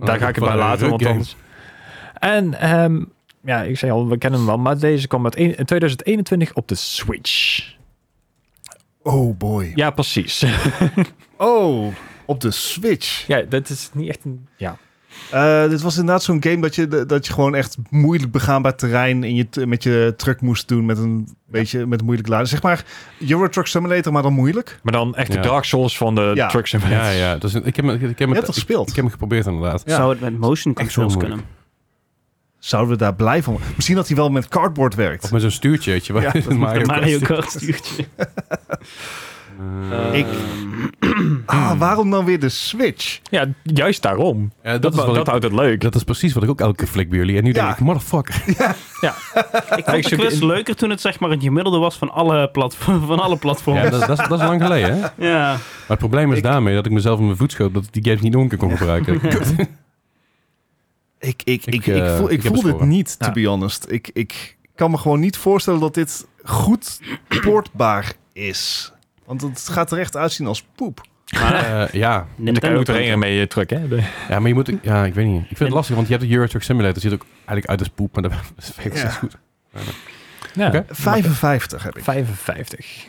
[SPEAKER 4] Daar ga ik het bij laten, want anders... En ehm, ja, ik zei al, we kennen hem wel, maar deze kwam uit een- in 2021 op de Switch.
[SPEAKER 3] oh boy.
[SPEAKER 4] Ja, precies.
[SPEAKER 3] Oh, op de Switch.
[SPEAKER 4] Ja, dat is niet echt een... Ja.
[SPEAKER 3] Eh, dit was inderdaad zo'n game dat je, dat je gewoon echt moeilijk begaanbaar terrein in je, t- met je truck moest doen met een beetje met moeilijk laden. Zeg maar Euro Truck Simulator, maar dan moeilijk.
[SPEAKER 4] Maar dan echt
[SPEAKER 1] Ja.
[SPEAKER 4] de Dark Souls van de
[SPEAKER 3] Ja.
[SPEAKER 4] trucks en
[SPEAKER 1] Ja, ja. Dat is een- ik, heb, hem- ik, heb
[SPEAKER 3] Je
[SPEAKER 1] hem-
[SPEAKER 3] hebt dat
[SPEAKER 1] ik,
[SPEAKER 3] gespeeld.
[SPEAKER 1] ik heb hem geprobeerd inderdaad.
[SPEAKER 3] Ja.
[SPEAKER 2] Zou het met motion controls
[SPEAKER 1] heel
[SPEAKER 2] kunnen?
[SPEAKER 3] Zouden we daar blij van worden? Misschien dat hij wel met cardboard werkt.
[SPEAKER 1] Of met zo'n stuurtje, weet je. waar-
[SPEAKER 3] Ja, dat
[SPEAKER 1] Mario
[SPEAKER 2] Mario,
[SPEAKER 1] Kart.
[SPEAKER 2] Mario Kart stuurtje.
[SPEAKER 1] Eh,
[SPEAKER 3] Ik-
[SPEAKER 2] Ehm,
[SPEAKER 3] Ah, waarom dan weer de Switch?
[SPEAKER 4] Ja, juist daarom.
[SPEAKER 1] ja, dat,
[SPEAKER 4] Dat,
[SPEAKER 1] is
[SPEAKER 4] dat,
[SPEAKER 1] wat ik-
[SPEAKER 4] houdt het leuk.
[SPEAKER 1] dat is precies wat ik ook elke keer flik bij jullie. En nu
[SPEAKER 3] Ja.
[SPEAKER 1] denk ik, motherfucker.
[SPEAKER 2] ik vond de
[SPEAKER 4] zoek
[SPEAKER 2] quiz
[SPEAKER 4] in-
[SPEAKER 2] leuker toen het zeg maar het gemiddelde was van alle, platform, van alle
[SPEAKER 1] Ja,
[SPEAKER 2] platforms.
[SPEAKER 1] dat, dat, is, dat is lang geleden, hè? Maar
[SPEAKER 2] Ja.
[SPEAKER 1] het probleem is
[SPEAKER 3] Ik-
[SPEAKER 1] daarmee dat ik mezelf in mijn voet schoot dat ik die games niet nog een keer kon gebruiken. Eh, Kut.
[SPEAKER 3] Ik, ik, ik,
[SPEAKER 1] Ik,
[SPEAKER 3] ik,
[SPEAKER 1] eh,
[SPEAKER 3] voel, ik
[SPEAKER 1] ik heb
[SPEAKER 3] voel
[SPEAKER 1] het
[SPEAKER 3] dit
[SPEAKER 1] voor.
[SPEAKER 3] niet, to
[SPEAKER 4] Ja.
[SPEAKER 3] be honest. Ik, ik kan me gewoon niet voorstellen dat dit goed portbaar is. Want het gaat er echt uitzien als poep.
[SPEAKER 2] Maar
[SPEAKER 1] Eh, ja.
[SPEAKER 4] Dan kan je
[SPEAKER 2] Nintendo
[SPEAKER 4] ook er een mee eh, truck, hè? De-
[SPEAKER 1] ja, maar je moet... ook- Ja, ik weet niet. Ik vind het
[SPEAKER 2] En-
[SPEAKER 1] lastig, want je hebt de Euro Truck Simulator. ziet ook eigenlijk uit als poep, maar dat dat is echt
[SPEAKER 3] Ja.
[SPEAKER 1] goed.
[SPEAKER 4] Ja.
[SPEAKER 1] Oké.
[SPEAKER 3] 55 heb ik.
[SPEAKER 4] 55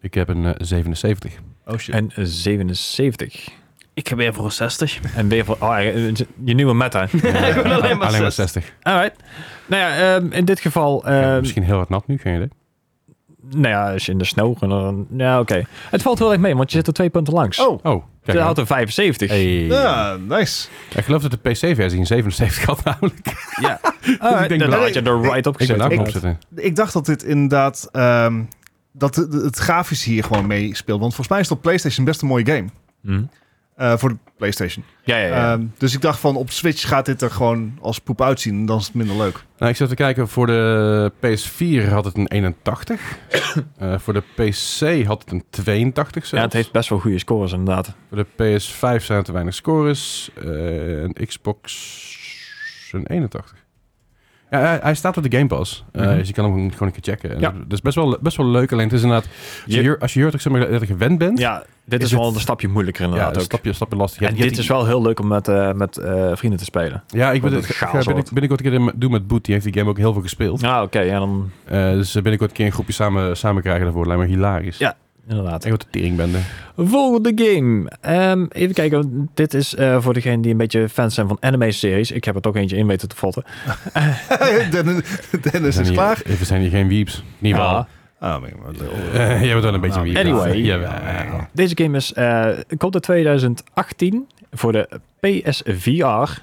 [SPEAKER 1] Ik heb een eh, 77.
[SPEAKER 3] Oh shit.
[SPEAKER 4] en eh, 77.
[SPEAKER 2] Ik heb weer voor een 60.
[SPEAKER 4] En weer voor... Oh, eh, je nieuwe meta.
[SPEAKER 2] ik wil alleen maar
[SPEAKER 1] Alleen maar
[SPEAKER 2] 60.
[SPEAKER 1] 60.
[SPEAKER 4] Alright. Nou ja, ehm, in dit geval...
[SPEAKER 1] Ja,
[SPEAKER 4] ehm,
[SPEAKER 1] misschien heel hard nat nu, geen idee.
[SPEAKER 4] Nou ja, als je in de sneeuw... gaat, dan- Ja, oké. Het valt heel erg mee, want je zit er twee punten langs.
[SPEAKER 3] Oh,
[SPEAKER 1] Oh, kijk.
[SPEAKER 4] Je
[SPEAKER 1] aan.
[SPEAKER 4] houdt een 75.
[SPEAKER 1] Hey.
[SPEAKER 3] ja, nice.
[SPEAKER 1] Ik geloof dat de PC-versie een 77 had namelijk.
[SPEAKER 4] Ja. Alright, nou,
[SPEAKER 1] Ik denk
[SPEAKER 4] dan
[SPEAKER 1] dat-
[SPEAKER 4] had je er right op
[SPEAKER 1] Ik ben
[SPEAKER 4] gezet.
[SPEAKER 1] daar ook
[SPEAKER 4] Ik-
[SPEAKER 1] op zitten.
[SPEAKER 3] Ik dacht dat dit inderdaad... ehm, dat de- de- het grafisch hier gewoon mee speelt. Want volgens mij is het op PlayStation best een mooie game.
[SPEAKER 4] Hm.
[SPEAKER 3] Eh, voor de PlayStation.
[SPEAKER 4] Ja, ja, ja.
[SPEAKER 3] Ehm, dus ik dacht van op Switch gaat dit er gewoon als poep uitzien. En dan is het minder leuk.
[SPEAKER 1] Nou, ik zat te kijken, voor de PS4 had het een 81. Eh, voor de PC had het een 82 zelfs.
[SPEAKER 4] ja, het heeft best wel goede scores inderdaad.
[SPEAKER 1] Voor de PS5 zijn er te weinig scores. Eh, en Xbox een 81. Ja, hij, hij staat op de Game Pass. Eh,
[SPEAKER 4] Mhm.
[SPEAKER 1] Dus je kan hem gewoon een keer checken.
[SPEAKER 4] Ja.
[SPEAKER 1] Ja. Dat is best wel, best wel leuk. Alleen het is inderdaad... Als je,
[SPEAKER 4] Je-
[SPEAKER 1] Euro- als je Euro Truck Simulator gewend bent...
[SPEAKER 4] Ja, dit is,
[SPEAKER 1] Is
[SPEAKER 4] wel
[SPEAKER 1] het-
[SPEAKER 4] een stapje moeilijker
[SPEAKER 1] ja
[SPEAKER 4] inderdaad
[SPEAKER 1] dat
[SPEAKER 4] ook.
[SPEAKER 1] stap je, stap je lastig. Je
[SPEAKER 4] En
[SPEAKER 1] hebt- je
[SPEAKER 4] dit
[SPEAKER 1] hebt
[SPEAKER 4] is wel heel leuk om met, eh, met eh, vrienden te spelen.
[SPEAKER 1] die- Ja, ik ben
[SPEAKER 4] Wat
[SPEAKER 1] het
[SPEAKER 4] een
[SPEAKER 1] ik ga
[SPEAKER 4] chaos
[SPEAKER 1] binnen-
[SPEAKER 4] wordt.
[SPEAKER 1] binnenkort een keer doen- doen met Boet. Die heeft die game ook heel veel gespeeld.
[SPEAKER 4] Ja, Ah, oké. ja, dan
[SPEAKER 1] Eh, dus binnenkort een keer een groepje samen, samen krijgen daarvoor. Lijkt me hilarisch.
[SPEAKER 4] Ja. inderdaad.
[SPEAKER 1] Echt wat de teringbende.
[SPEAKER 3] Dus
[SPEAKER 4] Volgende game. Ehm, even kijken. Dit is eh, voor degenen die een beetje fans zijn van anime-series. Ik heb er toch eentje in weten te vatten.
[SPEAKER 3] Dennis, Dennis
[SPEAKER 1] zijn
[SPEAKER 3] is
[SPEAKER 1] hier-
[SPEAKER 3] klaar.
[SPEAKER 1] We zijn hier geen wieps. Niet waar.
[SPEAKER 4] Ja.
[SPEAKER 3] Ah, maar- maar-
[SPEAKER 1] Eh, jij bent wel een beetje een wiep.
[SPEAKER 4] Anyway.
[SPEAKER 1] Jawel.
[SPEAKER 4] Deze game is, eh, komt uit 2018 voor de PSVR.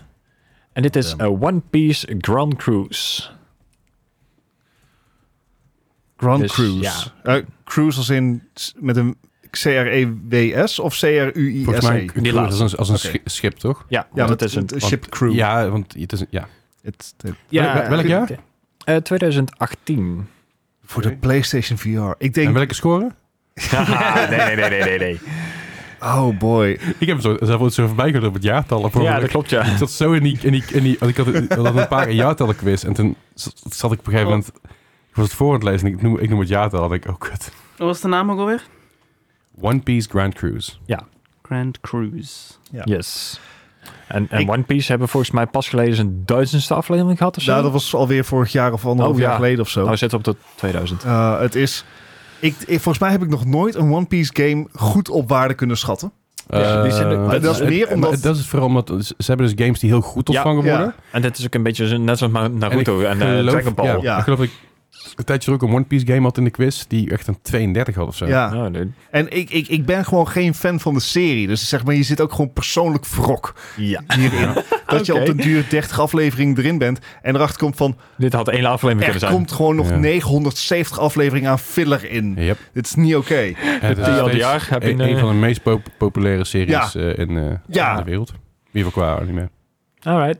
[SPEAKER 4] En dit is eh, One Piece Grand Cruise.
[SPEAKER 3] Grand
[SPEAKER 4] Dus,
[SPEAKER 3] Cruise. Eh, cruise als in s- met een C-R-E-W-S of
[SPEAKER 1] Volgens mij
[SPEAKER 3] C-R-U-I-S-E?
[SPEAKER 1] een cruise is als, als een schi- schip, toch?
[SPEAKER 4] Ja,
[SPEAKER 3] Ja,
[SPEAKER 4] want
[SPEAKER 3] dat
[SPEAKER 4] het is een...
[SPEAKER 3] ship crew.
[SPEAKER 1] Ja, want het is een, ja.
[SPEAKER 3] Het- het-
[SPEAKER 1] Wel- wel- welk jaar?
[SPEAKER 4] Eh, 2018.
[SPEAKER 3] voor de PlayStation VR. Ik
[SPEAKER 1] En
[SPEAKER 3] denk,
[SPEAKER 1] welke score?
[SPEAKER 4] Haha, nee, nee, nee, nee, nee, nee.
[SPEAKER 3] oh boy.
[SPEAKER 1] Ik heb zo, zelf ooit zo voorbij gehoord op het jaartallen. per
[SPEAKER 4] Ja,
[SPEAKER 1] ongeluk.
[SPEAKER 4] dat klopt, ja.
[SPEAKER 1] Ik zat zo in die... In die, in die want ik had, we hadden een paar jaartallen quiz. En toen zat zat ik op een gegeven moment... Ik was het voor aan het lezen en ik noem, ik noem het jaartal. En ik, oh kut.
[SPEAKER 2] Wat was de naam ook alweer?
[SPEAKER 1] One Piece Grand Cruise.
[SPEAKER 2] Grand Cruise.
[SPEAKER 3] Ja.
[SPEAKER 4] Yes. En, en
[SPEAKER 3] Ik-
[SPEAKER 4] One Piece hebben volgens mij pas geleden zijn duizendste aflevering gehad of zo.
[SPEAKER 3] Nou, dat was alweer vorig jaar of anderhalf
[SPEAKER 4] Oh, ja.
[SPEAKER 3] jaar geleden of zo.
[SPEAKER 4] Nou, we zitten op de 2000.
[SPEAKER 3] Eh, het is... Ik, ik- volgens mij heb ik nog nooit een One Piece game goed op waarde kunnen schatten.
[SPEAKER 4] Ja, die zijn-
[SPEAKER 1] Eh,
[SPEAKER 4] dat is
[SPEAKER 1] het-
[SPEAKER 3] meer
[SPEAKER 1] het-
[SPEAKER 3] omdat-
[SPEAKER 1] maar Dat is vooral omdat ze hebben dus games die heel goed
[SPEAKER 4] Ja,
[SPEAKER 1] ontvangen worden.
[SPEAKER 3] ja.
[SPEAKER 4] En dit is ook een beetje zo- net zoals Ma- Naruto en, eh,
[SPEAKER 1] geloof-
[SPEAKER 4] Dragon Ball.
[SPEAKER 1] Ja,
[SPEAKER 3] Ja.
[SPEAKER 1] Ik geloof dat ik een tijdje terug een One Piece game had in de quiz. Die echt een 32 had of zo.
[SPEAKER 3] Ja.
[SPEAKER 4] Nou, dude.
[SPEAKER 3] En ik, ik, ik ben gewoon geen fan van de serie. Dus zeg maar, je zit ook gewoon persoonlijk wrok
[SPEAKER 4] ja.
[SPEAKER 3] hierin. Dat je
[SPEAKER 4] Oké.
[SPEAKER 3] op den duur 30 afleveringen erin bent. En erachter komt van,
[SPEAKER 4] Dit had één aflevering kunnen
[SPEAKER 3] er
[SPEAKER 4] zijn.
[SPEAKER 3] komt gewoon nog
[SPEAKER 1] Ja.
[SPEAKER 3] 970 afleveringen aan filler in.
[SPEAKER 1] Yep.
[SPEAKER 3] Dit is niet oké.
[SPEAKER 1] En het is
[SPEAKER 4] TLDR
[SPEAKER 1] steeds
[SPEAKER 4] heb je
[SPEAKER 1] een,
[SPEAKER 4] een, eh,
[SPEAKER 1] een van de meest pop- populaire series
[SPEAKER 3] Ja.
[SPEAKER 1] eh, in, eh,
[SPEAKER 3] Ja.
[SPEAKER 1] in de wereld. In ieder geval qua anime.
[SPEAKER 4] Alright.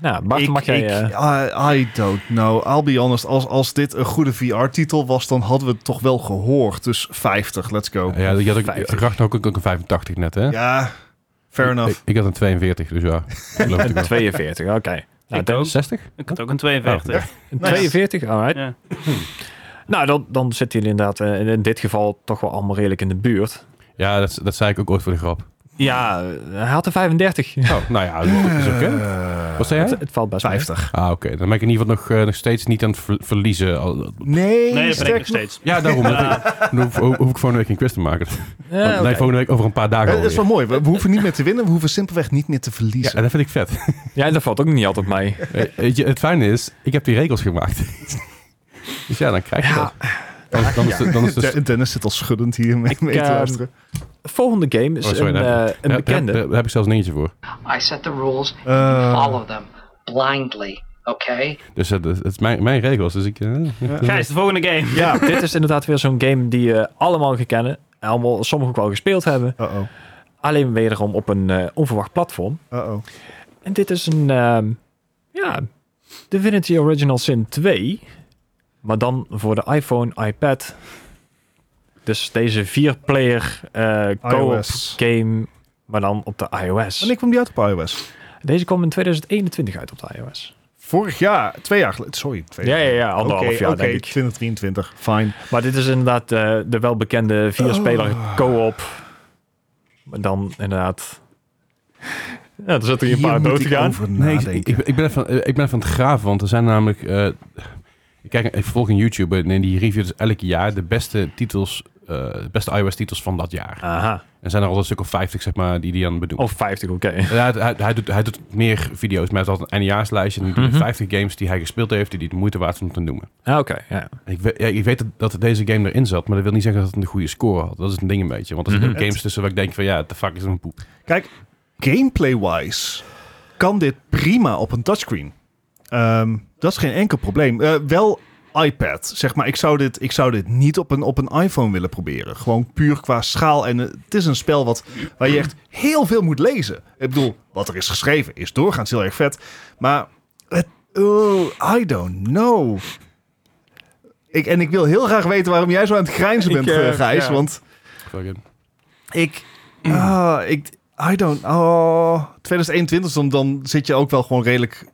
[SPEAKER 4] Nou, Bart,
[SPEAKER 3] Ik-
[SPEAKER 4] mag jij...
[SPEAKER 3] ik-
[SPEAKER 4] eh,
[SPEAKER 3] I, I don't know. I'll be honest. Als, als dit een goede VR-titel was, dan hadden we het toch wel gehoord. Dus 50, let's go.
[SPEAKER 1] ja, je had ook,
[SPEAKER 4] 50.
[SPEAKER 1] Ragnar ook, ook een 85 net, hè?
[SPEAKER 3] Ja, fair enough.
[SPEAKER 1] Ik, ik had een 42, dus ja. geloof ik
[SPEAKER 4] een
[SPEAKER 1] wel.
[SPEAKER 4] 42, oké. Nou,
[SPEAKER 2] ik, ook.
[SPEAKER 4] 60?
[SPEAKER 2] ik had ook een
[SPEAKER 4] Oh,
[SPEAKER 2] 42. Nou ja.
[SPEAKER 4] 42? Alright.
[SPEAKER 2] Ja.
[SPEAKER 4] Nou, dan, dan zit hij inderdaad eh, in dit geval toch wel allemaal redelijk in de buurt.
[SPEAKER 1] Ja, dat, dat zei ik ook ooit voor de grap.
[SPEAKER 4] Ja, eh, hij had er 35.
[SPEAKER 1] Oh, nou ja, dat is oké.
[SPEAKER 3] Eh,
[SPEAKER 1] Wat zei
[SPEAKER 4] Het,
[SPEAKER 1] jij?
[SPEAKER 4] het valt best mee.
[SPEAKER 3] 50.
[SPEAKER 1] Ah, oké. Dan ben ik in ieder geval nog, eh, nog steeds niet aan het ver- verliezen. Al-
[SPEAKER 2] Nee,
[SPEAKER 3] Nee,
[SPEAKER 2] dat ben ik
[SPEAKER 3] sterk
[SPEAKER 2] nog steeds.
[SPEAKER 1] Ja, daarom. Dan hoef, ho- hoef ik volgende week geen quiz te maken.
[SPEAKER 4] Ja,
[SPEAKER 1] Nee,
[SPEAKER 4] oké.
[SPEAKER 1] volgende week over een paar
[SPEAKER 4] Ah,
[SPEAKER 1] dagen
[SPEAKER 3] nog- Dat Eh, is wel
[SPEAKER 1] alweer.
[SPEAKER 3] mooi. We, we hoeven niet meer te winnen. We hoeven simpelweg niet meer te
[SPEAKER 1] Ja,
[SPEAKER 3] verliezen.
[SPEAKER 1] dat vind ik vet.
[SPEAKER 4] ja, dat valt ook niet altijd mee.
[SPEAKER 1] Eh, weet je, het fijne is, ik heb die regels gemaakt. dus ja, dan krijg je
[SPEAKER 4] Ja.
[SPEAKER 1] dat. Dan, dan is de, dan is dus- de,
[SPEAKER 4] dus-
[SPEAKER 3] De- Dennis zit al schuddend hier mee, mee te
[SPEAKER 4] eh,
[SPEAKER 3] luisteren.
[SPEAKER 4] Volgende game is
[SPEAKER 1] Oh, sorry,
[SPEAKER 4] een,
[SPEAKER 1] daar-
[SPEAKER 4] eh, een
[SPEAKER 1] Ja,
[SPEAKER 4] bekende.
[SPEAKER 1] Daar, daar heb ik zelfs een eentje voor.
[SPEAKER 5] I set the rules.
[SPEAKER 3] Eh.
[SPEAKER 5] you follow them blindly. Okay.
[SPEAKER 1] Dus eh, dat- het is mijn, mijn regels. Dus ik, eh,
[SPEAKER 2] Gijs, de volgende game.
[SPEAKER 3] Ja.
[SPEAKER 4] Dit is inderdaad weer zo'n game die je allemaal gaan kennen. Allemaal, sommigen ook wel gespeeld hebben.
[SPEAKER 3] Eh, Uh-oh.
[SPEAKER 4] Alleen wederom op een eh, onverwacht platform.
[SPEAKER 3] Uh-oh.
[SPEAKER 4] En dit is een, ehm, ja, Divinity Original Sin 2. Maar dan voor de iPhone, iPad. Dus deze vier-player eh, co-op
[SPEAKER 3] iOS.
[SPEAKER 4] game, maar dan op de iOS.
[SPEAKER 3] Wanneer kwam die uit op iOS?
[SPEAKER 4] Deze kwam in 2021 uit op de iOS.
[SPEAKER 3] Vorig jaar. Twee jaar geleden. Sorry. Twee
[SPEAKER 4] Ja, ja, ja, anderhalf
[SPEAKER 3] Oké,
[SPEAKER 4] jaar
[SPEAKER 3] oké,
[SPEAKER 4] denk ik.
[SPEAKER 3] 2023. Fine.
[SPEAKER 4] Maar dit is inderdaad eh, de welbekende vier-speler
[SPEAKER 3] Oh.
[SPEAKER 4] co-op. Maar dan inderdaad... Ja, er zitten hier een paar dood gegaan.
[SPEAKER 1] Nee, ik, ik, ik ben even, eh, ik ben even aan het graven, want er zijn namelijk... eh, ik, kijk, ik volg een YouTuber en die reviewt dus elk jaar de beste titels, eh, de beste iOS-titels van dat jaar.
[SPEAKER 4] Aha.
[SPEAKER 1] En zijn er al een stuk of 50, zeg maar, die die dan bedoelt.
[SPEAKER 4] Of 50, Oh, oké.
[SPEAKER 1] Ja, hij, hij, doet, hij doet meer video's, maar hij had een eindejaarslijstje. En die
[SPEAKER 4] Mhm.
[SPEAKER 1] 50 games die hij gespeeld heeft, die hij de moeite waard vond om te noemen.
[SPEAKER 4] Ah, oké, ja.
[SPEAKER 1] En Ik weet, ja, ik weet dat, dat deze game erin zat, maar dat wil niet zeggen dat het een goede score had. Dat is een ding een beetje. Want er zitten
[SPEAKER 4] Mhm.
[SPEAKER 1] ook games tussen waar ik denk van, ja, de fuck is een poep.
[SPEAKER 3] Kijk, gameplay-wise kan dit prima op een touchscreen. Ehm, dat is geen enkel probleem. Eh, wel iPad, zeg maar. Ik zou dit, ik zou dit niet op een, op een iPhone willen proberen. Gewoon puur qua schaal. En eh, het is een spel wat, waar je echt heel veel moet lezen. Ik bedoel, wat er is geschreven is doorgaans heel erg vet. Maar, het, oh, I don't know. Ik, en ik wil heel graag weten waarom jij zo aan het grijnzen
[SPEAKER 4] Ik,
[SPEAKER 3] bent,
[SPEAKER 4] eh,
[SPEAKER 3] eh, Gijs.
[SPEAKER 4] ja.
[SPEAKER 3] Want
[SPEAKER 1] Fucking-
[SPEAKER 3] ik. Ah, ik. I don't. Oh. 2021, dan, dan zit je ook wel gewoon redelijk.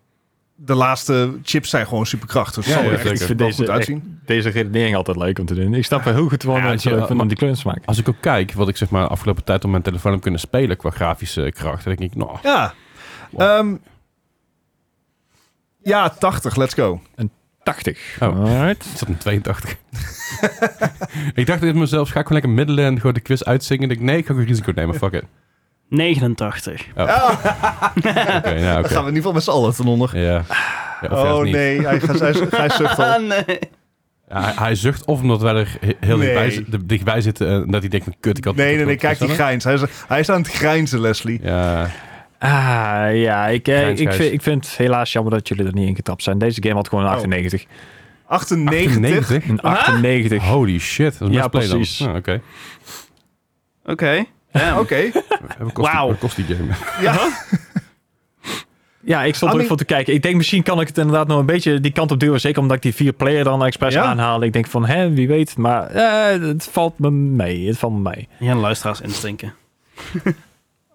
[SPEAKER 3] De laatste chips zijn gewoon superkrachtig.
[SPEAKER 1] Ja,
[SPEAKER 3] Oh, Ja, zal
[SPEAKER 1] ja,
[SPEAKER 3] er echt
[SPEAKER 1] zeker.
[SPEAKER 4] Ik
[SPEAKER 3] wel
[SPEAKER 4] vind deze,
[SPEAKER 3] goed uitzien.
[SPEAKER 4] echt- deze redenering altijd leuk om te doen. Ik snap wel heel goed waarom
[SPEAKER 1] Ja,
[SPEAKER 4] mensen
[SPEAKER 1] ja,
[SPEAKER 4] leuk vinden om
[SPEAKER 1] maar-
[SPEAKER 4] die kleuren te maken.
[SPEAKER 1] Als ik ook kijk wat ik zeg maar de afgelopen tijd op mijn telefoon heb kunnen spelen qua grafische kracht, dan denk ik, nou,
[SPEAKER 3] Ja.
[SPEAKER 1] Wow.
[SPEAKER 3] Ehm, ja, 80, let's go.
[SPEAKER 4] 80.
[SPEAKER 1] Oh.
[SPEAKER 4] Alright.
[SPEAKER 1] het zat een 82. ik dacht in mezelf, ga ik gewoon lekker middelen en gewoon de quiz uitzingen. Ik denk, nee, ik ga ook een risico nemen, fuck it.
[SPEAKER 2] 89.
[SPEAKER 1] Oh. Oké, nou
[SPEAKER 3] Dan
[SPEAKER 1] oké.
[SPEAKER 3] gaan we in ieder geval met z'n allen ten onder.
[SPEAKER 1] Ja. ja of
[SPEAKER 3] oh
[SPEAKER 1] juist niet.
[SPEAKER 3] nee, hij, gaat- hij, hij zucht al.
[SPEAKER 2] Ah, nee.
[SPEAKER 1] Ja, hij, hij zucht of omdat wij er he- heel
[SPEAKER 3] Nee.
[SPEAKER 1] dichtbij, zi- de- dichtbij zitten en dat hij denkt van kut, ik had
[SPEAKER 3] Nee, nee, nee,
[SPEAKER 1] ik had
[SPEAKER 3] kijk die
[SPEAKER 1] het
[SPEAKER 3] grijns. Hij is, hij is aan het grijnzen, Leslie.
[SPEAKER 1] Ja,
[SPEAKER 4] Ah, ja. Ik, eh,
[SPEAKER 1] Grijns,
[SPEAKER 4] ik,
[SPEAKER 1] grijs.
[SPEAKER 4] vind, ik vind het helaas jammer dat jullie er niet in getapt zijn. Deze game had gewoon een
[SPEAKER 3] Oh.
[SPEAKER 4] 98.
[SPEAKER 3] 98.
[SPEAKER 1] 98?
[SPEAKER 4] Een 98.
[SPEAKER 1] Holy shit, dat is
[SPEAKER 4] Ja,
[SPEAKER 1] best play dan.
[SPEAKER 4] precies.
[SPEAKER 1] Ja, oké.
[SPEAKER 2] Oké.
[SPEAKER 3] Oké.
[SPEAKER 1] Wat kost die-
[SPEAKER 2] Wauw.
[SPEAKER 1] Wat kost die game?
[SPEAKER 3] Ja.
[SPEAKER 4] Ja, ik stond
[SPEAKER 3] I
[SPEAKER 4] er
[SPEAKER 3] mean-
[SPEAKER 4] ook voor te kijken. Ik denk misschien kan ik het inderdaad nog een beetje die kant op duwen. Zeker omdat ik die vier player dan expres
[SPEAKER 3] Ja.
[SPEAKER 4] aanhaal. Ik denk van, hè, wie weet. Maar eh, het valt me mee. Het valt me mee.
[SPEAKER 2] Ja, luisteraars instinken.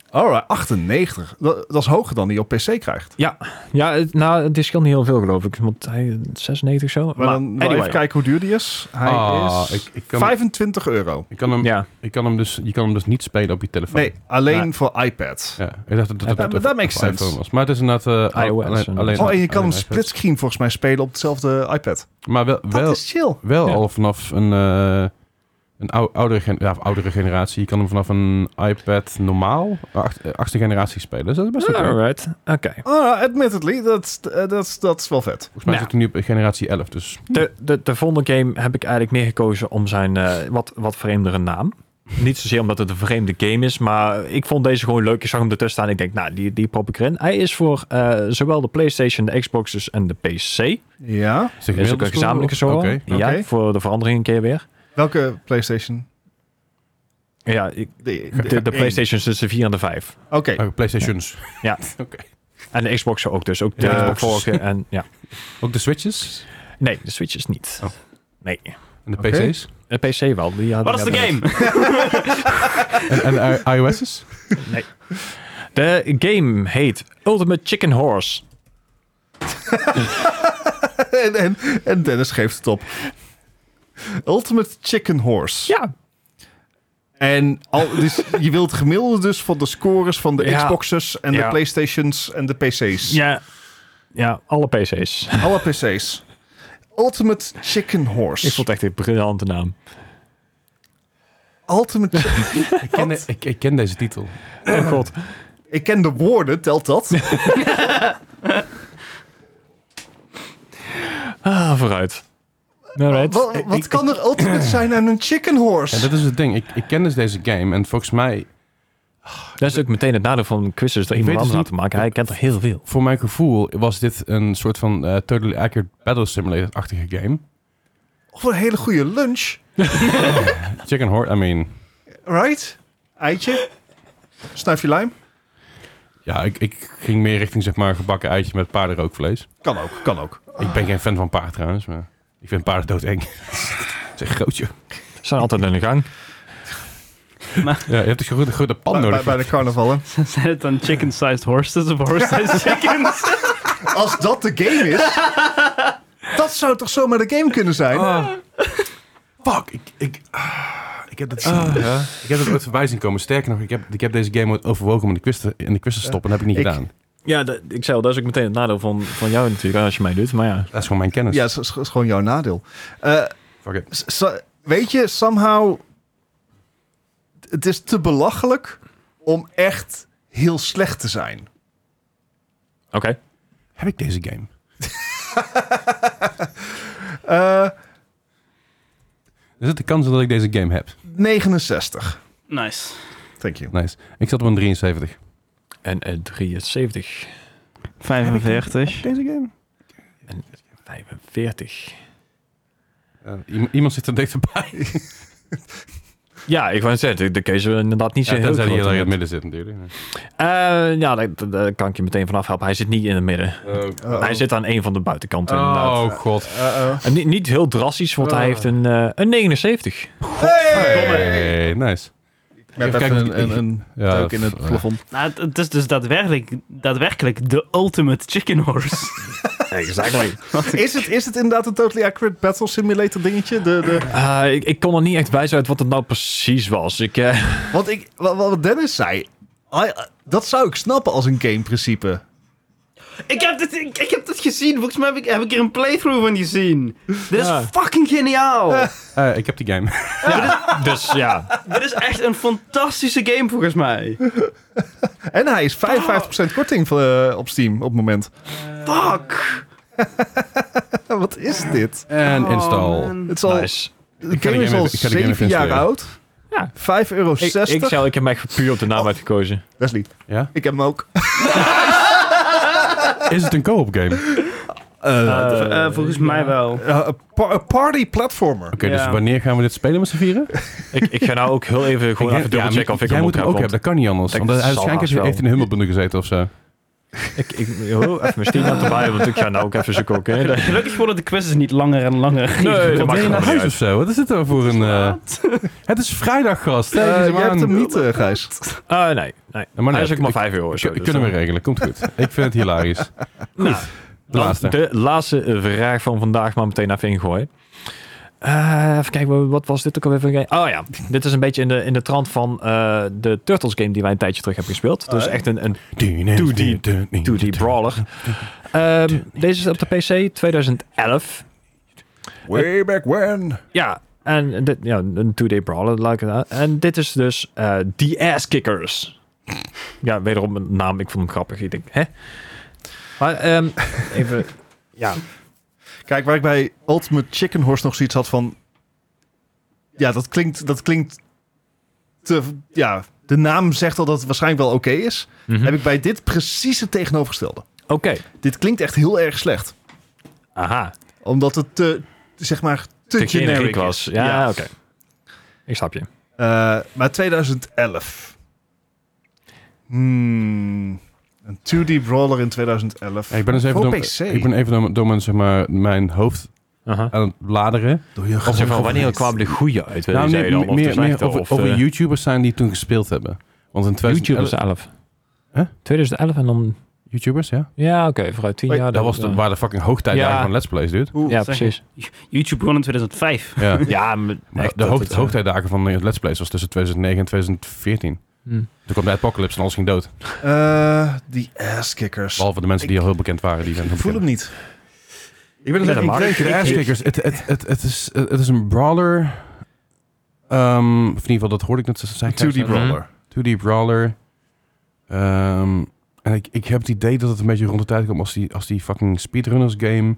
[SPEAKER 3] Alright, 98. Dat, dat is hoger dan die je op PC krijgt.
[SPEAKER 4] Ja, het, nou, het is niet heel veel geloof ik. Want hij 96 zo.
[SPEAKER 3] Maar, dan wel
[SPEAKER 4] anyway.
[SPEAKER 3] even kijken hoe duur die is. Hij
[SPEAKER 1] Ah,
[SPEAKER 3] is
[SPEAKER 1] ik- ik kan-
[SPEAKER 3] 25 euro.
[SPEAKER 1] Ik kan hem,
[SPEAKER 4] Ja.
[SPEAKER 1] ik kan hem dus, je kan hem dus niet spelen op je telefoon.
[SPEAKER 3] Nee, alleen
[SPEAKER 4] Nee.
[SPEAKER 3] voor iPad.
[SPEAKER 1] Ja, ik dacht dat
[SPEAKER 4] Ja,
[SPEAKER 1] dat,
[SPEAKER 3] maar
[SPEAKER 1] dat,
[SPEAKER 3] dat makes
[SPEAKER 1] op
[SPEAKER 3] sense.
[SPEAKER 1] iPhone was. Maar het is inderdaad eh,
[SPEAKER 4] iOS
[SPEAKER 1] alleen,
[SPEAKER 4] en-
[SPEAKER 1] alleen-
[SPEAKER 3] Oh, en je kan
[SPEAKER 1] alleen
[SPEAKER 3] hem
[SPEAKER 1] iPhone.
[SPEAKER 3] splitscreen volgens mij spelen op hetzelfde iPad.
[SPEAKER 1] Maar wel,
[SPEAKER 3] Dat
[SPEAKER 1] wel,
[SPEAKER 3] is chill.
[SPEAKER 1] wel
[SPEAKER 4] Ja.
[SPEAKER 1] al vanaf een, eh, een ou- oudere, gen- ja, of oudere generatie. Je kan hem vanaf een iPad normaal, acht, eh, achtste generatie spelen. Dus dat is best wel leuk.
[SPEAKER 4] Alright. Oké.
[SPEAKER 3] Ah, admittedly, dat, is- eh, dat, is- dat is wel vet.
[SPEAKER 1] Volgens mij
[SPEAKER 4] Nou.
[SPEAKER 1] zit hij nu op generatie 11. Dus
[SPEAKER 4] De, de, de volgende game heb ik eigenlijk meer gekozen om zijn eh, wat, wat vreemdere naam. Niet zozeer omdat het een vreemde game is, maar ik vond deze gewoon leuk. Ik zag hem ertussen staan en ik denk, nou, die, die prop ik erin. Hij is voor eh, zowel de PlayStation, de Xboxes en de PC.
[SPEAKER 3] Ja.
[SPEAKER 1] is het
[SPEAKER 4] Er is ook een gezamenlijke
[SPEAKER 1] score,
[SPEAKER 4] zo.
[SPEAKER 1] of- Oké.
[SPEAKER 4] Ja,
[SPEAKER 3] oké.
[SPEAKER 4] voor de verandering een keer weer.
[SPEAKER 3] Welke PlayStation?
[SPEAKER 4] Ja, ik-
[SPEAKER 3] De,
[SPEAKER 4] de, de
[SPEAKER 3] één.
[SPEAKER 4] PlayStation tussen de 4 en de 5.
[SPEAKER 3] Oké.
[SPEAKER 1] Ah, Playstations.
[SPEAKER 4] Ja.
[SPEAKER 1] Oké.
[SPEAKER 4] En de Xbox ook dus. Ook de
[SPEAKER 3] Ja,
[SPEAKER 4] Xbox
[SPEAKER 3] Xbox.
[SPEAKER 4] vorige en ja.
[SPEAKER 1] Ook de Switches
[SPEAKER 4] Nee, de Switch is niet.
[SPEAKER 1] Oh.
[SPEAKER 4] Nee.
[SPEAKER 1] en de
[SPEAKER 3] Oké.
[SPEAKER 1] PC's
[SPEAKER 4] De PC wel. Die hadden-
[SPEAKER 2] Wat is de
[SPEAKER 4] hadden-
[SPEAKER 2] game?
[SPEAKER 1] en, en de i- iOS's.
[SPEAKER 4] Nee. De game heet Ultimate Chicken Horse.
[SPEAKER 3] en, en, en Dennis geeft het op. Ultimate Chicken Horse.
[SPEAKER 4] Ja,
[SPEAKER 3] En al, dus je wilt gemiddelde dus van de scores van de
[SPEAKER 4] Ja.
[SPEAKER 3] Xboxes en de
[SPEAKER 4] Ja.
[SPEAKER 3] Playstations en de PC's.
[SPEAKER 4] ja, ja, alle PC's.
[SPEAKER 3] Alle PC's. Ultimate Chicken
[SPEAKER 4] Ik
[SPEAKER 3] Horse.
[SPEAKER 4] vond het echt een briljante naam.
[SPEAKER 3] Ultimate chi-
[SPEAKER 1] Ik ken, ik, ik ken deze titel.
[SPEAKER 4] Oh god.
[SPEAKER 3] Ik ken de woorden, telt dat?
[SPEAKER 4] Ah, vooruit. Nou, Alright.
[SPEAKER 3] wat wat kan er ultimate zijn aan een chicken
[SPEAKER 1] En
[SPEAKER 3] horse?
[SPEAKER 1] dat is het ding. Ik, ik ken dus deze game. En volgens mij,
[SPEAKER 4] Dat is ook meteen het nadeel van quizzes.
[SPEAKER 1] Ik
[SPEAKER 4] Dat iemand
[SPEAKER 1] weet dus
[SPEAKER 4] anders aan te maken. Hij kent er heel veel.
[SPEAKER 1] voor mijn gevoel, was dit een soort van eh, totally accurate battle simulator-achtige game.
[SPEAKER 3] Of een hele goede lunch?
[SPEAKER 1] Chicken Horse, I mean...
[SPEAKER 3] Right? Eitje? Snuif je lijm?
[SPEAKER 1] Ja, ik, ik ging meer richting zeg maar een gebakken eitje met paardenrookvlees.
[SPEAKER 3] Kan ook, kan ook.
[SPEAKER 1] Ik ben geen fan van paard trouwens, maar ik vind paarden doodeng. Het is echt grootje.
[SPEAKER 4] Ze zijn altijd in de gang.
[SPEAKER 1] Ja, je hebt dus een goede, goede pan
[SPEAKER 3] Bij, bij,
[SPEAKER 1] nodig.
[SPEAKER 3] bij de carnaval, hè?
[SPEAKER 2] Zijn het dan chicken-sized horses of horse-sized chickens?
[SPEAKER 3] Als dat de game is, dat zou toch zomaar de game kunnen zijn?
[SPEAKER 1] Fuck, ik, ik, ah, ik heb dat Ik heb het ooit voorbij zien komen. Sterker nog, ik heb, ik heb deze game ooit overwogen om in de quiz te, in de quiz te stoppen. Dat heb ik niet
[SPEAKER 3] Ik-
[SPEAKER 1] gedaan.
[SPEAKER 4] Ja, dat- ik zei al, dat is ook meteen het nadeel van, van jou natuurlijk, als je mij doet. Maar ja,
[SPEAKER 1] Dat is gewoon mijn kennis.
[SPEAKER 3] Ja, dat is, is gewoon jouw nadeel. Eh,
[SPEAKER 1] Fuck it.
[SPEAKER 3] s- s- weet je, somehow... Het is te belachelijk om echt heel slecht te zijn.
[SPEAKER 4] oké.
[SPEAKER 1] Heb ik deze game?
[SPEAKER 3] Eh,
[SPEAKER 1] Is het de kans dat ik deze game heb?
[SPEAKER 3] 69.
[SPEAKER 2] Nice.
[SPEAKER 3] Thank you.
[SPEAKER 1] Nice. Ik zat op een 73.
[SPEAKER 4] En eh, 73.
[SPEAKER 2] 45.
[SPEAKER 1] Deze game?
[SPEAKER 4] 45.
[SPEAKER 1] iemand zit er dichterbij.
[SPEAKER 4] Ja, ik wou net zeggen, de, de keuze is inderdaad niet zo
[SPEAKER 1] Ja,
[SPEAKER 4] heel
[SPEAKER 1] tenzij
[SPEAKER 4] groot.
[SPEAKER 1] die heel erg in het
[SPEAKER 4] inderdaad.
[SPEAKER 1] midden zit natuurlijk.
[SPEAKER 4] Eh, ja, daar daar kan ik je meteen vanaf helpen. Hij zit niet in het midden.
[SPEAKER 3] Uh-oh.
[SPEAKER 4] Hij zit aan een van de buitenkanten inderdaad.
[SPEAKER 1] Oh god.
[SPEAKER 3] Uh-oh.
[SPEAKER 4] En niet, niet heel drastisch, want
[SPEAKER 1] Ah.
[SPEAKER 4] hij heeft een, eh, een 79.
[SPEAKER 1] Hey, nice.
[SPEAKER 3] Ik heb
[SPEAKER 1] Even
[SPEAKER 3] even
[SPEAKER 1] kijken.
[SPEAKER 3] een, een, een
[SPEAKER 1] Ja,
[SPEAKER 3] duik in het
[SPEAKER 1] f- eh.
[SPEAKER 3] plafond.
[SPEAKER 2] Nou, het, het is dus daadwerkelijk, daadwerkelijk de ultimate chicken horse.
[SPEAKER 4] Exactly.
[SPEAKER 3] Is het, is het inderdaad een totally accurate battle simulator dingetje? De, de,
[SPEAKER 4] Ah, ik, ik kon er niet echt wijzen uit wat het nou precies was. Ik, eh,
[SPEAKER 3] Want ik, wa- wa- wat Dennis zei, I- dat zou ik snappen als een gameprincipe.
[SPEAKER 2] ik, heb dit, ik, ik heb dit gezien. Volgens mij heb ik, heb ik er een playthrough van gezien. Dit is
[SPEAKER 4] Ja.
[SPEAKER 2] fucking geniaal.
[SPEAKER 1] Eh, ik heb die game.
[SPEAKER 4] dus ja,
[SPEAKER 2] Dit is echt een fantastische game volgens mij.
[SPEAKER 3] En hij is 55% korting eh, op Steam op het moment.
[SPEAKER 2] Fuck.
[SPEAKER 3] Wat is dit?
[SPEAKER 1] En install.
[SPEAKER 2] Oh, man.
[SPEAKER 3] Het is al,
[SPEAKER 4] nice.
[SPEAKER 3] De
[SPEAKER 1] Ik ga de
[SPEAKER 3] game is
[SPEAKER 1] game
[SPEAKER 3] al
[SPEAKER 1] even- ik ga de game even
[SPEAKER 3] 7
[SPEAKER 1] installeren.
[SPEAKER 3] jaar oud.
[SPEAKER 4] Ja.
[SPEAKER 3] 5,60 euro.
[SPEAKER 4] Ik, ik, zou, ik heb hem echt puur op de naam uitgekozen.
[SPEAKER 3] Wesley,
[SPEAKER 1] Ja?
[SPEAKER 3] ik heb hem ook.
[SPEAKER 1] Is het een co-op game? Oké,
[SPEAKER 2] Eh, eh, volgens mij wel.
[SPEAKER 3] Eh, een pa- een party platformer.
[SPEAKER 1] dus
[SPEAKER 2] Ja.
[SPEAKER 1] wanneer gaan we dit spelen met z'n vieren?
[SPEAKER 4] Ik, ik ga nou ook heel even gewoon
[SPEAKER 1] denk-
[SPEAKER 4] even dubbelchecken of ik
[SPEAKER 1] jij
[SPEAKER 4] hem
[SPEAKER 1] moet hem ook
[SPEAKER 4] ook heb.
[SPEAKER 1] hebben, dat kan niet anders.
[SPEAKER 4] Ik
[SPEAKER 1] Want hij
[SPEAKER 4] zal
[SPEAKER 1] waarschijnlijk heeft
[SPEAKER 4] haast
[SPEAKER 1] heeft hij in een hummelbundel gezeten of zo.
[SPEAKER 4] want Ik, ik, oh, even mijn Steam aan te want ik ga nou ook even zoeken. oké? Nee,
[SPEAKER 2] Gelukkig worden de quizzes niet langer en langer.
[SPEAKER 4] dat
[SPEAKER 1] Ben je
[SPEAKER 4] maakt gewoon
[SPEAKER 1] naar
[SPEAKER 4] niet
[SPEAKER 1] huis of
[SPEAKER 4] uit.
[SPEAKER 1] zo? Wat is dit dan voor een... eh, het is vrijdag, gast.
[SPEAKER 3] Eh,
[SPEAKER 1] Tegen ze
[SPEAKER 3] jij
[SPEAKER 1] maar
[SPEAKER 3] hebt
[SPEAKER 1] aan.
[SPEAKER 3] hem niet, eh, Gijs.
[SPEAKER 4] Ah, nee, nee.
[SPEAKER 1] Maar nee,
[SPEAKER 4] Hij is ook maar
[SPEAKER 1] ik-
[SPEAKER 4] 5 euro. of zo,
[SPEAKER 1] K-
[SPEAKER 4] dus
[SPEAKER 1] kunnen we
[SPEAKER 4] dan-
[SPEAKER 1] regelen, komt goed. Ik vind het hilarisch.
[SPEAKER 4] Nou,
[SPEAKER 1] De
[SPEAKER 4] dan
[SPEAKER 1] laatste.
[SPEAKER 4] De laatste eh, vraag van vandaag, maar meteen even ingooien. Eh, even kijken, wa- wat was dit ook alweer voor een game? Oh ja, dit is een beetje in de, in de trant van eh, de Turtles game die wij een tijdje terug hebben gespeeld. Dus echt een, een 2D 2D brawler. Ehm, deze is op de PC 2011.
[SPEAKER 3] Way back when.
[SPEAKER 4] Ja, en dit, ja, een 2D brawler. Like that. En dit is dus eh The Ass Kickers. ja, wederom een naam. Ik vond hem grappig. Ik denk, hè? Maar ehm, even... ja,
[SPEAKER 3] Kijk, waar ik bij Ultimate Chicken Horse nog zoiets had van... Ja, dat klinkt... Dat klinkt te, ja, de naam zegt al dat het waarschijnlijk wel oké is.
[SPEAKER 4] Mhm.
[SPEAKER 3] Heb ik bij dit precies het tegenovergestelde.
[SPEAKER 4] oké.
[SPEAKER 3] Dit klinkt echt heel erg slecht.
[SPEAKER 4] Aha.
[SPEAKER 3] Omdat het te, zeg maar, te,
[SPEAKER 4] te generiek
[SPEAKER 3] generic
[SPEAKER 4] was.
[SPEAKER 3] is.
[SPEAKER 4] Ja, oké. Ik snap je.
[SPEAKER 3] Eh, maar 2011. Hmm. Een 2D brawler in 2011.
[SPEAKER 1] Ja, ik ben dus even,
[SPEAKER 3] Voor
[SPEAKER 1] door,
[SPEAKER 3] PC.
[SPEAKER 1] ik ben even door, door mijn, zeg maar, mijn hoofd
[SPEAKER 2] Uh-huh.
[SPEAKER 4] Eh,
[SPEAKER 1] aan het bladeren.
[SPEAKER 3] Doe je een
[SPEAKER 4] Als je van
[SPEAKER 3] gewoon
[SPEAKER 4] wanneer
[SPEAKER 3] geweest.
[SPEAKER 4] kwamen de goede uit? Weet
[SPEAKER 1] Nou,
[SPEAKER 4] je, zei
[SPEAKER 1] nee,
[SPEAKER 4] je dan, of
[SPEAKER 1] meer,
[SPEAKER 4] de
[SPEAKER 1] meer,
[SPEAKER 4] slechte,
[SPEAKER 1] over,
[SPEAKER 4] of eh,
[SPEAKER 1] over
[SPEAKER 4] de-
[SPEAKER 1] YouTubers zijn die toen gespeeld hebben. Want in 2011...
[SPEAKER 4] YouTubers 11.
[SPEAKER 1] Huh?
[SPEAKER 4] 2011 en dan
[SPEAKER 1] YouTubers, ja?
[SPEAKER 4] Ja, oké, vooruit tien
[SPEAKER 3] Wait,
[SPEAKER 4] jaar.
[SPEAKER 1] Dat was de, waar de fucking hoogtijdagen
[SPEAKER 4] Ja.
[SPEAKER 1] van Let's Plays, dude.
[SPEAKER 2] Zeg-
[SPEAKER 4] Ja, precies.
[SPEAKER 2] YouTube begon in 2005.
[SPEAKER 1] Ja.
[SPEAKER 4] Ja, maar
[SPEAKER 1] Maar
[SPEAKER 4] echt
[SPEAKER 1] de
[SPEAKER 4] dat
[SPEAKER 1] hoogte-
[SPEAKER 4] het, eh,
[SPEAKER 1] hoogtijdagen van eh, Let's Plays was tussen 2009 en 2014.
[SPEAKER 4] hm.
[SPEAKER 1] Toen kwam de apocalypse en alles ging dood.
[SPEAKER 3] Eh, die asskickers.
[SPEAKER 1] Behalve de mensen die al heel bekend waren. Die zijn
[SPEAKER 3] Ik voel hem niet. Ik ben
[SPEAKER 4] Ja, dat mag.
[SPEAKER 3] denk
[SPEAKER 1] De Asskickers, het, het, het, het, is, het is een brawler. Ehm, of in ieder geval, dat hoorde ik net. ze zei-
[SPEAKER 3] 2D Brawler.
[SPEAKER 1] 2D brawler. Ehm, en ik, ik heb het idee dat het een beetje rond de tijd komt als die, als die fucking speedrunners game.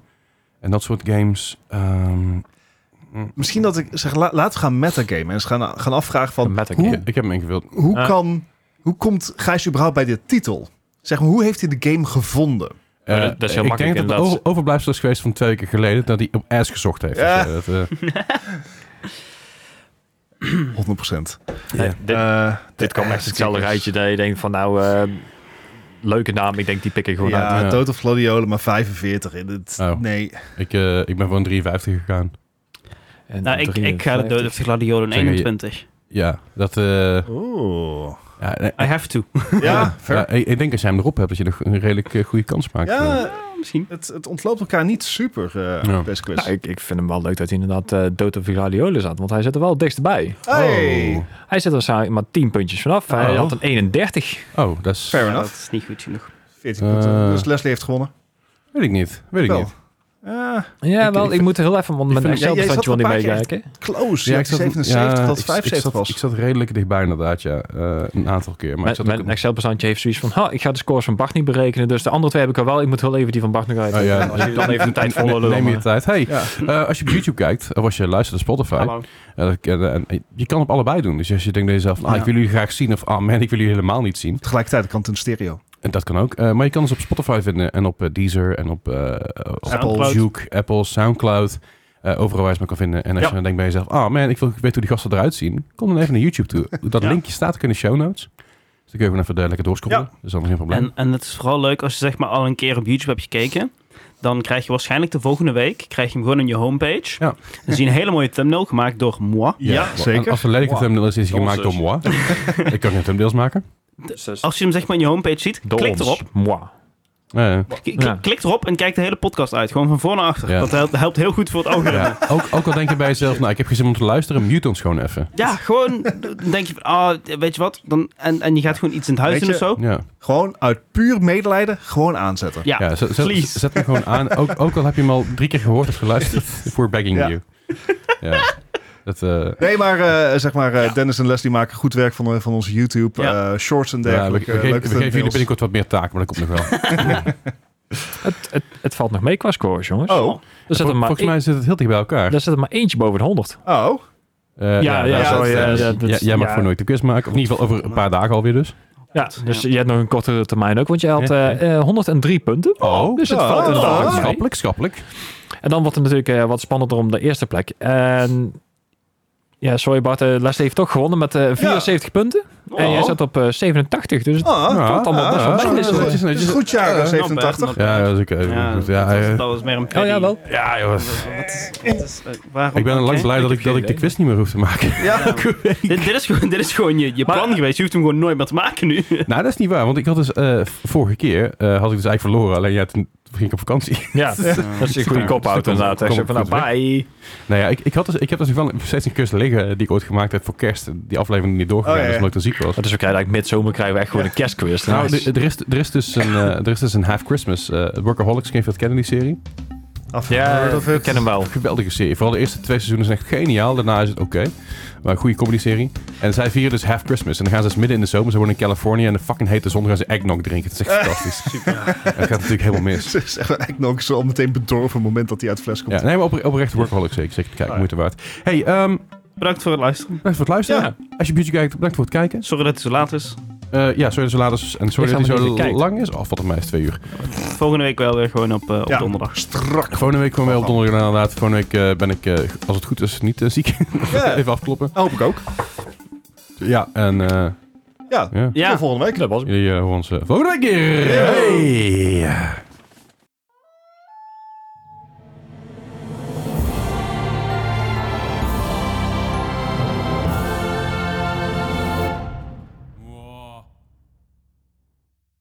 [SPEAKER 1] En dat soort games. Ehm, mm.
[SPEAKER 3] Misschien dat ik zeg, la- laten we gaan metagamen. En eens gaan, gaan afvragen van,
[SPEAKER 4] Een metagame.
[SPEAKER 3] hoe,
[SPEAKER 1] Ik, ik heb hem ingevuld.
[SPEAKER 3] hoe,
[SPEAKER 4] Ja.
[SPEAKER 3] kan, hoe komt Gijs überhaupt bij de titel? Zeg maar, hoe heeft hij de game gevonden?
[SPEAKER 1] Eh,
[SPEAKER 4] Maar dat- dat is heel
[SPEAKER 1] ik
[SPEAKER 4] makkelijk,
[SPEAKER 1] denk dat het
[SPEAKER 4] inderdaad.
[SPEAKER 1] over- overblijfsel is geweest van twee weken geleden. Dat hij op ass gezocht heeft.
[SPEAKER 3] Ja.
[SPEAKER 1] Dus, eh, dat, eh,
[SPEAKER 3] 100 procent.
[SPEAKER 4] Nee, dit,
[SPEAKER 1] Eh,
[SPEAKER 4] dit kwam echt hetzelfde rijtje dat je denkt van nou, eh, leuke naam, ik denk die pik ik gewoon uit.
[SPEAKER 3] Ja,
[SPEAKER 1] ja.
[SPEAKER 3] Total Gladiolen, maar 45. In het,
[SPEAKER 1] Oh.
[SPEAKER 3] Nee,
[SPEAKER 1] ik, eh, ik ben voor een 53 gegaan.
[SPEAKER 4] En
[SPEAKER 2] Nou, ik, ik ga de
[SPEAKER 4] 53.
[SPEAKER 2] dood of de gladiolen
[SPEAKER 1] Zeg je-
[SPEAKER 2] 21.
[SPEAKER 1] Ja, dat... eh,
[SPEAKER 3] Oeh.
[SPEAKER 1] ja,
[SPEAKER 3] Ah,
[SPEAKER 1] nee,
[SPEAKER 2] I have to.
[SPEAKER 3] Ja, ver-
[SPEAKER 1] Ja, ik, ik denk als jij hem erop hebt, dat je nog een redelijk eh, goede kans maakt. Eh,
[SPEAKER 3] ja
[SPEAKER 2] Misschien.
[SPEAKER 3] het, het ontloopt elkaar niet super, eh
[SPEAKER 1] Ja.
[SPEAKER 3] best quiz.
[SPEAKER 4] Nou, ik, ik vind hem wel leuk dat hij inderdaad eh dood of Gladiolen zat, want hij zit er wel het dichtst bij.
[SPEAKER 3] Hey.
[SPEAKER 1] oh.
[SPEAKER 4] Hij zit er waarschijnlijk maar 10 puntjes vanaf. Hij
[SPEAKER 1] Oh.
[SPEAKER 4] had een 31.
[SPEAKER 1] Oh, dat is...
[SPEAKER 3] Fair
[SPEAKER 2] Ja,
[SPEAKER 3] enough.
[SPEAKER 2] dat is niet goed genoeg.
[SPEAKER 3] 14 punten.
[SPEAKER 1] Eh.
[SPEAKER 3] Dus Leslie heeft gewonnen.
[SPEAKER 1] Weet ik niet. Weet ik
[SPEAKER 3] Wel.
[SPEAKER 1] niet.
[SPEAKER 3] Ah,
[SPEAKER 4] Ja,
[SPEAKER 1] Ik-
[SPEAKER 4] wel,
[SPEAKER 1] ik
[SPEAKER 4] ik, moet er heel even, want mijn
[SPEAKER 3] vind- jij- jij zat
[SPEAKER 4] Excel-bestandje
[SPEAKER 3] er
[SPEAKER 4] wil niet
[SPEAKER 3] een paar
[SPEAKER 4] meekijken.
[SPEAKER 3] close. Ja, ik 77
[SPEAKER 1] ja,
[SPEAKER 3] dat
[SPEAKER 1] ik-
[SPEAKER 3] 75
[SPEAKER 1] ik zat,
[SPEAKER 3] was.
[SPEAKER 1] Ik zat redelijk dichtbij inderdaad, ja. Eh, een aantal keer. Maar ik
[SPEAKER 4] Mijn,
[SPEAKER 1] zat ook
[SPEAKER 4] mijn
[SPEAKER 1] een-
[SPEAKER 4] Excel-bestandje heeft zoiets van, "Ha, ik ga de scores van Bart niet berekenen, dus de andere twee heb ik al wel. Ik moet wel even die van Bart nog uit.
[SPEAKER 1] Oh, ja.
[SPEAKER 4] Als je dan even de tijd
[SPEAKER 1] En- en-
[SPEAKER 4] vol
[SPEAKER 1] Neem je tijd. Hey, eh, als je op YouTube kijkt, of als je luistert naar Spotify,
[SPEAKER 2] Hallo.
[SPEAKER 1] eh, dat- eh, en- en je kan op allebei doen. Dus als je denkt bij jezelf, ah,
[SPEAKER 3] Ja.
[SPEAKER 1] ik wil jullie graag zien, of ah man, ik wil jullie helemaal niet zien.
[SPEAKER 3] Tegelijkertijd kan het in stereo.
[SPEAKER 1] En dat kan ook. Eh, maar je kan ons op Spotify vinden en op eh, Deezer en op eh, op
[SPEAKER 3] Apple.
[SPEAKER 1] Juke, Apple, Soundcloud. eh, overal waar je het maar kan vinden. En als
[SPEAKER 2] Ja.
[SPEAKER 1] je dan denkt bij jezelf, ah man, ik wil weten hoe die gasten eruit zien. Kom dan even naar YouTube toe. Dat
[SPEAKER 2] Ja.
[SPEAKER 1] linkje staat ook in de show notes. Dus dan kun je gewoon even eh, lekker doorscrollen.
[SPEAKER 3] Ja.
[SPEAKER 1] Dat is allemaal geen probleem.
[SPEAKER 2] En, en het is vooral leuk als je zeg maar al een keer op YouTube hebt gekeken. Dan krijg je waarschijnlijk de volgende week krijg je hem gewoon in je homepage.
[SPEAKER 1] Ja.
[SPEAKER 2] Dan zie je een hele mooie thumbnail gemaakt door moi.
[SPEAKER 3] Ja,
[SPEAKER 1] En
[SPEAKER 3] zeker.
[SPEAKER 1] Als er een lelijke
[SPEAKER 4] Moi.
[SPEAKER 1] thumbnail is, is die
[SPEAKER 4] Ons
[SPEAKER 1] gemaakt door
[SPEAKER 4] dus.
[SPEAKER 1] moi. ik kan geen thumbnails maken.
[SPEAKER 2] Als je hem zeg maar in je homepage ziet, klik erop.
[SPEAKER 4] Moi.
[SPEAKER 1] Eh,
[SPEAKER 2] K- k-
[SPEAKER 4] Ja.
[SPEAKER 2] Klik erop en kijk de hele podcast uit. Gewoon van voor naar achter.
[SPEAKER 1] Ja.
[SPEAKER 2] Dat helpt, helpt heel goed voor het algoritme. Ja,
[SPEAKER 1] ja. ook, ook al denk je bij jezelf, nou ik heb geen zin om te luisteren, mute ons gewoon even.
[SPEAKER 2] gewoon dan denk je van, ah, weet je wat? Dan, en, en je gaat gewoon iets in het huis
[SPEAKER 3] Weet
[SPEAKER 2] doen of
[SPEAKER 3] je-
[SPEAKER 2] zo.
[SPEAKER 1] Ja,
[SPEAKER 3] Gewoon uit puur medelijden, gewoon aanzetten.
[SPEAKER 2] Ja,
[SPEAKER 1] ja zet, zet,
[SPEAKER 2] please.
[SPEAKER 1] zet hem gewoon aan. Ook, ook al heb je hem al drie keer gehoord of geluisterd, voor begging
[SPEAKER 3] Ja.
[SPEAKER 1] you. Ja. Dat, eh,
[SPEAKER 3] Nee, maar eh, zeg maar, eh, Dennis en Leslie maken goed werk van, van onze YouTube.
[SPEAKER 2] Ja.
[SPEAKER 3] eh, shorts en
[SPEAKER 1] Ja, we,
[SPEAKER 3] dergelijke. eh,
[SPEAKER 1] we ge-
[SPEAKER 3] leuke
[SPEAKER 1] we geven jullie
[SPEAKER 3] thumbnails.
[SPEAKER 1] binnenkort wat meer taken, maar dat komt nog wel.
[SPEAKER 4] Het, het, het valt nog mee qua scores, jongens.
[SPEAKER 3] Oh,
[SPEAKER 4] er, zit er,
[SPEAKER 1] Vol-
[SPEAKER 4] maar
[SPEAKER 1] volgens mij zit het heel dicht bij elkaar.
[SPEAKER 4] één- er zit er maar eentje boven de 100.
[SPEAKER 3] oh.
[SPEAKER 1] Eh,
[SPEAKER 4] ja, ja,
[SPEAKER 1] nou,
[SPEAKER 3] zo,
[SPEAKER 1] dat-
[SPEAKER 3] ja,
[SPEAKER 1] eh,
[SPEAKER 4] ja, dat-
[SPEAKER 1] j- jij mag
[SPEAKER 4] ja.
[SPEAKER 1] voor nooit de quiz maken. Of in ieder geval over een paar dagen alweer dus.
[SPEAKER 4] Ja, dus je hebt nog een kortere termijn ook, want je had eh, eh, 103 punten.
[SPEAKER 1] Oh,
[SPEAKER 4] Dus het
[SPEAKER 3] Ja,
[SPEAKER 4] valt inderdaad
[SPEAKER 3] ja.
[SPEAKER 4] nog mee.
[SPEAKER 1] schappelijk, schappelijk.
[SPEAKER 4] En dan wordt het natuurlijk eh, wat spannender om de eerste plek. En ja, sorry Bart, eh Leslie heeft toch gewonnen met eh 74 punten.
[SPEAKER 2] Oh.
[SPEAKER 4] En jij zat op eh, 87, dus het
[SPEAKER 3] Ah,
[SPEAKER 1] Ja,
[SPEAKER 4] valt allemaal
[SPEAKER 1] ah,
[SPEAKER 4] best wel
[SPEAKER 1] ah,
[SPEAKER 4] mee.
[SPEAKER 1] ah,
[SPEAKER 4] Dus, eh,
[SPEAKER 1] ah,
[SPEAKER 3] Het is een goed jaar, eh, 87.
[SPEAKER 1] Ja, dat is oké.
[SPEAKER 2] Ja,
[SPEAKER 1] goed,
[SPEAKER 2] dat,
[SPEAKER 1] ja,
[SPEAKER 2] was,
[SPEAKER 1] eh,
[SPEAKER 2] dat was meer een
[SPEAKER 4] Oh ja, wel.
[SPEAKER 1] ja, joh.
[SPEAKER 2] Wat is- eh, waarom?
[SPEAKER 1] Ik ben al lang
[SPEAKER 2] Oké.
[SPEAKER 1] blij dat ik, dat ik de
[SPEAKER 4] idee.
[SPEAKER 1] quiz niet meer hoef te maken.
[SPEAKER 3] Ja,
[SPEAKER 2] Dit, dit is gewoon, dit is gewoon je, je
[SPEAKER 4] Maar-
[SPEAKER 2] plan geweest. Je hoeft hem gewoon nooit meer te maken nu.
[SPEAKER 1] nou, dat is niet waar. Want ik had dus eh, v- vorige keer, eh, had ik dus eigenlijk verloren. Alleen ja, toen ging ik op vakantie.
[SPEAKER 4] Ja, dat is een goede
[SPEAKER 1] Ja,
[SPEAKER 4] kop-out
[SPEAKER 1] dat
[SPEAKER 4] inderdaad. Hij
[SPEAKER 1] komt
[SPEAKER 4] zegt van, nou,
[SPEAKER 1] goed weg.
[SPEAKER 4] bye.
[SPEAKER 1] nou ja, ik, ik, had dus, ik heb dus nog wel steeds een quiz liggen die ik ooit gemaakt heb voor kerst. Die aflevering die niet doorgegaan
[SPEAKER 3] Oh, ja,
[SPEAKER 1] is
[SPEAKER 3] ja.
[SPEAKER 1] omdat ik te ziek was.
[SPEAKER 4] Dat is ook eigenlijk midzomer krijgen we echt gewoon een kerstquiz.
[SPEAKER 1] Nou, d- er is, er, is dus een, eh, er is dus een Half Christmas, eh Workaholics Gamefield Kennedy serie.
[SPEAKER 3] Af-
[SPEAKER 4] ja,
[SPEAKER 3] heard of it.
[SPEAKER 4] ik ken hem wel.
[SPEAKER 1] Geweldige serie. Vooral de eerste twee seizoenen zijn echt geniaal. Daarna is het oké. Maar een goede comedy serie. En zij vieren dus Half Christmas. En dan gaan ze dus midden in de zomer. Ze wonen in Californië. En de fucking hete zon gaan ze eggnog drinken. Het is echt fantastisch. Dat gaat natuurlijk helemaal mis.
[SPEAKER 3] Het is echt eigenlijk nog zo al meteen bedorven op het moment dat hij uit de fles komt.
[SPEAKER 1] Ja, nee, maar opre- oprecht Workaholics zeker. Zeker kijken. Moeite waard. Hey, ehm,
[SPEAKER 2] Bedankt voor het luisteren.
[SPEAKER 1] bedankt voor het luisteren. Als je beauty kijkt, bedankt voor het kijken.
[SPEAKER 2] Sorry dat het zo laat is.
[SPEAKER 1] Eh, ja, sorry dat ze laat is. En sorry
[SPEAKER 4] Ik
[SPEAKER 1] dat
[SPEAKER 4] ga
[SPEAKER 1] hij
[SPEAKER 4] maar
[SPEAKER 1] zo
[SPEAKER 4] even kijken.
[SPEAKER 1] lang is. Oh, wat op mij is twee uur.
[SPEAKER 2] Volgende week wel weer gewoon op, eh, op
[SPEAKER 3] Ja.
[SPEAKER 2] donderdag.
[SPEAKER 3] Strak.
[SPEAKER 1] Volgende week gewoon weer op donderdag inderdaad. Volgende week eh, ben ik, eh, als het goed is, niet eh, ziek.
[SPEAKER 3] Ja,
[SPEAKER 1] Even afkloppen.
[SPEAKER 3] hoop ik ook.
[SPEAKER 1] Ja, en eh,
[SPEAKER 3] Ja,
[SPEAKER 1] ja.
[SPEAKER 2] Ja.
[SPEAKER 3] tot volgende week.
[SPEAKER 4] Dat was
[SPEAKER 1] jullie eh, horen ons eh, volgende week weer. Hey.